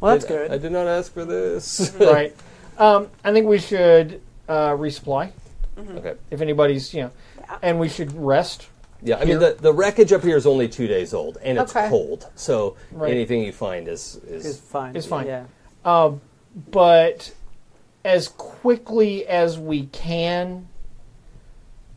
Well, that's did- good. I did not ask for this. right. Um, I think we should uh, resupply okay. if anybody's, you know, and we should rest. Yeah, I mean Here. the, the wreckage up here is only two days old and it's Okay. cold, so Right. anything you find is is. It's fine. Mm-hmm. It's fine. Yeah. but as quickly as we can,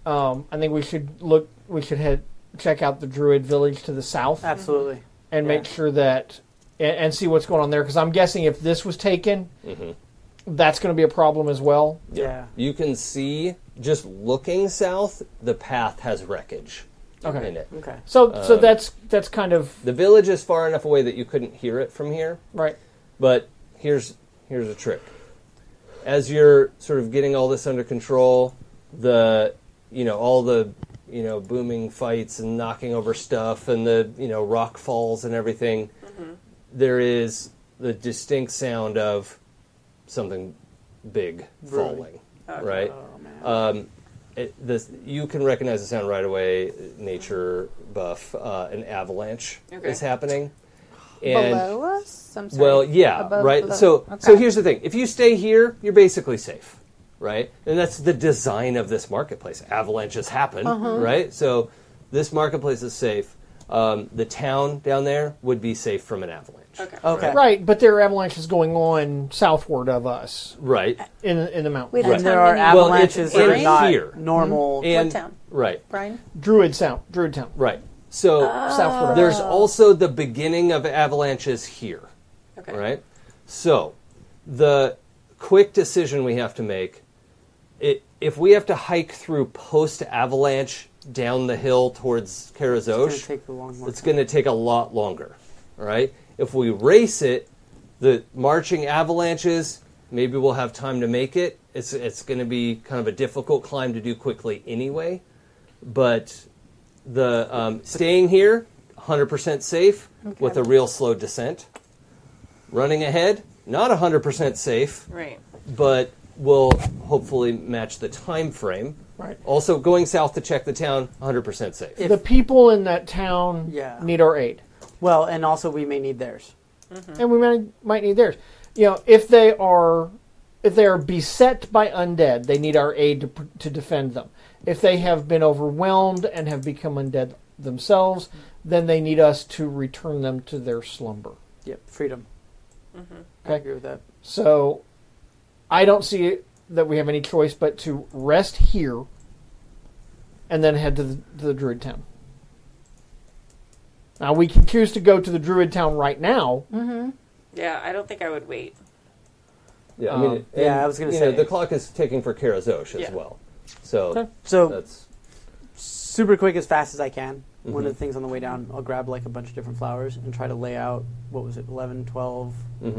um, I think we should look. We should head check out the druid village to the south Absolutely. and make yeah. sure that and, and see what's going on there. Because I'm guessing if this was taken, that's going to be a problem as well. Yeah. You can see just looking south, the path has wreckage Okay. in it. Okay. So so Um, that's that's kind of The village is far enough away that you couldn't hear it from here. right. But here's here's a trick. As you're sort of getting all this under control, the you know all the you know booming fights and knocking over stuff and the you know rock falls and everything, there is the distinct sound of something big falling, right? Um, it, this, you can recognize the sound right away. Nature buff, uh, an avalanche Okay. is happening. below us. I'm sorry. Well, yeah, Above, right. below. So, Okay. so here's the thing: if you stay here, you're basically safe, right? And that's the design of this marketplace. Avalanches happen, Uh-huh. right? So, this marketplace is safe. Um, the town down there would be safe from an avalanche, Okay. Okay. Right, but there are avalanches going on southward of us right? in in the mountains. Wait, Right. I'm And there are telling you. Well, it's avalanches that in are not here. normal. And town? right, Brian. Druid Sound, Druid Town, right. So, southward. of us. Oh. there's also the beginning of avalanches here, Okay. right? So, the quick decision we have to make it, if we have to hike through post avalanche down the hill towards It's Karazosh, gonna take the long one. it's going to take a lot longer. All right. If we race it, the marching avalanches Maybe we'll have time to make it. It's it's going to be kind of a difficult climb to do quickly anyway, but the um, staying here, 100% safe with a real slow descent. Running ahead, not 100% safe, Right. but will hopefully match the time frame. Right. Also, going south to check the town, 100% safe. the people in that town Yeah. need our aid. Well, and also we may need theirs. and we might might need theirs. You know, if they are if they are beset by undead, they need our aid to pr- to defend them. If they have been overwhelmed and have become undead themselves, then they need us to return them to their slumber. Yep, freedom. Mm-hmm. I agree with that. So, I don't see it- that we have any choice but to rest here and then head to the, to the druid town. Now we can choose to go to the druid town right now. Yeah, I don't think I would wait. Yeah, I mean, Um, and, yeah, I was gonna you know, say- the clock is ticking for Karazosh as Yeah. well. So So that's super quick as fast as I can. One Mm-hmm. of the things on the way down, I'll grab like a bunch of different flowers and try to lay out what was it, 11, 12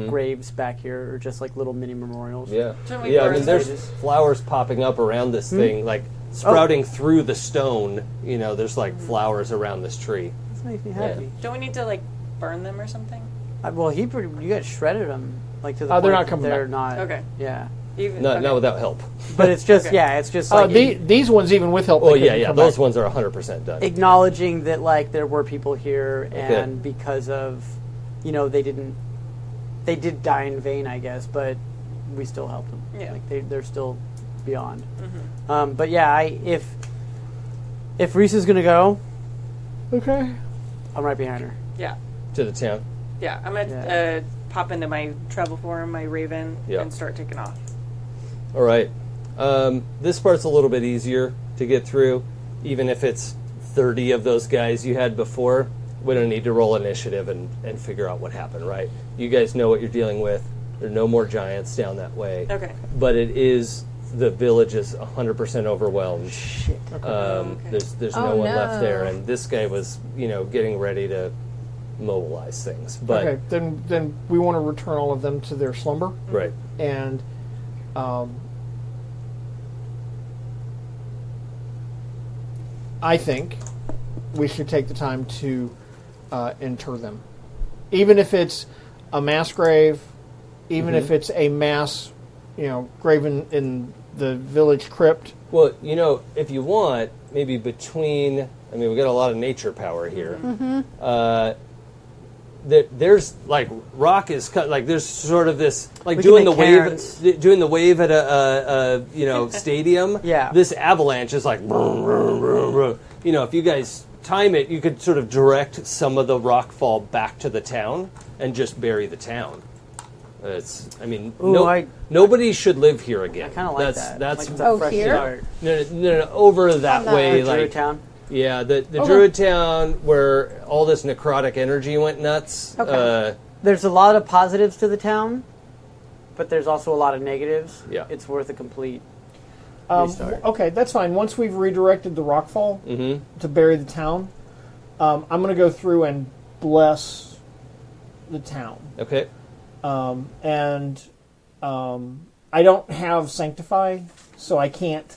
graves back here, or just like little mini memorials. Mm-hmm. yeah, Shouldn't we yeah. I burn mean, there's those? flowers popping up around Hmm? this thing, like Oh. sprouting through the stone. You know, there's like flowers around this tree. This makes me happy. Don't we need to like burn them or something? I, well, he pretty, you guys shredded them like to the Oh, point they're not that coming They're back. not. Okay. Yeah, Even, No, okay. not without help. but it's just Okay. yeah, it's just Uh, like the, these ones even with help. Oh they yeah, couldn't yeah. come Those back. ones are 100 percent done. acknowledging that like there were people here and because of you know they didn't they did die in vain i guess but we still helped them Yeah. like they, they're still beyond um, but yeah i if if reese is gonna go Okay. i'm right behind her Yeah. to the town. Yeah. I'm gonna Yeah. uh, pop into my travel form, my Raven, Yeah. and start taking off. All right. Um, this part's a little bit easier to get through, even if it's 30 of those guys you had before. We don't need to roll initiative and, and figure out what happened, right? You guys know what you're dealing with. There are no more giants down that way. Okay. But it is, the village is 100% overwhelmed. Shit. Um, There's, there's no Oh, one left no. there. And this guy was, you know, getting ready to mobilize things. But, Okay, then then we want to return all of them to their slumber right. and um, I think we should take the time to uh, inter them, even if it's a mass grave, even if it's a mass, you know, grave in, in the village crypt. Well, you know, if you want, maybe between. I mean, we got a lot of nature power here. Mm-hmm. Uh, there, there's like rock is cut. Like there's sort of this like We can doing the make wave, cairns. th- doing the wave at a, a, a you know stadium. Yeah. This avalanche is like, vroom, vroom, vroom, vroom. you know, if you guys time it, you could sort of direct some of the rock fall back to the town and just bury the town. It's. I mean, Ooh, no, I- nobody should live here again. i kind of like that's, that That's like Oh, here? no, no, no, no, over that On the- way, like, like town yeah, the the Druid town where all this necrotic energy went nuts. Okay. Uh, there's a lot of positives to the town but there's also a lot of negatives Yeah. it's worth a complete Um, Restart. okay, that's fine. Once we've redirected the rockfall to bury the town, um, I'm going to go through and bless the town. uh, okay, Um, and um, I don't have sanctify, so I can't.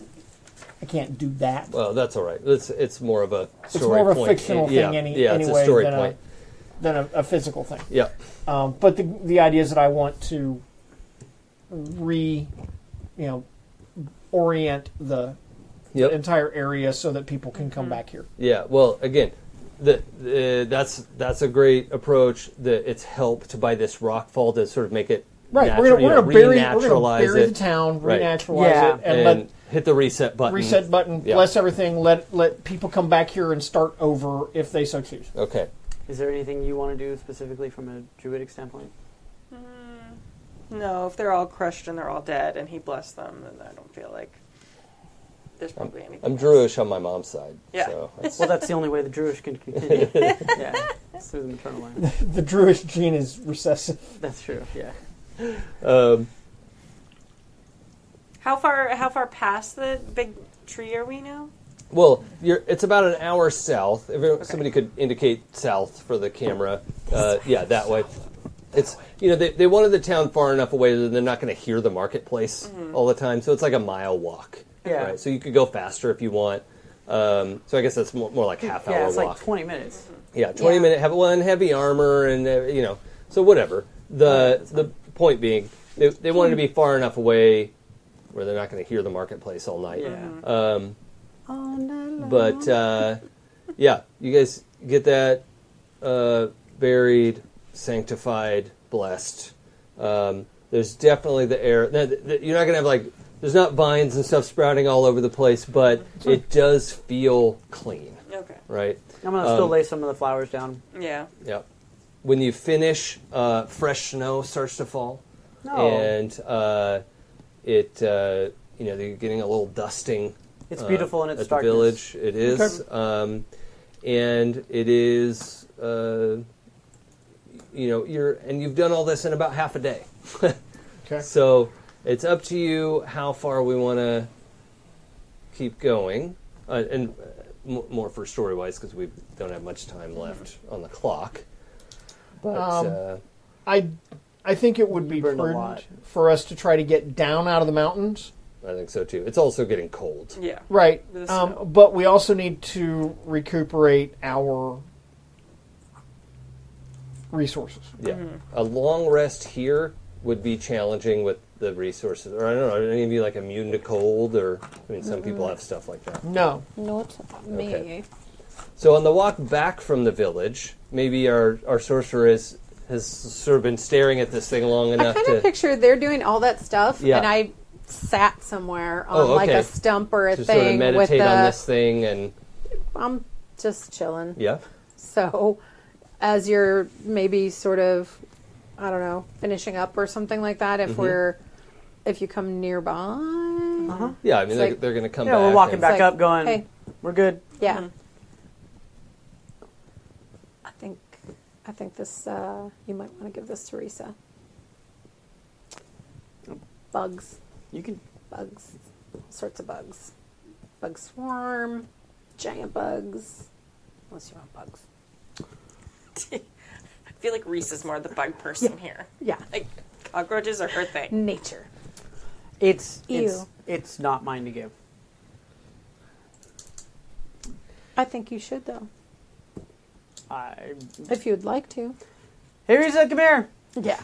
I can't do that. well that's all right. It's it's more of a it's story more of a point. fictional yeah, thing, any, yeah, it's anyway, a story than, point. A, than a, a physical thing. yeah, Um, but the the idea is that I want to re, you know, orient the yep. entire area so that people can come back here. Yeah. Well, again, the, uh, that's that's a great approach. That it's helped by this rockfall to sort of make it Right, Natural, we're gonna, you we're know, gonna bury, we're renaturalize gonna bury it the town, Right. renaturalize Yeah. it, and, and, let hit the reset button. reset button, Yeah. bless everything, let let people come back here and start over if they so choose. Okay. is there anything you want to do specifically from a druidic standpoint No, if they're all crushed and they're all dead, and he blessed them, then I don't feel like there's probably anything. I'm else. Druish on my mom's side. Yeah. So that's- Well, that's the only way the Druish can continue. yeah, it's through the maternal line. The Druish gene is recessive. That's true. Yeah. um, How far? How far past the big tree are we now? Well, you're, it's about an hour south. If it- somebody could indicate south for the camera, uh, yeah, that way. It's you know they, they wanted the town far enough away that they're not going to hear the marketplace all the time, so it's like a mile walk. Mm-hmm. Yeah. So you could go faster if you want. Um, so I guess that's more, more like half hour Yeah, it's walk. like 20 minutes. Yeah, twenty Yeah. minute heavy well, and heavy armor, and uh, you know, so whatever. The the point being, they, they wanted to be Hmm. far enough away where they're not going to hear the marketplace all night. Mm-hmm. Um, but uh, yeah, you guys get that uh, buried, sanctified, blessed. Um, there's definitely the air. no, th- th- You're not gonna have like there's not vines and stuff sprouting all over the place, but it does feel clean, Okay. right? I'm going to still Um, lay some of the flowers down. Yeah. Yep. When you finish, uh, fresh snow starts to fall, No. and uh, it uh, you know you're getting a little dusting. It's uh, beautiful in its at the darkness. village. It is, um, and it is uh, you know you're and you've done all this in about half a day. Okay. So it's up to you how far we want to keep going, uh, and uh, m- more for story wise because we don't have much time left on the clock. But Um, uh, I, I think it would be Burned a prudent lot. for us to try to get down out of the mountains. I think so too. It's also getting cold. Yeah. Right. The snow. Um, but we also need to recuperate our resources. Yeah, a long rest here would be challenging with the resources. Or I don't know, are any of you like immune to cold? Or I mean, some people have stuff like that. No. Not me. Okay. So on the walk back from the village, maybe our our sorcerer is, has sort of been staring at this thing long I enough kind to. of pictured they're doing all that stuff, Yeah. and I sat somewhere on Oh, like okay. a stump or a to sort of thing with meditate the. on this thing and I'm just chilling. yeah So, as you're maybe sort of, I don't know, finishing up or something like that, Mm-hmm. if we're, if you come nearby, yeah i mean It's they're, like- they're gonna come Yeah, back we're walking and- Uh-huh. back It's like, up going, hmm. hey. we're good. yeah. I think, I think this. Uh, you might want to give this to Risa. Bugs, You can. bugs, all sorts of bugs, bug swarm, giant bugs. Unless you want bugs. I feel like Reese is more the bug person here. Yeah, Like cockroaches are her thing. nature. It's, Ew. it's, it's not mine to give. I think you should though, I, if you'd like to. hey, Risa, come here. Yeah.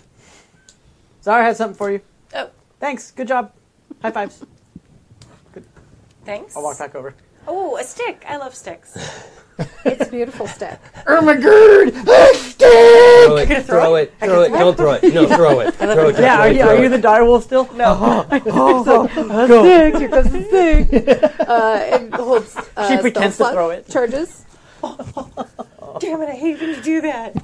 Zara has something for you. Oh, Thanks. Good job. High fives. thanks. I'll walk back over. Oh, a stick. I love sticks. It's a beautiful step. throw it throw, it throw it don't throw it no throw it throw it Yeah, throw are it, you, throw are you it. Oh. the dire wolf still? No. Oh. Here comes the stick. Uh, it holds. Uh, She pretends spell to slot throw it. Charges, Damn it! I hate when you do that.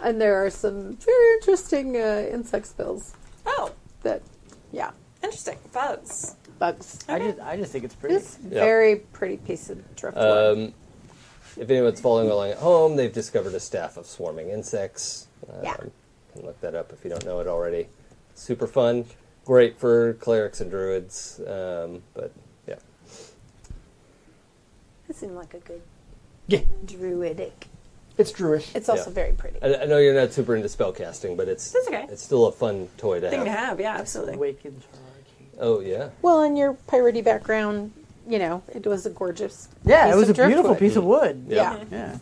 and there are some very interesting uh, insect spells Oh, that, yeah, interesting. Bugs. bugs. I just, I just think it's pretty. It's very pretty piece of driftwood. um, if anyone's following along at home they've discovered a staff of swarming insects um, Yeah. can look that up if you don't know it already super fun great for clerics and druids um, but yeah it seemed like a good Yeah. druidic. It's Druish. It's also Yeah. very pretty. I, I know you're not super into spellcasting but it's That's okay. it's still a fun toy to Thing have to have. Yeah, absolutely. Wake in charge. oh yeah Well, in your piratey background, you know, it was a gorgeous. Yeah, piece it was a of beautiful driftwood. piece of wood. Yeah. Yeah.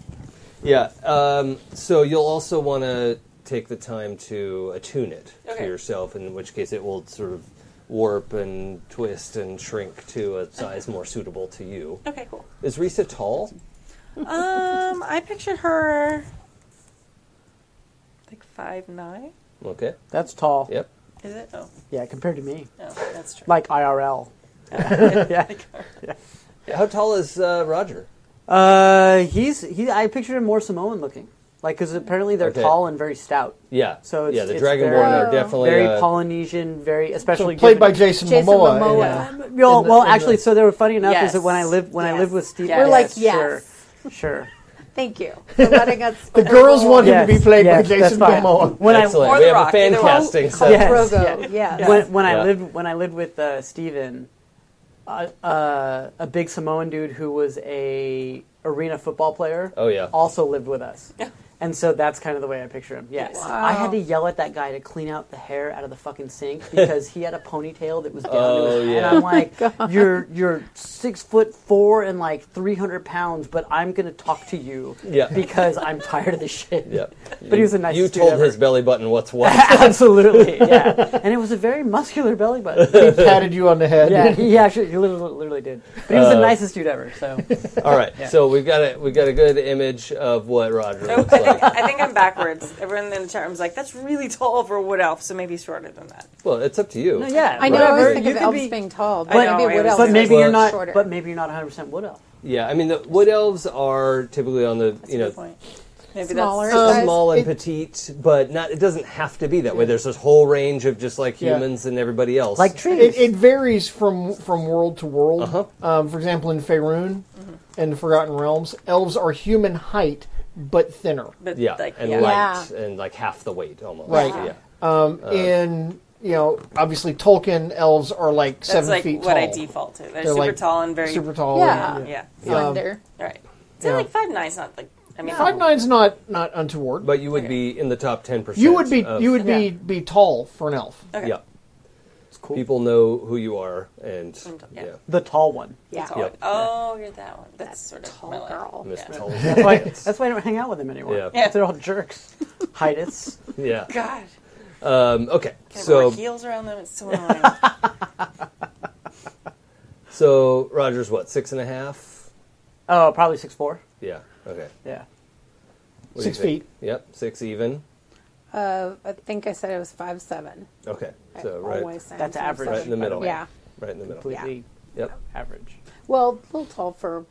Yeah. Um, so you'll also want to take the time to attune it to Okay. yourself, in which case it will sort of warp and twist and shrink to a size more suitable to you. Okay, cool. Is Risa tall? Um, I pictured her like five nine. Okay. That's tall. Yep. Is it? Oh, Yeah, compared to me. no, that's true. Like IRL. yeah. How tall is uh, Roger? Uh, he's he. I pictured him more Samoan looking, like because apparently they're Okay. tall and very stout, Yeah. So it's- yeah, the it's Dragonborn very- are definitely very uh, Polynesian, very especially Played by given- Jason, Jason Momoa. in, Momoa. uh, Well, in the- well, in the- actually, so they were funny enough. Yes. Is that when I lived when I Yes. lived with Steve? Yes. We're like, sure, sure. Thank you for letting us. the girls want him to be Yes, played yes, by that's Jason fine. Momoa. When I excellent. Or we The have Rock, a fan either one. casting. So Yes. Rogo. yes. when, when Yeah. I lived when I lived with uh, Steven, uh, uh, a big Samoan dude who was a arena football player. Oh, yeah. also lived with us. And so that's kind of the way I picture him. Yes. I had to yell at that guy to clean out the hair out of the fucking sink because he had a ponytail that was down to Oh, his head. yeah. And I'm like, you're you're six foot four and like three hundred pounds, but I'm gonna talk to you Yeah. because I'm tired of this shit. Yep. But he was the nicest You dude told ever. his belly button what's what. Absolutely, yeah. And it was a very muscular belly button. He patted you on the head. Yeah, he actually he literally, literally did. But he was the nicest dude ever. So All right. So we've got a we've got a good image of what Roger I looks think, like. I think I'm backwards. Everyone in the chat room's like, that's really tall for a wood elf, so maybe shorter than that. Well, it's up to you. no, yeah, I know. Right. Whatever, I always think you of could elves be- being tall, but, I know, maybe I wood was elves but thinking are maybe you're not. shorter. But maybe you're not 100 percent wood elf. Yeah, I mean the wood elves are typically on the you know Uh, Maybe Smaller. that's Size? small and It- petite, but not it doesn't have to be that way. There's this whole range of just like Yeah. humans and everybody else. Like trees. It, it varies from from world to world. Uh-huh. Um, for example, in Faerun and Forgotten Realms, elves are human height but thinner. but yeah, like, and yeah. light and like half the weight almost. Right. Yeah. Uh. Um, in you know, obviously Tolkien elves are like That's seven like feet what tall. I default to. They're, They're, super like, tall and very Super tall. Yeah. and- Yeah, slender. right. So Yeah. like five nine's not like I mean Five nine's not not untoward, But you would be in the top ten percent. you would be you would be be tall for an elf. Okay. yeah. It's cool. People know who you are, and Yeah. yeah, The tall one. Yeah. Tall. Yep. Oh, you're that one. That's, sort of Tall my life. girl. Miss Yeah. Tully. That's why, that's why I don't hang out with them anymore. Yeah. Yeah. They're all jerks. Heidists. yeah. God, Um, okay, can I so wear heels around them? It's so annoying. so Roger's what six and a half? Oh, probably six four. Yeah. Okay. Yeah. What do you Six think? feet. Yep. Six even. Uh, I think I said it was five seven. Okay. I So right, always say I'm That's five average, right seven. in the middle. Yeah. Right in the middle. Completely Yep. average. Well, a little tall for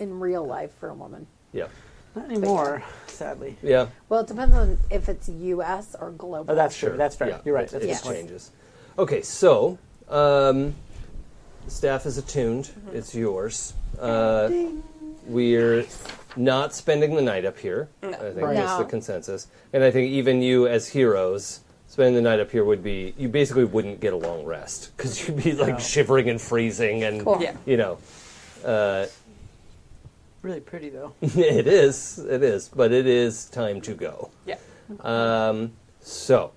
in real life for a woman. Yep. Not anymore, sadly. Yeah. Well, it depends on if it's U.S. or global. Oh, that's true. That's fair. Yeah, You're right. It, That's a it good yeah. point. changes. Okay, so um, staff is attuned. Mm-hmm. It's yours. Uh, we're not spending the night up here. I think that's the No. consensus. And I think even you, as heroes, spending the night up here would be you basically wouldn't get a long rest because you'd be like shivering and freezing and Cool. Yeah. you know. Uh, Really pretty though. it is, it is, but it is time to go. yeah. Um, so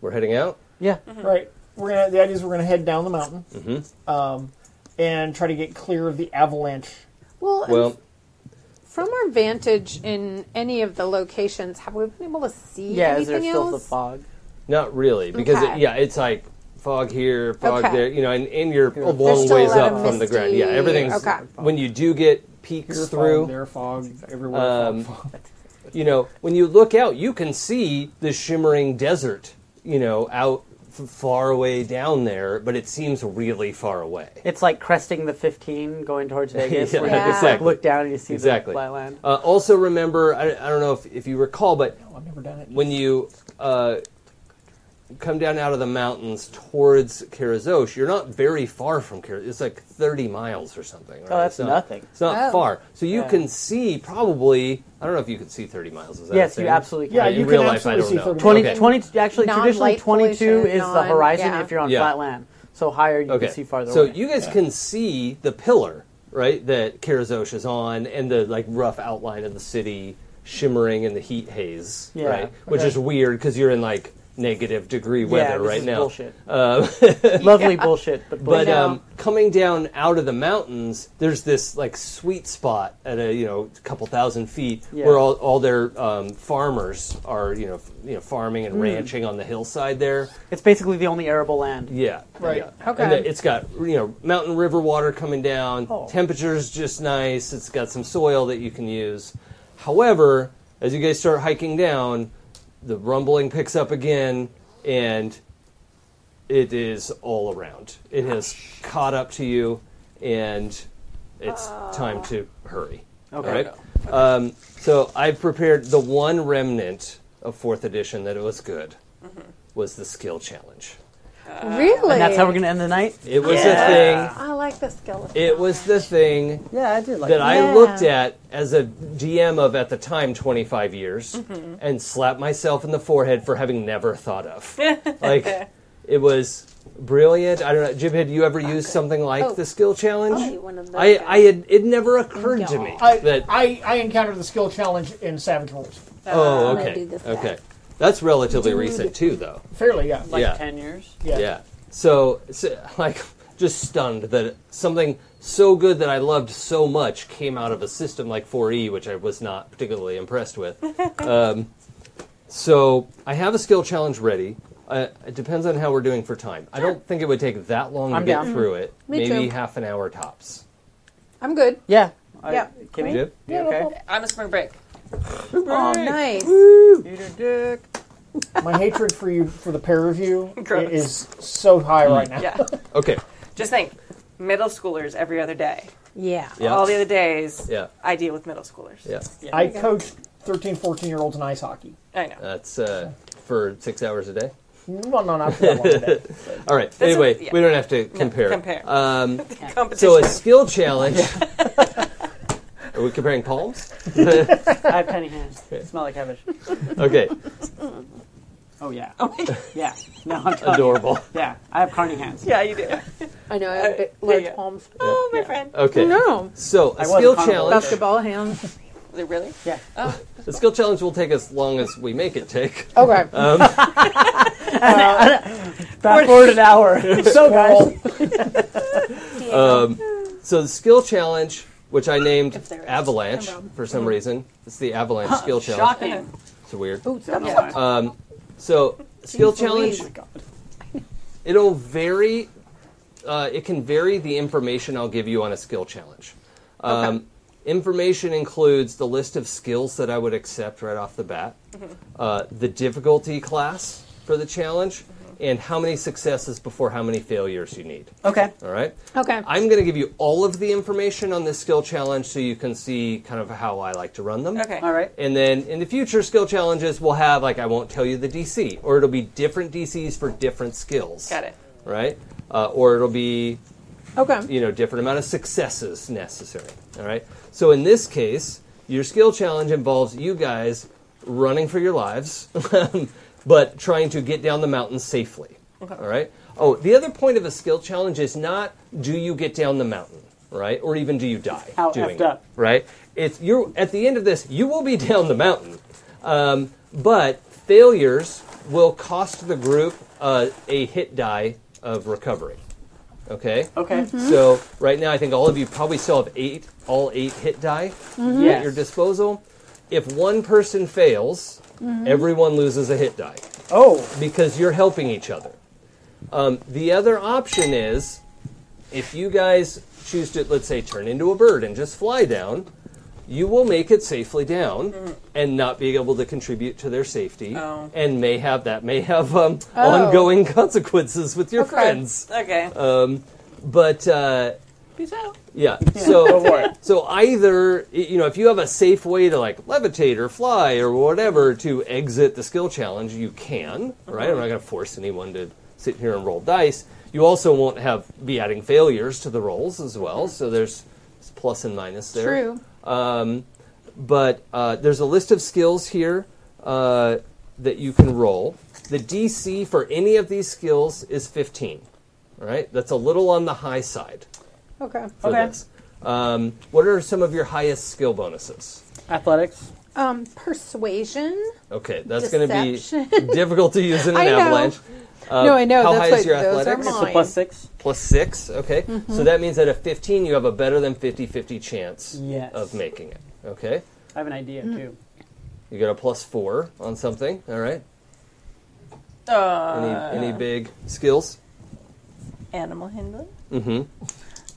we're heading out. Yeah. Mm-hmm. Mm-hmm. Right. We're gonna. The idea is we're gonna head down the mountain Mm-hmm. um, and try to get clear of the avalanche. Well, and Well, from our vantage in any of the locations, have we been able to see Yeah. Is anything there still the else? fog? Not really, because it, Okay. yeah, it's like fog here, fog Okay. there, you know, and, and you're a There's long still a ways lot up of from the ground. Yeah, misty- everything's okay. when you do get peeks Your through. fog, their fog, everywhere. fog, Um, fog. you know, when you look out, you can see the shimmering desert, you know, out f- far away down there, but it seems really far away. It's like cresting the 15 going towards Vegas. Yeah, where you just, like, exactly. look down and you see Exactly. the flat land. Uh, also, remember, I, I don't know if, if you recall, but I've never done it. when you uh, come down out of the mountains towards Karazosh, you're not very far from Karazosh. It's like 30 miles or something. Right? Oh, that's It's not- nothing. It's not Oh. far. So you Yeah. can see probably, I don't know if you can see 30 miles. Is that a Yes, you thing? absolutely can. Yeah, Uh, you in can real life, I absolutely don't see know. 20, 30 Okay. 20 actually Non-light traditionally 22 pollution, is the non- horizon yeah. if you're on Yeah. flat land. So higher you Okay. can see farther so away. you guys can see the pillar, right, that Karazosh is on and the like rough outline of the city shimmering in the heat haze, Yeah. right? Which Okay. is weird because you're in like negative degree yeah, weather this right is now. bullshit. Lovely bullshit, but bullshit. But um, coming down out of the mountains, there's this like sweet spot at a you know couple thousand feet Yeah. where all, all their um, farmers are you know f- you know farming and ranching on the hillside there. it's basically the only arable land. Yeah, Right. Yeah. Okay. And the- it's got you know mountain river water coming down. Oh. Temperature's just nice. It's got some soil that you can use. However, as you guys start hiking down, the rumbling picks up again, and it is all around. It has caught up to you, and it's time to hurry. Ah. Okay. All right? Um, so I've prepared the one remnant of fourth edition that it was good Mm-hmm. was the skill challenge. Really? Ah, And that's how we're going to end the night? It was a thing. I like the skeleton. It was the thing Yeah, I did like that I Yeah. looked at as a DM of at the time 25 years Mm-hmm. and slapped myself in the forehead for having never thought of. like, it was Brilliant. I don't know. Jib, had you ever used something like Oh. the skill I'll challenge? be one of those I, guys. I had, it never occurred to me I, that. I, I encountered the skill challenge in Savage Worlds. oh, I'm gonna okay. do this Okay. back. That's relatively recent, too, though. Fairly, yeah. Like Yeah. 10 years? Yeah. Yeah. So, so, like, just stunned that something so good that I loved so much came out of a system like 4E, which I was not particularly impressed with. um, so, I have a skill challenge ready. Uh, it depends on how we're doing for time. I don't think it would take that long I'm to get down. through it. Me Maybe too. half an hour tops. I'm good. Yeah. Yeah. Kimmy? Jib? You okay? I'm a spring break. Oh, nice. Eat a dick. My hatred for you for the pair of you Gross. is so high Mm. right now. Yeah. Okay. Just think, middle schoolers every other day. Yeah. Yeah. All the other days, Yeah. I deal with middle schoolers. Yeah. I coached 13, 14 year olds in ice hockey. I know. That's uh, for six hours a day. Well, no, not for that long today. All right. a- anyway, yeah. we don't have to compare. compare. Um, Competition. So a skill challenge. Are we comparing palms? I have tiny hands. Smell like cabbage. Okay, Oh, yeah. yeah. No, I'm telling you. adorable. Yeah, I have carny hands. yeah, you do. I know. I have big, large palms. Oh, my friend. Okay, No. so a wasn't skill carnivore. challenge. Basketball hands. Really? Yeah. The skill challenge will take as long as we make it take. Okay. Um, Fast forward an hour. so, guys, So the skill challenge, which I named there is. Avalanche for some reason, it's the Avalanche Uh, skill challenge. Shocking. It's weird. Um, Yeah. So skill challenge. It'll vary. Uh, it can vary the information I'll give you on a skill challenge. Um, Information includes the list of skills that I would accept right off the bat, uh, the difficulty class for the challenge, and how many successes before how many failures you need. okay. All right. Okay. I'm going to give you all of the information on this skill challenge so you can see kind of how I like to run them. Okay. All right. And then in the future skill challenges, we'll have like I won't tell you the DC, or it'll be different DCs for different skills. Got it. Right, uh, or it'll be Okay. you know different amount of successes necessary. All right. So in this case, your skill challenge involves you guys running for your lives, but trying to get down the mountain safely. All right. Oh, the other point of a skill challenge is not do you get down the mountain, right, or even do you die How doing effed up. it, right? It's you're at the end of this, you will be down the mountain, um, but failures will cost the group uh, a hit die of recovery. Okay. Okay. Hmm? So right now, I think all of you probably still have eight, all eight hit die at Mm-hmm. Yes. your disposal. If one person fails, Mm-hmm. everyone loses a hit die Oh. because you're helping each other. Um, the other option is if you guys choose to, let's say, turn into a bird and just fly down, you will make it safely down and not be able to contribute to their safety, Mm-hmm. Oh. and may have that may have um, ongoing consequences with your friends. Okay. Uh, But uh, Peace out. yeah, so Go for it. so either y- you know if you have a safe way to like levitate or fly or whatever to exit the skill challenge, you can. Right? I'm not going to force anyone to sit here and roll dice. You also won't have be adding failures to the rolls as well. So there's plus and minus there. True. Um, but uh, there's a list of skills here uh, that you can roll. The DC for any of these skills is 15. All right, that's a little on the high side Okay. for Okay. this. Um, what are some of your highest skill bonuses? Athletics. Um, persuasion. Okay, that's going to Deception. be difficult to use in an I know. avalanche. Uh, No, I know, How that's high is why your those are athletics? mine. It's a plus six. Plus six. Okay, so Mm-hmm. that means that at 15, you have a better than 50-50 chance Yes. of making it. Okay, I have an idea, too. you got a plus four on something. All right. Uh, Any, Uh. any big skills? Animal handling. Mm-hmm.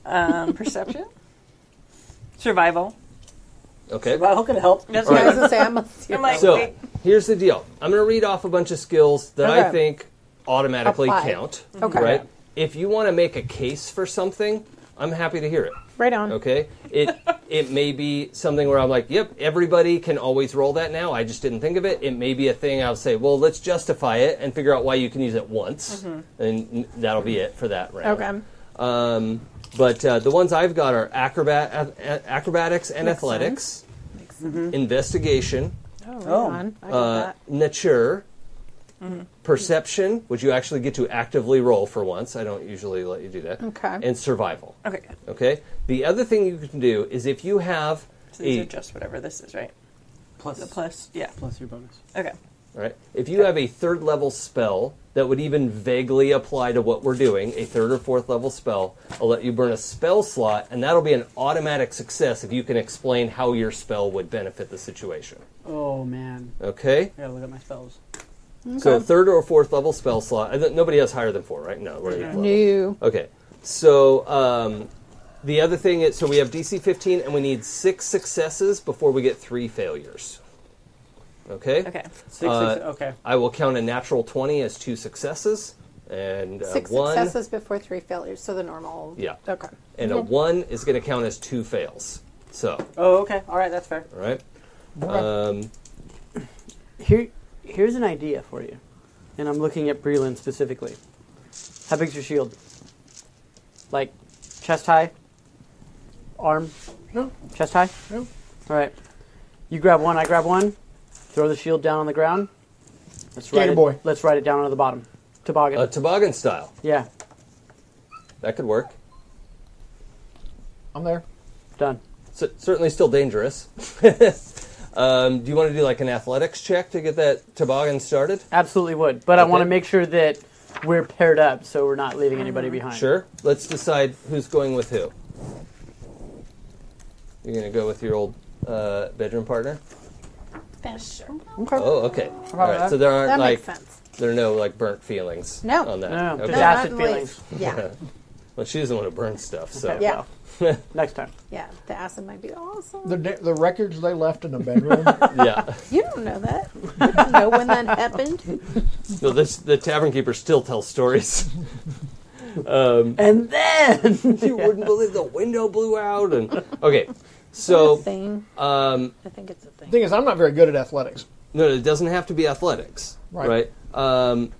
Um, perception. Survival. Okay. Well, how could it help? That's All what right. I was- Doesn't say I'm a I'm like, So wait, here's the deal. I'm going to read off a bunch of skills that I Okay. think automatically Apply. count. Okay. Right. If you want to make a case for something, I'm happy to hear it. Right on. Okay. It it may be something where I'm like, yep, everybody can always roll that now. I just didn't think of it. It may be a thing I'll say, well, let's justify it and figure out why you can use it once, and that'll be it for that round. Mm-hmm. Okay. Um, but uh, the ones I've got are acrobat, a- a- acrobatics and athletics, investigation, Oh, right Oh. on. Mm-hmm. I Mm-hmm. got uh, nature, Perception, which you actually get to actively roll for once. I don't usually let you do that. Okay. And survival. Okay. Okay. The other thing you can do is if you have So these a are just whatever this is, right? Plus, The plus, yeah. plus your bonus. Okay. All right. If you have a third level spell that would even vaguely apply to what we're doing, a third or fourth level spell, I'll let you burn a spell slot, and that'll be an automatic success if you can explain how your spell would benefit the situation. Oh man, Okay. I gotta look at my spells. So third or fourth level spell slot. I th- nobody has higher than four, right? No. We're eighth level. New. Okay. So um, the other thing is, so we have DC 15, and we need six successes before we get three failures. Okay. Okay. Six, Uh, six, okay. I will count a natural 20 as two successes and a Six 1 successes before three failures, so the normal. Yeah. Okay. and a 1 is going to count as two fails. So, all Oh, okay. All right, that's fair. right? Um, Here, here's an idea for you, and I'm looking at Breland specifically. How big's your shield? Like, chest high, arm, No. chest high. No. All right. You grab one. I grab one. Throw the shield down on the ground. Let's write Gator it. boy. Let's write it down on the bottom. Toboggan. uh, toboggan style. yeah. That could work. I'm there. Done. C- certainly still dangerous. um, do you want to do like an athletics check to get that toboggan started? Absolutely would, but I Okay. want to make sure that we're paired up, so we're not leaving anybody behind. Mm, Sure. Let's decide who's going with who. You're going to go with your old uh, bedroom partner? Okay. Oh, okay. All right. that? So there aren't That like makes sense. there are no like burnt feelings. No. On that. No, no, Okay. just acid Not like- feelings. Yeah. Well, she's the one who burns stuff, so Yeah. Next time. Yeah. The acid might be awesome. The, da- the records they left in the bedroom. yeah. You don't know that. You don't know when that happened. No, this the tavern keeper still tells stories. And then you wouldn't believe the window blew out, and okay. So Thing. um, I think it's a thing. thing is, I'm not very good at athletics. no, it doesn't have to be athletics, Right. right? Um,